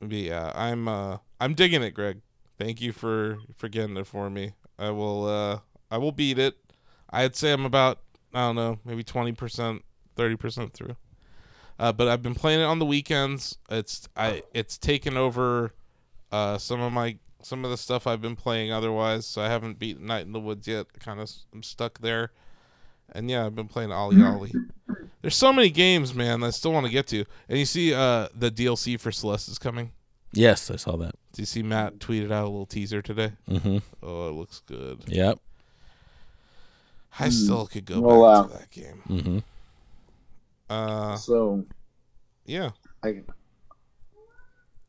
S3: but yeah, I'm uh, I'm digging it, Greg. Thank you for for getting it for me. I will uh, I will beat it. I'd say I'm about I don't know, maybe twenty percent, thirty percent through. Uh, but I've been playing it on the weekends. It's I it's taken over uh, some of my some of the stuff I've been playing otherwise. So I haven't beaten Night in the Woods yet. Kind of I'm stuck there. And yeah, I've been playing Ollie Ollie. There's so many games, man. that I still want to get to. And you see, uh, the DLC for Celeste is coming.
S1: Yes, I saw that.
S3: Do you see Matt tweeted out a little teaser today?
S1: Mm-hmm.
S3: Oh, it looks good.
S1: Yep.
S3: I still could go
S2: Oh, wow.
S3: back to that game.
S1: Mm-hmm.
S3: Uh,
S2: So
S3: yeah.
S2: I can,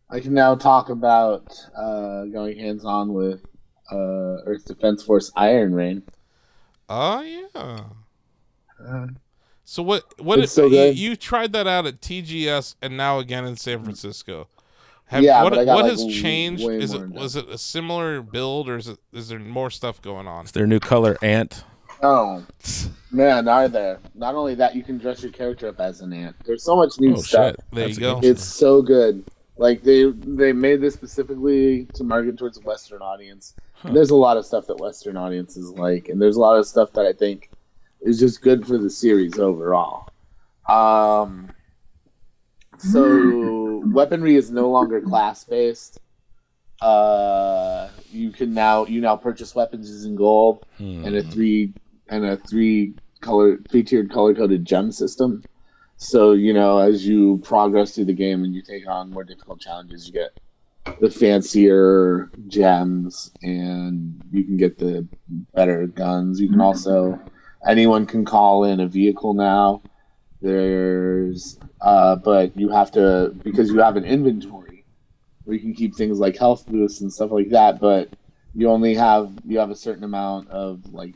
S2: I can now talk about uh, going hands on with uh, Earth Defense Force Iron Rain.
S3: Oh yeah. So what? What?
S2: Uh, It's
S3: if-
S2: so
S3: you,
S2: good.
S3: you tried that out at TGS and now again in San Francisco. Have,
S2: Yeah,
S3: What,
S2: but I got,
S3: what
S2: like,
S3: has
S2: w-
S3: changed?
S2: way
S3: Is
S2: more
S3: it
S2: in-depth.
S3: was it a similar build or is it is there more stuff going on?
S1: It's their new color ant.
S2: Oh man, are there? Not only that, you can dress your character up as an ant. There's so much new
S1: Oh
S2: stuff.
S1: shit!
S3: There
S1: That's
S3: you
S1: a
S3: go.
S1: good-
S2: It's so good. Like they they made this specifically to market towards a Western audience. And There's a lot of stuff that Western audiences like, and there's a lot of stuff that I think is just good for the series overall. Um, so weaponry is no longer class based. Uh, you can now you now purchase weapons using gold
S1: Hmm.
S2: and
S1: Mm.
S2: a three and a three color three tiered color coded gem system. So you know, as you progress through the game and you take on more difficult challenges, you get the fancier gems, and you can get the better guns. You can also anyone can call in a vehicle now. There's, uh, but you have to because you have an inventory where you can keep things like health boosts and stuff like that. But you only have you have a certain amount of like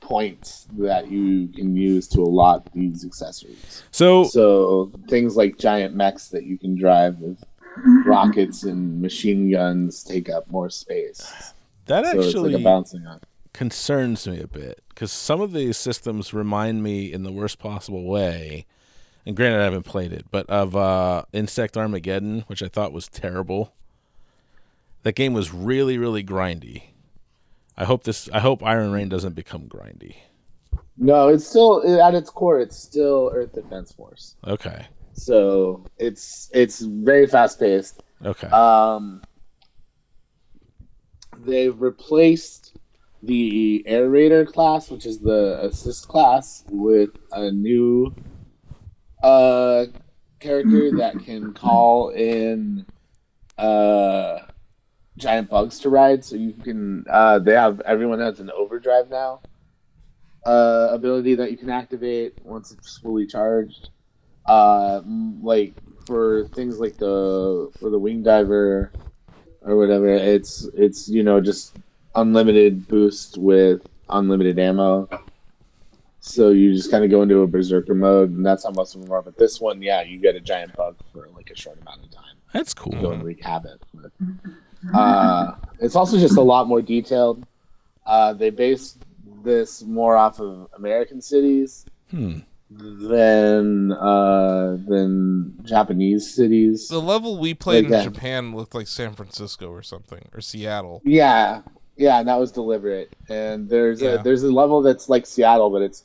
S2: points that you can use to allot these accessories.
S1: So
S2: So things like giant mechs that you can drive with rockets and machine guns take up more space.
S1: that
S2: So it's like
S1: actually
S2: a balancing act.
S1: concerns me a bit because some of these systems remind me in the worst possible way. And granted, I haven't played it, but of uh, Insect Armageddon, which I thought was terrible. That game was really, really grindy. I hope this. I hope Iron Rain doesn't become grindy.
S2: No, it's still at its core, it's still Earth Defense Force.
S1: Okay.
S2: So it's it's very fast paced.
S1: Okay.
S2: Um, they've replaced the air raider class, which is the assist class, with a new uh, character that can call in uh, giant bugs to ride. So you can uh, they have everyone has an overdrive now uh, ability that you can activate once it's fully charged. Uh, m- like for things like the for the wing diver or whatever, it's it's you know just unlimited boost with unlimited ammo. So you just kind of go into a berserker mode, and that's how most of them are. But this one, yeah, you get a giant bug for like a short amount of time
S1: That's cool.
S2: go and wreak havoc. But, uh, it's also just a lot more detailed. Uh, they based this more off of American cities
S1: Hmm.
S2: than uh, than Japanese cities.
S3: The level we played in
S2: Like that.
S3: Japan looked like San Francisco or something or Seattle.
S2: Yeah, yeah, and that was deliberate. And there's
S3: Yeah.
S2: a there's a level that's like Seattle, but it's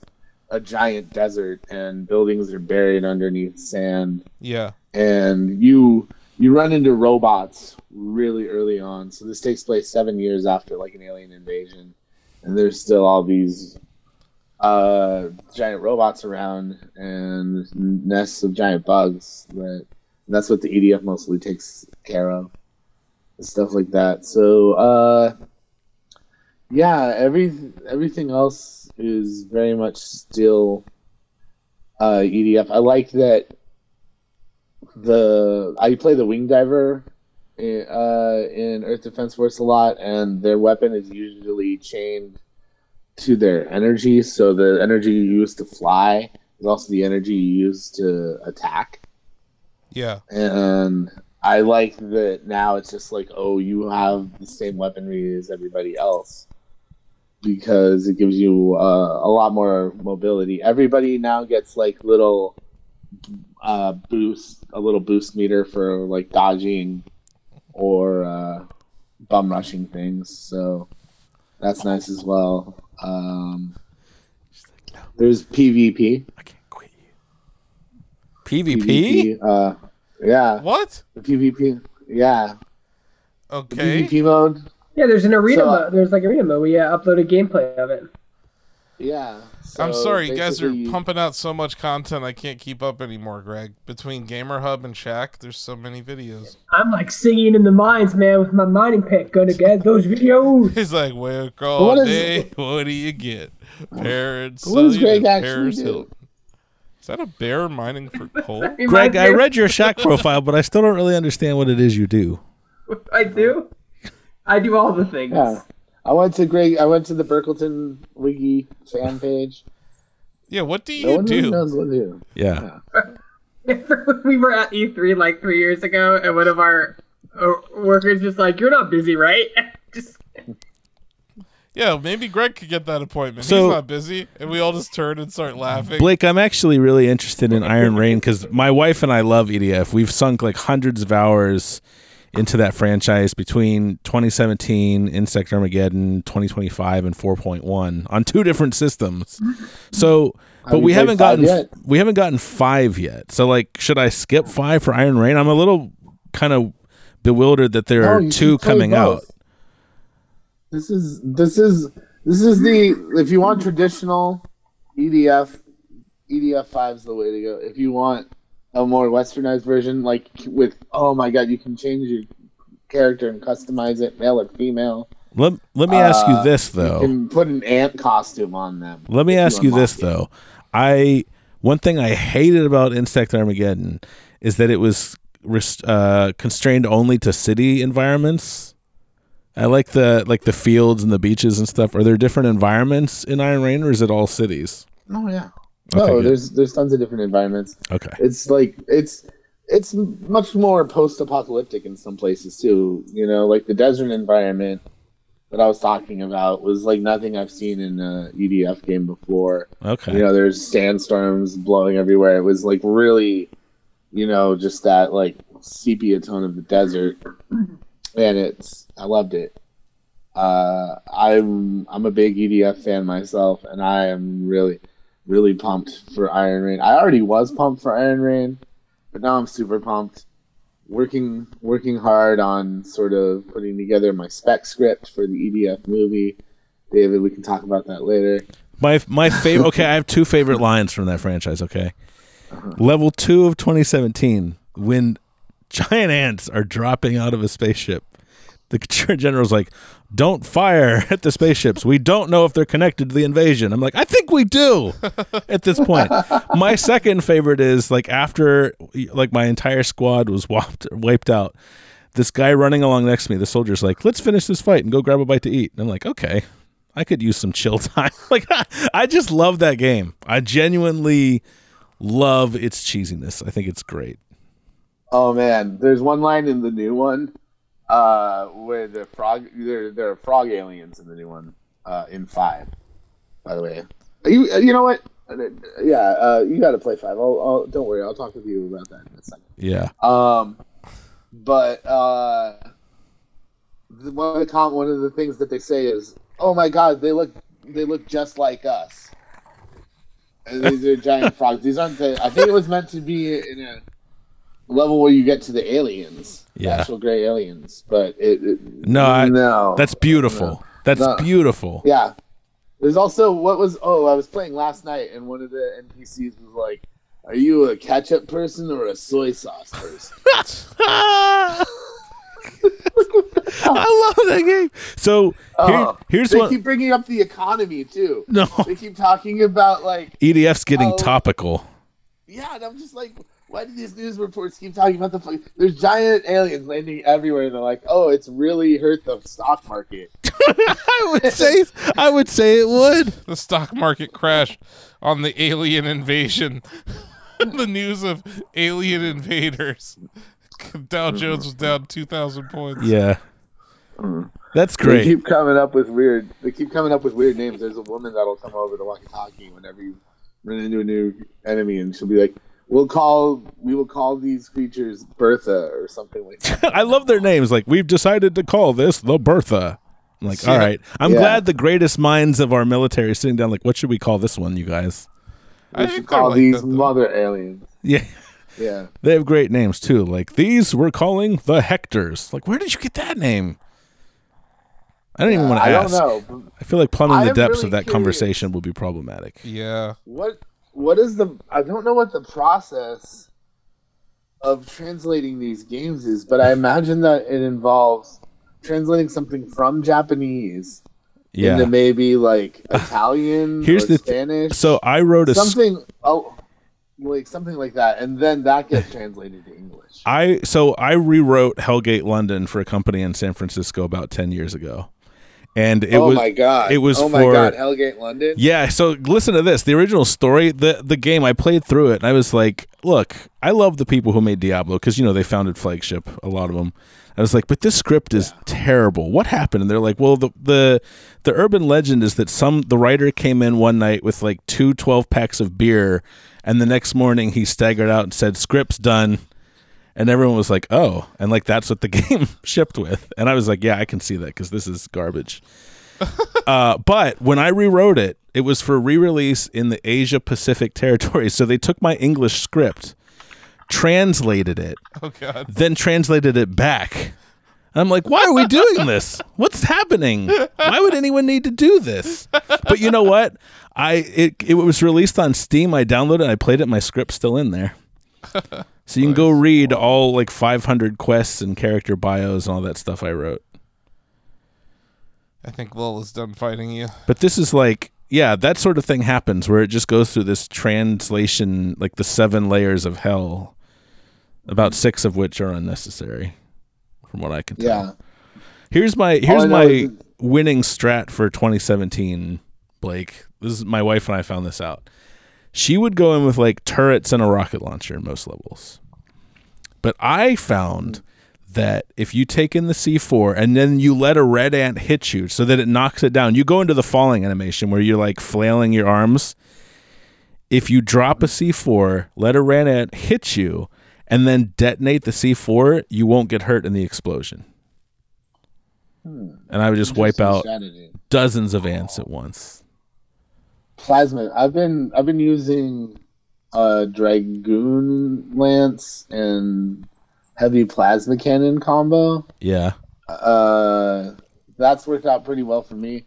S2: a giant desert, and buildings are buried underneath sand.
S3: Yeah.
S2: and you you run into robots really early on. So this takes place seven years after like an alien invasion, and there's still all these uh, giant robots around and nests of giant bugs. That and that's what the EDF mostly takes care of, and stuff like that. So uh, yeah, every everything else is very much still uh, EDF. I like that the I play the wing diver uh, in Earth Defense Force a lot, and their weapon is usually chained to their energy. So the energy you use to fly is also the energy you use to attack.
S3: Yeah.
S2: And I like that now it's just like, oh, you have the same weaponry as everybody else because it gives you uh, a lot more mobility. Everybody now gets like little uh, boost, a little boost meter for like dodging or uh, bum rushing things. So that's nice as well. Um, there's PvP.
S1: PvP?
S2: Uh, yeah.
S3: What?
S2: The PvP. Yeah. The
S3: Okay.
S2: PvP mode.
S6: Yeah, there's an arena.
S2: So-
S6: mo- there's like arena mode. We uh, uploaded gameplay of it.
S2: Yeah. so
S3: I'm sorry, you guys are
S2: basically-
S3: pumping out so much content I can't keep up anymore, Greg. Between Gamer Hub and Shaq, there's so many videos.
S6: I'm like singing in the mines, man, with my mining pick. Gonna get those videos.
S3: He's like, work all
S2: is-
S3: day, what do you get? Parents,
S2: What does Greg actually
S3: Paris
S2: do?
S3: Hilton. Is that a bear mining for coal?
S1: Greg, I
S6: Reminds me
S1: read your Shaq profile, but I still don't really understand what it is you do.
S6: of what I do. I do all the things.
S2: Yeah. I went to Greg. I went to the Burkleton Wiggy fan page.
S3: yeah, what do you
S2: No one really
S3: do?
S2: knows what to do.
S1: Yeah.
S6: we were at E3 like three years ago, and one of our uh, workers just like, "You're not busy, right?" just
S3: Yeah, maybe Greg could get that appointment.
S1: So-
S3: He's not busy, and we all just turn and start laughing.
S1: Blake, I'm actually really interested in Iron Rain because my wife and I love EDF. We've sunk like hundreds of hours into that franchise between 2017, Insect Armageddon, 2025, and 4.1 on two different systems. So, but
S2: you
S1: we
S2: played
S1: haven't
S2: five
S1: gotten
S2: yet?
S1: we haven't gotten five yet. So, like, should I skip five for Iron Rain? I'm a little kind of bewildered that there
S2: No,
S1: are
S2: you
S1: two
S2: should play
S1: coming
S2: both.
S1: out.
S2: This is this is this is the if you want traditional E EDF, EDF E five is the way to go. If you want a more westernized version, like with oh my god, you can change your character and customize it, male or female.
S1: Let, let me ask you
S2: Uh,
S1: this though.
S2: You can put an ant costume on them.
S1: Let me
S2: if
S1: ask you
S2: unlock
S1: this
S2: it.
S1: though. I one thing I hated about Insect Armageddon is that it was rest, uh, constrained only to city environments. I like the like the fields and the beaches and stuff. Are there different environments in Iron Rain, or is it all cities?
S2: Oh yeah.
S1: Okay,
S2: No,
S1: good.
S2: there's there's tons of different environments.
S1: Okay,
S2: It's like it's it's much more post-apocalyptic in some places too. You know, like the desert environment that I was talking about was like nothing I've seen in a EDF game before.
S1: okay,
S2: You know, there's sandstorms blowing everywhere. It was like really, you know, just that like sepia tone of the desert, and it's I loved it. Uh, I'm I'm a big EDF fan myself, and I am really really pumped for Iron Rain. I already was pumped for Iron Rain, but now I'm super pumped. Working working hard on sort of putting together my spec script for the EDF movie. David, we can talk about that later.
S1: My my favorite. Okay, I have two favorite lines from that franchise. Okay, level two of 2017, when giant ants are dropping out of a spaceship, the c- general's like, "Don't fire at the spaceships. We don't know if they're connected to the invasion." I'm like, "I think we do." at this point, my second favorite is like after like my entire squad was wiped wiped out. This guy running along next to me, the soldier's like, "Let's finish this fight and go grab a bite to eat." And I'm like, "Okay." I could use some chill time. like I just love that game. I genuinely love its cheesiness. I think it's great.
S2: Oh man, there's one line in the new one uh, where the frog there there are frog aliens in the new one uh, in five. By the way, you you know what? Yeah, uh, you got to play five. I'll, I'll don't worry. I'll talk with you about that in a second.
S1: Yeah.
S2: Um, but uh, the, one of the com- one of the things that they say is, "Oh my God, they look they look just like us." And these are giant frogs. These aren't the. I think it was meant to be in a level where you get to the aliens, the
S1: Yeah.
S2: actual gray aliens. But it, it
S1: No, I-
S2: no,
S1: That's beautiful. That's
S2: No.
S1: beautiful.
S2: yeah. There's also what was oh I was playing last night and one of the NPCs was like, "Are you a ketchup person or a soy sauce person?"
S1: Ah! I love that game. So here,
S2: Oh,
S1: here's
S2: they
S1: one.
S2: keep bringing up the economy too.
S1: No,
S2: They keep talking about like
S1: EDF's getting
S2: Oh.
S1: topical.
S2: yeah, and I'm just like, why do these news reports keep talking about the fuck? There's giant aliens landing everywhere. And they're like, oh, it's really hurt the stock market.
S1: I would say I would say it would.
S3: the stock market crashed on the alien invasion. the news of alien invaders. Dow Jones was down 2,000 points.
S1: Yeah. That's
S2: Mm. They
S1: great.
S2: keep coming up with weird. They keep coming up with weird names. There's a woman that'll come over to walkie-talkie whenever you run into a new enemy, and she'll be like, "We'll call. We will call these creatures Bertha or something like that."
S1: I love their names. Like we've decided to call this the Bertha. I'm like, all right. I'm
S2: Yeah.
S1: glad the greatest minds of our military are sitting down. Like, what should we call this one, you guys?
S3: I
S2: We
S3: think
S2: should
S3: they're
S2: call
S3: like
S2: these
S3: that, though.
S2: mother aliens.
S1: Yeah,
S2: Yeah.
S1: they have great names too. Like these, we're calling the Hectors. Like, where did you get that name? I don't even want to
S2: I don't
S1: ask.
S2: know.
S1: I feel like plumbing
S2: I
S1: the
S2: am
S1: depths
S2: really
S1: of that
S2: curious.
S1: conversation will be problematic.
S3: Yeah.
S2: What what is the I don't know what the process of translating these games is, but I imagine that it involves translating something from Japanese
S1: Yeah.
S2: into maybe like Italian
S1: Here's
S2: or
S1: the th-
S2: Spanish.
S1: so uh, I wrote a sc-
S2: something oh like something like that and then that gets translated to English.
S1: I so I rewrote Hellgate London for a company in San Francisco about 10 years ago. And it
S2: oh
S1: was
S2: my god.
S1: it was
S2: Oh my
S1: for-
S2: god, Hellgate London.
S1: Yeah, so listen to this. The original story, the the game, I played through it, and I was like, "Look, I love the people who made Diablo because you know they founded Flagship, a lot of them." I was like, "But this script is terrible. What happened?" And they're like, "Well, the the the urban legend is that some the writer came in one night with like two 12 packs of beer, and the next morning he staggered out and said, "Script's done." And everyone was like, "Oh," and like that's what the game shipped with. And I was like, "Yeah, I can see that because this is garbage." Uh, but when I rewrote it, it was for re-release in the Asia Pacific territory. So they took my English script, translated it,
S3: Oh god.
S1: then translated it back. I'm like, why are we doing this? What's happening? Why would anyone need to do this? But you know what? I it it was released on Steam. I downloaded it. I played it. My script's still in there. So you can go read all like 500 quests and character bios and all that stuff I wrote.
S3: I think Lola's done fighting you.
S1: But this is like, yeah, that sort of thing happens where it just goes through this translation, like the seven layers of hell, about six of which are unnecessary, from what I can tell.
S2: Yeah.
S1: Here's my here's
S2: I know
S1: my
S2: is-
S1: winning strat for 2017, Blake. This is my wife and I found this out. She would go in with like turrets and a rocket launcher in most levels. But I found that if you take in the C4 and then you let a red ant hit you so that it knocks it down, you go into the falling animation where you're like flailing your arms. If you drop a C4, let a red ant hit you, and then detonate the C4, you won't get hurt in the explosion. And I would just wipe
S2: Interesting
S1: out
S2: strategy.
S1: dozens of ants at once.
S2: plasma. I've been I've been using uh dragoon lance and heavy plasma cannon combo.
S1: Yeah.
S2: Uh, that's worked out pretty well for me,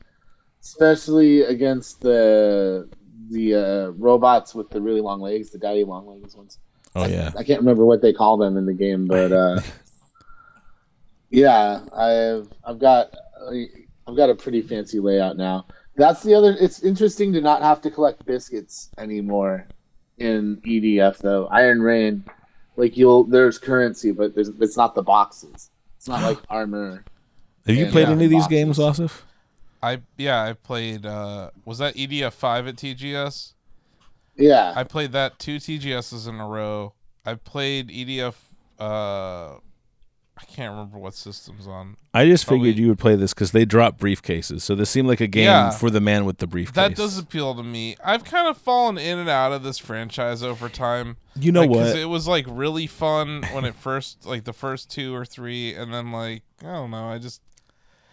S2: especially against the the uh, robots with the really long legs, the daddy long legs ones.
S1: Oh yeah.
S2: I can't remember what they call them in the game, but uh, yeah, I've I've got I've got a pretty fancy layout now. That's the other. It's interesting to not have to collect biscuits anymore in EDF though. Iron Rain, like you'll there's currency, but there's it's not the boxes. It's not like armor.
S1: Have you
S2: Yeah,
S1: played
S2: yeah.
S1: any of these
S2: Boxes.
S1: games, Asif?
S3: I yeah, I played uh was that EDF five at TGS?
S2: Yeah,
S3: I played that two TGSs in a row. I played EDF uh I can't remember what system's on.
S1: I just
S3: Probably-
S1: figured you would play this because they drop briefcases, so this seemed like a game
S3: Yeah.
S1: for the man with the briefcase.
S3: That does appeal to me. I've kind of fallen in and out of this franchise over time.
S1: You know
S3: Like, 'cause
S1: what?
S3: It was like really fun when it first, like the first two or three, and then like I don't know. I just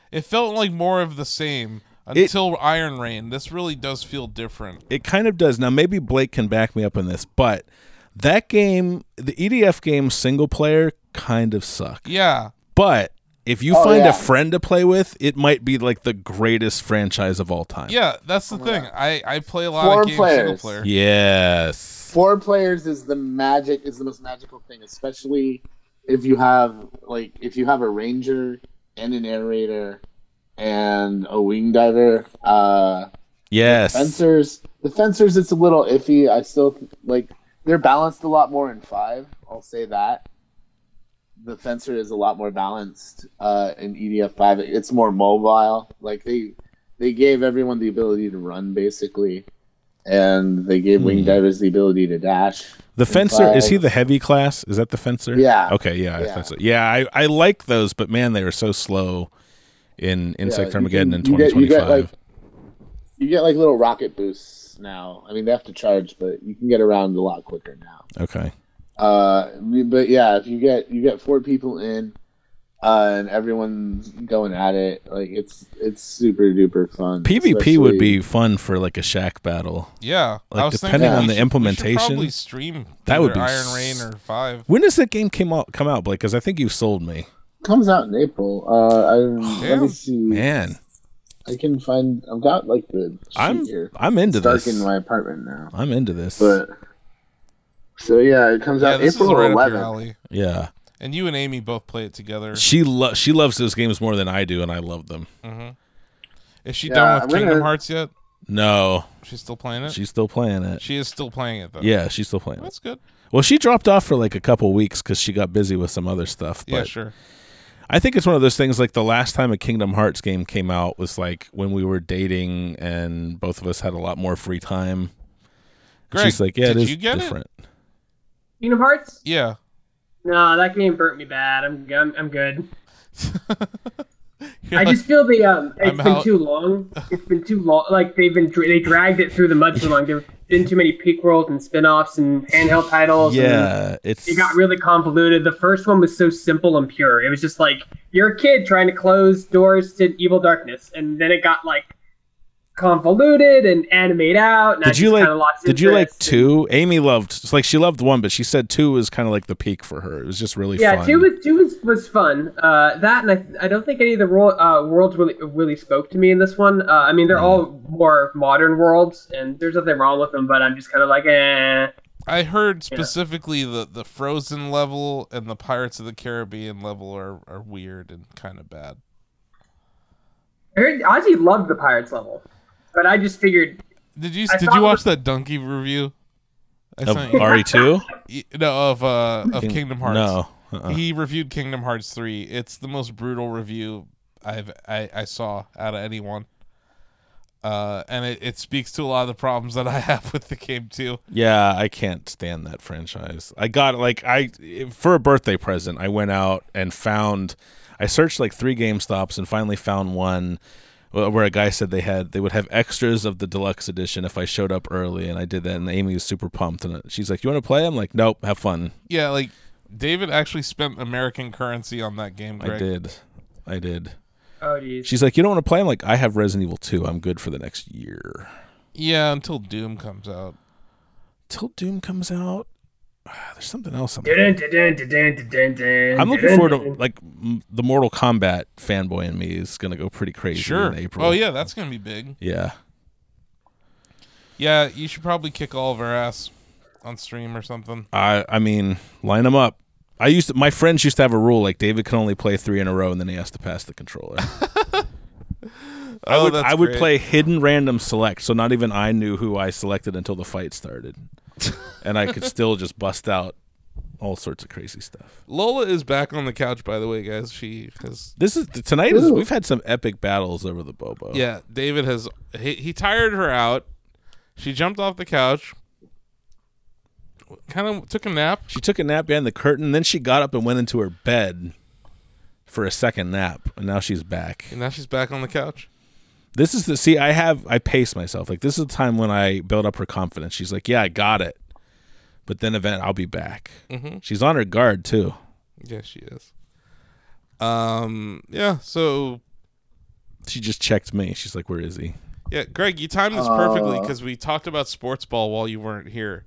S3: it felt like more of the same until Iron Rain. This really does feel different.
S1: it kind of does. Now maybe Blake can back me up on this, but that game, the EDF game single player, kind of suck.
S3: Yeah,
S1: But if you
S2: Oh,
S1: find
S2: yeah.
S1: a friend to play with, it might be like the greatest franchise of all time.
S3: yeah. That's the thing. I I play a lot
S2: Oh Four
S3: of games single
S2: players.
S3: player.
S1: Yes.
S2: four players is the magic is the most magical thing, especially if you have like if you have a ranger and a narrator and a wing diver. Uh,
S1: Yes.
S2: fencers, the fencers, it's a little iffy. I still like they're balanced a lot more in five. I'll say that. The fencer is a lot more balanced uh, in EDF five. It's more mobile. Like they they gave everyone the ability to run basically, and they gave wing divers the ability to dash.
S1: The fencer is he
S2: five.
S1: the heavy class? Is that the fencer?
S2: Yeah.
S1: Okay. Yeah. I
S2: Yeah.
S1: think so. Yeah. I, I like those, but man, they were so slow in Insect
S2: you
S1: Armageddon
S2: can-
S1: in
S2: you get- you get,
S1: 2025.
S2: like- You get like little rocket boosts now. I mean, they have to charge, but you can get around a lot quicker now.
S1: okay.
S2: Uh, I mean, but yeah, if you get you get four people in, uh, and everyone's going at it, like it's it's super duper fun.
S1: PvP
S2: especially-
S1: would be fun for like a shack battle.
S3: Yeah,
S1: Like,
S3: I was
S1: depending
S3: thinking
S1: on the
S3: we should- we should
S1: implementation,
S3: probably stream
S1: that would
S3: either
S1: be
S3: Iron Rain
S1: s-
S3: or Five.
S1: When does that game came out come out, Blake? Because I think you sold me.
S2: comes out in April. Uh, I, let
S3: Damn.
S2: me see.
S1: Man,
S2: I can find. I've got like the sheet
S1: I'm
S2: here.
S1: I'm into
S2: It's dark
S1: this.
S2: in my apartment now,
S1: I'm into this.
S2: but so yeah, it comes
S3: Yeah,
S2: out
S3: this is
S2: April
S3: right up your
S2: 11th.
S3: alley.
S1: yeah,
S3: And you and Amy both play it together.
S1: she lo- she loves those games more than I do, and I love them.
S3: Mm-hmm. Is she
S2: Yeah,
S3: done with
S2: I'm
S3: Kingdom
S2: gonna-
S3: Hearts yet?
S1: No,
S3: She's still playing it.
S1: she's still playing it.
S3: she is still playing it though.
S1: Yeah, she's still playing it.
S3: that's good.
S1: Well, she dropped off for like a couple weeks because she got busy with some other stuff. But
S3: Yeah, sure.
S1: I think it's one of those things like the last time a Kingdom Hearts game came out was like when we were dating and both of us had a lot more free time. And
S3: Greg,
S1: she's like, yeah,
S3: did
S1: it is
S3: you get
S1: different.
S6: Kingdom Hearts?
S3: it? Yeah.
S6: No, that game burnt me bad. I'm I'm, I'm good.
S3: You're
S6: I
S3: like,
S6: just feel the um. It's
S3: I'm
S6: been
S3: out.
S6: too long. It's been too long. Like they've been dra- they dragged it through the mud too long. There've been too many peak rolls and spin-offs and handheld titles. and-
S1: Yeah, it's
S6: it got really convoluted. The first one was so simple and pure. It was just like you're a kid trying to close doors to evil darkness, and then it got like convoluted and animate out. And I
S1: Did you
S6: just
S1: like?
S6: kinda lost
S1: Did you like
S6: interest.
S1: two? Amy loved. It's like she loved one, but she said two was kind of like the peak for her. It was just really
S6: Yeah,
S1: fun.
S6: two was two was, was fun. Uh, that and I, I don't think any of the ro- uh, worlds really really spoke to me in this one. Uh, I mean,
S1: Mm.
S6: they're all more modern worlds, and there's nothing wrong with them. But I'm just kind of like, eh.
S3: I heard specifically the the Frozen level and the Pirates of the Caribbean level are, are weird and kind of bad.
S6: I heard Ozzy loved the pirates level, but I just figured
S3: Did you
S6: I
S3: did
S6: thought
S3: you
S6: it
S3: watch
S6: was-
S3: that donkey review? I
S1: of
S3: sent you-
S1: RE two.
S3: y- no of uh of Kingdom Hearts.
S1: No, uh-uh.
S3: He reviewed Kingdom Hearts three. It's the most brutal review I've I, I saw out of anyone. Uh, and it, it speaks to a lot of the problems that I have with the game too.
S1: yeah, I can't stand that franchise. I got like I for a birthday present. I went out and found. I searched like three GameStops and finally found one wh- where a guy said they had they would have extras of the deluxe edition if I showed up early, and I did that. And Amy was super pumped, and uh, she's like, "You want to play?" I'm like, "Nope, have fun."
S3: Yeah, like David actually spent American currency on that game. Greg.
S1: I did, I did.
S6: oh geez.
S1: She's like, you don't want to play? I'm like, I have Resident Evil 2. I'm good for the next year.
S3: Yeah, until Doom comes out.
S1: Till Doom comes out. ah, There's something else. I'm, I'm
S6: I'm
S1: looking forward to like m- the Mortal Kombat fanboy in me is gonna go pretty crazy
S3: Sure.
S1: in April.
S3: Oh yeah, that's gonna be big.
S1: yeah.
S3: Yeah, you should probably kick all of our ass on stream or something.
S1: I I mean, line them up. I used to, my friends used to have a rule like David can only play three in a row and then he has to pass the controller. I
S3: Oh,
S1: would
S3: that's
S1: I would
S3: great.
S1: play hidden random select, so not even I knew who I selected until the fight started, and I could still just bust out all sorts of crazy stuff.
S3: Lola is back on the couch, by the way, guys. She has.
S1: This is tonight. Is, we've had some epic battles over the Bobo.
S3: Yeah, David has. He, he tired her out. She jumped off the couch. Kind of took a nap.
S1: she took a nap behind the curtain, then she got up and went into her bed for a second nap, and now she's back.
S3: And now she's back on the couch.
S1: This is the see. I have I pace myself. Like this is the time when I build up her confidence. She's like, "Yeah, I got it," but then event, I'll be back. She's on her guard too.
S3: Yeah, she is. Um. Yeah. So
S1: She just checked me. She's like, "Where is he?"
S3: yeah, Greg, you timed this perfectly
S6: Uh,
S3: because we talked about sports ball while you weren't here.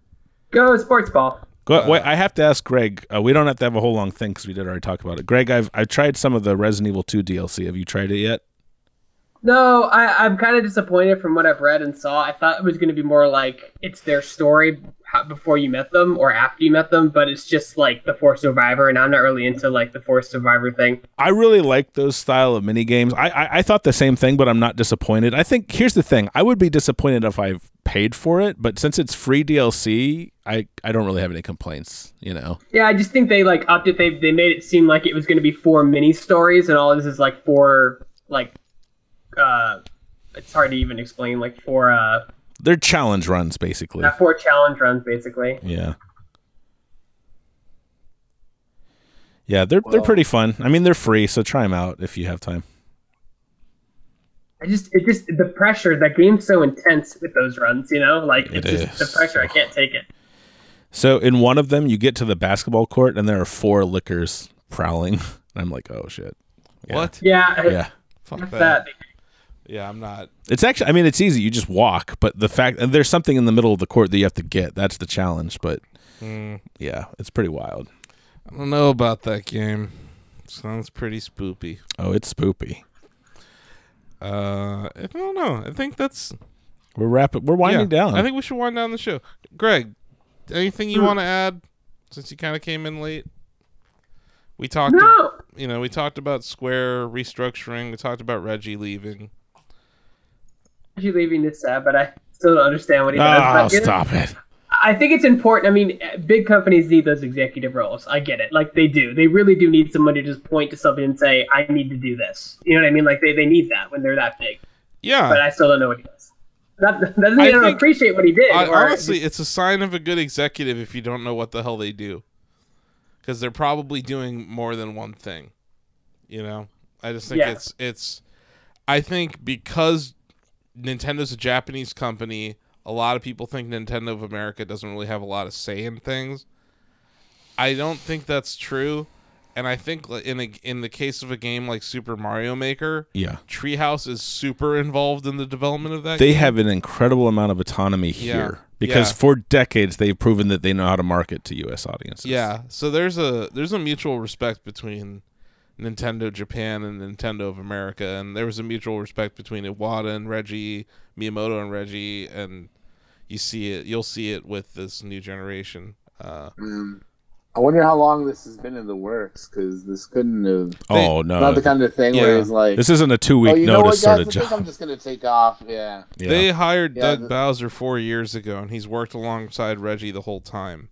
S6: Go sports ball.
S1: Go, wait, I have to ask Greg. Uh, we don't have to have a whole long thing because we did already talk about it. Greg, I've I've tried some of the Resident Evil Two DLC. Have you tried it yet?
S6: No, I, I'm kind of disappointed from what I've read and saw. I thought it was going to be more like it's their story ho- before you met them or after you met them, but it's just like the Force Survivor, and I'm not really into like the Force Survivor thing.
S1: I really like those style of mini games. I, I I thought the same thing, but I'm not disappointed. I think here's the thing: I would be disappointed if I paid for it, but since it's free DLC, I I don't really have any complaints. You know,
S6: Yeah, I just think they like upped it. They they made it seem like it was going to be four mini stories, and all this is like four like uh, it's hard to even explain like four uh
S1: they're challenge runs basically.
S6: four challenge runs basically.
S1: Yeah. Yeah, they're they're pretty fun. I mean, they're free, so try them out if you have time.
S6: I just it just the pressure. That game's so intense with those runs, you know. Like it's
S1: It
S6: just the
S1: is.
S6: pressure. I can't take it.
S1: So in one of them, you get to the basketball court, and there are four liquors prowling. And I'm like, oh shit.
S3: What?
S6: Yeah, I-
S1: Yeah.
S3: Fuck
S6: that's
S3: that.
S6: that.
S3: Yeah, I'm not.
S1: It's actually, I mean, it's easy. You just walk, but the fact and there's something in the middle of the court that you have to get. That's the challenge. But
S3: Hmm.
S1: yeah, it's pretty wild.
S3: I don't know about that game. Sounds pretty spoopy.
S1: Oh, it's spoopy.
S3: Uh, I don't know. I think that's
S1: We're wrapping. We're
S3: yeah.
S1: winding down.
S3: I think we should wind down the show. Greg, anything
S6: Hmm.
S3: you want to add since you kind of came in late? We talked.
S6: No.
S3: You know, we talked about Square restructuring. We talked about Reggie leaving.
S6: Reggie leaving is sad, but I still don't understand what he does.
S1: oh,
S3: Ah,
S6: But, you know,
S1: stop it.
S6: I think it's important. I mean, eh, big companies need those executive roles. I get it. Like they do. They really do need someone to just point to something and say, "I need to do this." You know what I mean? Like they, they need that when they're that big.
S3: Yeah.
S6: But I still don't know what he does. That, that doesn't mean
S3: I
S6: I, don't
S3: think-
S6: appreciate what he did.
S3: I,
S6: or
S3: honestly, it's a sign of a good executive if you don't know what the hell they do, because they're probably doing more than one thing. You know, I just think
S6: Yeah.
S3: it's it's. I think because Nintendo's a Japanese company, a lot of people think Nintendo of America doesn't really have a lot of say in things. I don't think that's true, and I think li- in a, in the case of a game like Super Mario Maker,
S1: Yeah.
S3: Treehouse is super involved in the development of that.
S1: They
S3: game.
S1: have an incredible amount of autonomy
S3: Yeah.
S1: here because
S3: Yeah.
S1: for decades they've proven that they know how to market to U.S. audiences.
S3: Yeah, so there's a there's a mutual respect between Nintendo Japan and Nintendo of America, and there was a mutual respect between Iwata and Reggie, Miyamoto and Reggie, and you see it, you'll see it with this new generation. Uh,
S2: Um, I wonder how long this has been in the works because this couldn't have.
S1: Oh no.
S2: not the kind of thing
S3: yeah.
S2: where it's like,
S1: this isn't a two-week
S2: oh, you know what,
S1: notice
S2: guys? I
S1: sort of
S2: think I'm
S1: job.
S2: just gonna take off. Yeah.
S1: Yeah.
S3: They hired
S2: Yeah,
S3: Doug
S2: the-
S3: Bowser four years ago, and he's worked alongside Reggie the whole time.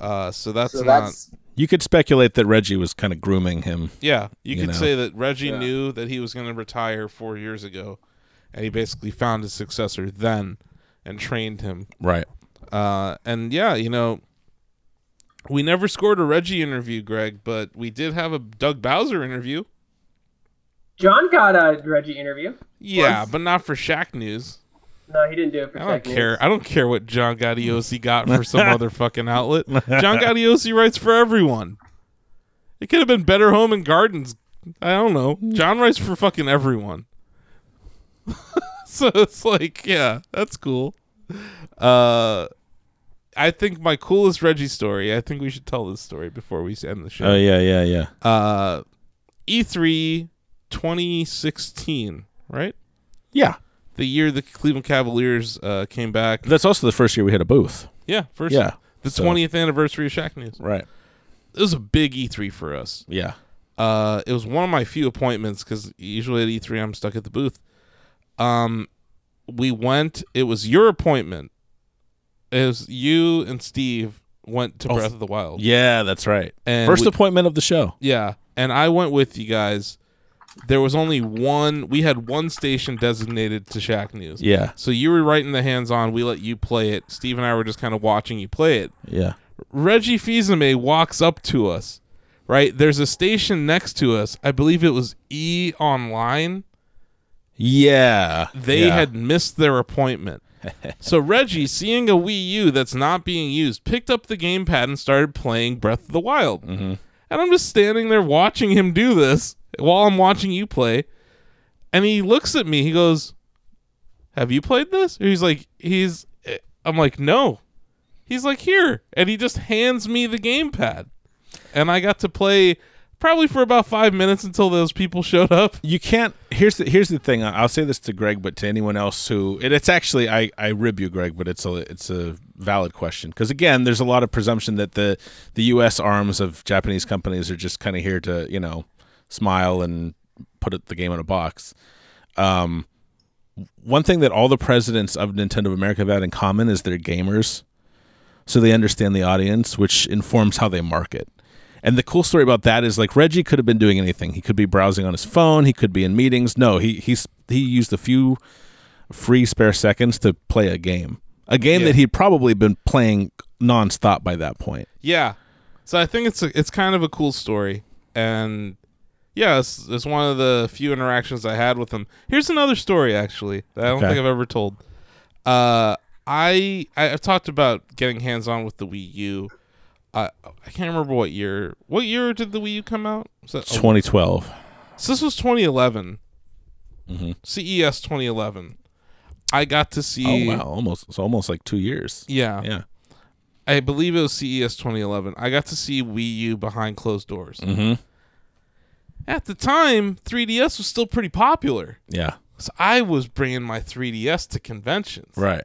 S3: Uh, so that's
S2: So
S3: not
S2: that's
S1: you could speculate that Reggie was kind of grooming him.
S3: Yeah, you,
S1: You
S3: could
S1: know?
S3: say that Reggie
S2: Yeah.
S3: knew that he was going to retire four years ago, and he basically found his successor then and trained him.
S1: Right.
S3: Uh, and yeah, you know, we never scored a Reggie interview, Greg, but we did have a Doug Bowser interview.
S6: John got a Reggie interview.
S3: Yeah,
S6: Once.
S3: but not for Shaq News.
S6: No, he didn't do it for
S3: I don't
S6: Tech News.
S3: care. I don't care what John Gaudiosi got for some other fucking outlet. John Gaudiosi writes for everyone. It could have been Better Home and Gardens. I don't know. John writes for fucking everyone. so it's like, yeah, that's cool. Uh, I think my coolest Reggie story. I think we should tell this story before we end the show
S1: Oh yeah, yeah, yeah.
S3: uh E3 2016, right?
S1: Yeah.
S3: The year the Cleveland Cavaliers uh, came back.
S1: That's also the first year we had a booth.
S3: yeah, first
S1: Yeah.
S3: the
S1: so-
S3: 20th anniversary of Shaq News.
S1: Right.
S3: It was a big E3 for us.
S1: Yeah.
S3: Uh it was one of my few appointments cuz usually at E3 I'm stuck at the booth. Um we went, it was your appointment. It was you and Steve went to Breath of the Wild.
S1: Yeah, that's right.
S3: And
S1: First
S3: we-
S1: appointment of the show.
S3: Yeah, and I went with you guys. There was only one. We had one station designated to Shack News.
S1: Yeah.
S3: So you were right in the hands-on. We let you play it. Steve and I were just kind of watching you play it.
S1: Yeah.
S3: Reggie Fizeme walks up to us. Right there's a station next to us. I believe it was E Online.
S1: Yeah.
S3: They
S1: Yeah.
S3: had missed their appointment. so Reggie, seeing a Wii U that's not being used, picked up the gamepad and started playing Breath of the Wild. And I'm just standing there watching him do this while I'm watching you play. And he looks at me. He goes, "Have you played this?" He's like, "He's." I'm like, "No." He's like, "Here," and he just hands me the gamepad, and I got to play probably for about five minutes until those people showed up.
S1: you can't here's the here's the thing I- i'll say this to greg but to anyone else who and it's actually i i rib you greg but it's a it's a valid question because again there's a lot of presumption that the the us arms of japanese companies are just kind of here to you know smile and put it, the game in a box um one thing that all the presidents of nintendo of america have had in common is they're gamers so they understand the audience which informs how they market and the cool story about that is like Reggie could have been doing anything. He could be browsing on his phone. He could be in meetings. No, he he's he used a few free spare seconds to play a game, a game
S3: Yeah.
S1: that he'd probably been playing nonstop by that point.
S3: Yeah. So I think it's a, it's kind of a cool story, and yeah, it's, it's one of the few interactions I had with him. Here's another story actually that I don't
S1: Okay.
S3: think I've ever told. Uh, I I- I've talked about getting hands on with the Wii U. I I can't remember what year. What year did the Wii U come out? Was that, oh,
S1: 2012.
S3: so this was 2011.
S1: Mm-hmm.
S3: CES 2011. I got to
S1: Oh
S3: see.
S1: wow, almost it's almost like two years.
S3: Yeah.
S1: Yeah,
S3: I E believe it was CES 2011. I got to see Wii U behind closed doors. Mm-hmm. At the time, 3DS was still pretty popular.
S1: Yeah.
S3: So I was bringing my 3DS to conventions.
S1: Right.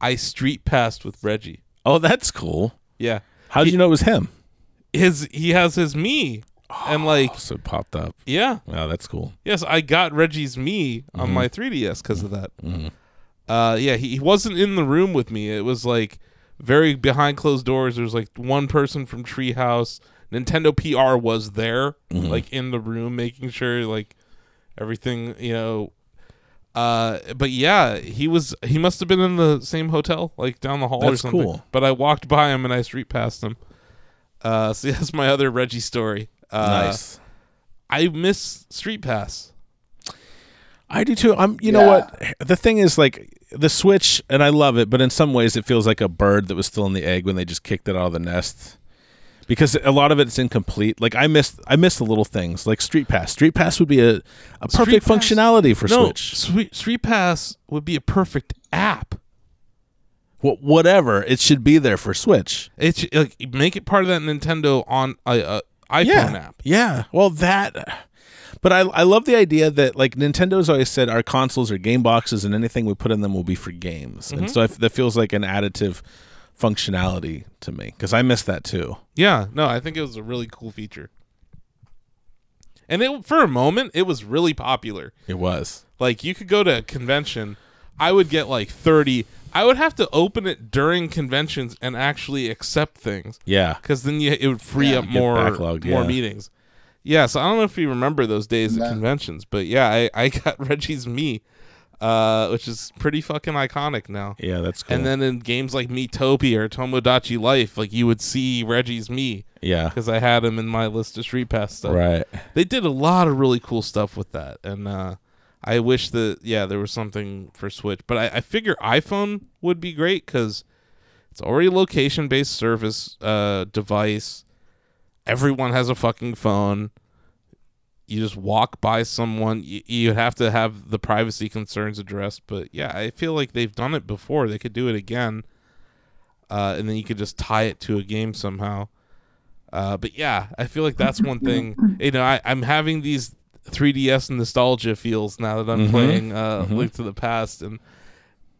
S3: I street passed with Reggie.
S1: Oh, that's cool.
S3: Yeah.
S1: How did you know it was him?
S3: His he has his me. and like
S1: So it popped up.
S3: yeah.
S1: Wow, that's cool.
S3: Yes, I got Reggie's me
S1: Mm-hmm.
S3: on my 3DS because of that. Uh, yeah, he, he wasn't in the room with me. It was like very behind closed doors. There was like one person from Treehouse. Nintendo PR was there,
S1: Mm-hmm.
S3: like in the room, making sure like everything, you know. Uh, but yeah, he was. He must have been in the same hotel, like down the hall or
S1: That's
S3: something.
S1: cool.
S3: But I walked by him and I street passed him. Uh, so that's my other Reggie story. Uh,
S1: nice.
S3: I miss Street Pass.
S1: I do too. I'm. You know
S2: Yeah.
S1: what? The thing is, like the Switch, and I love it, but in some ways, it feels like a bird that was still in the egg when they just kicked it out of the nest. Because a lot of it's incomplete. Like I missed, I missed the little things, like Street Pass. Street Pass would be a, a perfect
S3: Pass?
S1: functionality for
S3: No,
S1: Switch.
S3: Sweet Street Pass would be a perfect app.
S1: Wh- whatever, it should be there for Switch.
S3: It should, like make it part of that Nintendo on uh, uh, iPhone app.
S1: Yeah. Well, that. But I, I love the idea that like Nintendo's always said our consoles are game boxes and anything we put in them will be for games,
S3: Mm-hmm.
S1: and so I f that feels like an additive functionality to me because I miss that too.
S3: Yeah, no, I think it was a really cool feature. And it for a moment it was really popular.
S1: It was.
S3: Like you could go to a convention, I would get like 30. I would have to open it during conventions and actually accept things.
S1: Yeah.
S3: because then you, it would free up
S1: get
S3: more
S1: backlogged,
S3: more
S1: yeah.
S3: meetings. Yeah, so I don't know if you remember those days
S2: No.
S3: at conventions, but yeah, I, I got Reggie's Me, uh, which is pretty fucking iconic now.
S1: Yeah, that's cool.
S3: And then in games like Metopia or Tomodachi Life, like you would see Reggie's Me
S1: yeah.
S3: because I had him in my list of Street Pass stuff.
S1: Right.
S3: They did a lot of really cool stuff with that, and uh, I wish that yeah there was something for Switch, but I, I figure iPhone would be great because it's already a location based service uh, device. Everyone has a fucking phone. You just walk by someone. You, you have to have the privacy concerns addressed, but yeah, I feel like they've done it before. They could do it again, uh, and then you could just tie it to a game somehow. Uh, but yeah, I feel like that's one thing. You know, I, I'm having these 3DS nostalgia feels now that I'm
S1: Mm-hmm.
S3: playing uh, Link to the Past, and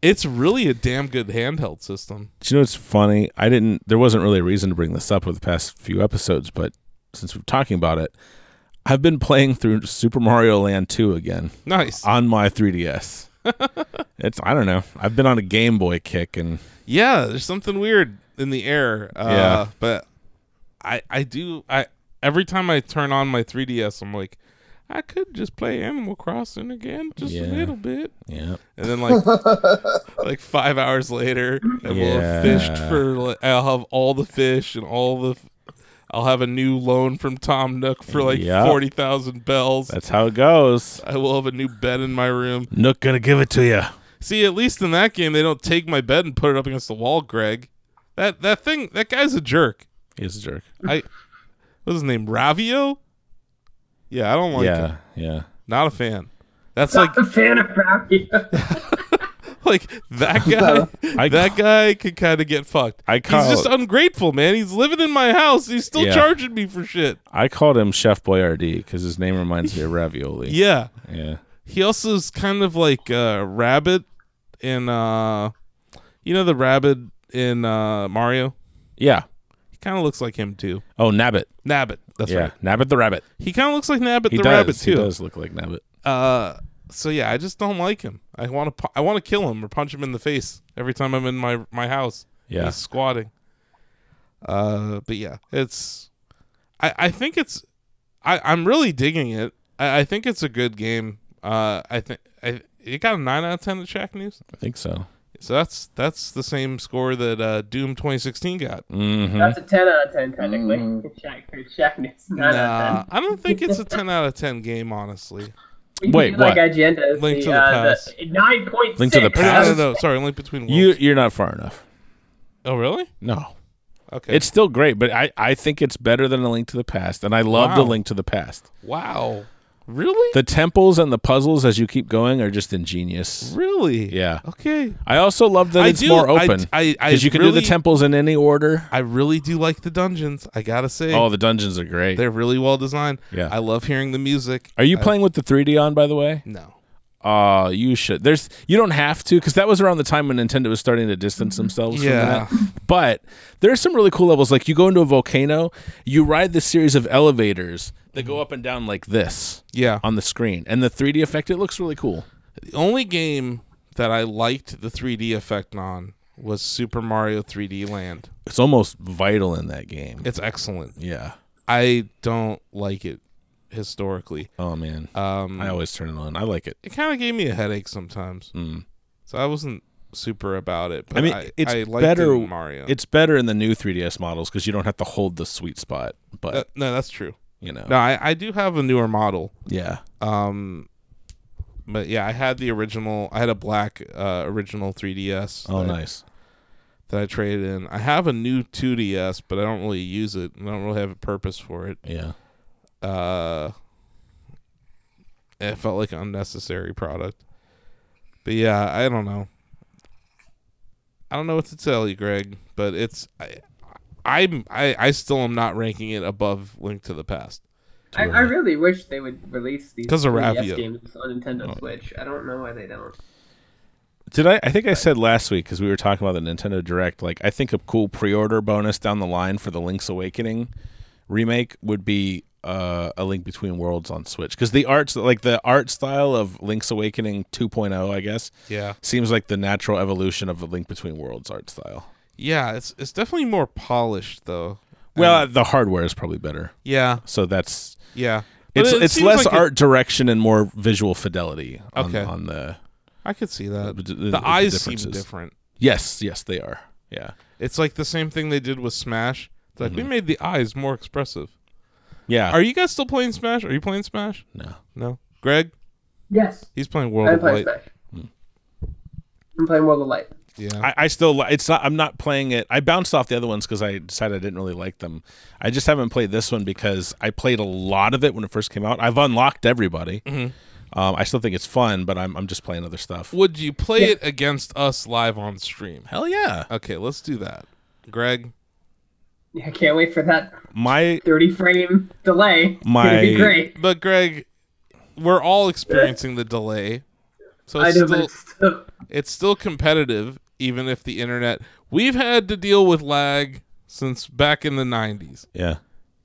S3: it's really a damn good handheld system.
S1: Do you know what's funny? I didn't. There wasn't really a reason to bring this up with the past few episodes, but since we're talking about it, I've been playing through Super Mario Land 2 again
S3: Nice.
S1: on my 3DS. it's I don't know. I've been on a Game Boy kick and
S3: yeah, there's something weird in the air. Uh,
S1: Yeah.
S3: But I I do I every time I turn on my 3DS, I'm like, I could just play Animal Crossing again, just a
S1: Yeah.
S3: little bit.
S1: yeah.
S3: And then like like five hours later, and we'll have fished
S1: Yeah.
S3: for. Like, I'll have all the fish and all the. f- I'll have a new loan from Tom Nook for like
S1: Yep.
S3: forty thousand bells.
S1: That's how it goes.
S3: I will have a new bed in my room.
S1: Nook gonna give it to you.
S3: See, at least in that game, they don't take my bed and put it up against the wall, Greg. That that thing, that guy's a jerk.
S1: He's a jerk.
S3: I what's his name, Ravio? Yeah, I don't like him.
S1: yeah, yeah.
S3: Not a fan. That's
S6: Not
S3: like Mm-hmm.
S6: a fan of Rocky.
S3: like that guy.
S1: I-
S3: that guy could kind of get fucked.
S1: I
S3: He's just
S1: call-
S3: ungrateful, man. He's living in my house. He's still
S1: Yeah.
S3: charging me for shit.
S1: I called him Chef Boyardee because his name reminds me of ravioli.
S3: Yeah.
S1: yeah.
S3: He also is kind of like uh, rabbit in uh, you know the rabbit in uh, Mario.
S1: Yeah.
S3: He kind of looks like him too.
S1: Oh, Nabbit.
S3: Nabbit. That's
S1: yeah,
S3: right.
S1: Nabbit the rabbit.
S3: He kind of looks like Nabbit
S1: He
S3: the
S1: does.
S3: Rabbit too.
S1: He does look like Nabbit.
S3: Uh, so yeah, I just don't like him. I want to I want to kill him or punch him in the face every time I'm in my my house.
S1: Yeah.
S3: he's squatting. Uh, but yeah, it's I I think it's I I'm really digging it. I, I think it's a good game. Uh, I think I it got a nine out of ten at Shack News.
S1: I think so.
S3: So that's that's the same score that uh, Doom 2016 got.
S1: hmm
S6: That's a 10 out of 10, technically. Shaq, Shaq News, 9 out
S3: Mm-hmm. Nah,
S6: of 10.
S3: I don't think it's a 10 out of 10 game, honestly.
S6: We
S1: Wait,
S6: do like
S1: what?
S6: IGN does.
S3: Link
S6: the,
S3: to the
S6: uh,
S3: past.
S6: The 9.6.
S1: Link to the
S3: Or No,
S1: past?
S3: no, no, sorry, Link Between Worlds.
S1: You you're not far enough.
S3: oh, really?
S1: No.
S3: Okay.
S1: It's still great, but I, I think it's better than a link to the past, and I love
S3: Wow.
S1: the link to the past.
S3: Wow. Really?
S1: The temples and the puzzles as you keep going are just ingenious.
S3: really?
S1: Yeah.
S3: Okay.
S1: I also love that
S3: I
S1: it's
S3: do-
S1: more
S3: I-
S1: open.
S3: I- I
S1: you can do
S3: really-
S1: the temples in any order.
S3: I really do like the dungeons. I gotta say,
S1: Oh, the dungeons are great.
S3: they're really well designed.
S1: Yeah.
S3: I love hearing the music.
S1: Are you
S3: I-
S1: playing with the 3D on, by the way?
S3: No.
S1: Uh, you should. There's you don't have to because that was around the time when Nintendo was starting to distance themselves
S3: Yeah.
S1: from that. But there's some really cool levels. Like you go into a volcano, you ride this series of elevators that go up and down like this
S3: Yeah.
S1: on the screen, and the 3D effect. It looks really cool.
S3: The only game that I liked the 3D effect on was Super Mario 3D Land.
S1: It's almost vital in that game.
S3: It's excellent.
S1: Yeah.
S3: I don't like it historically.
S1: Oh man,
S3: Um,
S1: I always turn it on. I like it.
S3: it kind of gave me a headache sometimes. So I wasn't super about it. But
S1: Hmm. I mean, it's
S3: I liked
S1: better.
S3: it in Mario.
S1: It's better in the new 3DS models because you don't have to hold the sweet spot. But
S3: Uh, no, that's true.
S1: you know,
S3: No, I, I do have a newer model.
S1: yeah.
S3: Um, but yeah, I had the original. I had a black uh, original 3DS.
S1: Oh,
S3: that,
S1: nice.
S3: That I traded in. I have a new 2DS, but I don't really use it. and I don't really have a purpose for it.
S1: Yeah.
S3: Uh, it felt like an unnecessary product. But yeah, I don't know. I don't know what to tell you, Greg. But it's I, I'm I, I still am not ranking it above Link to the Past.
S6: I, I really wish they would release these
S3: 'Cause of
S6: 3DS
S3: Ravia. Oh.
S6: games on Nintendo Switch. I don't know why they don't.
S1: Did I? I think I said last week because we were talking about the Nintendo Direct. Like, I think a cool pre-order bonus down the line for the Link's Awakening remake would be uh, a Link Between Worlds on Switch because the arts, like the art style of Link's Awakening 2.0, I guess,
S3: Yeah.
S1: seems like the natural evolution of the Link Between Worlds art style.
S3: Yeah, it's it's definitely more polished though.
S1: Well, the hardware is probably better,
S3: Yeah,
S1: so that's
S3: yeah. But
S1: it's
S3: it
S1: it's
S3: seems
S1: less
S3: like it-
S1: art direction and more visual fidelity. On,
S3: Okay.
S1: on the
S3: I could see that.
S1: The-
S3: The,
S1: the- the
S3: eyes seem
S1: differences.
S3: different.
S1: yes, yes, they are. Yeah,
S3: It's like the same thing they did with Smash. It's like we
S1: Mm-hmm.
S3: made the eyes more expressive.
S1: yeah.
S3: Are you guys still playing Smash? Are you playing Smash?
S1: no,
S3: No. Greg,
S6: Yes,
S3: he's playing World
S6: I'm
S3: of
S6: playing
S3: Light. Hmm.
S6: Smash. I'm playing World of Light.
S3: Yeah.
S1: I, I still li- it's not I'm not playing it. I bounced off the other ones because I decided I didn't really like them. I just haven't played this one because I played a lot of it when it first came out. I've unlocked everybody.
S3: Mm-hmm.
S1: Um, I still think it's fun, but I'm I'm just playing other stuff.
S3: Would you play it against us live on stream?
S1: Hell yeah!
S3: Okay, let's do that. Greg,
S6: Yeah, I can't wait for that
S1: My
S6: 30 frame delay. It's gonna be
S1: My-
S6: great.
S3: but Greg, we're all experiencing the delay. So
S6: I
S3: it's
S6: know,
S3: still,
S6: but it's still,
S3: it's still competitive even if the internet we've had to deal with lag since back in the 90s
S1: yeah.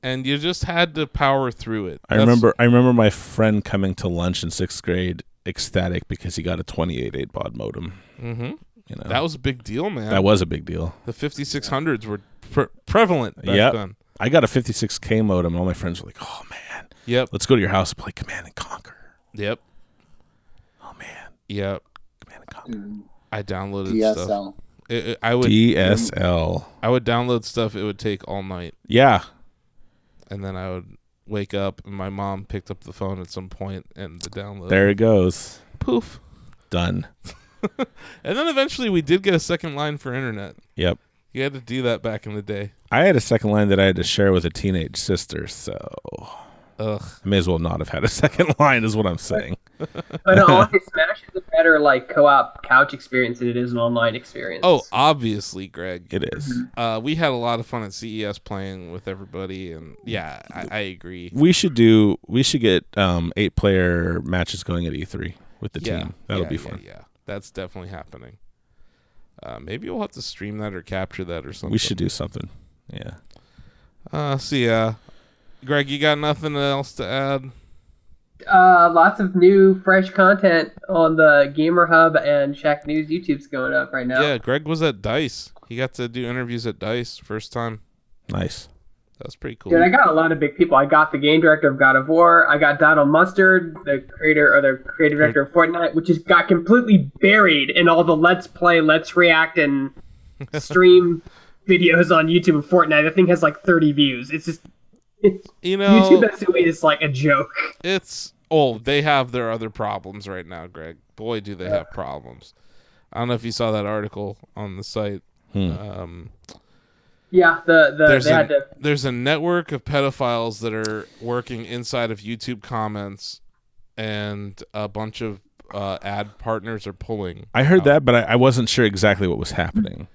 S3: and you just had to power through it
S1: I
S3: That's-
S1: remember I remember my friend coming to lunch in sixth grade ecstatic because he got a 28.8 baud modem.
S3: Mhm.
S1: You know
S3: that was a big deal man
S1: that was a big deal.
S3: the 5600s were pre- prevalent back
S1: Yep.
S3: then
S1: I got a 56k modem, and all my friends were like, "Oh man,
S3: yep
S1: let's go to your house and play Command and Conquer."
S3: yep
S1: Oh man,
S3: yep
S1: Command and Conquer.
S3: i downloaded stuff
S2: DSL.
S3: It- it- i would
S1: DSL.
S3: i would download stuff it would take all night
S1: Yeah.
S3: and then i would wake up and my mom picked up the phone at some point and the download
S1: There it goes.
S3: poof
S1: Done.
S3: and then eventually we did get a second line for internet
S1: Yep.
S3: you had to do that back in the day
S1: I had a second line that I had to share with a teenage sister, so I
S3: ugh
S1: may as well not have had a second line, is what I'm saying.
S6: but honestly, Smash is a better like co-op couch experience than it is an online experience.
S3: Oh, obviously, Greg.
S1: It is.
S3: Uh, we had a lot of fun at CES playing with everybody, and yeah, I, I agree.
S1: We should do. We should get um, eight player matches going at E3 with the
S3: Yeah,
S1: team. That would
S3: yeah,
S1: be
S3: yeah,
S1: fun.
S3: Yeah, that's definitely happening. Uh, maybe we'll have to stream that or capture that or something.
S1: We should do something. Yeah.
S3: Uh, so yeah, Greg, you got nothing else to add?
S6: uh, lots of new fresh content on the Gamer Hub and Shack News YouTube's going up right now.
S3: Yeah, Greg was at Dice. He got to do interviews at Dice first time.
S1: Nice.
S3: That was pretty cool.
S6: Dude, I got a lot of big people. I got the game director of God of War. I got Donald Mustard, the creator or the creative director of Fortnite, which has got completely buried in all the Let's Play, Let's React, and stream videos on YouTube of Fortnite. That thing has like 30 views. It's just it's,
S3: you
S6: YouTube
S3: know,
S6: SUE is like a joke.
S3: it's oh, they have their other problems right now, Greg. Boy, do they have problems. I don't know if you saw that article on the site.
S1: Hmm.
S3: Um,
S6: Yeah, the the
S3: there's
S6: they
S3: a,
S6: had to
S3: there's a network of pedophiles that are working inside of YouTube comments and a bunch of uh, ad partners are pulling.
S1: I heard that, but I, I wasn't sure exactly what was happening.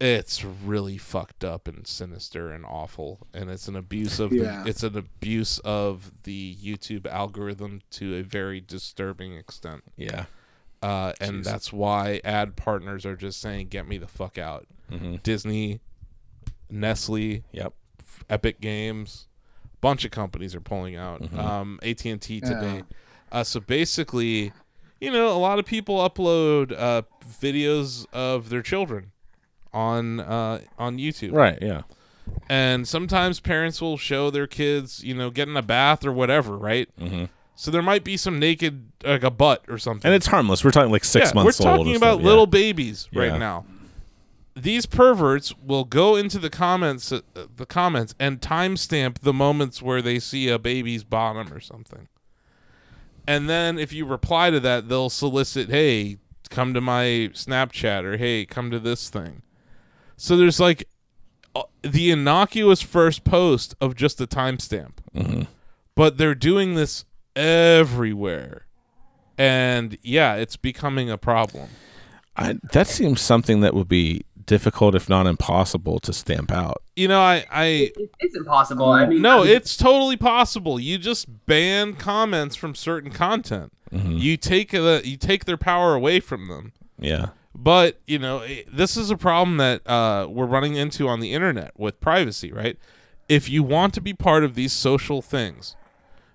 S3: It's really fucked up and sinister and awful, and it's an abuse of
S2: Yeah.
S3: the, it's an abuse of the YouTube algorithm to a very disturbing extent.
S1: Yeah.
S3: Uh, and that's why ad partners are just saying, "Get me the fuck out." Disney, Nestle,
S1: Yep.
S3: Epic Games, bunch of companies are pulling out.
S1: Mm-hmm.
S3: Um, AT and T today. Uh, so basically, you know, a lot of people upload uh, videos of their children on uh, on YouTube,
S1: Right. Yeah.
S3: and sometimes parents will show their kids, you know, getting a bath or whatever, right? Mm-hmm. So there might be some naked, like a butt or something
S1: And it's harmless. We're talking like six months
S3: we're
S1: old. or
S3: talking about
S1: something.
S3: little babies
S1: Yeah.
S3: right now. These perverts will go into the comments, uh, the comments, and timestamp the moments where they see a baby's bottom or something. And then if you reply to that, they'll solicit, "Hey, come to my Snapchat," or "Hey, come to this thing." So there's like uh, the innocuous first post of just a timestamp,
S1: Mm-hmm.
S3: but they're doing this everywhere and yeah, it's becoming a problem.
S1: yeah. I, that seems something that would be difficult, if not impossible, to stamp out.
S3: You know, I, I
S6: It, it's impossible. I mean,
S3: no,
S6: I mean,
S3: it's totally possible. You just ban comments from certain content. You take the you take their power away from them.
S1: Yeah.
S3: But you know, i- this is a problem that uh, we're running into on the internet with privacy, right? If you want to be part of these social things,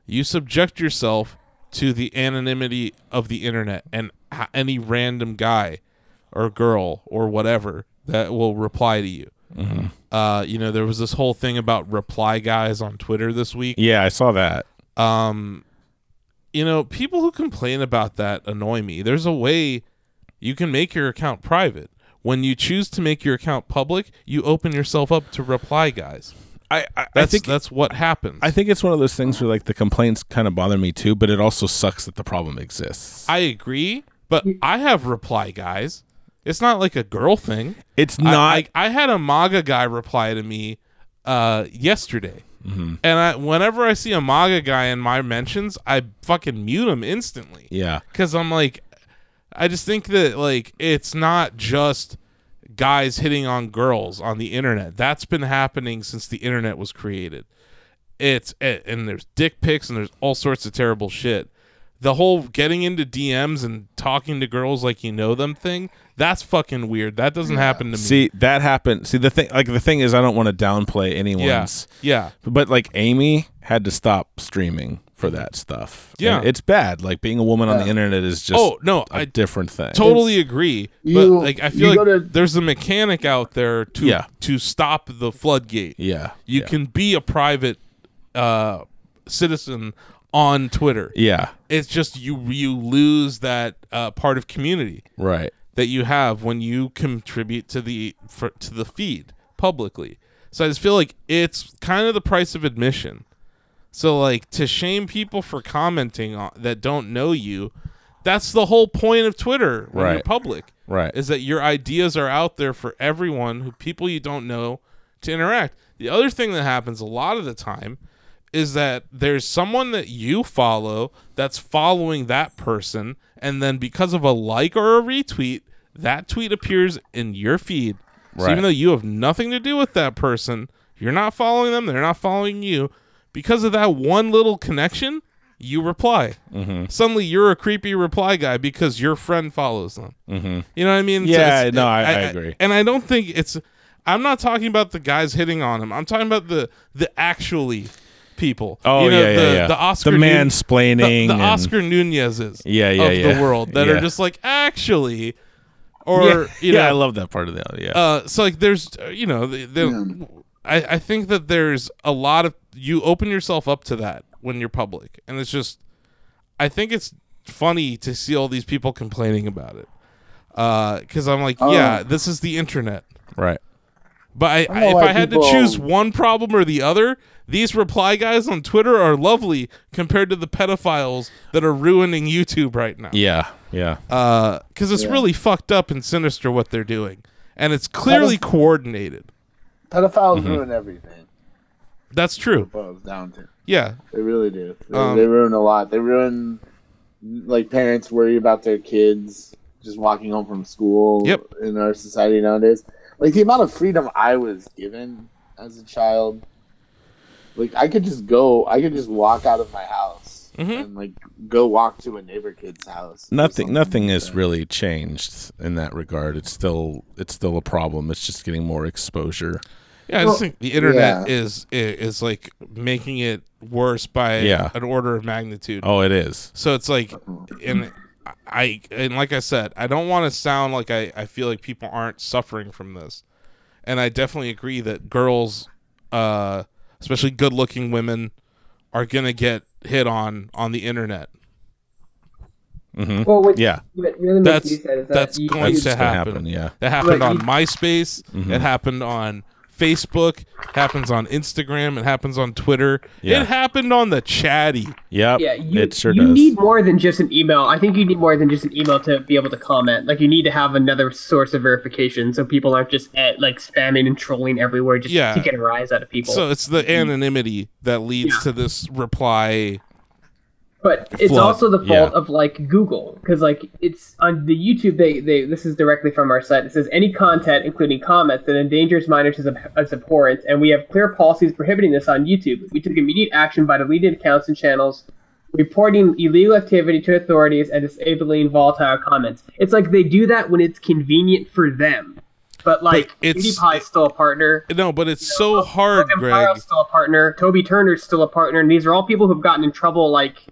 S3: you subject yourself to the anonymity of the internet and h- any random guy or girl or whatever that will reply to you. Uh, you know, there was this whole thing about reply guys on Twitter this week.
S1: Yeah. I saw that.
S3: Um, you know, people who complain about that annoy me. There's a way you can make your account private. When you choose to make your account public, you open yourself up to reply guys.
S1: I, I, I
S3: That's,
S1: think
S3: that's what happens.
S1: I think it's one of those things where like the complaints kind of bother me too, but it also sucks that the problem exists.
S3: I agree, but I have reply guys. It's not like a girl thing.
S1: It's
S3: I-
S1: not.
S3: I, I had a MAGA guy reply to me uh, yesterday,
S1: Mm-hmm.
S3: and I, whenever I see a MAGA guy in my mentions, I fucking mute him instantly.
S1: yeah.
S3: because I'm like, I just think that like it's not just guys hitting on girls on the internet. That's been happening since the internet was created. It's a- and there's dick pics and there's all sorts of terrible shit. The whole getting into DMs and talking to girls like you know them thing, that's fucking weird. That doesn't happen to me.
S1: See that happened. See the thing. Like the thing is, I don't want to downplay
S3: yeah.
S1: anyone's.
S3: Yeah.
S1: But like Amy had to stop streaming for that stuff.
S3: Yeah.
S1: And it's bad. Like being a woman on the internet is just
S3: Oh, no,
S1: a
S3: I
S1: different thing.
S3: Totally agree. but
S2: You-
S3: like I
S2: you
S3: feel like
S2: go to-
S3: there's a mechanic out there to
S1: Yeah.
S3: to stop the floodgate.
S1: Yeah.
S3: You
S1: yeah.
S3: can be a private uh, citizen on Twitter.
S1: Yeah.
S3: It's just you you lose that uh, part of community
S1: Right.
S3: that you have when you contribute to the for, to the feed publicly. So I just feel like it's kind of the price of admission. So like to shame people for commenting on, that don't know you, that's the whole point of Twitter when you're
S1: Right.
S3: public.
S1: Right.
S3: Is that your ideas are out there for everyone who people you don't know to interact. The other thing that happens a lot of the time is that there's someone that you follow that's following that person and then because of a like or a retweet, that tweet appears in your feed. So
S1: Right.
S3: even though you have nothing to do with that person, you're not following them, they're not following you, because of that one little connection, you reply. Suddenly you're a creepy reply guy because your friend follows them. You know what I mean? So
S1: Mm-hmm. Yeah,
S3: it's-
S1: no, I- I agree.
S3: and I don't think it's. I'm not talking about the guys hitting on him. I'm talking about the the actually people.
S1: Oh
S3: you know,
S1: yeah, yeah,
S3: the,
S1: yeah.
S3: The Oscar
S1: the
S3: Nu-
S1: mansplaining,
S3: the, the
S1: and-
S3: Oscar Nunez's.
S1: Yeah, yeah,
S3: of
S1: yeah.
S3: the world that
S1: Yeah.
S3: are just like actually, or you know,
S1: yeah, I love that part of the yeah.
S3: uh, so like there's uh, you know the, the, I, I think that there's a lot of you open yourself up to that when you're public and it's just i think it's funny to see all these people complaining about it because i'm
S2: Oh.
S3: like yeah this is the internet
S1: right.
S3: but I, I,
S2: know
S3: if
S2: why
S3: i had to
S2: people-
S3: choose one problem or the other these reply guys on twitter are lovely compared to the pedophiles that are ruining youtube right now
S1: Yeah. Yeah.
S3: because it's really fucked up and sinister what they're doing and it's clearly coordinated
S2: Pedophiles ruin everything.
S3: That's true.
S2: above down to.
S3: Yeah.
S2: They really do. They,
S3: Um,
S2: they ruin a lot. They ruin like parents worry about their kids just walking home from school.
S3: Yep.
S2: In our society nowadays, like the amount of freedom I was given as a child, like I could just go, I could just walk out of my house and like go walk to a neighbor kid's house. or
S1: Nothing.
S2: something
S1: Nothing
S2: like
S1: has
S2: that.
S1: really changed in that regard. It's still. It's still a problem. It's just getting more exposure.
S3: Yeah, I just
S6: Well,
S3: think the internet
S2: yeah.
S3: is i- is like making it worse by
S1: Yeah.
S3: an order of magnitude.
S1: Oh, it is.
S3: So it's like, and I and like I said, I don't want to sound like I I feel like people aren't suffering from this, and I definitely agree that girls, uh, especially good looking women, are gonna get hit on on the internet.
S6: Well, what,
S1: Yeah.
S6: what really makes
S3: That's
S6: me sad is that
S3: that's
S6: you,
S3: going
S6: you-
S3: to
S1: gonna
S3: happen.
S1: happen, yeah.
S3: that happened
S6: Like,
S3: on
S6: you-
S3: MySpace. It happened on Facebook. Happens on Instagram. It happens on Twitter.
S1: Yeah.
S3: It happened on the chatty.
S1: Yep.
S6: yeah, you,
S1: it sure
S6: you
S1: does.
S6: need more than just an email. I think you need more than just an email to be able to comment. Like you need to have another source of verification so people aren't just at, like spamming and trolling everywhere just
S3: Yeah.
S6: to get a rise out of people.
S3: So it's the anonymity that leads to this reply.
S6: but it's
S3: Flood,
S6: also the fault
S1: yeah.
S6: of like Google because like it's on the YouTube they, they this is directly from our site. It says any content including comments that endangers minors is, ab- is abhorrent, and we have clear policies prohibiting this on YouTube. We took immediate action by deleting accounts and channels, reporting illegal activity to authorities, and disabling volatile comments. It's like they do that when it's convenient for them, but like
S3: it's-
S6: PewDiePie is still a partner.
S3: No, but it's so hard,
S6: Tim
S3: Greg.
S6: Pyro's still a partner. Toby Turner's still a partner, and these are all people who've gotten in trouble, like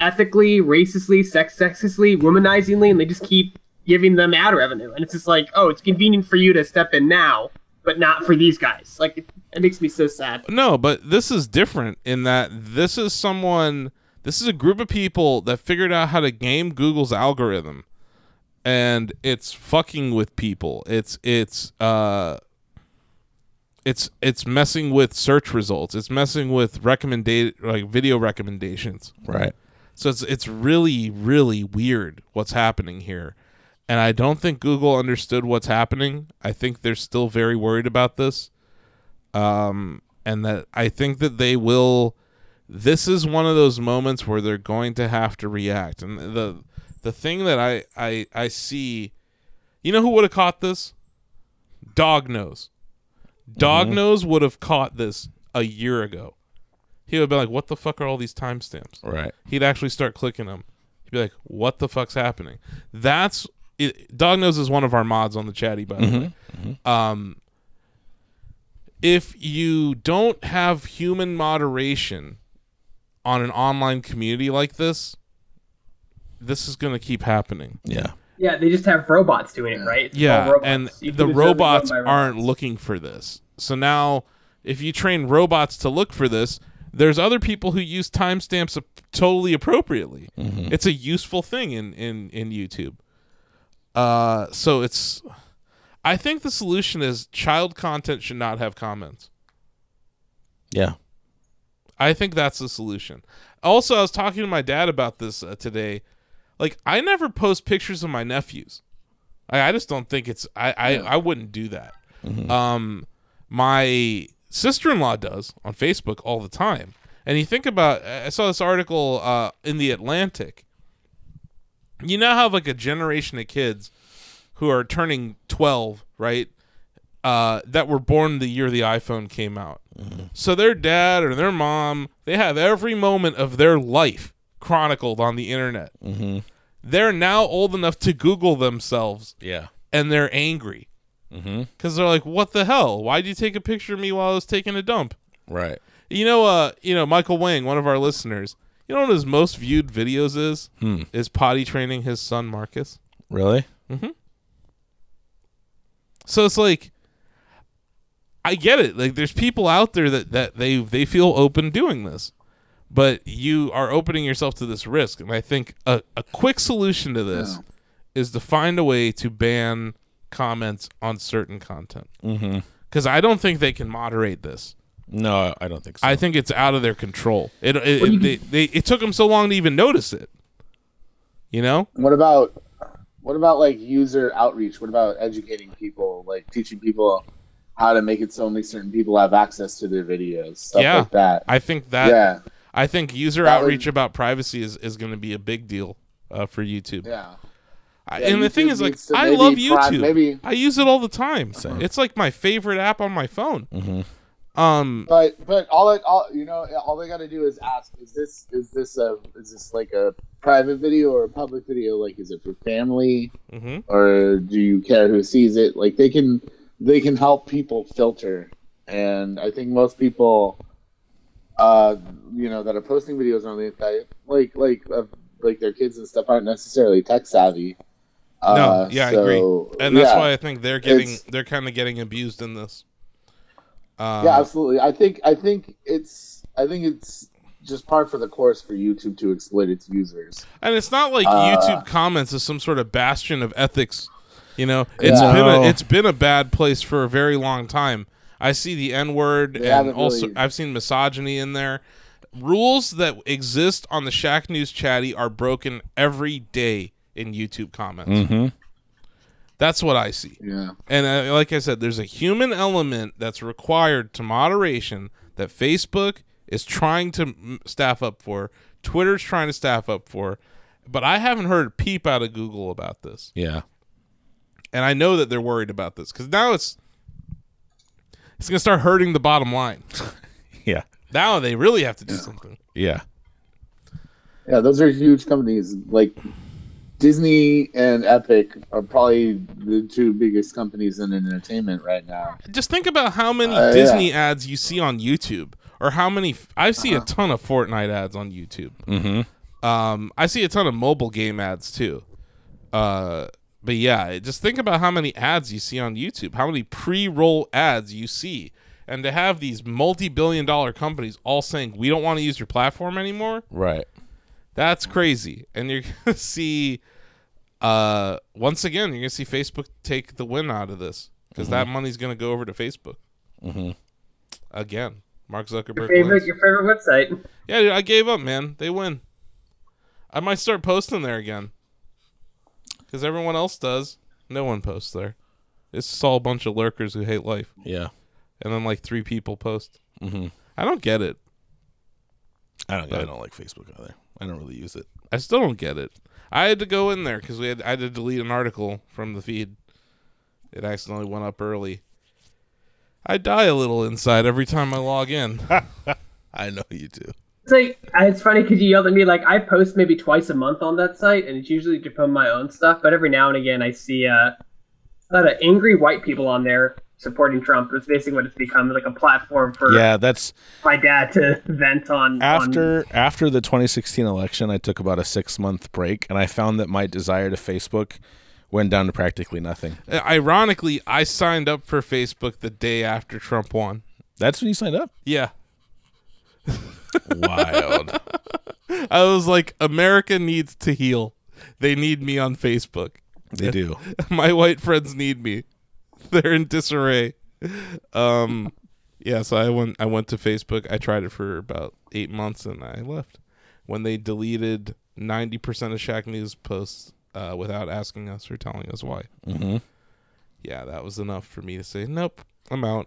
S6: ethically, racistly, sex sexistly, womanizingly, and they just keep giving them ad revenue. And it's just like, oh, it's convenient for you to step in now, but not for these guys. Like, it, it makes me so sad.
S3: No, but this is different in that this is someone, this is a group of people that figured out how to game Google's algorithm, and it's fucking with people. It's it's uh, it's it's messing with search results. It's messing with recommended like video recommendations.
S1: Right.
S3: So it's it's really really weird what's happening here. And I don't think Google understood what's happening. I think they're still very worried about this. Um and that I think that they will this is one of those moments where they're going to have to react. And the the thing that I I I see you know who would have caught this? Dog nose. Dog nose would have caught this a year ago. He would have been like, "What the fuck are all these timestamps?"
S1: Right.
S3: he'd actually start clicking them. He'd be like, "What the fuck's happening?" That's it, Dog Nose is one of our mods on the chatty, by the way. Um, if you don't have human moderation on an online community like this, this is going to keep happening.
S1: Yeah.
S6: Yeah, they just have robots doing it, right? It's all
S3: Yeah,
S6: robots.
S3: and
S6: You can
S3: the
S6: just have
S3: robots
S6: run by
S3: aren't looking for this. So now, if you train robots to look for this, there's other people who use timestamps ap- totally appropriately. It's a useful thing in in in YouTube. Uh, so it's, I think the solution is child content should not have comments.
S1: Yeah.
S3: I think that's the solution. Also, I was talking to my dad about this uh, today. Like, I never post pictures of my nephews. I, I just don't think it's. I I, I wouldn't do that. Um, my sister in law does on Facebook all the time. And you think about, I saw this article uh, in the Atlantic. You now have like a generation of kids who are turning twelve, right? Uh, that were born the year the iPhone came out. So their dad or their mom, they have every moment of their life chronicled on the internet. Mm-hmm. They're now old enough to Google themselves,
S1: Yeah.
S3: and they're angry because mm-hmm. they're like, "What the hell? Why would you take a picture of me while I was taking a dump?"
S1: Right.
S3: You know, uh, you know, Michael Wang, one of our listeners. You know what his most viewed videos is? Is potty training his son Marcus.
S1: Really?
S3: So it's like I get it. Like there's people out there that that they they feel open doing this. But you are opening yourself to this risk and I think a, a quick solution to this is to find a way to ban comments on certain content. Mm-hmm. Cuz I don't think they can moderate this.
S1: No, I don't think so.
S3: I think it's out of their control. It it,
S6: Well, you
S3: it, they, they, it took them so long to even notice it. You know?
S2: What about what about like user outreach? What about educating people, like teaching people how to make it so only certain people have access to their videos, stuff
S3: Yeah.
S2: like that.
S3: I think that
S2: yeah,
S3: I think user
S2: That would-
S3: outreach about privacy is, is going to be a big deal uh, for YouTube.
S2: yeah.
S3: I-
S2: Yeah,
S3: and the thing
S2: YouTube
S3: is, like,
S2: needs to
S3: I
S2: maybe
S3: love
S2: pri-
S3: YouTube.
S2: maybe-
S3: I use it all the time. It's like my favorite app on my phone. Um,
S2: But but all it all you know all they got to do is ask is this is this a is this like a private video or a public video like is it for family
S3: mhm.
S2: or do you care who sees it like they can they can help people filter and I think most people uh you know that are posting videos on the internet like like of like their kids and stuff aren't necessarily tech savvy. Uh,
S3: yeah, I
S2: so-
S3: and that's
S2: yeah.
S3: why I think they're getting
S2: It's-
S3: they're kind of getting abused in this. Uh,
S2: yeah absolutely i think i think it's i think it's just par for the course for youtube to exploit its users
S3: and it's not like
S2: Uh,
S3: YouTube comments is some sort of bastion of ethics. You know, It's
S2: Yeah.
S3: been
S5: No.
S3: a, it's been a bad place for a very long time. I see the N word, and
S2: haven't
S3: also
S2: really-
S3: I've seen misogyny in there. Rules that exist on the Shack News chatty are broken every day in YouTube comments. That's what I see.
S2: yeah
S3: And uh, like I said, there's a human element that's required to moderation that Facebook is trying to mm, staff up for, Twitter's trying to staff up for, but I haven't heard a peep out of Google about this.
S5: Yeah.
S3: And I know that they're worried about this cuz now it's it's going to start hurting the bottom line.
S5: Yeah.
S3: now they really have to do something.
S5: Yeah.
S2: yeah those are huge companies like disney and epic are probably the two biggest companies in entertainment right now
S3: Just think about how many
S2: Uh, yeah.
S3: Disney ads you see on YouTube or how many f- I see
S2: Uh-huh.
S3: a ton of Fortnite ads on YouTube.
S5: Mhm.
S2: Mm-hmm.
S3: Um, I see a ton of mobile game ads too. Uh, but yeah, just think about how many ads you see on YouTube, how many pre-roll ads you see, and to have these multi-billion-dollar companies all saying we don't want to use your platform anymore,
S5: Right.
S3: that's crazy. And you're gonna see, uh, once again, you're gonna see Facebook take the win out of this because that money's gonna go over to Facebook. Mm-hmm. Again, Mark Zuckerberg.
S6: Favorite,
S3: wins.
S6: your favorite website.
S3: Yeah, dude, I gave up, man. They win. I might start posting there again. Because everyone else does. No one posts there. It's just all a bunch of lurkers who hate life.
S5: Yeah.
S3: And then like three people post.
S5: Mhm.
S3: I don't get it.
S5: I don't. I don't like Facebook either. I don't really use it.
S3: I still don't get it. I had to go in there because we had I had to delete an article from the feed. It accidentally went up early. I die a little inside every time I log in.
S5: I know you do.
S6: It's like I- it's funny because you yelled at me. Like I post maybe twice a month on that site, and it's usually to promote my own stuff. But every now and again, I see uh, a lot of angry white people on there supporting Trump. It's basically what it's become like a platform for
S5: Yeah, that's
S6: my dad to vent on. on,
S5: after after the 2016 election. I took about a six month break, and I found that my desire to Facebook went down to practically nothing.
S3: Uh, Ironically, I signed up for Facebook the day after Trump won.
S5: That's when you signed up.
S3: Yeah.
S5: Wild.
S3: I was like, America needs to heal. They need me on Facebook.
S5: they do.
S3: My white friends need me. They're in disarray. Um, yeah, so I went. I went to Facebook. I tried it for about eight months, and I left when they deleted ninety percent of Shaq News posts uh, without asking us or telling us why.
S5: Mhm.
S3: Yeah, that was enough for me to say, nope, I'm out.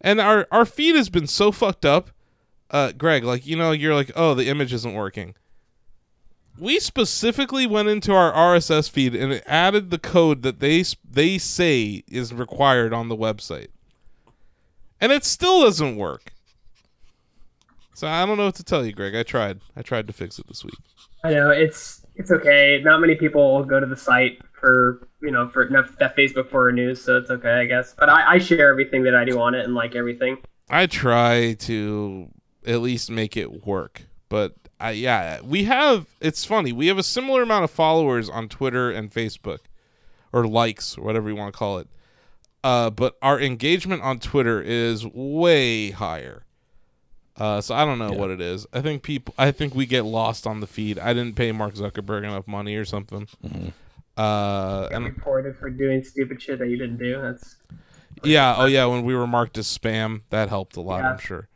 S3: And our our feed has been so fucked up, uh, Greg. Like you know, you're like, oh, the image isn't working. We specifically went into our RSS feed and it added the code that they s- they say is required on the website, and it still doesn't work. So I don't know what to tell you, Greg. I tried. I tried to fix it this week.
S6: I know it's it's okay. Not many people go to the site for you know for enough that Facebook for our news, so it's okay, I guess. But I, I share everything that I do on it and like everything.
S3: I try to at least make it work. But I yeah, we have it's funny. We have a similar amount of followers on Twitter and Facebook or likes or whatever you want to call it. Uh, but our engagement on Twitter is way higher. Uh, so I don't know what it is. I think people I think we get lost on the feed. I didn't pay Mark Zuckerberg enough money or something. Uh, and
S6: Reported for doing stupid shit that you didn't do. That's
S3: yeah. Oh, yeah. When we were marked as spam, that helped a lot,
S6: Yeah.
S3: I'm sure.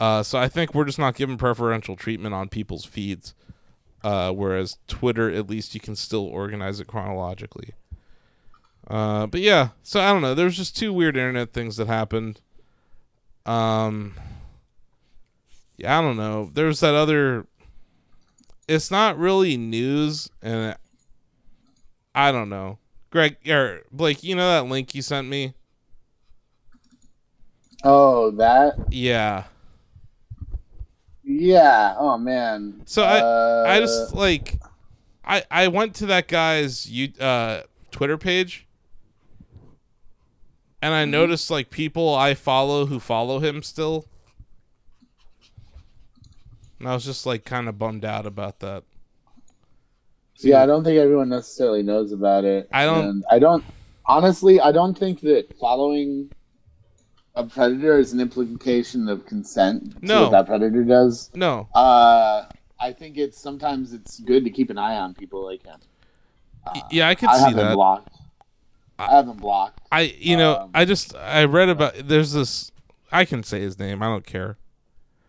S3: Uh, so I think we're just not giving preferential treatment on people's feeds. Uh, whereas Twitter, at least you can still organize it chronologically. Uh, but yeah, so I don't know. There's just two weird internet things that happened. Um, yeah, I don't know. There's that other. It's not really news, and it- I don't know. Greg or Blake, you know that link you sent me?
S2: Oh, that.
S3: Yeah.
S2: Yeah. Oh man.
S3: So I,
S2: Uh,
S3: I just like, I I went to that guy's you uh Twitter page, and
S2: Mm-hmm.
S3: I noticed like people I follow who follow him still, and I was just like kind of bummed out about that.
S2: Yeah, I don't think everyone necessarily knows about it.
S3: I don't-
S2: And I don't. Honestly, I don't think that following a predator is an implication of consent. to
S3: No.
S2: what that predator does.
S3: No,
S2: Uh, I think it's sometimes it's good to keep an eye on people like him.
S3: Y- yeah, I could
S2: I
S3: see
S2: have him
S3: that.
S2: blocked. I have him blocked.
S3: I you know
S2: Um,
S3: I just I read about there's this I can say his name I don't care.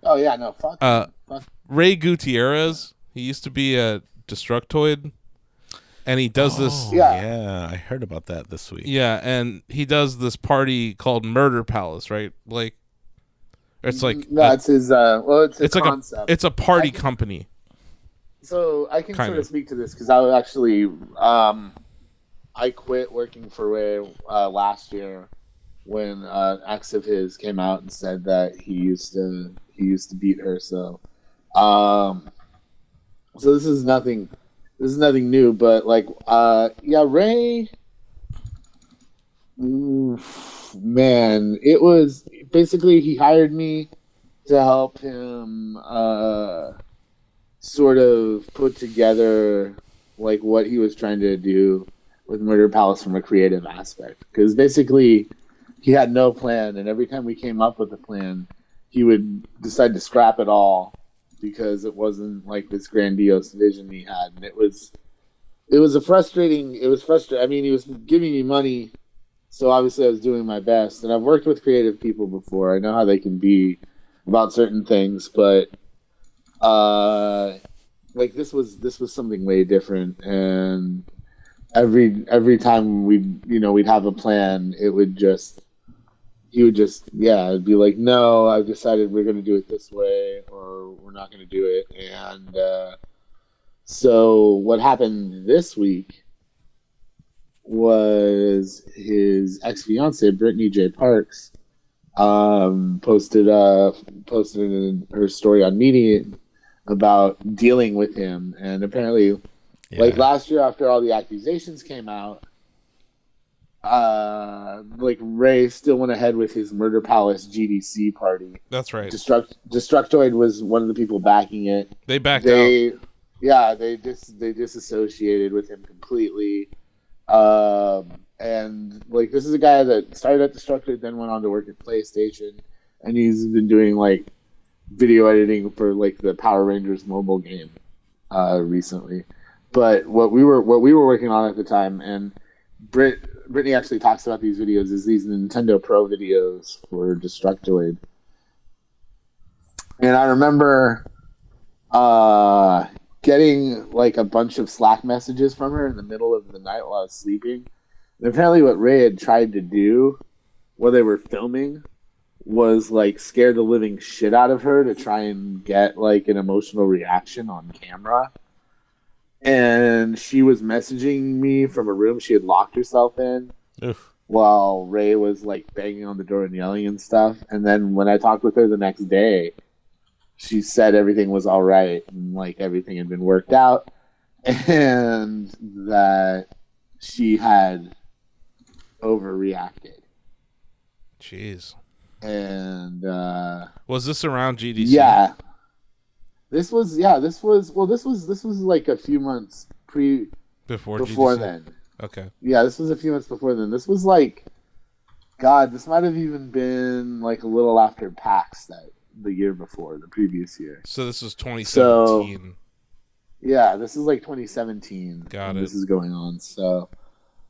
S2: Oh yeah, no fuck.
S3: Uh,
S2: fuck.
S3: Ray Gutierrez, he used to be a Destructoid, and he does this.
S2: yeah.
S5: Yeah, I heard about that this week.
S3: Yeah, and he does this party called Murder Palace, right? Like, it's like
S2: Mm, No,
S3: a-
S2: it's his. Uh, well, it's his
S3: it's like
S2: concept.
S3: a it's a party company.
S2: so I can
S3: Kind
S2: sort of
S3: of.
S2: speak to this because I was actually um, I quit working for Ray uh, last year when uh, an ex of his came out and said that he used to he used to beat her. So, um, so this is nothing. This is nothing new, but like, uh, yeah, Ray. Oof, man, it was basically he hired me to help him. Uh, sort of put together like what he was trying to do with Murder Palace from a creative aspect. Because basically, he had no plan, and every time we came up with a plan, he would decide to scrap it all because it wasn't like this grandiose vision he had, and it was it was a frustrating. It was frustrating. I mean, he was giving me money. So obviously, I was doing my best, and I've worked with creative people before. I know how they can be about certain things, but uh, like this was this was something way different and every every time we'd you know we'd have a plan it would just he would just yeah it'd be like no i've decided we're going to do it this way or we're not going to do it and uh, so what happened this week was his ex-fiance brittany j parks um, posted uh, posted in her story on Medium about dealing with him, and apparently, like last year after all the accusations came out, uh, like Ray still went ahead with his Murder Palace GDC party.
S3: That's right.
S2: Destruct Destructoid was one of the people backing it
S3: They backed out.
S2: they yeah they dis they disassociated with him completely um and like this is a guy that started at destructive then went on to work at playstation and he's been doing like video editing for like the power rangers mobile game uh recently but what we were what we were working on at the time and Brit Brittany actually talks about these videos is these Nintendo Pro videos for Destructoid. And I remember uh, getting like a bunch of Slack messages from her in the middle of the night while I was sleeping. And apparently, what Ray had tried to do while they were filming was like scare the living shit out of her to try and get like an emotional reaction on camera. And she was messaging me from a room she had locked herself in while Ray was like banging on the door and yelling and stuff. And then when I talked with her the next day, she said everything was all right and like everything had been worked out and that she had overreacted
S3: Jeez.
S2: and uh
S3: Was this around GDC?
S2: yeah this was yeah this was well this was this was like a few months pre
S3: Before
S2: before
S3: GDC?
S2: then
S3: Okay.
S2: yeah this was a few months before then this was like god this might have even been like a little after pax that the year before the previous year
S3: So this was 2017.
S2: Yeah, this is like 2017.
S3: Got
S2: when
S3: it.
S2: This is going on. So,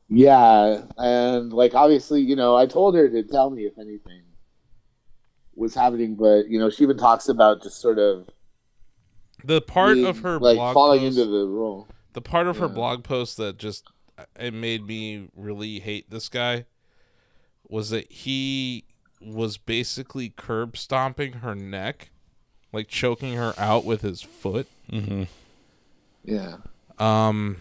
S2: yeah, and like obviously, you know, I told her to tell me if anything was happening, but you know, she even talks about just sort of
S3: the part
S2: being,
S3: of her
S2: like
S3: blog
S2: falling
S3: post,
S2: into the role.
S3: the part of her
S2: Yeah.
S3: blog post that just it made me really hate this guy was that he was basically curb stomping her neck, like choking her out with his foot.
S2: Yeah,
S3: Um,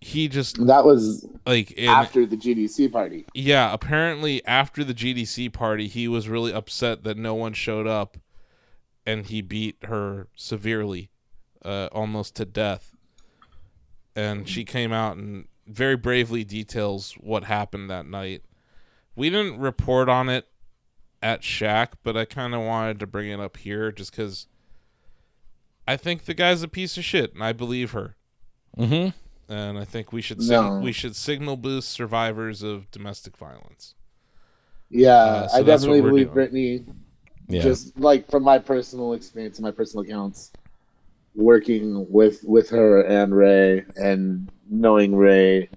S3: he just
S2: that was
S3: like in,
S2: after the GDC party.
S3: yeah. Apparently, after the GDC party, he was really upset that no one showed up, and he beat her severely, uh, almost to death. And she came out and very bravely details what happened that night. We didn't report on it at Shaq, but I kind of wanted to bring it up here just because I think the guy's a piece of shit, and I believe her. Mm-hmm. And I think we should sig-
S2: No.
S3: we should signal boost survivors of domestic violence.
S2: Yeah,
S3: Uh, so
S2: I
S3: that's what
S2: definitely
S3: we're
S2: believe
S3: doing.
S2: Brittany.
S5: Yeah.
S2: Just like from my personal experience and my personal accounts, working with with her and Ray, and knowing Ray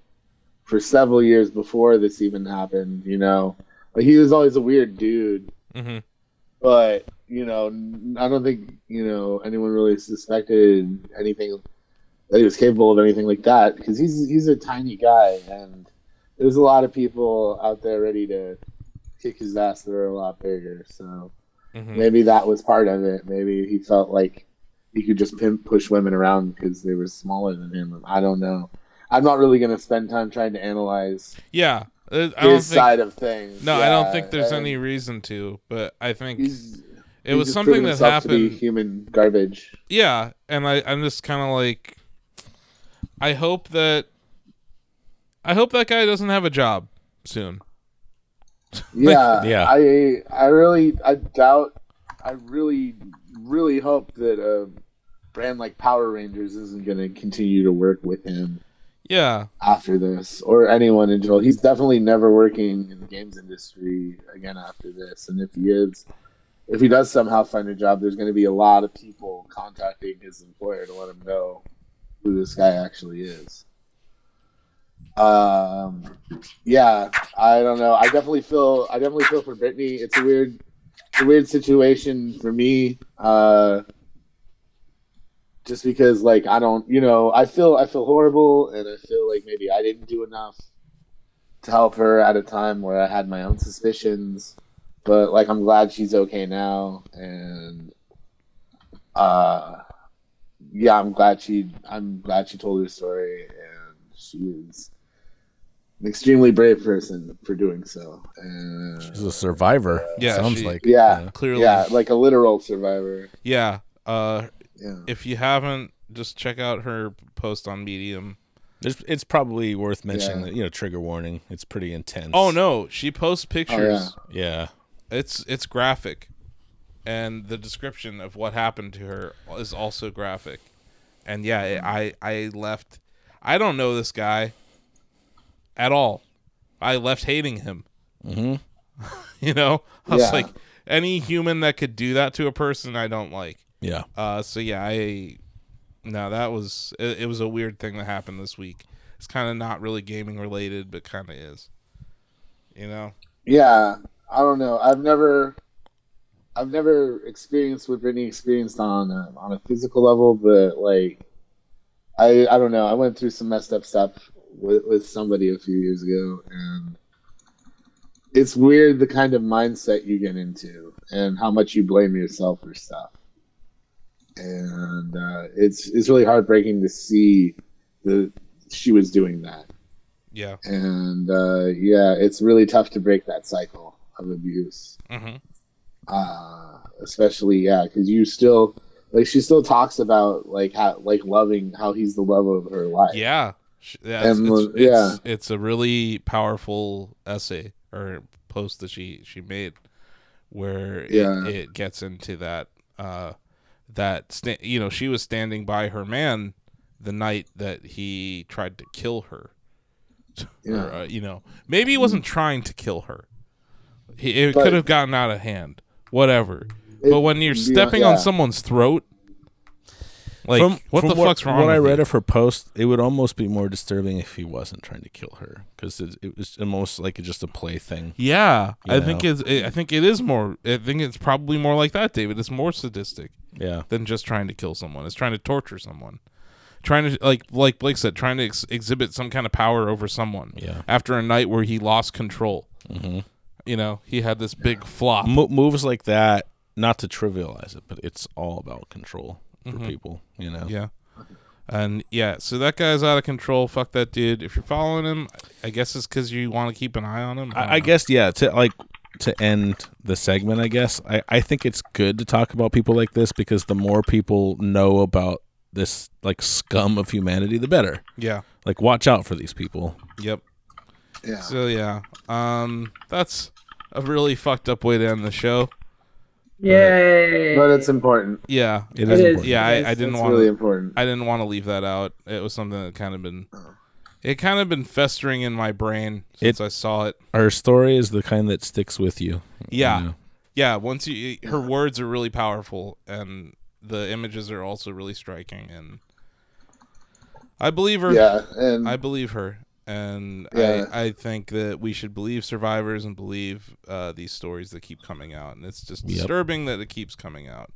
S2: for several years before this even happened. You know, like he was always a weird dude,
S3: Mhm.
S2: but you know, n- I don't think you know anyone really suspected anything that he was capable of anything like that because he's he's a tiny guy and there's a lot of people out there ready to kick his ass that are a lot bigger. So
S3: Mhm.
S2: maybe that was part of it. Maybe he felt like he could just pimp push women around because they were smaller than him. I don't know. I'm not really going to spend time trying to analyze
S3: Yeah, uh, I don't
S2: his
S3: think.
S2: side of things.
S3: No, I
S2: Yeah,
S3: don't think there's
S2: and
S3: any reason to. But I think
S2: He's,
S3: it was something that happened.
S2: human garbage.
S3: yeah and i i'm just kind of like i hope that i hope that guy doesn't have a job soon
S2: Yeah,
S5: Yeah.
S2: I I really I doubt. I really really hope that a brand like Power Rangers isn't going to continue to work with him.
S3: yeah
S2: after this or anyone in general. He's definitely never working in the games industry again after this. And if he is, if he does somehow find a job, there's going to be a lot of people contacting his employer to let him know who this guy actually is. Um, yeah, I don't know. I definitely feel. I definitely feel for Brittany. It's a weird, it's a weird situation for me. Uh, just because like I don't you know I feel I feel horrible and I feel like maybe I didn't do enough to help her at a time where I had my own suspicions but like I'm glad she's okay now and uh yeah I'm glad she I'm glad she told her story and she is an extremely brave person for doing so and
S5: She's a survivor.
S3: Yeah,
S5: sounds
S3: she-
S5: like.
S2: yeah
S3: clearly
S2: yeah
S3: yeah,
S2: like a literal survivor yeah
S3: uh if you haven't just check out her post on medium
S5: It's, it's probably worth mentioning
S2: Yeah.
S5: that you know trigger warning. It's pretty intense.
S3: oh no she posts pictures
S5: Yeah.
S3: it's it's graphic and the description of what happened to her is also graphic and yeah i i left i don't know this guy at all i left hating him mm-hmm. you know i was
S2: Yeah.
S3: like any human that could do that to a person i don't like
S5: Yeah.
S3: uh so yeah i no that was it, it was a weird thing that happened this week it's kind of not really gaming related but kind of is you know
S2: yeah i don't know i've never i've never experienced what brittany experienced on a, on a physical level but like i i don't know i went through some messed up stuff with, with somebody a few years ago and it's weird the kind of mindset you get into and how much you blame yourself for stuff and uh, it's it's really heartbreaking to see that she was doing that
S3: yeah
S2: and uh, yeah, it's really tough to break that cycle of abuse,
S3: mm-hmm.
S2: uh, especially yeah, because you still like she still talks about like how like loving how he's the love of her life.
S3: Yeah. Sh- Yeah. It's,
S2: And,
S3: it's,
S2: yeah.
S3: it's- it's a really powerful essay or post that she, she made where it,
S2: Yeah.
S3: it gets into that, uh, that, sta- you know, she was standing by her man the night that he tried to kill her.
S2: Yeah.
S3: Or, uh, you know, maybe he wasn't trying to kill her. He, it
S2: But-
S3: could have gotten out of hand, whatever.
S2: It-
S3: but when you're
S2: yeah,
S3: stepping
S2: yeah.
S3: on someone's throat, like
S5: From-
S3: what
S5: from
S3: the fuck's wrong?
S5: What I
S3: with you?
S5: read of her post, it would almost be more disturbing if he wasn't trying to kill her because it, it was almost like just a play thing.
S3: Yeah, I
S5: know?
S3: think it's. It, I think it is more. I think it's probably more like that, David. It's more sadistic
S5: Yeah.
S3: than just trying to kill someone. It's trying to torture someone, trying to like like Blake said, trying to ex- exhibit some kind of power over someone.
S1: Yeah.
S3: After a night where he lost control, mm-hmm. you know, he had this big flop.
S1: Mo- moves like that, not to trivialize it, but it's all about control for people. You know.
S3: Mm-hmm. Yeah. And yeah, so that guy's out of control. Fuck that dude. If you're following him, I guess it's because you want to keep an eye on him. don't
S1: I, I
S3: know.
S1: guess yeah. To like to end the segment, I guess I I think it's good to talk about people like this because the more people know about this like scum of humanity, the better.
S3: Yeah.
S1: Like, watch out for these people.
S3: Yep.
S2: Yeah.
S3: So yeah, um, that's a really fucked up way to end the show.
S6: Yay!
S2: But it's important.
S3: Yeah.
S1: It
S6: It
S1: is.
S6: is.
S1: important.
S3: Yeah,
S6: It is.
S3: I, I didn't
S2: It's
S3: want.
S2: really
S3: to
S2: important.
S3: I didn't want to leave that out. It was something that kind of been, it kind of been festering in my brain since I saw it.
S1: Our story is the kind that sticks with you.
S3: Yeah,
S1: know.
S3: yeah. Once you, her words are really powerful, and the images are also really striking. And I believe her.
S2: Yeah, and
S3: I believe her, and
S2: Yeah.
S3: I, I think that we should believe survivors and believe uh, these stories that keep coming out. And it's just disturbing that it keeps coming out.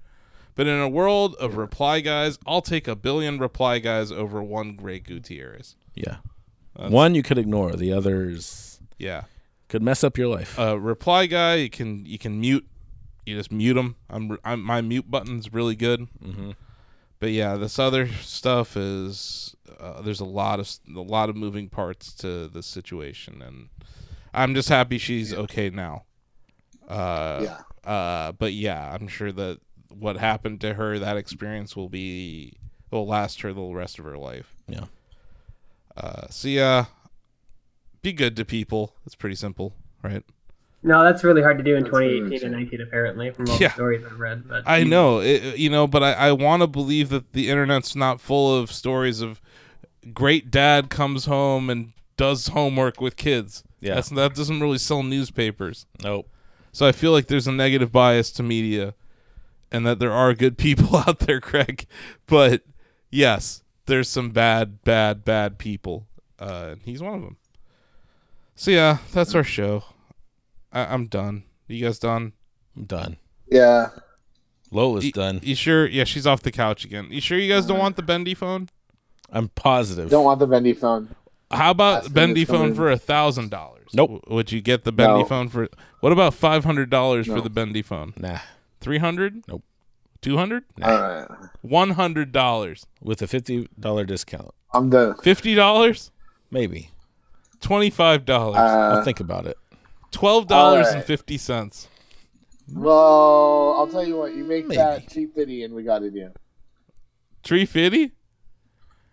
S3: But in a world of reply guys, I'll take a billion reply guys over one Greg Gutierrez.
S1: Yeah. One you could ignore. The others
S3: Yeah,
S1: could mess up your life.
S3: uh, reply guy, you can you can mute. You just mute them. I'm, I'm my mute button's really good. But yeah, this other stuff is uh, there's a lot of a lot of moving parts to the situation, and I'm just happy she's okay now. Uh,
S2: yeah,
S3: uh, but yeah, I'm sure that what happened to her, that experience will be will last her the rest of her life.
S1: Yeah.
S3: Uh, so yeah, be good to people. It's pretty simple, right?
S6: No, that's really hard to do in
S2: That's really
S6: 2018 and 19, apparently, from all
S3: Yeah.
S6: the stories I've read. But
S3: I know, it, you know, but I, I want to believe that the internet's not full of stories of great dad comes home and does homework with kids.
S1: Yeah.
S3: That's, that doesn't really sell newspapers.
S1: nope.
S3: So I feel like there's a negative bias to media and that there are good people out there, Craig. But yes, there's some bad, bad, bad people. Uh, and he's one of them. So yeah, that's our show. I- I'm done. You guys done?
S1: I'm done.
S2: yeah.
S1: Lola's
S3: You-
S1: done.
S3: You sure? Yeah, she's off the couch again. You sure you guys don't want the bendy phone?
S1: I'm positive.
S2: Don't want the bendy phone.
S3: How about
S2: That's the
S3: bendy
S2: next one.
S3: phone for a thousand dollars?
S1: Nope.
S3: Would you get the bendy
S2: No.
S3: phone for? What about five hundred dollars for
S2: No.
S3: the bendy phone?
S1: nah.
S3: Three hundred?
S1: Nope.
S3: Two hundred?
S2: All right,
S3: One hundred dollars?
S1: With a fifty dollar discount.
S2: I'm done.
S3: Fifty dollars?
S1: Maybe.
S3: Twenty five dollars?
S1: I'll
S2: Uh,
S1: think about it.
S3: Twelve dollars and fifty cents.
S2: well, I'll tell you what. You make that cheap fifty, and we got it in
S3: Three fifty?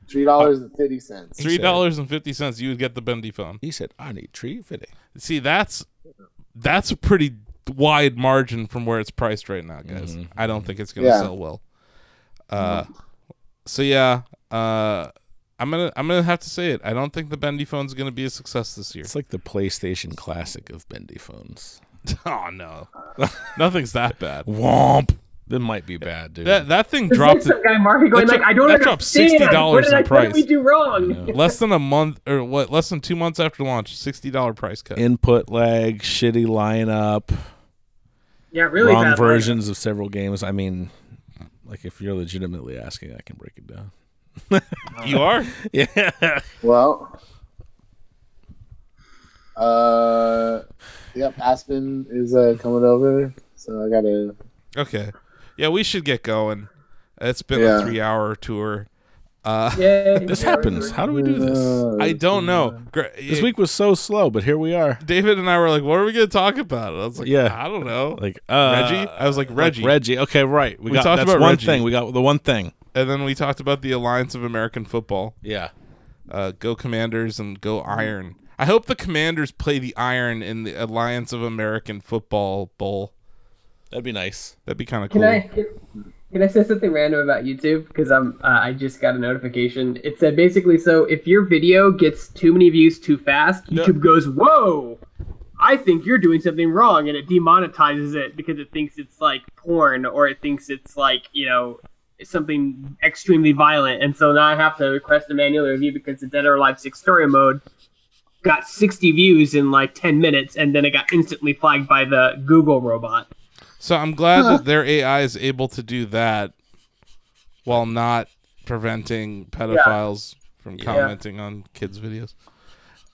S2: three dollars and fifty cents.
S3: Three dollars and fifty cents. You would get the bendy phone.
S1: He said, I need tree fitting.
S3: See, that's that's a pretty wide margin from where it's priced right now, guys. I don't think it's gonna
S2: Yeah.
S3: sell well. Uh, so yeah, uh, I'm gonna I'm gonna have to say it. I don't think the Bendy phone's gonna be a success this year.
S1: It's like the PlayStation classic of bendy phones.
S3: oh no, nothing's that bad.
S1: Womp. That might be bad, dude.
S3: That that thing
S6: It's like
S3: dropped
S6: some guy Marty going
S3: that
S6: like,
S3: dropped-
S6: I don't
S3: that dropped
S6: understand.
S3: $60
S6: what did
S3: in
S6: I, What
S3: price.
S6: did we do wrong?
S3: less than a month or what? Less than two months after launch, sixty dollar price cut.
S1: Input lag, shitty lineup,
S6: Yeah, really
S1: wrong
S6: bad.
S1: versions of several games. I mean, like if you're legitimately asking, I can break it down.
S3: you are
S1: Yeah.
S2: Well, uh, yep. Aspen is uh, coming over, so I gotta.
S3: okay. Yeah, we should get going. It's been a
S2: Yeah.
S3: three hour tour.
S6: Yay.
S1: This happens. How do we do this?
S2: Uh,
S3: I don't know. Gra-
S1: This week was so slow, but here we are.
S3: David and I were like, "What are we gonna talk about?" I was like,
S1: Yeah.
S3: "Yeah, I don't know."
S1: Like uh,
S3: Reggie, I was like Reggie,
S1: Reggie. Okay, right. We,
S3: We
S1: got
S3: talked
S1: that's
S3: about
S1: one
S3: Reggie.
S1: thing. We got the one thing.
S3: and then we talked about the Alliance of American Football.
S1: Yeah.
S3: Uh, go Commanders and go Iron. I hope the Commanders play the Iron in the Alliance of American Football Bowl.
S1: That'd be nice.
S3: That'd be kind of cool.
S6: Can I can, can I say something random about YouTube? Because I'm uh, I just got a notification. It said basically, so if your video gets too many views too fast, YouTube goes, "Whoa, I think you're doing something wrong," and it demonetizes it because it thinks it's like porn or it thinks it's like you know something extremely violent. And so now I have to request a manual review because the Dead or Alive Six Story Mode got 60 views in like 10 minutes and then it got instantly flagged by the Google robot.
S3: So I'm glad that their AI is able to do that while not preventing pedophiles from commenting on kids' videos.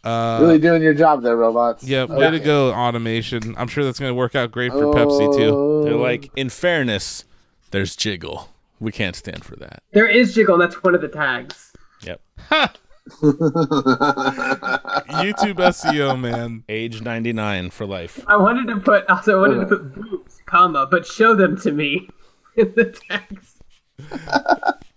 S3: Uh,
S2: really doing your job there, robots.
S3: yeah, way to go, automation. I'm sure that's going to work out great for Pepsi too.
S1: They're like, in fairness, there's jiggle. We can't stand for that.
S6: There is jiggle, and that's one of the tags.
S1: Yep.
S6: Oh.
S3: YouTube SEO, man.
S1: Age 99 for life.
S6: I wanted to put also I wanted to put boobs, comma, but show them to me in the text.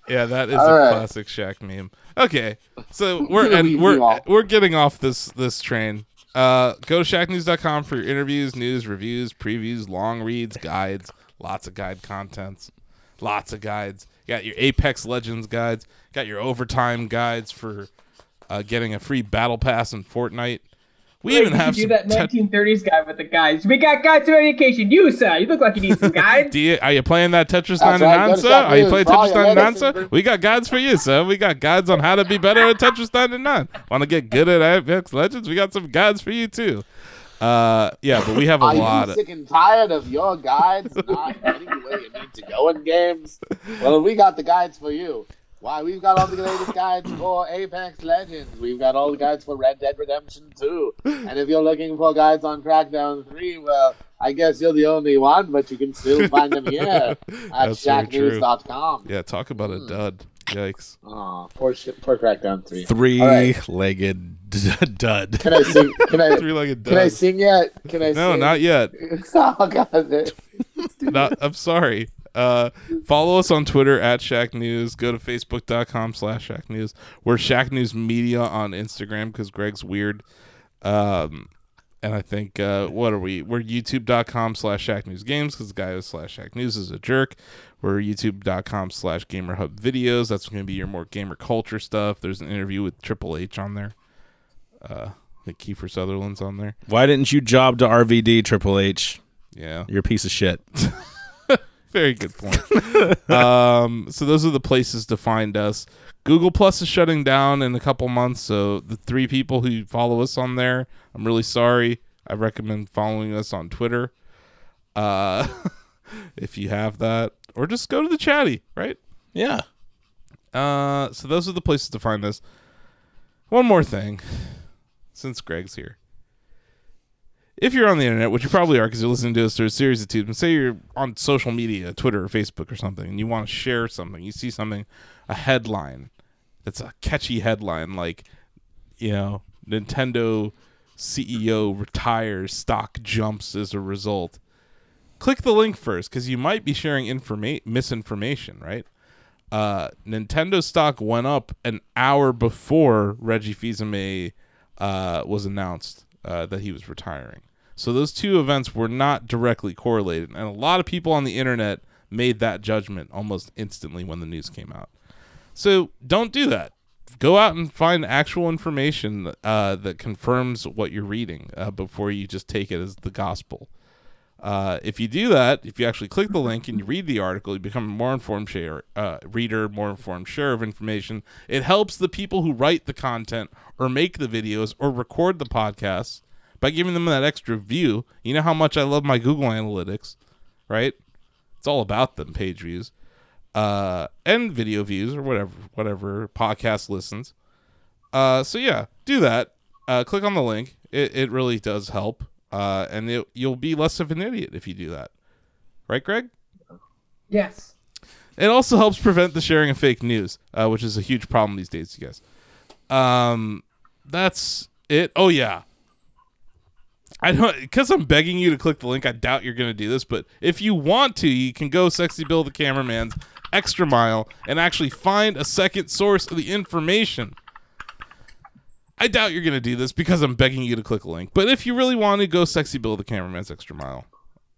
S3: Yeah, that is a
S2: right.
S3: classic Shaq meme. Okay, so we're
S2: We-
S3: and
S2: we
S3: we're
S2: all-
S3: we're getting off this this train. Uh, go to shacknews.com for your interviews, news, reviews, previews, long reads, guides, lots of guide contents, lots of guides. You got your Apex Legends guides, got your overtime guides for uh, getting a free battle pass in Fortnite. We even have
S6: do
S3: some
S6: that
S3: tech-
S6: 1930s guy with the guys. We got guides to education. You, sir, you look like you need some guides.
S3: Do you, are you playing that Tetris
S2: That's
S3: 99,
S2: right,
S3: sir?
S2: that's
S3: Are you
S2: right.
S3: playing
S2: For all
S3: Tetris
S2: your
S3: 99,
S2: medicine,
S3: sir?
S2: bro.
S3: We got guides for you, sir. We got guides on how to be better at Tetris 99. Want to get good at Apex Legends? We got some guides for you, too. Uh, yeah, but we have a
S2: Are
S3: lot
S2: you
S3: of.
S2: sick and tired of your guides not getting you where you need to go in games? Well, we got the guides for you. Why, we've got all the latest guides for Apex Legends. We've got all the guides for Red Dead Redemption 2. And if you're looking for guides on Crackdown 3, well, I guess you're the only one, but you can still find them here at
S3: That's very true.
S2: shacknews.com.
S3: Yeah, talk about a dud. Yikes.
S2: Aw, poor, shit, poor Crackdown 3.
S1: Three
S2: right.
S1: legged dud.
S2: Can I sing? Can I,
S3: Three legged
S2: can I
S3: dud.
S2: sing yet? Can I
S3: No,
S2: sing?
S3: not yet.
S2: oh, God.
S3: Not, I'm sorry. Uh, follow us on Twitter at Shack News. Go to facebook.com slash Shack News. We're Shack News Media on Instagram because Greg's weird. Um, and I think, uh, what are we? We're youtube.com slash Shack News Games because the guy who's slash Shack News is a jerk. We're youtube.com slash Gamer Hub Videos. That's going to be your more gamer culture stuff. There's an interview with Triple H on there. Uh, I think Kiefer Sutherland's on there.
S1: Why didn't you job to RVD, Triple H?
S3: Yeah.
S1: You're a piece of shit.
S3: Very good point. um, so those are the places to find us. Google Plus is shutting down in a couple months, so the three people who follow us on there, I'm really sorry. I recommend following us on Twitter, uh, if you have that, or just go to the chatty, right?
S1: Yeah.
S3: Uh, so those are the places to find us. One more thing, since Greg's here. If you're on the internet, which you probably are because you're listening to us through a series of tubes, and say you're on social media, Twitter or Facebook or something, and you want to share something, you see something, a headline that's a catchy headline like, you know, Nintendo CEO retires, stock jumps as a result. Click the link first because you might be sharing informa- misinformation, right? uh, Nintendo stock went up an hour before Reggie Fils-Aimé uh, was announced uh, that he was retiring. So those two events were not directly correlated, and a lot of people on the internet made that judgment almost instantly when the news came out. So don't do that. Go out and find actual information uh, that confirms what you're reading uh, before you just take it as the gospel. Uh, if you do that, if you actually click the link and you read the article, you become a more informed share, uh, reader, more informed share of information. It helps the people who write the content or make the videos or record the podcasts by giving them that extra view. You know how much I love my Google Analytics, right? It's all about them page views uh, and video views or whatever, whatever podcast listens. Uh, so yeah, do that. Uh, click on the link. It, it really does help. Uh, and it, you'll be less of an idiot if you do that. Right, Greg?
S6: yes.
S3: It also helps prevent the sharing of fake news, uh, which is a huge problem these days, you guys. Um, that's it. Oh yeah, I don't because I'm begging you to click the link. I doubt you're gonna do this, but if you want to, you can go sexy Bill the cameraman's extra mile and actually find a second source of the information. I doubt you're gonna do this because I'm begging you to click a link. But if you really want to, go sexy Bill the cameraman's extra mile.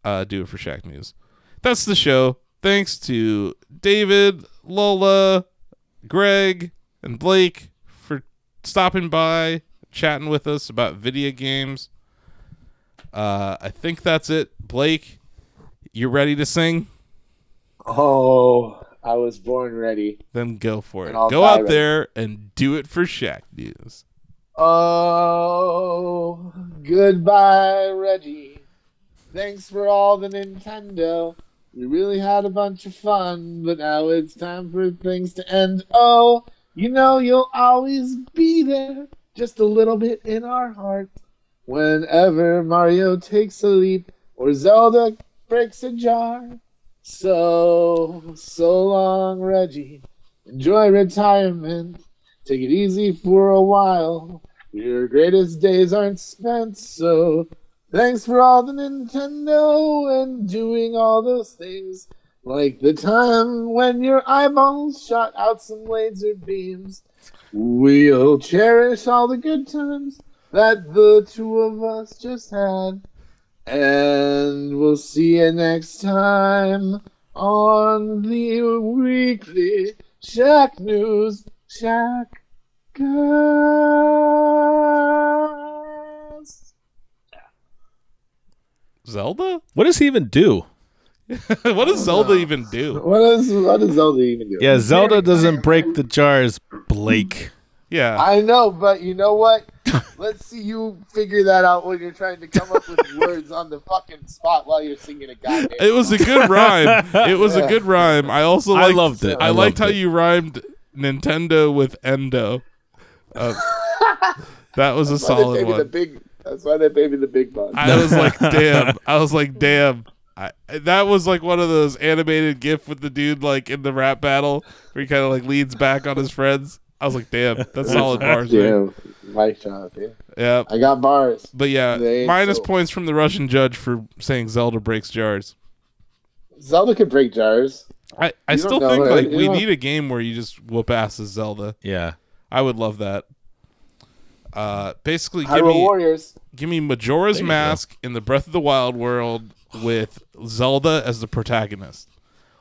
S3: Uh, do it for Shack News that's the show. Thanks to David, Lola, Greg, and Blake for stopping by, chatting with us about video games. Uh, I think that's it. Blake, you ready to sing?
S2: Oh, I was born ready.
S3: Then go for it.
S2: And I'll
S3: Go
S2: die
S3: out
S2: ready.
S3: there and do it for Shaq News.
S2: Oh, goodbye, Reggie. Thanks for all the Nintendo. We really had a bunch of fun, but now it's time for things to end. Oh, you know, you'll always be there, just a little bit in our heart. Whenever Mario takes a leap or Zelda breaks a jar. So, so long, Reggie. Enjoy retirement. Take it easy for a while. Your greatest days aren't spent, so Thanks for all the Nintendo and doing all those things. Like the time when your eyeballs shot out some laser beams. We'll cherish all the good times that the two of us just had. And we'll see you next time on the weekly Shack News Shack.
S3: Zelda?
S1: What does he even do?
S3: what does Zelda even do?
S2: What does what does Zelda even do?
S1: Yeah, Zelda doesn't break the jars, Blake.
S3: Yeah.
S2: I know, but you know what? Let's see you figure that out when you're trying to come up with words on the fucking spot while you're singing a goddamn.
S3: It was a good rhyme. It was a good rhyme. I also
S1: I
S3: liked,
S1: loved it.
S3: I,
S1: I loved
S3: liked how
S1: it.
S3: you rhymed Nintendo with Endo. Uh, that was a
S2: That's why they paid
S3: solid
S2: me The
S3: one.
S2: big, that's why they paid me the big bucks.
S3: I was like, damn. I was like, damn. I, that was like one of those animated GIF with the dude like in the rap battle where he kind of like leans back on his friends. I was like, damn, that's solid bars. man.
S2: Damn, my job. Yeah.
S3: Yeah.
S2: I got bars.
S3: But yeah,
S2: They ain't
S3: minus
S2: so-
S3: points from the Russian judge for saying Zelda breaks jars.
S2: Zelda could break jars.
S3: I, I
S2: You don't
S3: still
S2: know
S3: think
S2: it,
S3: like
S2: you
S3: we
S2: know?
S3: need a game where you just whoop asses Zelda.
S1: Yeah.
S3: I would love that. Uh, basically, give
S2: Hyrule
S3: me
S2: Warriors.
S3: give me Majora's Mask in the Breath of the Wild world with Zelda as the protagonist.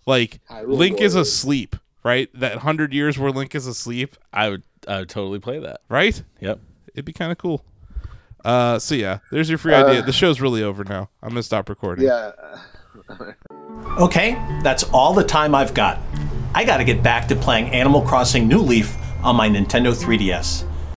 S3: Like
S2: Hyrule
S3: Link is
S2: Warriors.
S3: asleep, right? That hundred years where Link is asleep,
S1: I would I would totally play that.
S3: right?
S1: Yep.
S3: It'd be kind of cool. Uh, so yeah, there's your free idea. The show's really over now. I'm gonna stop recording.
S2: Yeah.
S4: Okay, that's all the time I've got. I gotta get back to playing Animal Crossing New Leaf on my Nintendo 3DS.